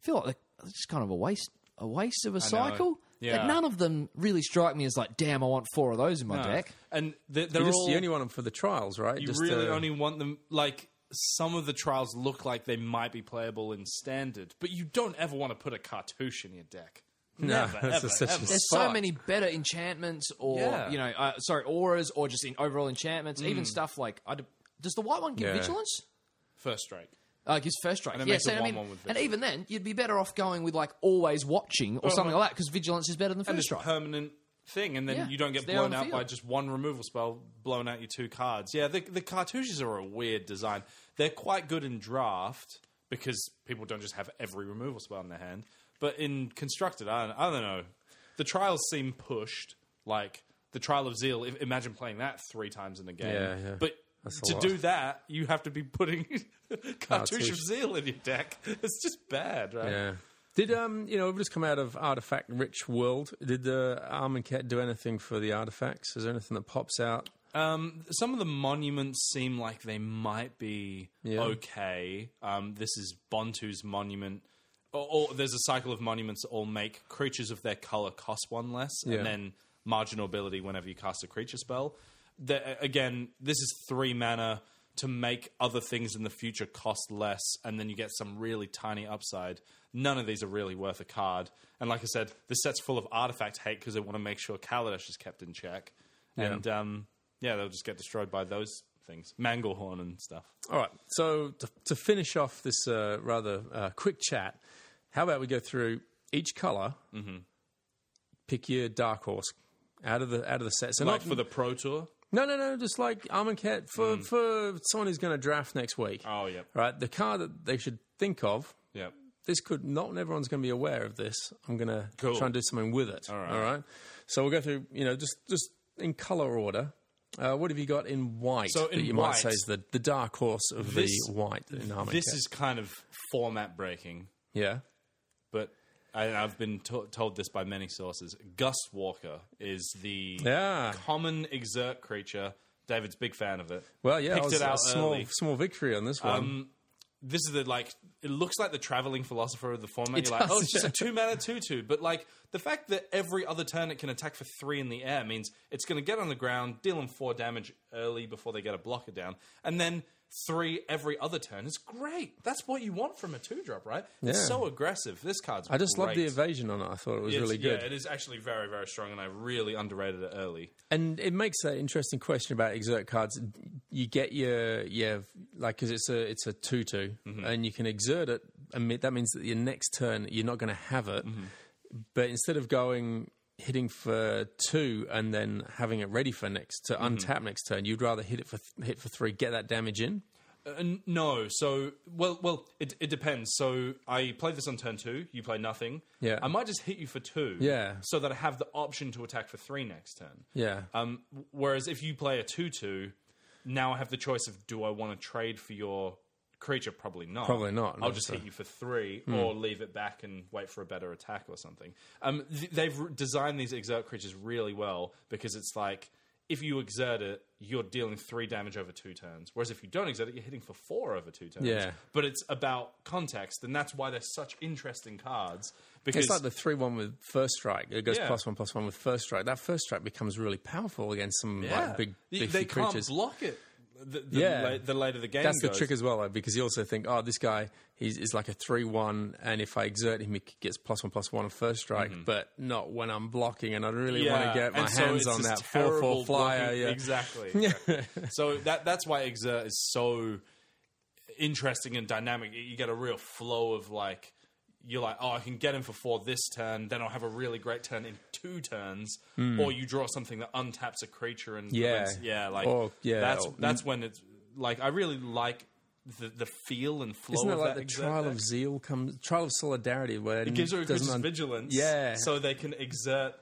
[SPEAKER 4] feel like it's just kind of a waste, a waste of a cycle.
[SPEAKER 3] Yeah.
[SPEAKER 4] Like, none of them really strike me as like, damn, I want four of those in my deck.
[SPEAKER 3] And they're, they're
[SPEAKER 2] You just
[SPEAKER 3] all
[SPEAKER 2] you only want them for the trials, right?
[SPEAKER 3] You
[SPEAKER 2] just
[SPEAKER 3] really
[SPEAKER 2] uh,
[SPEAKER 3] only want them like some of the trials look like they might be playable in standard, but you don't ever want to put a cartouche in your deck.
[SPEAKER 2] No,
[SPEAKER 3] Never,
[SPEAKER 2] that's
[SPEAKER 3] ever,
[SPEAKER 2] such a
[SPEAKER 3] ever.
[SPEAKER 4] There's so many better enchantments, or
[SPEAKER 2] Yeah.
[SPEAKER 4] you know, uh, sorry, auras, or just in overall enchantments.
[SPEAKER 3] Mm.
[SPEAKER 4] Even stuff like I d- does the white one give
[SPEAKER 2] Yeah.
[SPEAKER 4] vigilance?
[SPEAKER 3] first strike.
[SPEAKER 4] Uh, gives first strike.
[SPEAKER 3] it
[SPEAKER 4] yeah,
[SPEAKER 3] makes
[SPEAKER 4] so
[SPEAKER 3] it
[SPEAKER 4] I mean,
[SPEAKER 3] 1-1 with
[SPEAKER 4] and
[SPEAKER 3] vigilance.
[SPEAKER 4] even then, you'd be better off going with like always watching or something like that because vigilance is better than
[SPEAKER 3] Oh, And
[SPEAKER 4] first
[SPEAKER 3] it's a
[SPEAKER 4] strike.
[SPEAKER 3] permanent thing, and then
[SPEAKER 4] Yeah,
[SPEAKER 3] you don't
[SPEAKER 4] it's
[SPEAKER 3] get
[SPEAKER 4] there
[SPEAKER 3] blown
[SPEAKER 4] on the
[SPEAKER 3] out by
[SPEAKER 4] field.
[SPEAKER 3] just one removal spell blowing out your two cards. Yeah, the, the cartouches are a weird design. They're quite good in draft because people don't just have every removal spell in their hand. But in constructed, I don't, I don't know. The trials seem pushed. Like the trial of zeal. If, imagine playing that three times in a game.
[SPEAKER 2] Yeah, yeah.
[SPEAKER 3] But
[SPEAKER 2] That's a
[SPEAKER 3] to
[SPEAKER 2] lot.
[SPEAKER 3] do that, you have to be putting cartouche of
[SPEAKER 2] Cartouche.
[SPEAKER 3] zeal in your deck. It's just bad, right?
[SPEAKER 2] Yeah. Did um you know we've just come out of artifact rich world? Did the Arm and Cat do anything for the artifacts? Is there anything that pops out?
[SPEAKER 3] Um, some of the monuments seem like they might be
[SPEAKER 2] Yeah.
[SPEAKER 3] okay. Um, this is Bontu's monument. Or, or there's a cycle of monuments that all make creatures of their color cost one less,
[SPEAKER 2] Yeah.
[SPEAKER 3] and then marginal ability whenever you cast a creature spell. The, again, this is three mana to make other things in the future cost less, and then you get some really tiny upside. None of these are really worth a card. And like I said, this set's full of artifact hate because they want to make sure Kaladesh is kept in check. And um, yeah, they'll just get destroyed by those things, Manglehorn and stuff.
[SPEAKER 2] All right. So to, to finish off this uh, rather uh, quick chat, how about we go through each color? Mm-hmm. Pick your dark horse out of the out of the set. So
[SPEAKER 3] Like
[SPEAKER 2] not,
[SPEAKER 3] for the Pro Tour,
[SPEAKER 2] no, no, no. Just like Arm and Cat for for someone who's going to draft next week.
[SPEAKER 3] Oh, yep.
[SPEAKER 2] Right. The car that they should think of
[SPEAKER 3] yeah,
[SPEAKER 2] this could not everyone's going to be aware of this. I'm going to
[SPEAKER 3] Cool.
[SPEAKER 2] try and do something with it. All right. So we'll go through, you know, just just in color order. Uh, what have you got in white
[SPEAKER 3] So
[SPEAKER 2] that
[SPEAKER 3] in
[SPEAKER 2] you might
[SPEAKER 3] white-
[SPEAKER 2] say is the, the dark horse of
[SPEAKER 3] This-
[SPEAKER 2] the white in Harmony
[SPEAKER 3] this
[SPEAKER 2] Cat?
[SPEAKER 3] is kind of format breaking,
[SPEAKER 2] yeah.
[SPEAKER 3] but I, I've been to- told this by many sources. Gust Walker is the
[SPEAKER 2] Yeah.
[SPEAKER 3] common exert creature. David's a big fan of it.
[SPEAKER 2] Well, yeah, I
[SPEAKER 3] picked
[SPEAKER 2] was
[SPEAKER 3] it out
[SPEAKER 2] a small
[SPEAKER 3] early. Um,
[SPEAKER 2] small victory on this one.
[SPEAKER 3] this is the like it looks like the traveling philosopher of the format. You're like,
[SPEAKER 2] does,
[SPEAKER 3] oh, it's just a two mana two two. But like the fact that every other turn it can attack for three in the air means it's going to get on the ground, deal them four damage early before they get a blocker down, and then three every other turn is great. That's what you want from a two drop, right? It's
[SPEAKER 2] Yeah.
[SPEAKER 3] so aggressive. This card's
[SPEAKER 2] I just love the
[SPEAKER 3] great.
[SPEAKER 2] evasion on it. I thought it was
[SPEAKER 3] It's-
[SPEAKER 2] really good.
[SPEAKER 3] Yeah, it is actually very very strong, and I really underrated it early.
[SPEAKER 2] And it makes that interesting question about exert cards. You get your yeah, like because it's a it's a two
[SPEAKER 3] Mm-hmm.
[SPEAKER 2] and you can exert it, and me- that means that your next turn you're not going to have it.
[SPEAKER 3] Mm-hmm.
[SPEAKER 2] But instead of going hitting for two and then having it ready for next to
[SPEAKER 3] Mm-hmm.
[SPEAKER 2] untap next turn, you'd rather hit it for th- hit for three, get that damage in.
[SPEAKER 3] Uh, n- no, so well, well, it, it depends. So I play this on turn two. You play nothing.
[SPEAKER 2] Yeah.
[SPEAKER 3] I might just hit you for two.
[SPEAKER 2] Yeah.
[SPEAKER 3] So that I have the option to attack for three next turn.
[SPEAKER 2] Yeah,
[SPEAKER 3] Um. Whereas if you play a two two, now I have the choice of do I want to trade for your creature, probably not.
[SPEAKER 2] Probably not,
[SPEAKER 3] I'll
[SPEAKER 2] no,
[SPEAKER 3] just
[SPEAKER 2] so- Hmm.
[SPEAKER 3] hit you for three, or leave it back and wait for a better attack or something. Um, th- they've re- designed these exert creatures really well because it's like if you exert it, you're dealing three damage over two turns, whereas if you don't exert it, you're hitting for four over two turns.
[SPEAKER 2] Yeah.
[SPEAKER 3] but it's about context, and that's why they're such interesting cards. Because
[SPEAKER 2] It's like the three one with first strike. It goes
[SPEAKER 3] Yeah.
[SPEAKER 2] plus one plus one with first strike. That first strike becomes really powerful against some like, big
[SPEAKER 3] They-
[SPEAKER 2] beefy
[SPEAKER 3] they can't
[SPEAKER 2] creatures.
[SPEAKER 3] block it. The, the,
[SPEAKER 2] Yeah.
[SPEAKER 3] la- the later the game
[SPEAKER 2] That's the
[SPEAKER 3] goes.
[SPEAKER 2] trick as well, though, because you also think, oh, this guy he's is like a three one, and if I exert him, he gets plus one plus one on first strike, but not when I'm blocking, and I really want to get my
[SPEAKER 3] Mm-hmm. and so
[SPEAKER 2] hands
[SPEAKER 3] it's
[SPEAKER 2] on
[SPEAKER 3] this
[SPEAKER 2] that four
[SPEAKER 3] terrible
[SPEAKER 2] four flyer.
[SPEAKER 3] blocking-
[SPEAKER 2] Yeah.
[SPEAKER 3] Exactly. exactly. so that that's why Exert is so interesting and dynamic. You get a real flow of like you're like, oh, I can get him for four this turn, then I'll have a really great turn in two turns, or you draw something that untaps a creature and
[SPEAKER 2] Hmm. Yeah.
[SPEAKER 3] prevents- yeah, like
[SPEAKER 2] Or- yeah,
[SPEAKER 3] that's
[SPEAKER 2] or-
[SPEAKER 3] that's when it's like I really like the the feel and flow.
[SPEAKER 2] Isn't
[SPEAKER 3] of
[SPEAKER 2] it like
[SPEAKER 3] that
[SPEAKER 2] the
[SPEAKER 3] Exert
[SPEAKER 2] trial
[SPEAKER 3] deck.
[SPEAKER 2] of zeal comes trial of solidarity where
[SPEAKER 3] It gives her a
[SPEAKER 2] doesn't
[SPEAKER 3] creature's
[SPEAKER 2] un-
[SPEAKER 3] vigilance,
[SPEAKER 2] Yeah.
[SPEAKER 3] so they can exert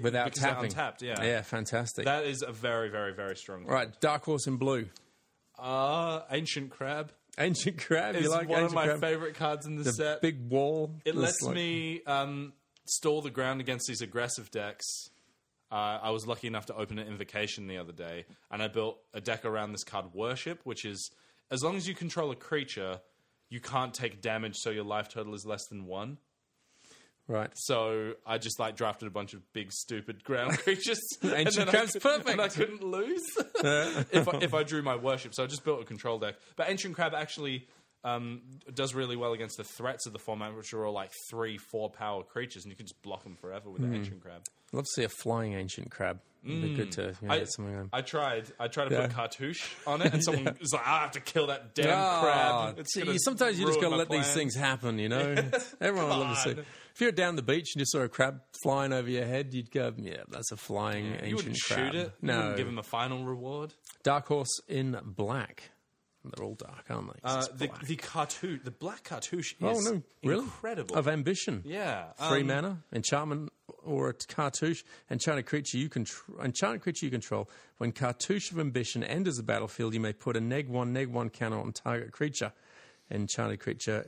[SPEAKER 2] without
[SPEAKER 3] because they're
[SPEAKER 2] tapping.
[SPEAKER 3] untapped, yeah.
[SPEAKER 2] yeah, fantastic.
[SPEAKER 3] That is a very, very, very strong. card.
[SPEAKER 2] right, dark horse in blue,
[SPEAKER 3] Uh, Ancient Crab
[SPEAKER 2] ancient crab.
[SPEAKER 3] is
[SPEAKER 2] you like
[SPEAKER 3] one
[SPEAKER 2] ancient
[SPEAKER 3] of my
[SPEAKER 2] crab?
[SPEAKER 3] favorite cards in the,
[SPEAKER 2] The
[SPEAKER 3] set.
[SPEAKER 2] big wall.
[SPEAKER 3] it
[SPEAKER 2] that's
[SPEAKER 3] lets
[SPEAKER 2] like-
[SPEAKER 3] me um, stall the ground against these aggressive decks. Uh, I was lucky enough to open an invocation the other day, and I built a deck around this card Worship, which is as long as you control a creature, you can't take damage, so your life total is less than one.
[SPEAKER 2] right.
[SPEAKER 3] So I just like drafted a bunch of big stupid ground creatures. and
[SPEAKER 2] Ancient
[SPEAKER 3] then I
[SPEAKER 2] crab's
[SPEAKER 3] could-
[SPEAKER 2] perfect.
[SPEAKER 3] And I couldn't lose if, I, if I drew my worship. So I just built a control deck. But ancient crab actually um, does really well against the threats of the format, which are all like three, four power creatures, and you can just block them forever
[SPEAKER 2] Hmm.
[SPEAKER 3] with the ancient crab.
[SPEAKER 2] I'd love to see a flying ancient crab. It'd be good to you know,
[SPEAKER 3] Mm. I,
[SPEAKER 2] get something. on.
[SPEAKER 3] I tried. I tried to
[SPEAKER 2] Yeah.
[SPEAKER 3] put cartouche on it, and someone was like, "I have to kill that damn crab."
[SPEAKER 2] Ah,
[SPEAKER 3] It's
[SPEAKER 2] see,
[SPEAKER 3] gonna
[SPEAKER 2] sometimes you just got to
[SPEAKER 3] ruin my
[SPEAKER 2] let these
[SPEAKER 3] plans."
[SPEAKER 2] things happen, you know. Everyone would love to see.
[SPEAKER 3] God.
[SPEAKER 2] If you're down the beach and you saw a crab flying over your head, you'd go, "Yeah, that's a flying ancient
[SPEAKER 3] You wouldn't
[SPEAKER 2] crab."
[SPEAKER 3] shoot it. You
[SPEAKER 2] No,
[SPEAKER 3] wouldn't give him a final reward.
[SPEAKER 2] dark horse in black. They're all dark, aren't they? 'Cause
[SPEAKER 3] Uh,
[SPEAKER 2] it's
[SPEAKER 3] the
[SPEAKER 2] black.
[SPEAKER 3] the cartouche, the black cartouche
[SPEAKER 2] oh
[SPEAKER 3] is
[SPEAKER 2] no, really
[SPEAKER 3] incredible.
[SPEAKER 2] of ambition.
[SPEAKER 3] yeah,
[SPEAKER 2] Free
[SPEAKER 3] um,
[SPEAKER 2] mana, enchantment, or a cartouche, enchanted creature you control. Enchanted creature you control. When cartouche of ambition enters the battlefield, you may put a neg one neg one counter on target creature. Enchanted creature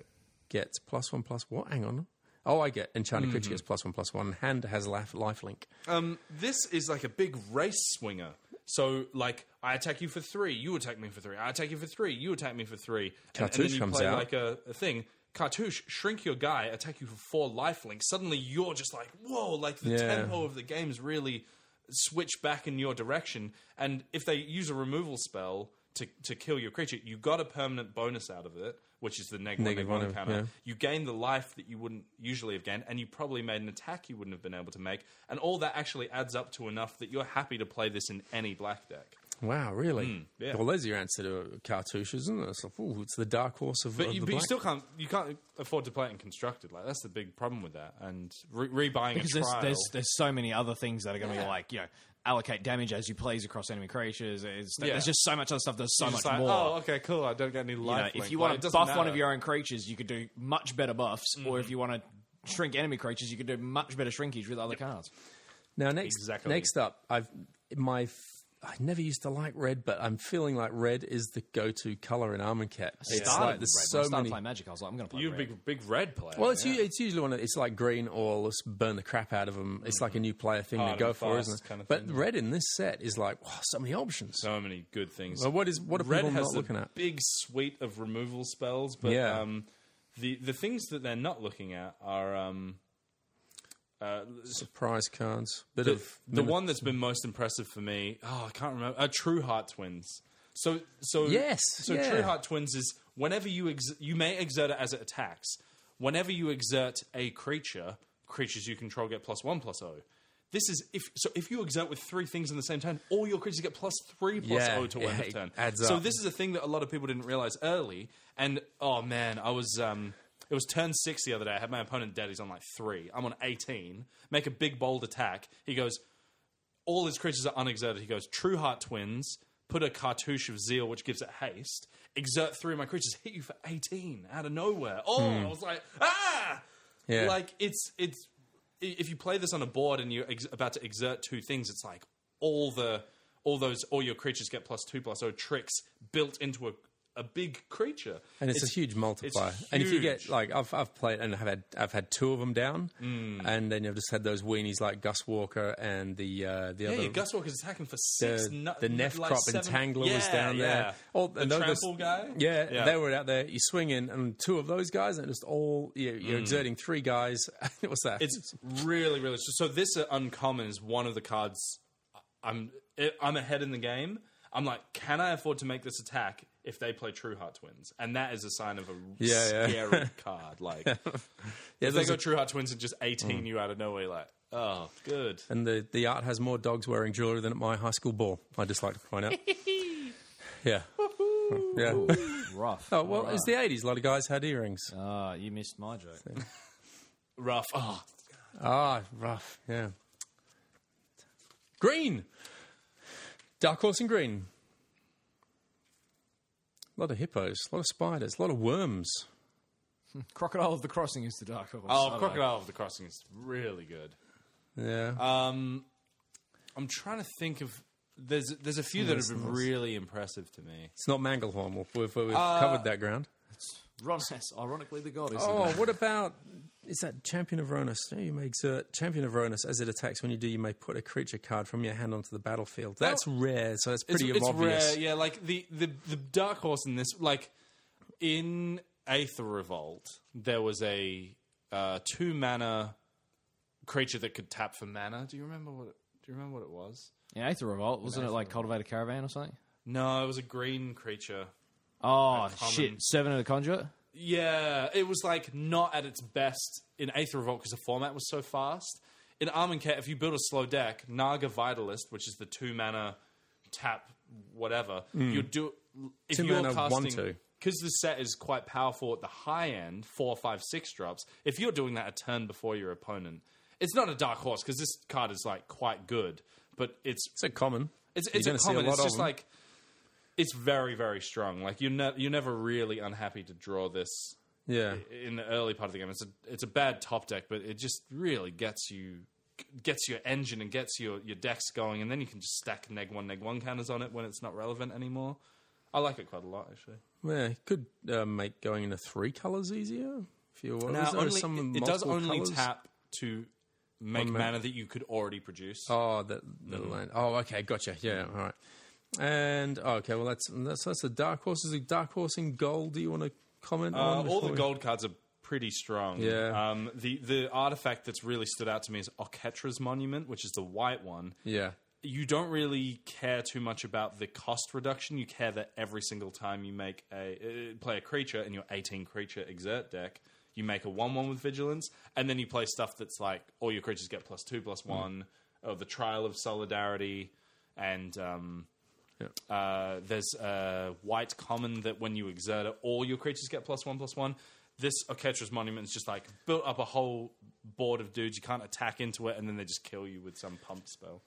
[SPEAKER 2] gets plus one plus what? Hang on. Oh, I get enchanted creature
[SPEAKER 3] Hmm.
[SPEAKER 2] gets plus one plus one. Hand has life life link.
[SPEAKER 3] Um, this is like a big race swinger. So like, I attack you for three, you attack me for three. I attack you for three, you attack me for three. And, and then
[SPEAKER 2] Cartouche
[SPEAKER 3] you
[SPEAKER 2] comes
[SPEAKER 3] play
[SPEAKER 2] out.
[SPEAKER 3] like a, a thing. Cartouche, shrink your guy, attack you for four lifelinks. Suddenly you're just like, whoa! Like the
[SPEAKER 2] Yeah.
[SPEAKER 3] tempo of the game's really switch back in your direction. And if they use a removal spell to to kill your creature, you got a permanent bonus out of it, which is the neg one,
[SPEAKER 2] Negative
[SPEAKER 3] neg one
[SPEAKER 2] one,
[SPEAKER 3] counter.
[SPEAKER 2] yeah.
[SPEAKER 3] You gain the life that you wouldn't usually have gained, and you probably made an attack you wouldn't have been able to make, and all that actually adds up to enough that you're happy to play this in any black deck.
[SPEAKER 2] Wow, really?
[SPEAKER 3] Hmm, yeah.
[SPEAKER 2] Well, there's your answer to cartouche, isn't it? It's, like, ooh, it's the dark horse of,
[SPEAKER 3] But,
[SPEAKER 2] of
[SPEAKER 3] you,
[SPEAKER 2] the
[SPEAKER 3] but you
[SPEAKER 2] black.
[SPEAKER 3] still can't you can't afford to play it in constructed. Like that's the big problem with that. And re- rebuying
[SPEAKER 8] because
[SPEAKER 3] a
[SPEAKER 8] there's,
[SPEAKER 3] trial.
[SPEAKER 8] there's there's so many other things that are going to be like you know allocate damage as you plays across enemy creatures. It's,
[SPEAKER 3] Yeah.
[SPEAKER 8] There's just so much other stuff. There's so
[SPEAKER 3] It's
[SPEAKER 8] much
[SPEAKER 3] just like,
[SPEAKER 8] more.
[SPEAKER 3] Oh, okay, cool. I don't get any
[SPEAKER 8] You know,
[SPEAKER 3] life.
[SPEAKER 8] if
[SPEAKER 3] link.
[SPEAKER 8] you
[SPEAKER 3] Like,
[SPEAKER 8] want
[SPEAKER 3] it
[SPEAKER 8] to
[SPEAKER 3] doesn't
[SPEAKER 8] buff one
[SPEAKER 3] matter. Mm-hmm.
[SPEAKER 8] of your own creatures, you could do much better buffs. Or if you want to shrink enemy creatures, you could do much better shrinkage with other cards.
[SPEAKER 2] Now next,
[SPEAKER 3] Exactly.
[SPEAKER 2] next up, I've my f- I never used to like red, but I'm feeling like red is the go-to color in Armanket. It's
[SPEAKER 8] Started
[SPEAKER 2] like there's
[SPEAKER 8] with red. When I
[SPEAKER 2] so
[SPEAKER 8] started
[SPEAKER 2] many.
[SPEAKER 8] playing Magic. I was like, I'm going to play.
[SPEAKER 3] you're a
[SPEAKER 8] red.
[SPEAKER 3] big big red player.
[SPEAKER 2] Well, it's, u- it's usually one of it's like green or let's burn the crap out of them. It's like a new player thing to
[SPEAKER 3] Hard
[SPEAKER 2] go
[SPEAKER 3] and
[SPEAKER 2] for,
[SPEAKER 3] Mm-hmm. fast
[SPEAKER 2] isn't it?
[SPEAKER 3] kind of
[SPEAKER 2] but
[SPEAKER 3] thing.
[SPEAKER 2] red in this set is like wow, so many options.
[SPEAKER 3] so many good things.
[SPEAKER 2] Well, what is what are
[SPEAKER 3] Red
[SPEAKER 2] people
[SPEAKER 3] has
[SPEAKER 2] not
[SPEAKER 3] the
[SPEAKER 2] looking at?
[SPEAKER 3] big suite of removal spells, but
[SPEAKER 2] Yeah.
[SPEAKER 3] um, the the things that they're not looking at are um, uh,
[SPEAKER 2] Prize cards, bit
[SPEAKER 3] the,
[SPEAKER 2] of
[SPEAKER 3] the one that's been most impressive for me. Oh, I can't remember. Uh, True Heart Twins. So so
[SPEAKER 2] Yes,
[SPEAKER 3] So
[SPEAKER 2] yeah.
[SPEAKER 3] True Heart Twins is whenever you ex- you may exert it as it attacks. Whenever you exert a creature, creatures you control get plus one plus O. This is if so if you exert with three things in the same turn, all your creatures get plus three plus
[SPEAKER 2] Yeah,
[SPEAKER 3] O oh, to
[SPEAKER 2] yeah,
[SPEAKER 3] end of
[SPEAKER 2] it
[SPEAKER 3] turn.
[SPEAKER 2] adds
[SPEAKER 3] so
[SPEAKER 2] up.
[SPEAKER 3] this is a thing that a lot of people didn't realize early. And oh man, I was um, it was turn six the other day. I had my opponent dead. He's on like three. I'm on eighteen. Make a big bold attack. He goes. All his creatures are unexerted. He goes True Heart Twins. Put a cartouche of zeal, which gives it haste. Exert three of my creatures. Hit you for eighteen out of nowhere. Oh,
[SPEAKER 2] Hmm.
[SPEAKER 3] I was like, ah,
[SPEAKER 2] Yeah.
[SPEAKER 3] like it's it's i- if you play this on a board and you're ex- about to exert two things, it's like all the all those all your creatures get plus two plus oh tricks built into a a big creature.
[SPEAKER 2] And it's, a huge multiplier. And if you get
[SPEAKER 3] huge.
[SPEAKER 2] like I've I've played and have had I've had two of them down,
[SPEAKER 3] Mm.
[SPEAKER 2] and then you've just had those weenies like Gus Walker and the uh, the
[SPEAKER 3] Yeah,
[SPEAKER 2] other
[SPEAKER 3] yeah, Gus Walker's attacking for six.
[SPEAKER 2] the,
[SPEAKER 3] nu-
[SPEAKER 2] the Nef
[SPEAKER 3] like
[SPEAKER 2] Crop
[SPEAKER 3] seven-
[SPEAKER 2] Entangler was
[SPEAKER 3] Yeah,
[SPEAKER 2] down
[SPEAKER 3] yeah.
[SPEAKER 2] there. All,
[SPEAKER 3] the
[SPEAKER 2] and those-
[SPEAKER 3] trample guy.
[SPEAKER 2] Yeah,
[SPEAKER 3] Yeah.
[SPEAKER 2] they were out there. You swing in, and two of those guys, and just all you're, you're exerting three guys. What's that?
[SPEAKER 3] Mm. It's really, really. So, so this uh, uncommon is one of the cards. I'm I'm ahead in the game. I'm like, can I afford to make this attack if they play True Heart Twins? And that is a sign of a
[SPEAKER 2] Yeah, yeah.
[SPEAKER 3] scary card. Like, if they
[SPEAKER 2] there's
[SPEAKER 3] go
[SPEAKER 2] a-
[SPEAKER 3] True Heart Twins and just 18 you out of nowhere, you're like, oh, good.
[SPEAKER 2] Mm. and the the art has more dogs wearing jewelry than at my high school ball. I just like to point out. yeah. yeah.
[SPEAKER 8] Rough.
[SPEAKER 2] Oh well, it's the '80s. A lot of guys had earrings.
[SPEAKER 8] Ah, you missed my joke.
[SPEAKER 3] Rough. Oh,
[SPEAKER 2] Ah, rough. Yeah. Green. Dark horse and green. A lot of hippos, a lot of spiders, a lot of worms.
[SPEAKER 4] Crocodile of the Crossing is the Dark Horse.
[SPEAKER 3] oh Crocodile of the Crossing is really good.
[SPEAKER 2] Yeah.
[SPEAKER 3] Um, I'm trying to think of. There's there's a few that have been really impressive to me.
[SPEAKER 2] it's not Manglehorn. We've, we've, we've
[SPEAKER 3] uh,
[SPEAKER 2] covered that ground.
[SPEAKER 8] Ronas, ironically the god, isn't
[SPEAKER 2] Oh,
[SPEAKER 8] it?
[SPEAKER 2] what about is that Champion of Ronus? No, You may exert Champion of Ronus as it attacks. When you do, you may put a creature card from your hand onto the battlefield. That's rare, so it's pretty obvious.
[SPEAKER 3] rare, yeah. Like the, the the dark horse in this, like in Aether Revolt, there was a uh, two mana creature that could tap for mana. Do you remember what? It, do you remember what it was?
[SPEAKER 8] Yeah, Aether Revolt, wasn't it like Cultivated Caravan or something?
[SPEAKER 3] No, it was a green creature.
[SPEAKER 8] Oh,
[SPEAKER 3] common-
[SPEAKER 8] shit. Seven of the Conduit?
[SPEAKER 3] Yeah, it was like not at its best in Aether Revolt because the format was so fast. In Armand Cat, if you build a slow deck, Naga Vitalist, which is the two mana tap whatever, you do if
[SPEAKER 2] Hmm. Two
[SPEAKER 3] you're
[SPEAKER 2] mana, one,
[SPEAKER 3] casting
[SPEAKER 2] two.
[SPEAKER 3] because the set is quite powerful at the high end, four, five, six drops. If you're doing that a turn before your opponent, it's not a dark horse because this card is like quite good, but it's
[SPEAKER 2] It's a common.
[SPEAKER 3] it's
[SPEAKER 2] You're
[SPEAKER 3] it's a
[SPEAKER 2] gonna see a
[SPEAKER 3] common.
[SPEAKER 2] lot
[SPEAKER 3] it's
[SPEAKER 2] of
[SPEAKER 3] just
[SPEAKER 2] them.
[SPEAKER 3] like it's very very strong. Like you're ne- you're never really unhappy to draw this
[SPEAKER 2] Yeah.
[SPEAKER 3] in the early part of the game. It's a it's a bad top deck, but it just really gets you gets your engine and gets your your decks going, and then you can just stack neg one neg one counters on it when it's not relevant anymore. I like it quite a lot actually.
[SPEAKER 2] Yeah, it could uh, make going into three colors easier if you were.
[SPEAKER 3] Now,
[SPEAKER 2] is there
[SPEAKER 3] only-
[SPEAKER 2] some
[SPEAKER 3] it, it does
[SPEAKER 2] multiple
[SPEAKER 3] only
[SPEAKER 2] colours?
[SPEAKER 3] tap to make
[SPEAKER 2] ma-
[SPEAKER 3] mana that you could already produce. Uh,
[SPEAKER 2] Oh, that the
[SPEAKER 3] Mm.
[SPEAKER 2] land. Oh, okay, gotcha. Yeah, all right. And oh, okay, well that's that's that's the dark horse. Is the dark horse in gold? Do you want to comment
[SPEAKER 3] Uh,
[SPEAKER 2] on
[SPEAKER 3] all
[SPEAKER 2] before
[SPEAKER 3] the
[SPEAKER 2] we-
[SPEAKER 3] gold cards are pretty strong.
[SPEAKER 2] Yeah.
[SPEAKER 3] Um, the the artifact that's really stood out to me is Oketra's monument, which is the white one.
[SPEAKER 2] Yeah,
[SPEAKER 3] you don't really care too much about the cost reduction. You care that every single time you make a uh, play a creature in your 18 creature exert deck, you make a 1 1 with vigilance, and then you play stuff that's like all your creatures get plus 2, plus 1, or the Trial of Solidarity, and um, uh, there's a white common that when you exert it, all your creatures get plus 1, plus 1. This Oketra's Monument is just like built up a whole board of dudes. You can't attack into it, and then they just kill you with some pump spell.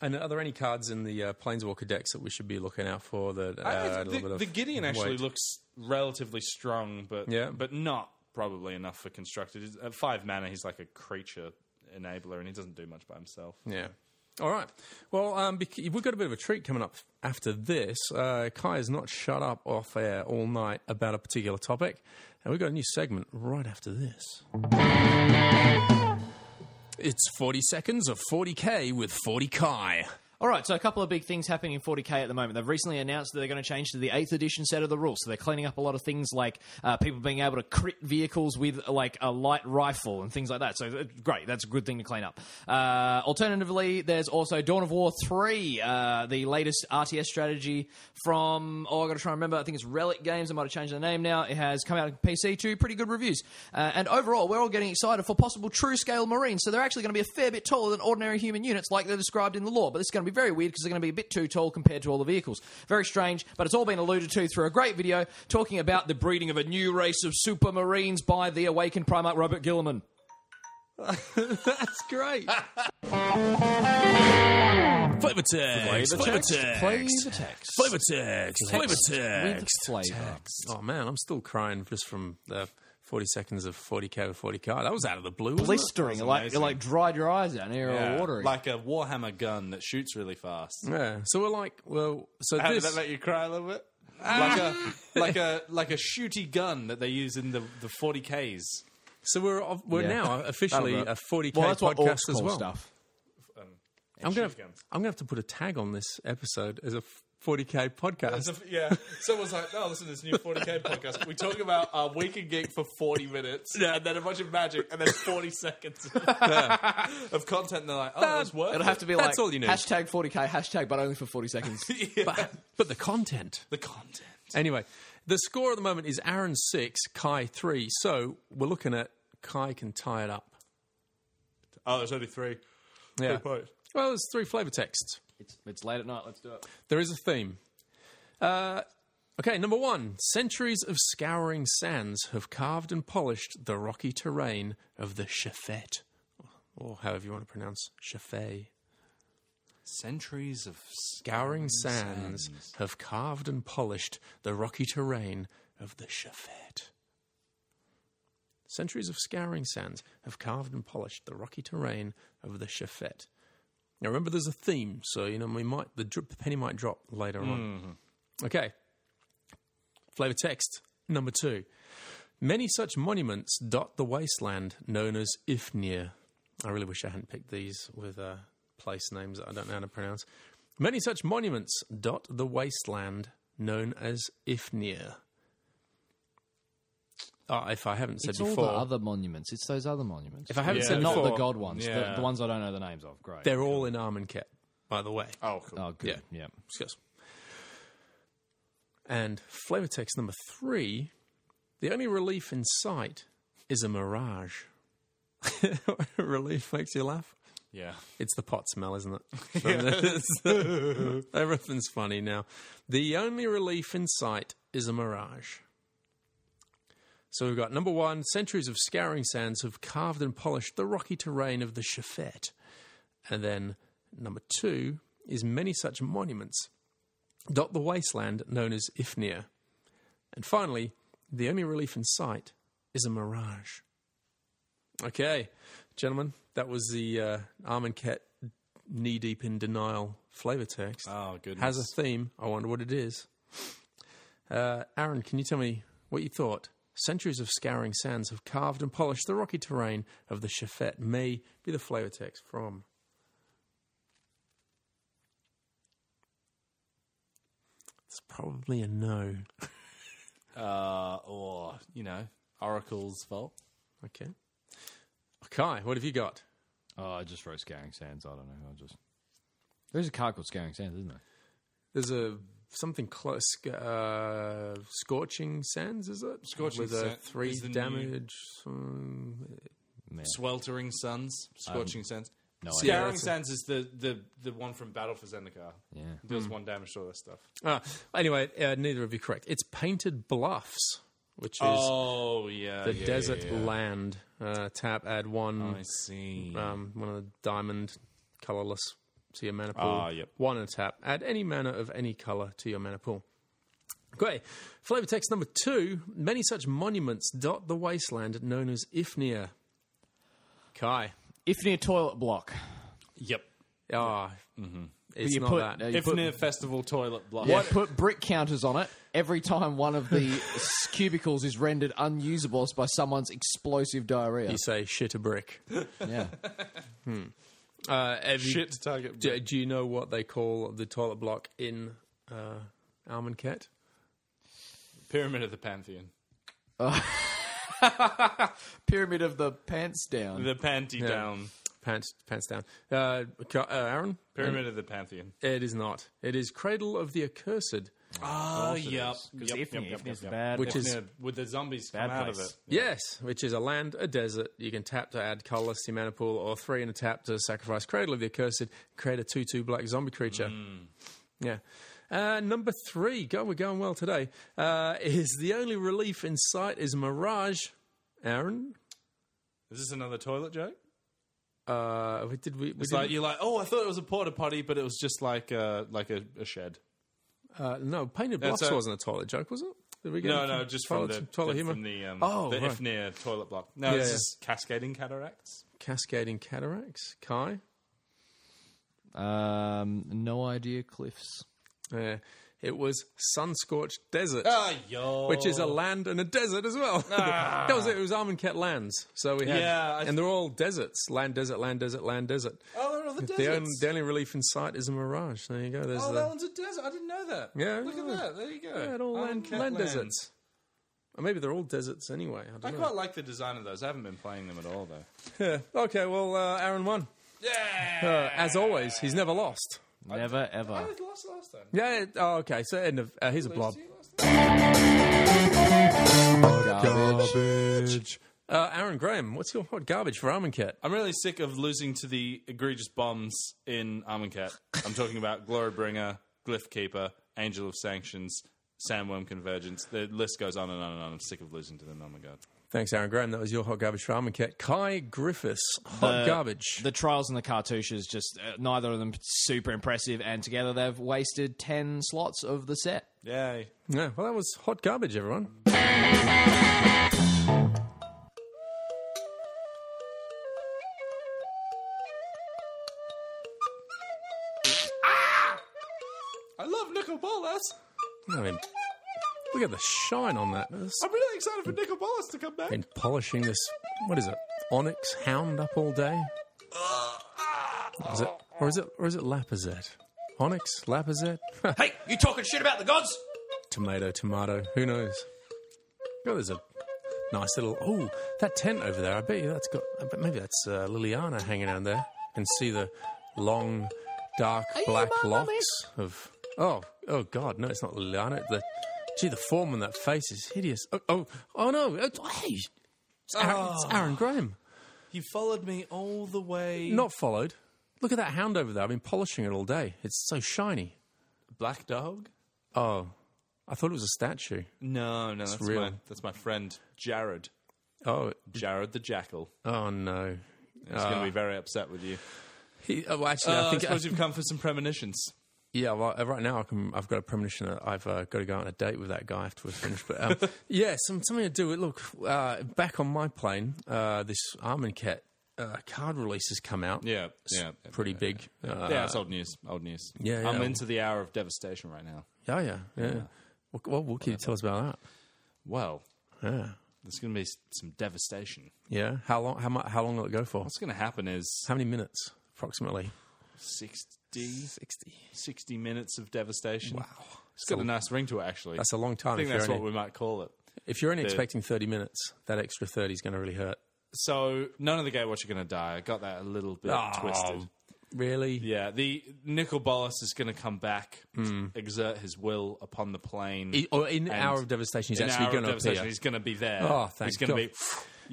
[SPEAKER 2] and are there any cards in the uh, Planeswalker decks that we should be looking out for? That uh,
[SPEAKER 3] I-
[SPEAKER 2] add a
[SPEAKER 3] the,
[SPEAKER 2] little bit of
[SPEAKER 3] the Gideon actually
[SPEAKER 2] weight?
[SPEAKER 3] looks relatively strong, but
[SPEAKER 2] Yeah.
[SPEAKER 3] but not probably enough for constructed. He's- At five mana, he's like a creature enabler, and he doesn't do much by himself.
[SPEAKER 2] Yeah. All right. Well, um, bec- we've got a bit of a treat coming up after this. Uh, Kai has not shut up off air all night about a particular topic, and we've got a new segment right after this. It's 40 seconds of 40K with 40 Kai.
[SPEAKER 8] All right, so a couple of big things happening in 40k at the moment. They've recently announced that they're going to change to the eighth edition set of the rules. So they're cleaning up a lot of things like uh, people being able to crit vehicles with like a light rifle and things like that. So uh, great, that's a good thing to clean up. Uh, alternatively, there's also Dawn of War 3, uh, the latest RTS strategy from oh, I got to try and remember. I think it's Relic Games. I might have changed the name now. It has come out on PC too. Pretty good reviews. Uh, and overall, we're all getting excited for possible true scale marines. So they're actually going to be a fair bit taller than ordinary human units, like they're described in the law. But it's going to be very weird because they're going to be a bit too tall compared to all the vehicles. Very strange, but it's all been alluded to through a great video talking about the breeding of a new race of super marines by the awakened Primarch Robert Gilliman.
[SPEAKER 2] That's great. Flavor text. Flavor text.
[SPEAKER 8] Play the text.
[SPEAKER 2] Flavor text. Flavor
[SPEAKER 8] With
[SPEAKER 2] text.
[SPEAKER 8] flavour.
[SPEAKER 2] Oh, man, I'm still crying just from the 40 seconds of 40K with 40 Kai. That was out of the blue. wasn't it?
[SPEAKER 8] Blistering, like,
[SPEAKER 3] amazing.
[SPEAKER 8] like dried your eyes out and you're all
[SPEAKER 3] Yeah,
[SPEAKER 8] watery.
[SPEAKER 3] Like a Warhammer gun that shoots really fast.
[SPEAKER 2] Yeah. So we're like, well, so
[SPEAKER 3] How
[SPEAKER 2] Hmm. this. Ah.
[SPEAKER 3] did that make you cry a little bit? like a like a like a shooty gun that they use in the the 40ks.
[SPEAKER 2] So we're of- we're
[SPEAKER 4] Yeah.
[SPEAKER 2] now officially
[SPEAKER 4] That'll do
[SPEAKER 2] a 40k
[SPEAKER 4] Well, that's what orcs
[SPEAKER 2] podcast as
[SPEAKER 4] call
[SPEAKER 2] well.
[SPEAKER 4] stuff.
[SPEAKER 2] I'm gonna
[SPEAKER 3] shoot
[SPEAKER 2] have,
[SPEAKER 3] guns.
[SPEAKER 2] I'm gonna have to put a tag on this episode as a 40k podcast.
[SPEAKER 3] As if- yeah, someone's like, "Oh, listen, to this new 40k podcast. We talk about our week in geek for 40 minutes, and then a bunch of magic, and then 40 seconds of content." And they're like, "Oh, that's worth
[SPEAKER 4] It'll
[SPEAKER 3] it."
[SPEAKER 4] have to be like
[SPEAKER 2] That's all you need.
[SPEAKER 4] hashtag 40k hashtag, but only for 40 seconds.
[SPEAKER 2] but, but the content.
[SPEAKER 3] the content."
[SPEAKER 2] Anyway, the score at the moment is Aaron six, Kai three. So we're looking at Kai can tie it up.
[SPEAKER 3] Oh, there's only three.
[SPEAKER 2] Yeah.
[SPEAKER 3] points.
[SPEAKER 2] Well, there's three flavor texts.
[SPEAKER 8] It's, it's late at night. Let's do it.
[SPEAKER 2] There is a theme. Uh, okay, number one. Centuries of scouring sands have carved and polished the rocky terrain of the Shafet, or however you want to pronounce Shafet.
[SPEAKER 3] Centuries of
[SPEAKER 2] Scouring sands have carved and polished the rocky terrain of the Shafet. Centuries of scouring sands have carved and polished the rocky terrain of the Shafet. Now remember, there's a theme, so you know we might the, drip, the penny might drop later on. Okay, flavor text number two. Many such monuments dot the wasteland known as Ifnir. I really wish I hadn't picked these with uh, place names that I don't know how to pronounce. Many such monuments dot the wasteland known as Ifnir. Ah, if I haven't said
[SPEAKER 8] It's all
[SPEAKER 2] before,
[SPEAKER 8] the other monuments. It's those other monuments.
[SPEAKER 2] if I haven't
[SPEAKER 3] Yeah.
[SPEAKER 2] said
[SPEAKER 8] not
[SPEAKER 2] before,
[SPEAKER 8] the god ones.
[SPEAKER 3] Yeah.
[SPEAKER 8] The, the ones I don't know the names of. Great.
[SPEAKER 2] they're all in Armenket, by the way.
[SPEAKER 3] Oh, cool.
[SPEAKER 8] oh, good.
[SPEAKER 2] Yeah.
[SPEAKER 8] Yeah.
[SPEAKER 2] Discuss. And flavor text number three the only relief in sight is a mirage. relief makes you laugh.
[SPEAKER 3] yeah.
[SPEAKER 2] It's the pot smell, isn't it? Everything's funny now. The only relief in sight is a mirage. So we've got number one centuries of scouring sands have carved and polished the rocky terrain of the Shafet. And then number two is many such monuments dot the wasteland known as Ifnir. And finally, the only relief in sight is a mirage. Okay, gentlemen, that was the uh, Armand Cat knee deep in denial flavor text.
[SPEAKER 3] Oh, goodness.
[SPEAKER 2] Has a theme. I wonder what it is. Uh, Aaron, can you tell me what you thought? Centuries of scouring sands have carved and polished the rocky terrain of the Shafet. May be the flavor text from. It's probably a no.
[SPEAKER 3] uh, or you know, Oracle's fault.
[SPEAKER 2] Okay. Kai, what have you got?
[SPEAKER 8] Oh, I just wrote Scouring Sands. I don't know. I just. There's a car called Scouring Sands, isn't there?
[SPEAKER 2] There's a something close. Uh, scorching sands, is it?
[SPEAKER 3] Scorching
[SPEAKER 2] with a
[SPEAKER 3] Sa-
[SPEAKER 2] three
[SPEAKER 3] is the new-
[SPEAKER 2] damage. um,
[SPEAKER 3] Sweltering Suns, Scorching Sands. No,
[SPEAKER 2] idea.
[SPEAKER 3] Scouring
[SPEAKER 2] Yeah.
[SPEAKER 3] Sands is the, the, the one from Battle for Zendikar.
[SPEAKER 8] Yeah.
[SPEAKER 3] Does one damage to all that stuff.
[SPEAKER 2] ah, anyway, uh, neither of you correct. It's painted bluffs, which is
[SPEAKER 3] Oh, yeah.
[SPEAKER 2] the
[SPEAKER 3] yeah,
[SPEAKER 2] desert
[SPEAKER 3] yeah, yeah.
[SPEAKER 2] land. Uh, tap, add one.
[SPEAKER 3] I see.
[SPEAKER 2] um, one of the diamond colorless to your mana pool.
[SPEAKER 3] Ah, yep.
[SPEAKER 2] One and a tap. Add any mana of any color to your mana pool. Great. Flavor text number two. Many such monuments dot the wasteland known as Ifnir. Kai.
[SPEAKER 8] Ifnir Toilet Block.
[SPEAKER 3] Yep.
[SPEAKER 2] Ah,
[SPEAKER 3] Mm-hmm.
[SPEAKER 2] it's
[SPEAKER 8] you
[SPEAKER 2] not
[SPEAKER 8] put-
[SPEAKER 2] that.
[SPEAKER 8] uh, you put,
[SPEAKER 3] Ifnir Festival toilet block.
[SPEAKER 8] what? put brick counters on it
[SPEAKER 4] Every time one of the s- cubicles is rendered unusable by someone's explosive diarrhea.
[SPEAKER 2] you say shit a brick.
[SPEAKER 4] Yeah.
[SPEAKER 2] Uh, have you-
[SPEAKER 3] Shit to target.
[SPEAKER 2] do, do you know what they call the toilet block in uh, Almond Cat?
[SPEAKER 3] Pyramid of the Pantheon.
[SPEAKER 4] Pyramid of the pants down.
[SPEAKER 3] The panty down.
[SPEAKER 2] Pants, pants down. Uh, Ka- uh, Aaron,
[SPEAKER 3] Pyramid of the Pantheon.
[SPEAKER 2] it is not. It is Cradle of the Accursed.
[SPEAKER 3] Oh, yep.
[SPEAKER 8] Yep, yep, yep, yep, yep.
[SPEAKER 2] Which is-
[SPEAKER 3] with the zombies come
[SPEAKER 8] Bad
[SPEAKER 3] out of
[SPEAKER 8] place.
[SPEAKER 3] it.
[SPEAKER 2] Yes, which is a land, a desert. You can tap to add colorless to your mana pool, or three and a tap to sacrifice Cradle of the Accursed, create a 2 2 black zombie creature.
[SPEAKER 3] Hmm.
[SPEAKER 2] Yeah. Uh, number three, God, we're going well today, uh, is the only relief in sight is Mirage. Aaron?
[SPEAKER 3] Is this another toilet joke?
[SPEAKER 2] Uh, we- did we? we
[SPEAKER 3] It's like
[SPEAKER 2] didn't-
[SPEAKER 3] you're like, oh, I thought it was a porta potty, but it was just like a like a, a shed.
[SPEAKER 2] uh, no, Painted
[SPEAKER 3] That's
[SPEAKER 2] Bluffs
[SPEAKER 3] a-
[SPEAKER 2] wasn't a toilet joke, was it? Did we get
[SPEAKER 3] No,
[SPEAKER 2] it?
[SPEAKER 3] no, just
[SPEAKER 2] toilet,
[SPEAKER 3] from the
[SPEAKER 2] toilet
[SPEAKER 3] the-
[SPEAKER 2] humor.
[SPEAKER 3] from the um,
[SPEAKER 2] Oh,
[SPEAKER 3] the
[SPEAKER 2] right.
[SPEAKER 3] Ifnir toilet block. No,
[SPEAKER 2] Yeah,
[SPEAKER 3] this
[SPEAKER 2] yeah.
[SPEAKER 3] is cascading cataracts.
[SPEAKER 2] Cascading cataracts. Kai.
[SPEAKER 8] Um, no idea cliffs.
[SPEAKER 2] Yeah. It was Sunscorched Desert.
[SPEAKER 3] Ah, yo.
[SPEAKER 2] Which is a land and a desert as well. that was it. It was Armanket lands. So we had,
[SPEAKER 3] Ah. Yeah, I-
[SPEAKER 2] and they're all deserts: land desert, land desert, land desert.
[SPEAKER 3] Oh, they're all the
[SPEAKER 2] The only,
[SPEAKER 3] deserts.
[SPEAKER 2] the only relief in sight is a mirage. There you go. There's
[SPEAKER 3] Oh,
[SPEAKER 2] the,
[SPEAKER 3] that one's a desert. I didn't know that.
[SPEAKER 2] Yeah.
[SPEAKER 3] Look at that. There you go.
[SPEAKER 2] yeah, they're all land,
[SPEAKER 3] Uncat
[SPEAKER 2] land
[SPEAKER 3] lands.
[SPEAKER 2] deserts. Or maybe they're all deserts anyway. I
[SPEAKER 3] I
[SPEAKER 2] don't know.
[SPEAKER 3] quite like the design of those. I haven't been playing them at all, though.
[SPEAKER 2] Okay, well, uh, Aaron won.
[SPEAKER 3] Yeah!
[SPEAKER 2] Uh, as always, he's never lost.
[SPEAKER 8] Never
[SPEAKER 3] I
[SPEAKER 8] ever.
[SPEAKER 3] was lost last time.
[SPEAKER 2] Yeah. it- Oh, okay. So end of uh, here's a blob.
[SPEAKER 3] See you last time.
[SPEAKER 2] Garbage. Uh, Aaron Graham, what's your hot garbage for Uh, Armand Cat?
[SPEAKER 3] I'm really sick of losing to the egregious bombs in Armancat. I'm talking about Glorybringer, Glyph Keeper, Angel of Sanctions, Sandworm Convergence. The list goes on and on and on. I'm sick of losing to them. Oh my god.
[SPEAKER 2] Thanks, Aaron Graham. That was your hot garbage for Armand Cat. Kai Griffiths, hot garbage.
[SPEAKER 8] The trials and the cartouches, just uh, neither of them super impressive, and together they've wasted 10 slots of the set.
[SPEAKER 3] Yay.
[SPEAKER 2] yeah. Well, that was hot garbage, everyone.
[SPEAKER 3] I love Nicol Bolas.
[SPEAKER 2] I mean, look at the shine on that. It's
[SPEAKER 3] I'm really excited for Nicol Bolas to come back.
[SPEAKER 2] been polishing this. What is it? Onyx hound up all day. Is it? Or is it? Or is it Lapazette? Onyx Lapazette.
[SPEAKER 4] Hey, you talking shit about the gods?
[SPEAKER 2] tomato, tomato. Who knows? God, there's a nice little. Oh, that tent over there. I bet you that's got. I bet maybe that's uh, Liliana hanging out there. You can see the long, dark black locks of. Oh, oh God, no, it's not Liliana. The, gee, the form on that face is hideous. Oh, oh, oh no! It's, hey, it's Aaron, it's Aaron Graham.
[SPEAKER 3] You followed me all the way.
[SPEAKER 2] Not followed. Look at that hound over there. I've been polishing it all day. It's so shiny.
[SPEAKER 3] Black Dog?
[SPEAKER 2] Oh, I thought it was a statue.
[SPEAKER 3] No, no, that's
[SPEAKER 2] real.
[SPEAKER 3] my that's my friend Jared.
[SPEAKER 2] Oh,
[SPEAKER 3] Jared the Jackal.
[SPEAKER 2] oh no.
[SPEAKER 3] He's going to be very upset with you.
[SPEAKER 2] He, oh, well, actually,
[SPEAKER 3] Uh,
[SPEAKER 2] I
[SPEAKER 3] Ah. I,
[SPEAKER 2] think
[SPEAKER 3] suppose you've come for some premonitions.
[SPEAKER 2] Yeah, well, uh, right now I can, I've got a premonition that I've uh, got to go on a date with that guy after we're finished. But um, yeah, some, something to do with look uh, back on my plane. Uh, this Armand Cat uh, card release has come out.
[SPEAKER 3] Yeah,
[SPEAKER 2] It's
[SPEAKER 3] yeah, yeah,
[SPEAKER 2] pretty big. Uh,
[SPEAKER 3] yeah, it's old news. Old news.
[SPEAKER 2] yeah,
[SPEAKER 3] I'm
[SPEAKER 2] yeah.
[SPEAKER 3] into the hour of devastation right now.
[SPEAKER 2] yeah, yeah, yeah. What, what, what can you tell us about
[SPEAKER 3] Well,
[SPEAKER 2] that? Yeah,
[SPEAKER 3] there's going to be s- some devastation.
[SPEAKER 2] yeah. How long? How much? How long will it go for?
[SPEAKER 3] What's going to happen is
[SPEAKER 2] How many minutes approximately?
[SPEAKER 3] 60,
[SPEAKER 2] Sixty.
[SPEAKER 3] 60 minutes of devastation.
[SPEAKER 2] Wow,
[SPEAKER 3] It's got a nice ring to it, actually.
[SPEAKER 2] that's a long time.
[SPEAKER 3] I think
[SPEAKER 2] if,
[SPEAKER 3] that's
[SPEAKER 2] you're
[SPEAKER 3] what
[SPEAKER 2] only,
[SPEAKER 3] we might call it.
[SPEAKER 2] if you're only expecting thirty minutes, that extra thirty is going to really hurt.
[SPEAKER 3] So, none of the Gatewatch are going to die. I got that a little bit
[SPEAKER 2] Oh.
[SPEAKER 3] twisted.
[SPEAKER 2] Really?
[SPEAKER 3] Yeah, the Nicol Bolas is going to come back, exert his will upon the plane.
[SPEAKER 2] Hmm. He- or in
[SPEAKER 3] And
[SPEAKER 2] Hour of Devastation, he's
[SPEAKER 3] in
[SPEAKER 2] actually
[SPEAKER 3] Hour of
[SPEAKER 2] going to
[SPEAKER 3] Devastation,
[SPEAKER 2] appear.
[SPEAKER 3] He's going to be there.
[SPEAKER 2] Oh, thank
[SPEAKER 3] He's going
[SPEAKER 2] God.
[SPEAKER 3] to be.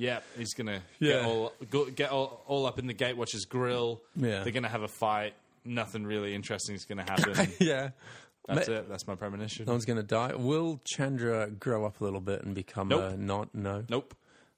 [SPEAKER 3] Yeah, he's going to
[SPEAKER 2] Yeah.
[SPEAKER 3] get all go, get all, all up in the Gatewatcher's grill.
[SPEAKER 2] Yeah.
[SPEAKER 3] they're going to have a fight. Nothing really interesting is going to happen.
[SPEAKER 2] Yeah.
[SPEAKER 3] That's it. That's my premonition.
[SPEAKER 2] No one's going to die. Will Chandra grow up a little bit and become
[SPEAKER 3] Nope.
[SPEAKER 2] a not? No.
[SPEAKER 3] Nope.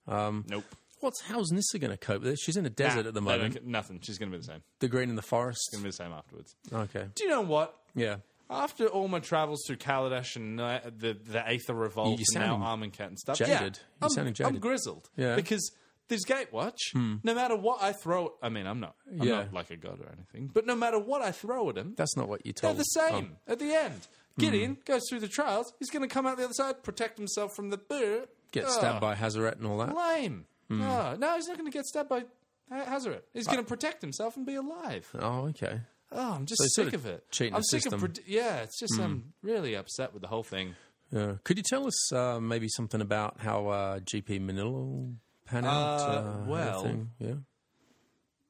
[SPEAKER 3] nope.
[SPEAKER 2] What's how's Nissa going to cope with Um, it? She's in a desert
[SPEAKER 3] Nah,
[SPEAKER 2] at the
[SPEAKER 3] they don't
[SPEAKER 2] moment.
[SPEAKER 3] get- Nothing. She's going to be the same.
[SPEAKER 2] The green in the forest.
[SPEAKER 3] Going to be the same afterwards.
[SPEAKER 2] Okay.
[SPEAKER 3] Do you know what?
[SPEAKER 2] Yeah.
[SPEAKER 3] After all my travels through Kaladesh and uh, the the Aether Revolt,
[SPEAKER 2] You
[SPEAKER 3] and now
[SPEAKER 2] sound
[SPEAKER 3] Armancat and stuff,
[SPEAKER 2] jaded.
[SPEAKER 3] yeah,
[SPEAKER 2] You
[SPEAKER 3] I'm,
[SPEAKER 2] sounding
[SPEAKER 3] I'm
[SPEAKER 2] jaded.
[SPEAKER 3] grizzled.
[SPEAKER 2] Yeah. Hmm.
[SPEAKER 3] because this Gatewatch, no matter what I throw, I mean, I'm not, I'm
[SPEAKER 2] Yeah.
[SPEAKER 3] not like a god or anything, but no matter what I throw at him,
[SPEAKER 2] That's not what you
[SPEAKER 3] they're
[SPEAKER 2] told.
[SPEAKER 3] the same
[SPEAKER 2] oh.
[SPEAKER 3] at the end. Gideon
[SPEAKER 2] Hmm.
[SPEAKER 3] goes through the trials. He's going to come out the other side, protect himself from the bear.
[SPEAKER 2] Get
[SPEAKER 3] Oh.
[SPEAKER 2] stabbed by Hazaret and all that. Hmm.
[SPEAKER 3] Lame. No, no, he's not going to get stabbed by Ha- Hazaret. He's going to protect himself and be alive.
[SPEAKER 2] Oh, okay.
[SPEAKER 3] Oh, I'm just
[SPEAKER 2] So it's
[SPEAKER 3] sick
[SPEAKER 2] sort of
[SPEAKER 3] of it.
[SPEAKER 2] cheating
[SPEAKER 3] I'm
[SPEAKER 2] the
[SPEAKER 3] sick
[SPEAKER 2] system. Mm.
[SPEAKER 3] of predi- yeah. It's just I'm really upset with the whole thing.
[SPEAKER 2] Yeah. Could you tell us uh, maybe something about how uh, GP Manila pan out?
[SPEAKER 3] Uh,
[SPEAKER 2] that
[SPEAKER 3] well,
[SPEAKER 2] thing? yeah.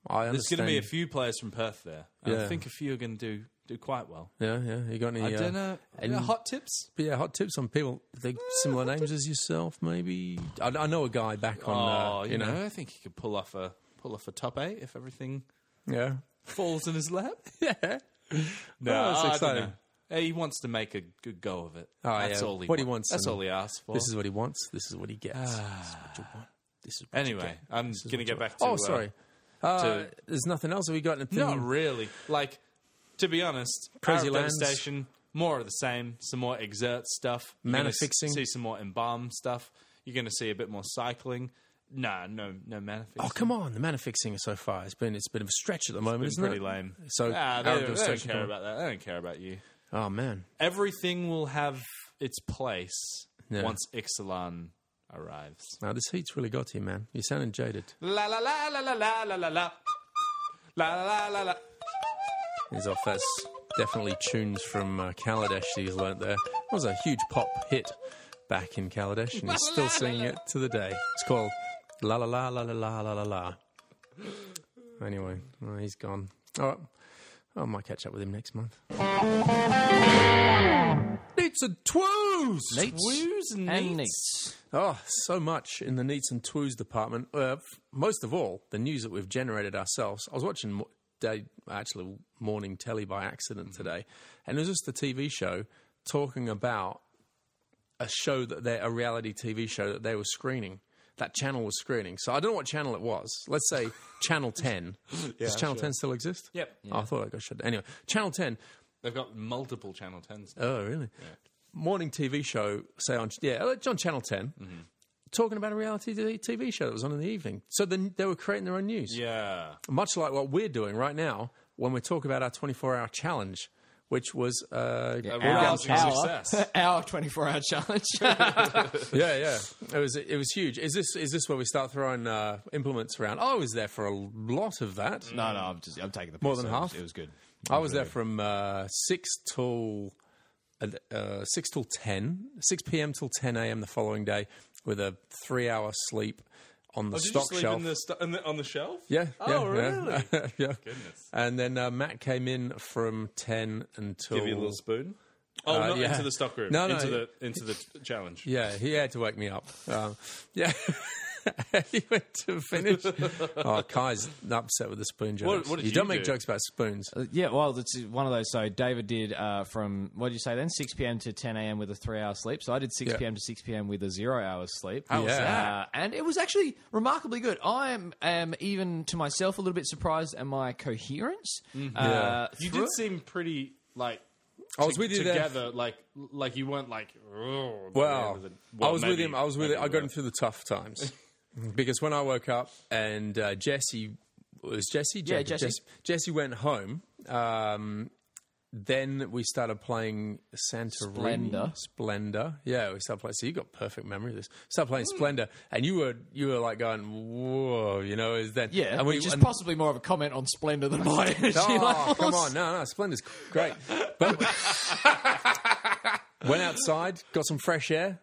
[SPEAKER 2] I understand.
[SPEAKER 3] There's going to be a few players from Perth there. and
[SPEAKER 2] Yeah.
[SPEAKER 3] I think a few are going to do do quite well.
[SPEAKER 2] Yeah, yeah. You got any?
[SPEAKER 3] I
[SPEAKER 2] uh,
[SPEAKER 3] don't know.
[SPEAKER 2] and-
[SPEAKER 3] hot tips?
[SPEAKER 2] But yeah, hot tips on people. They
[SPEAKER 3] Uh,
[SPEAKER 2] similar names as yourself, maybe. I, I know a guy back on,
[SPEAKER 3] oh,
[SPEAKER 2] uh,
[SPEAKER 3] you know, I think he could pull off a pull off a top eight if everything
[SPEAKER 2] yeah,
[SPEAKER 3] falls in his lap.
[SPEAKER 2] yeah.
[SPEAKER 3] No,
[SPEAKER 2] that's
[SPEAKER 3] I don't
[SPEAKER 2] exciting.
[SPEAKER 3] know. Hey, he wants to make a good go of it.
[SPEAKER 2] Oh,
[SPEAKER 3] that's
[SPEAKER 2] yeah.
[SPEAKER 3] all he
[SPEAKER 2] What he wants
[SPEAKER 3] wants. That's
[SPEAKER 2] and-
[SPEAKER 3] all he asks for.
[SPEAKER 2] This is what he wants. This is what he gets. this is what you want. This is what you
[SPEAKER 3] anyway,
[SPEAKER 2] get.
[SPEAKER 3] I'm
[SPEAKER 2] This is
[SPEAKER 3] going to
[SPEAKER 2] what you
[SPEAKER 3] get back to.
[SPEAKER 2] want.
[SPEAKER 3] uh,
[SPEAKER 2] Ah. oh, sorry. Uh, there's nothing else. Have we got an
[SPEAKER 3] Not
[SPEAKER 2] opinion?
[SPEAKER 3] really. Like, to be honest,
[SPEAKER 2] Crazy
[SPEAKER 3] Crazy
[SPEAKER 2] Lands.
[SPEAKER 3] Devastation, more of the same. Some more exert stuff. You're gonna s-
[SPEAKER 2] Manifixing.
[SPEAKER 3] See some more embalm stuff. You're going to see a bit more cycling. Nah, no, no manifixing.
[SPEAKER 2] Oh, come on. The mana fixing so far. It's been it's been a stretch at the moment,
[SPEAKER 3] It's
[SPEAKER 2] isn't
[SPEAKER 3] pretty
[SPEAKER 2] it?
[SPEAKER 3] lame.
[SPEAKER 2] So
[SPEAKER 3] Ah, they,
[SPEAKER 2] Arab
[SPEAKER 3] don't, they don't
[SPEAKER 2] Devastation
[SPEAKER 3] care
[SPEAKER 2] come on.
[SPEAKER 3] about that. They don't care about you.
[SPEAKER 2] Oh man,
[SPEAKER 3] Everything will have its place
[SPEAKER 2] Yeah.
[SPEAKER 3] once Ixalan arrives.
[SPEAKER 2] now this heat's really got you, man. You're sounding jaded.
[SPEAKER 3] La la la la la la la la la. La la la la.
[SPEAKER 2] He's off. That's definitely tunes from uh, Kaladesh that he's learnt there. It was a huge pop hit back in Kaladesh, and he's still singing it to the day. It's called La La La La La La La La La. Anyway, well, he's gone. All right. I might catch up with him next month. Neats and twos!
[SPEAKER 3] Who's
[SPEAKER 4] and
[SPEAKER 3] neat?
[SPEAKER 4] neats.
[SPEAKER 2] Oh, so much in the neats and twos department. Uh, f- most of all, the news that we've generated ourselves. I was watching mo- day, actually morning telly by accident today, and it was just a TV show talking about a show that they a reality TV show that they were screening. That channel was screening. So I don't know what channel it was. Let's say Channel Ten. Does Channel Ten still exist?
[SPEAKER 3] Yep.
[SPEAKER 2] Oh, I thought I got shut. Anyway, Channel Ten.
[SPEAKER 3] They've got multiple Channel 10s.
[SPEAKER 2] Oh, really? Morning TV show, say on yeah, it's on Channel 10 talking about a reality t- TV show that was on in the evening. So then they were creating their own news,
[SPEAKER 3] Yeah.
[SPEAKER 2] much like what we're doing right now when we talk about our 24-hour challenge, which was uh,
[SPEAKER 4] Our,
[SPEAKER 3] Rousing
[SPEAKER 4] our,
[SPEAKER 3] success.
[SPEAKER 4] our 24 hour challenge.
[SPEAKER 2] yeah, yeah. It was it was huge. Is this is this where we start throwing uh, implements around? I was there for a lot of that.
[SPEAKER 8] No, no, I'm just I'm taking the piss.
[SPEAKER 2] More than
[SPEAKER 8] It was-
[SPEAKER 2] half?
[SPEAKER 8] It was good.
[SPEAKER 2] I was there from uh, six till uh, uh, six till ten, six p.m. till ten a.m. the following day, with a three-hour sleep on the
[SPEAKER 3] Oh, Did you
[SPEAKER 2] stock
[SPEAKER 3] sleep
[SPEAKER 2] shelf.
[SPEAKER 3] in the st- in the, on the shelf?
[SPEAKER 2] Yeah.
[SPEAKER 3] Oh,
[SPEAKER 2] yeah,
[SPEAKER 3] really?
[SPEAKER 2] Yeah. yeah. And then uh, Matt came in from ten until.
[SPEAKER 3] Give you a little spoon. Oh,
[SPEAKER 2] Uh,
[SPEAKER 3] not
[SPEAKER 2] yeah.
[SPEAKER 3] into the stock room.
[SPEAKER 2] No, no,
[SPEAKER 3] into
[SPEAKER 2] yeah.
[SPEAKER 3] the into the t- challenge.
[SPEAKER 2] Yeah, he had to wake me up. Um, yeah. he went to finish. Oh, Kai's upset with the spoon jokes.
[SPEAKER 3] what did
[SPEAKER 2] you don't
[SPEAKER 3] you
[SPEAKER 2] make
[SPEAKER 3] do?
[SPEAKER 2] jokes about spoons.
[SPEAKER 8] Yeah, well, it's one of those. So David did uh, from what did you say then? Six p.m. to ten a.m. with a three-hour sleep. So I did six
[SPEAKER 2] Yeah.
[SPEAKER 8] p.m. to six p.m. with a zero hours sleep.
[SPEAKER 2] How was Yeah. that?
[SPEAKER 8] Uh,
[SPEAKER 4] and it was actually remarkably good. I am, am even to myself a little bit surprised at my coherence.
[SPEAKER 2] Mm-hmm.
[SPEAKER 4] Uh,
[SPEAKER 3] You
[SPEAKER 4] through
[SPEAKER 3] did
[SPEAKER 4] it.
[SPEAKER 3] seem pretty like
[SPEAKER 2] I was with you there.
[SPEAKER 3] together, like like you weren't like. "Oh," by the
[SPEAKER 2] Well,
[SPEAKER 3] end of the-
[SPEAKER 2] I
[SPEAKER 3] well,
[SPEAKER 2] was with
[SPEAKER 3] maybe-
[SPEAKER 2] him. I was with
[SPEAKER 3] maybe
[SPEAKER 2] him. I
[SPEAKER 3] you
[SPEAKER 2] got
[SPEAKER 3] were.
[SPEAKER 2] him through the tough times because when I woke up and uh, Jesse was Jesse, yeah,
[SPEAKER 4] Jesse.
[SPEAKER 2] Jesse, Jesse went home. Um, then we started playing Santorini.
[SPEAKER 4] Splendor.
[SPEAKER 2] Splendor. Yeah, we started playing. So you got perfect memory of this. Started playing
[SPEAKER 4] Hmm.
[SPEAKER 2] Splendor, and you were you were like going, "Whoa," you know. Is then
[SPEAKER 4] Yeah,
[SPEAKER 2] and we
[SPEAKER 4] which is
[SPEAKER 2] and-
[SPEAKER 4] possibly more of a comment on Splendor than my energy
[SPEAKER 2] Oh,
[SPEAKER 4] levels.
[SPEAKER 2] come on. No, no, Splendor's great. But went outside, got some fresh air,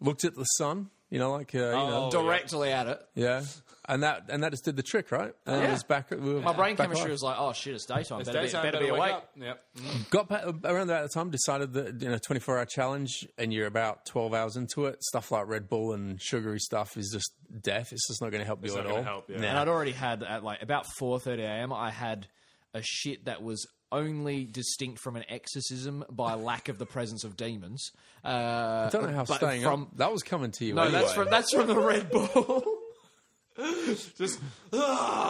[SPEAKER 2] looked at the sun, you know, like, uh, you
[SPEAKER 3] Oh.
[SPEAKER 2] know,
[SPEAKER 4] Directly at it.
[SPEAKER 2] yeah. And that and that just did the trick, right? And it
[SPEAKER 4] Yeah.
[SPEAKER 2] was back. We were
[SPEAKER 4] My brain
[SPEAKER 2] back
[SPEAKER 4] chemistry
[SPEAKER 2] alive.
[SPEAKER 4] was like, oh shit, it's daytime. better
[SPEAKER 3] Daytime,
[SPEAKER 4] be, better be awake.
[SPEAKER 3] up. Yep.
[SPEAKER 2] got back around that time. Decided that you know, twenty four hour challenge, and you're about twelve hours into it. Stuff like Red Bull and sugary stuff is just death. It's just not going to help you
[SPEAKER 3] not
[SPEAKER 2] at
[SPEAKER 3] gonna
[SPEAKER 2] all.
[SPEAKER 3] help, yeah.
[SPEAKER 2] Nah.
[SPEAKER 8] and I'd already had at like about four thirty a.m. I had a shit that was only distinct from an exorcism by lack of the presence of demons. Uh, I
[SPEAKER 2] don't know how staying
[SPEAKER 4] from-
[SPEAKER 2] up. That was coming to you.
[SPEAKER 4] No,
[SPEAKER 2] anyway.
[SPEAKER 4] that's from that's from the Red Bull.
[SPEAKER 3] Just.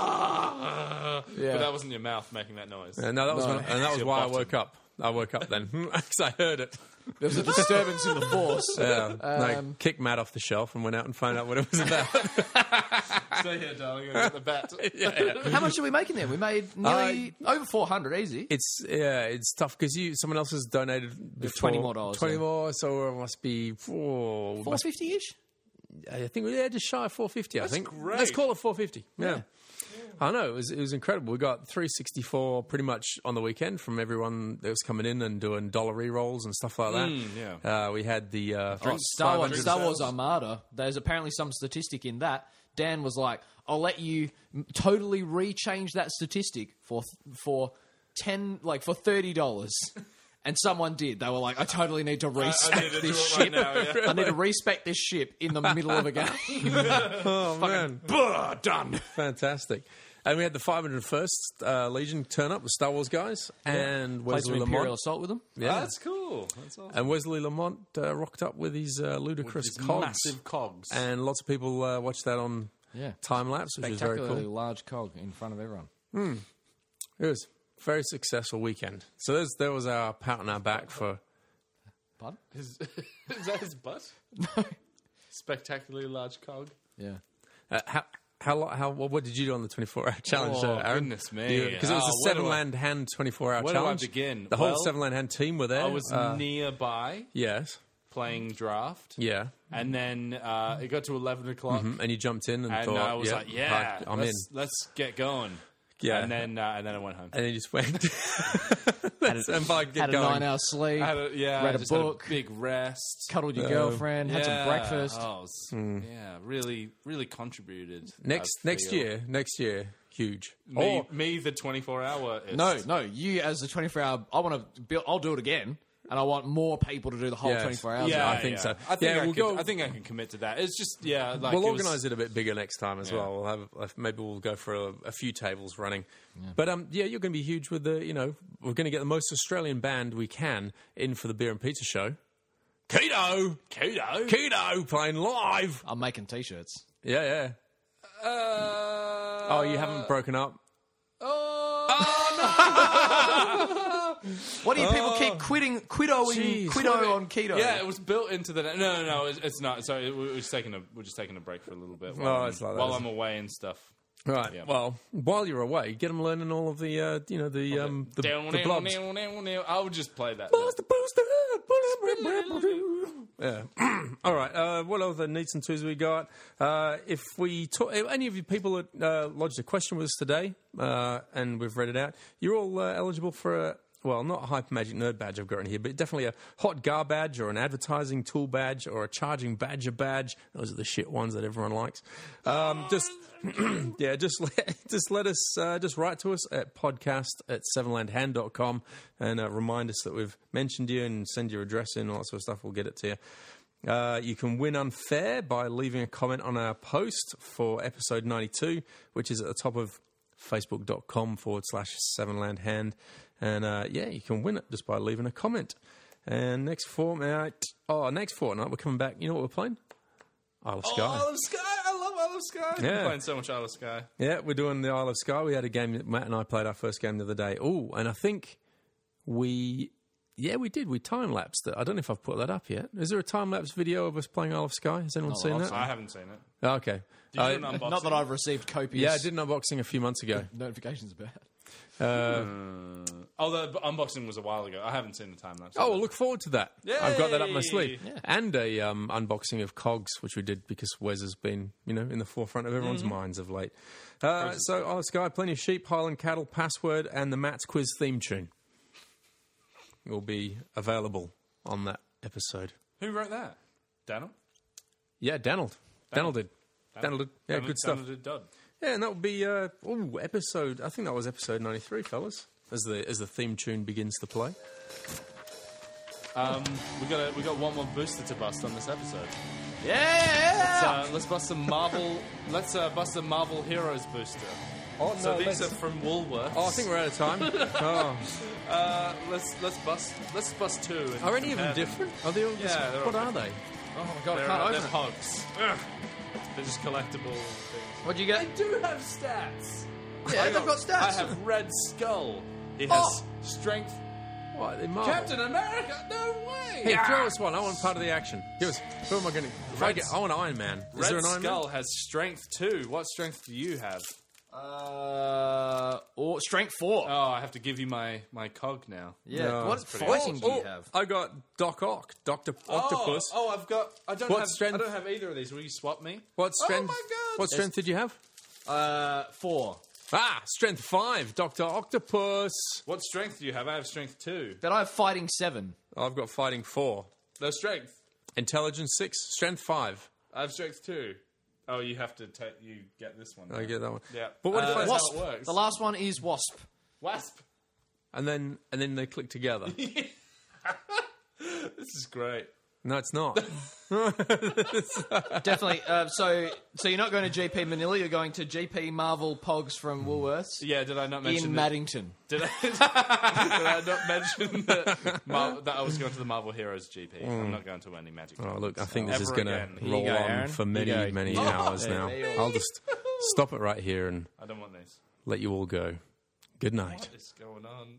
[SPEAKER 3] yeah. But that wasn't your mouth making that noise.
[SPEAKER 2] And no, that was when, and that was
[SPEAKER 3] Your
[SPEAKER 2] why
[SPEAKER 3] bottom.
[SPEAKER 2] I woke up. I woke up then because I heard it.
[SPEAKER 4] there was a disturbance in the force.
[SPEAKER 2] Yeah, Um, and I kicked Matt off the shelf and went out and found out what it was about.
[SPEAKER 3] Stay here, darling. and get the bat.
[SPEAKER 4] How much did we make in there? We made nearly over four hundred, easy.
[SPEAKER 2] it's yeah, it's tough because you someone else has donated before,
[SPEAKER 8] $20 more dollars,
[SPEAKER 2] twenty
[SPEAKER 8] yeah.
[SPEAKER 2] more, so it must be four.
[SPEAKER 4] Four fifty ish.
[SPEAKER 2] I think yeah, just shy of four fifty. I think
[SPEAKER 3] great.
[SPEAKER 2] let's call it four fifty. Yeah. I know it was it was incredible. We got three sixty four pretty much on the weekend from everyone that was coming in and doing dollar re rolls and stuff like that. yeah, uh, we had the uh,
[SPEAKER 4] Oh, Star Wars,
[SPEAKER 2] 500
[SPEAKER 4] Star Wars Armada. There's apparently some statistic in that. Dan was like, "I'll let you m- totally rechange that statistic for for ten, like for thirty dollars." And someone did. They were like, "I totally need to respect
[SPEAKER 3] need to do
[SPEAKER 4] this
[SPEAKER 3] it right
[SPEAKER 4] ship.
[SPEAKER 3] now, yeah."
[SPEAKER 4] I need to respect this ship in the middle of a game."
[SPEAKER 2] Oh man,
[SPEAKER 4] Bah, done.
[SPEAKER 2] fantastic! And we had the 501st uh, Legion turn up with Star Wars guys and
[SPEAKER 4] Played
[SPEAKER 2] Wesley
[SPEAKER 4] some Imperial
[SPEAKER 2] Lamont.
[SPEAKER 4] Assault with them.
[SPEAKER 2] Yeah.
[SPEAKER 3] Ah, That's cool. That's awesome.
[SPEAKER 2] and Wesley Lamont uh, rocked up with his uh, ludicrous
[SPEAKER 3] These
[SPEAKER 2] cogs,
[SPEAKER 3] Massive cogs.
[SPEAKER 2] and lots of people uh, watched that on
[SPEAKER 8] Yeah.
[SPEAKER 2] time lapse, which was very
[SPEAKER 8] Spectacularly
[SPEAKER 2] cool.
[SPEAKER 8] large cog in front of everyone.
[SPEAKER 2] It was a very successful weekend. So there's, there was our pat on our back for.
[SPEAKER 8] Pardon?
[SPEAKER 3] Is, is that his butt? Spectacularly large cog.
[SPEAKER 8] Yeah.
[SPEAKER 2] Uh, how, How lo- how what, what did you do on the 24 hour challenge?
[SPEAKER 3] Oh,
[SPEAKER 2] uh, Aaron?
[SPEAKER 3] goodness me.
[SPEAKER 2] because it was
[SPEAKER 3] Oh,
[SPEAKER 2] a
[SPEAKER 3] where do
[SPEAKER 2] seven
[SPEAKER 3] I-
[SPEAKER 2] land hand 24 hour
[SPEAKER 3] where do I
[SPEAKER 2] challenge.
[SPEAKER 3] begin?
[SPEAKER 2] The whole
[SPEAKER 3] Well,
[SPEAKER 2] seven land hand team were there.
[SPEAKER 3] I was
[SPEAKER 2] Uh,
[SPEAKER 3] nearby
[SPEAKER 2] yes,
[SPEAKER 3] playing draft,
[SPEAKER 2] yeah,
[SPEAKER 3] and then uh, it got to eleven o'clock,
[SPEAKER 2] Mm, and you jumped in and,
[SPEAKER 3] and
[SPEAKER 2] thought,
[SPEAKER 3] I was
[SPEAKER 2] yeah,
[SPEAKER 3] like, "Yeah,
[SPEAKER 2] I, am in.
[SPEAKER 3] let's, let's get going."
[SPEAKER 2] Yeah,
[SPEAKER 3] and then uh, and then I went home.
[SPEAKER 2] and then you just went. That's- and by get
[SPEAKER 4] Had a
[SPEAKER 2] going.
[SPEAKER 4] nine hour sleep,
[SPEAKER 3] I had a, yeah,
[SPEAKER 4] Read
[SPEAKER 3] I
[SPEAKER 4] a
[SPEAKER 3] just
[SPEAKER 4] book.
[SPEAKER 3] had a big rest.
[SPEAKER 4] cuddled your girlfriend, had
[SPEAKER 3] Yeah.
[SPEAKER 4] some breakfast.
[SPEAKER 3] Oh, it was- Yeah, really, really contributed.
[SPEAKER 2] Hmm. next
[SPEAKER 3] I
[SPEAKER 2] next
[SPEAKER 3] feel.
[SPEAKER 2] year, next year, huge.
[SPEAKER 3] uh, me,
[SPEAKER 2] Or-
[SPEAKER 3] me the twenty four hour. Is,
[SPEAKER 4] No, no, you as a 24 hour, I want to build, I'll do it again, and I want more people to do the whole
[SPEAKER 2] Yes.
[SPEAKER 4] 24 hours.
[SPEAKER 2] Yeah, I think so.
[SPEAKER 3] I think
[SPEAKER 2] Yeah,
[SPEAKER 3] I
[SPEAKER 2] we'll
[SPEAKER 3] could-
[SPEAKER 2] go-
[SPEAKER 3] I think I can commit to that. It's just yeah, like
[SPEAKER 2] we'll
[SPEAKER 3] it was-
[SPEAKER 2] organise it a bit bigger next time as well. We'll have uh, maybe we'll go for a, a few tables running. But um, yeah, you're going to be huge with the you know we're going to get the most Australian band we can in for the beer and pizza show. Keto, keto, keto playing live.
[SPEAKER 8] Um,
[SPEAKER 4] I'm making t shirts.
[SPEAKER 2] Yeah, yeah. Uh, oh, you haven't broken up.
[SPEAKER 4] Why do you people keep quitting, quiddoing,
[SPEAKER 2] Jeez.
[SPEAKER 4] quiddo on keto?
[SPEAKER 3] Yeah, it was built into the. No, no, no, it's, it's not. Sorry, we- we're just taking a we're just taking a break for a little bit while,
[SPEAKER 2] Oh,
[SPEAKER 3] I'm,
[SPEAKER 2] it's like that,
[SPEAKER 3] while
[SPEAKER 2] isn't
[SPEAKER 3] I'm away and stuff.
[SPEAKER 2] Right. Well, while you're away, get them learning all of the uh, you know the um the,
[SPEAKER 3] Down,
[SPEAKER 2] the
[SPEAKER 3] down,
[SPEAKER 2] blobs.
[SPEAKER 3] down, down, down. I would just play that.
[SPEAKER 2] Bust the booster, booster, Yeah. All right. Uh, what other needs and twos we got? Uh, if we talk, if any of you people that uh, lodged a question with us today, uh, and we've read it out, you're all uh, eligible for a. Well, not a Hyper Magic Nerd badge I've got in here, but definitely a Hot Gar badge or an Advertising Tool badge or a Charging Badger badge. Those are the shit ones that everyone likes. Um, just, yeah, just let, just let us, uh, just write to us at podcast at sevenlandhand.com and uh, remind us that we've mentioned you and send your address in and all that sort of stuff. We'll get it to you. Uh, you can win unfair by leaving a comment on our post for episode 92, which is at the top of facebook.com forward slash sevenlandhand. And uh, yeah, you can win it just by leaving a comment. And next fortnight, oh, next fortnight, we're coming back. You know what we're playing? Isle of Sky.
[SPEAKER 3] Isle of Sky, I love Isle of Sky. Yeah.
[SPEAKER 2] Yeah.
[SPEAKER 3] I'm playing so much Isle of Sky.
[SPEAKER 2] Yeah, we're doing the Isle of Skye. We had a game that Matt and I played our first game the other day. Oh, and I think we, yeah, we did. We time lapsed it. I don't know if I've put that up yet. Is there a time lapse video of us playing Isle of Skye? Has anyone seen that?
[SPEAKER 3] I haven't seen it.
[SPEAKER 2] Okay.
[SPEAKER 3] Did you
[SPEAKER 2] Uh,
[SPEAKER 3] do an unboxing?
[SPEAKER 4] Not that I've received copious
[SPEAKER 2] yeah, I did an unboxing a few months ago.
[SPEAKER 4] notifications about it.
[SPEAKER 3] Oh, the b- unboxing was a while ago. I haven't seen the time lapse.
[SPEAKER 2] Uh, Oh, well, look forward to that. I've got that up my sleeve. And a um, unboxing of Cogs, which we did because Wes has been, you know, in the forefront of everyone's minds of late. Uh, so, Isle of Skye, Plenty of Sheep, Highland Cattle, Password, and the Matt's Quiz theme tune will be available on that episode.
[SPEAKER 3] Who wrote that? Daniel.
[SPEAKER 2] Yeah, Donald. Donald did. Donald did. Yeah, good stuff.
[SPEAKER 3] Daniel did Dodd.
[SPEAKER 2] Yeah, and that would be uh, ooh, episode. I think that was episode ninety three, fellas. As the as the theme tune begins to play.
[SPEAKER 3] Um, we got a, we got one more booster to bust on this episode.
[SPEAKER 4] Yeah!
[SPEAKER 3] So uh, let's bust some Marvel. let's uh, bust a Marvel Heroes booster.
[SPEAKER 2] Oh
[SPEAKER 3] So these are from Woolworths.
[SPEAKER 2] Oh, I think we're out of time. oh.
[SPEAKER 3] Uh, let's let's bust let's bust two. And
[SPEAKER 2] Are any of them
[SPEAKER 3] compare
[SPEAKER 2] different? Are they all? Just,
[SPEAKER 3] Yeah, they're all
[SPEAKER 2] what are they?
[SPEAKER 4] Oh my god, I
[SPEAKER 3] They're,
[SPEAKER 4] can't
[SPEAKER 3] uh,
[SPEAKER 4] open
[SPEAKER 3] they're
[SPEAKER 4] it.
[SPEAKER 3] hogs. Ugh. They're just collectible things.
[SPEAKER 4] What'd you get?
[SPEAKER 3] I do have stats.
[SPEAKER 4] Yeah, they've got stats.
[SPEAKER 3] I have Red Skull. He
[SPEAKER 2] Oh!
[SPEAKER 3] has strength. oh.
[SPEAKER 2] What? They Marvel.
[SPEAKER 3] Captain America. No way.
[SPEAKER 2] Hey, throw us one. I want part of the action. Give us. Who am I going to? I,
[SPEAKER 3] Red-
[SPEAKER 2] get, I want Iron Man. Is
[SPEAKER 3] Red
[SPEAKER 2] there an Iron
[SPEAKER 3] Skull has strength two. What strength do you have?
[SPEAKER 4] Uh, or strength four.
[SPEAKER 3] Oh, I have to give you my my cog now.
[SPEAKER 4] yeah.
[SPEAKER 2] no,
[SPEAKER 4] what
[SPEAKER 2] that's
[SPEAKER 4] fighting
[SPEAKER 2] Man?
[SPEAKER 4] do you have?
[SPEAKER 2] Oh, I got Doc Ock, Doctor Octopus.
[SPEAKER 3] Oh, oh, I've got. I don't
[SPEAKER 2] What
[SPEAKER 3] have.
[SPEAKER 2] strength-
[SPEAKER 3] I don't have either of these. Will you swap me?
[SPEAKER 2] What strength?
[SPEAKER 3] Oh my god.
[SPEAKER 2] What strength did you have?
[SPEAKER 4] Uh, four.
[SPEAKER 2] Ah, strength five, Doctor Octopus.
[SPEAKER 3] What strength do you have? I have strength two.
[SPEAKER 4] But I have fighting seven.
[SPEAKER 2] I've got fighting four,
[SPEAKER 3] No strength.
[SPEAKER 2] intelligence six, strength five.
[SPEAKER 3] I have strength two. Oh, you have to take. You get this one.
[SPEAKER 2] I get that one.
[SPEAKER 3] Yeah.
[SPEAKER 2] But what if
[SPEAKER 3] Uh,
[SPEAKER 2] I?
[SPEAKER 3] what-
[SPEAKER 4] Wasp.
[SPEAKER 3] how it works.
[SPEAKER 4] The last one is wasp.
[SPEAKER 3] Wasp.
[SPEAKER 2] And then and then they click together.
[SPEAKER 3] This is great.
[SPEAKER 2] no, it's not.
[SPEAKER 4] Definitely. Uh, so, so you're not going to GP Manila. You're going to GP Marvel Pogs from Woolworths
[SPEAKER 3] Yeah. Did I not mention?
[SPEAKER 4] in
[SPEAKER 3] that,
[SPEAKER 4] Maddington.
[SPEAKER 3] did, I, did I not mention that, Mar- that I was going to the Marvel Heroes GP? I'm not going to any magic.
[SPEAKER 2] Mm. Oh, look, I think this
[SPEAKER 3] Ever
[SPEAKER 2] is going to
[SPEAKER 3] again. Here you
[SPEAKER 2] roll
[SPEAKER 4] go,
[SPEAKER 2] on
[SPEAKER 4] Aaron.
[SPEAKER 2] for
[SPEAKER 4] Here
[SPEAKER 2] many,
[SPEAKER 4] you go.
[SPEAKER 2] many
[SPEAKER 4] Yeah.
[SPEAKER 2] hours
[SPEAKER 4] There-
[SPEAKER 2] now.
[SPEAKER 4] there you
[SPEAKER 2] I'll just stop it right here and
[SPEAKER 3] I don't want this.
[SPEAKER 2] let you all go. Good night.
[SPEAKER 3] What is going on?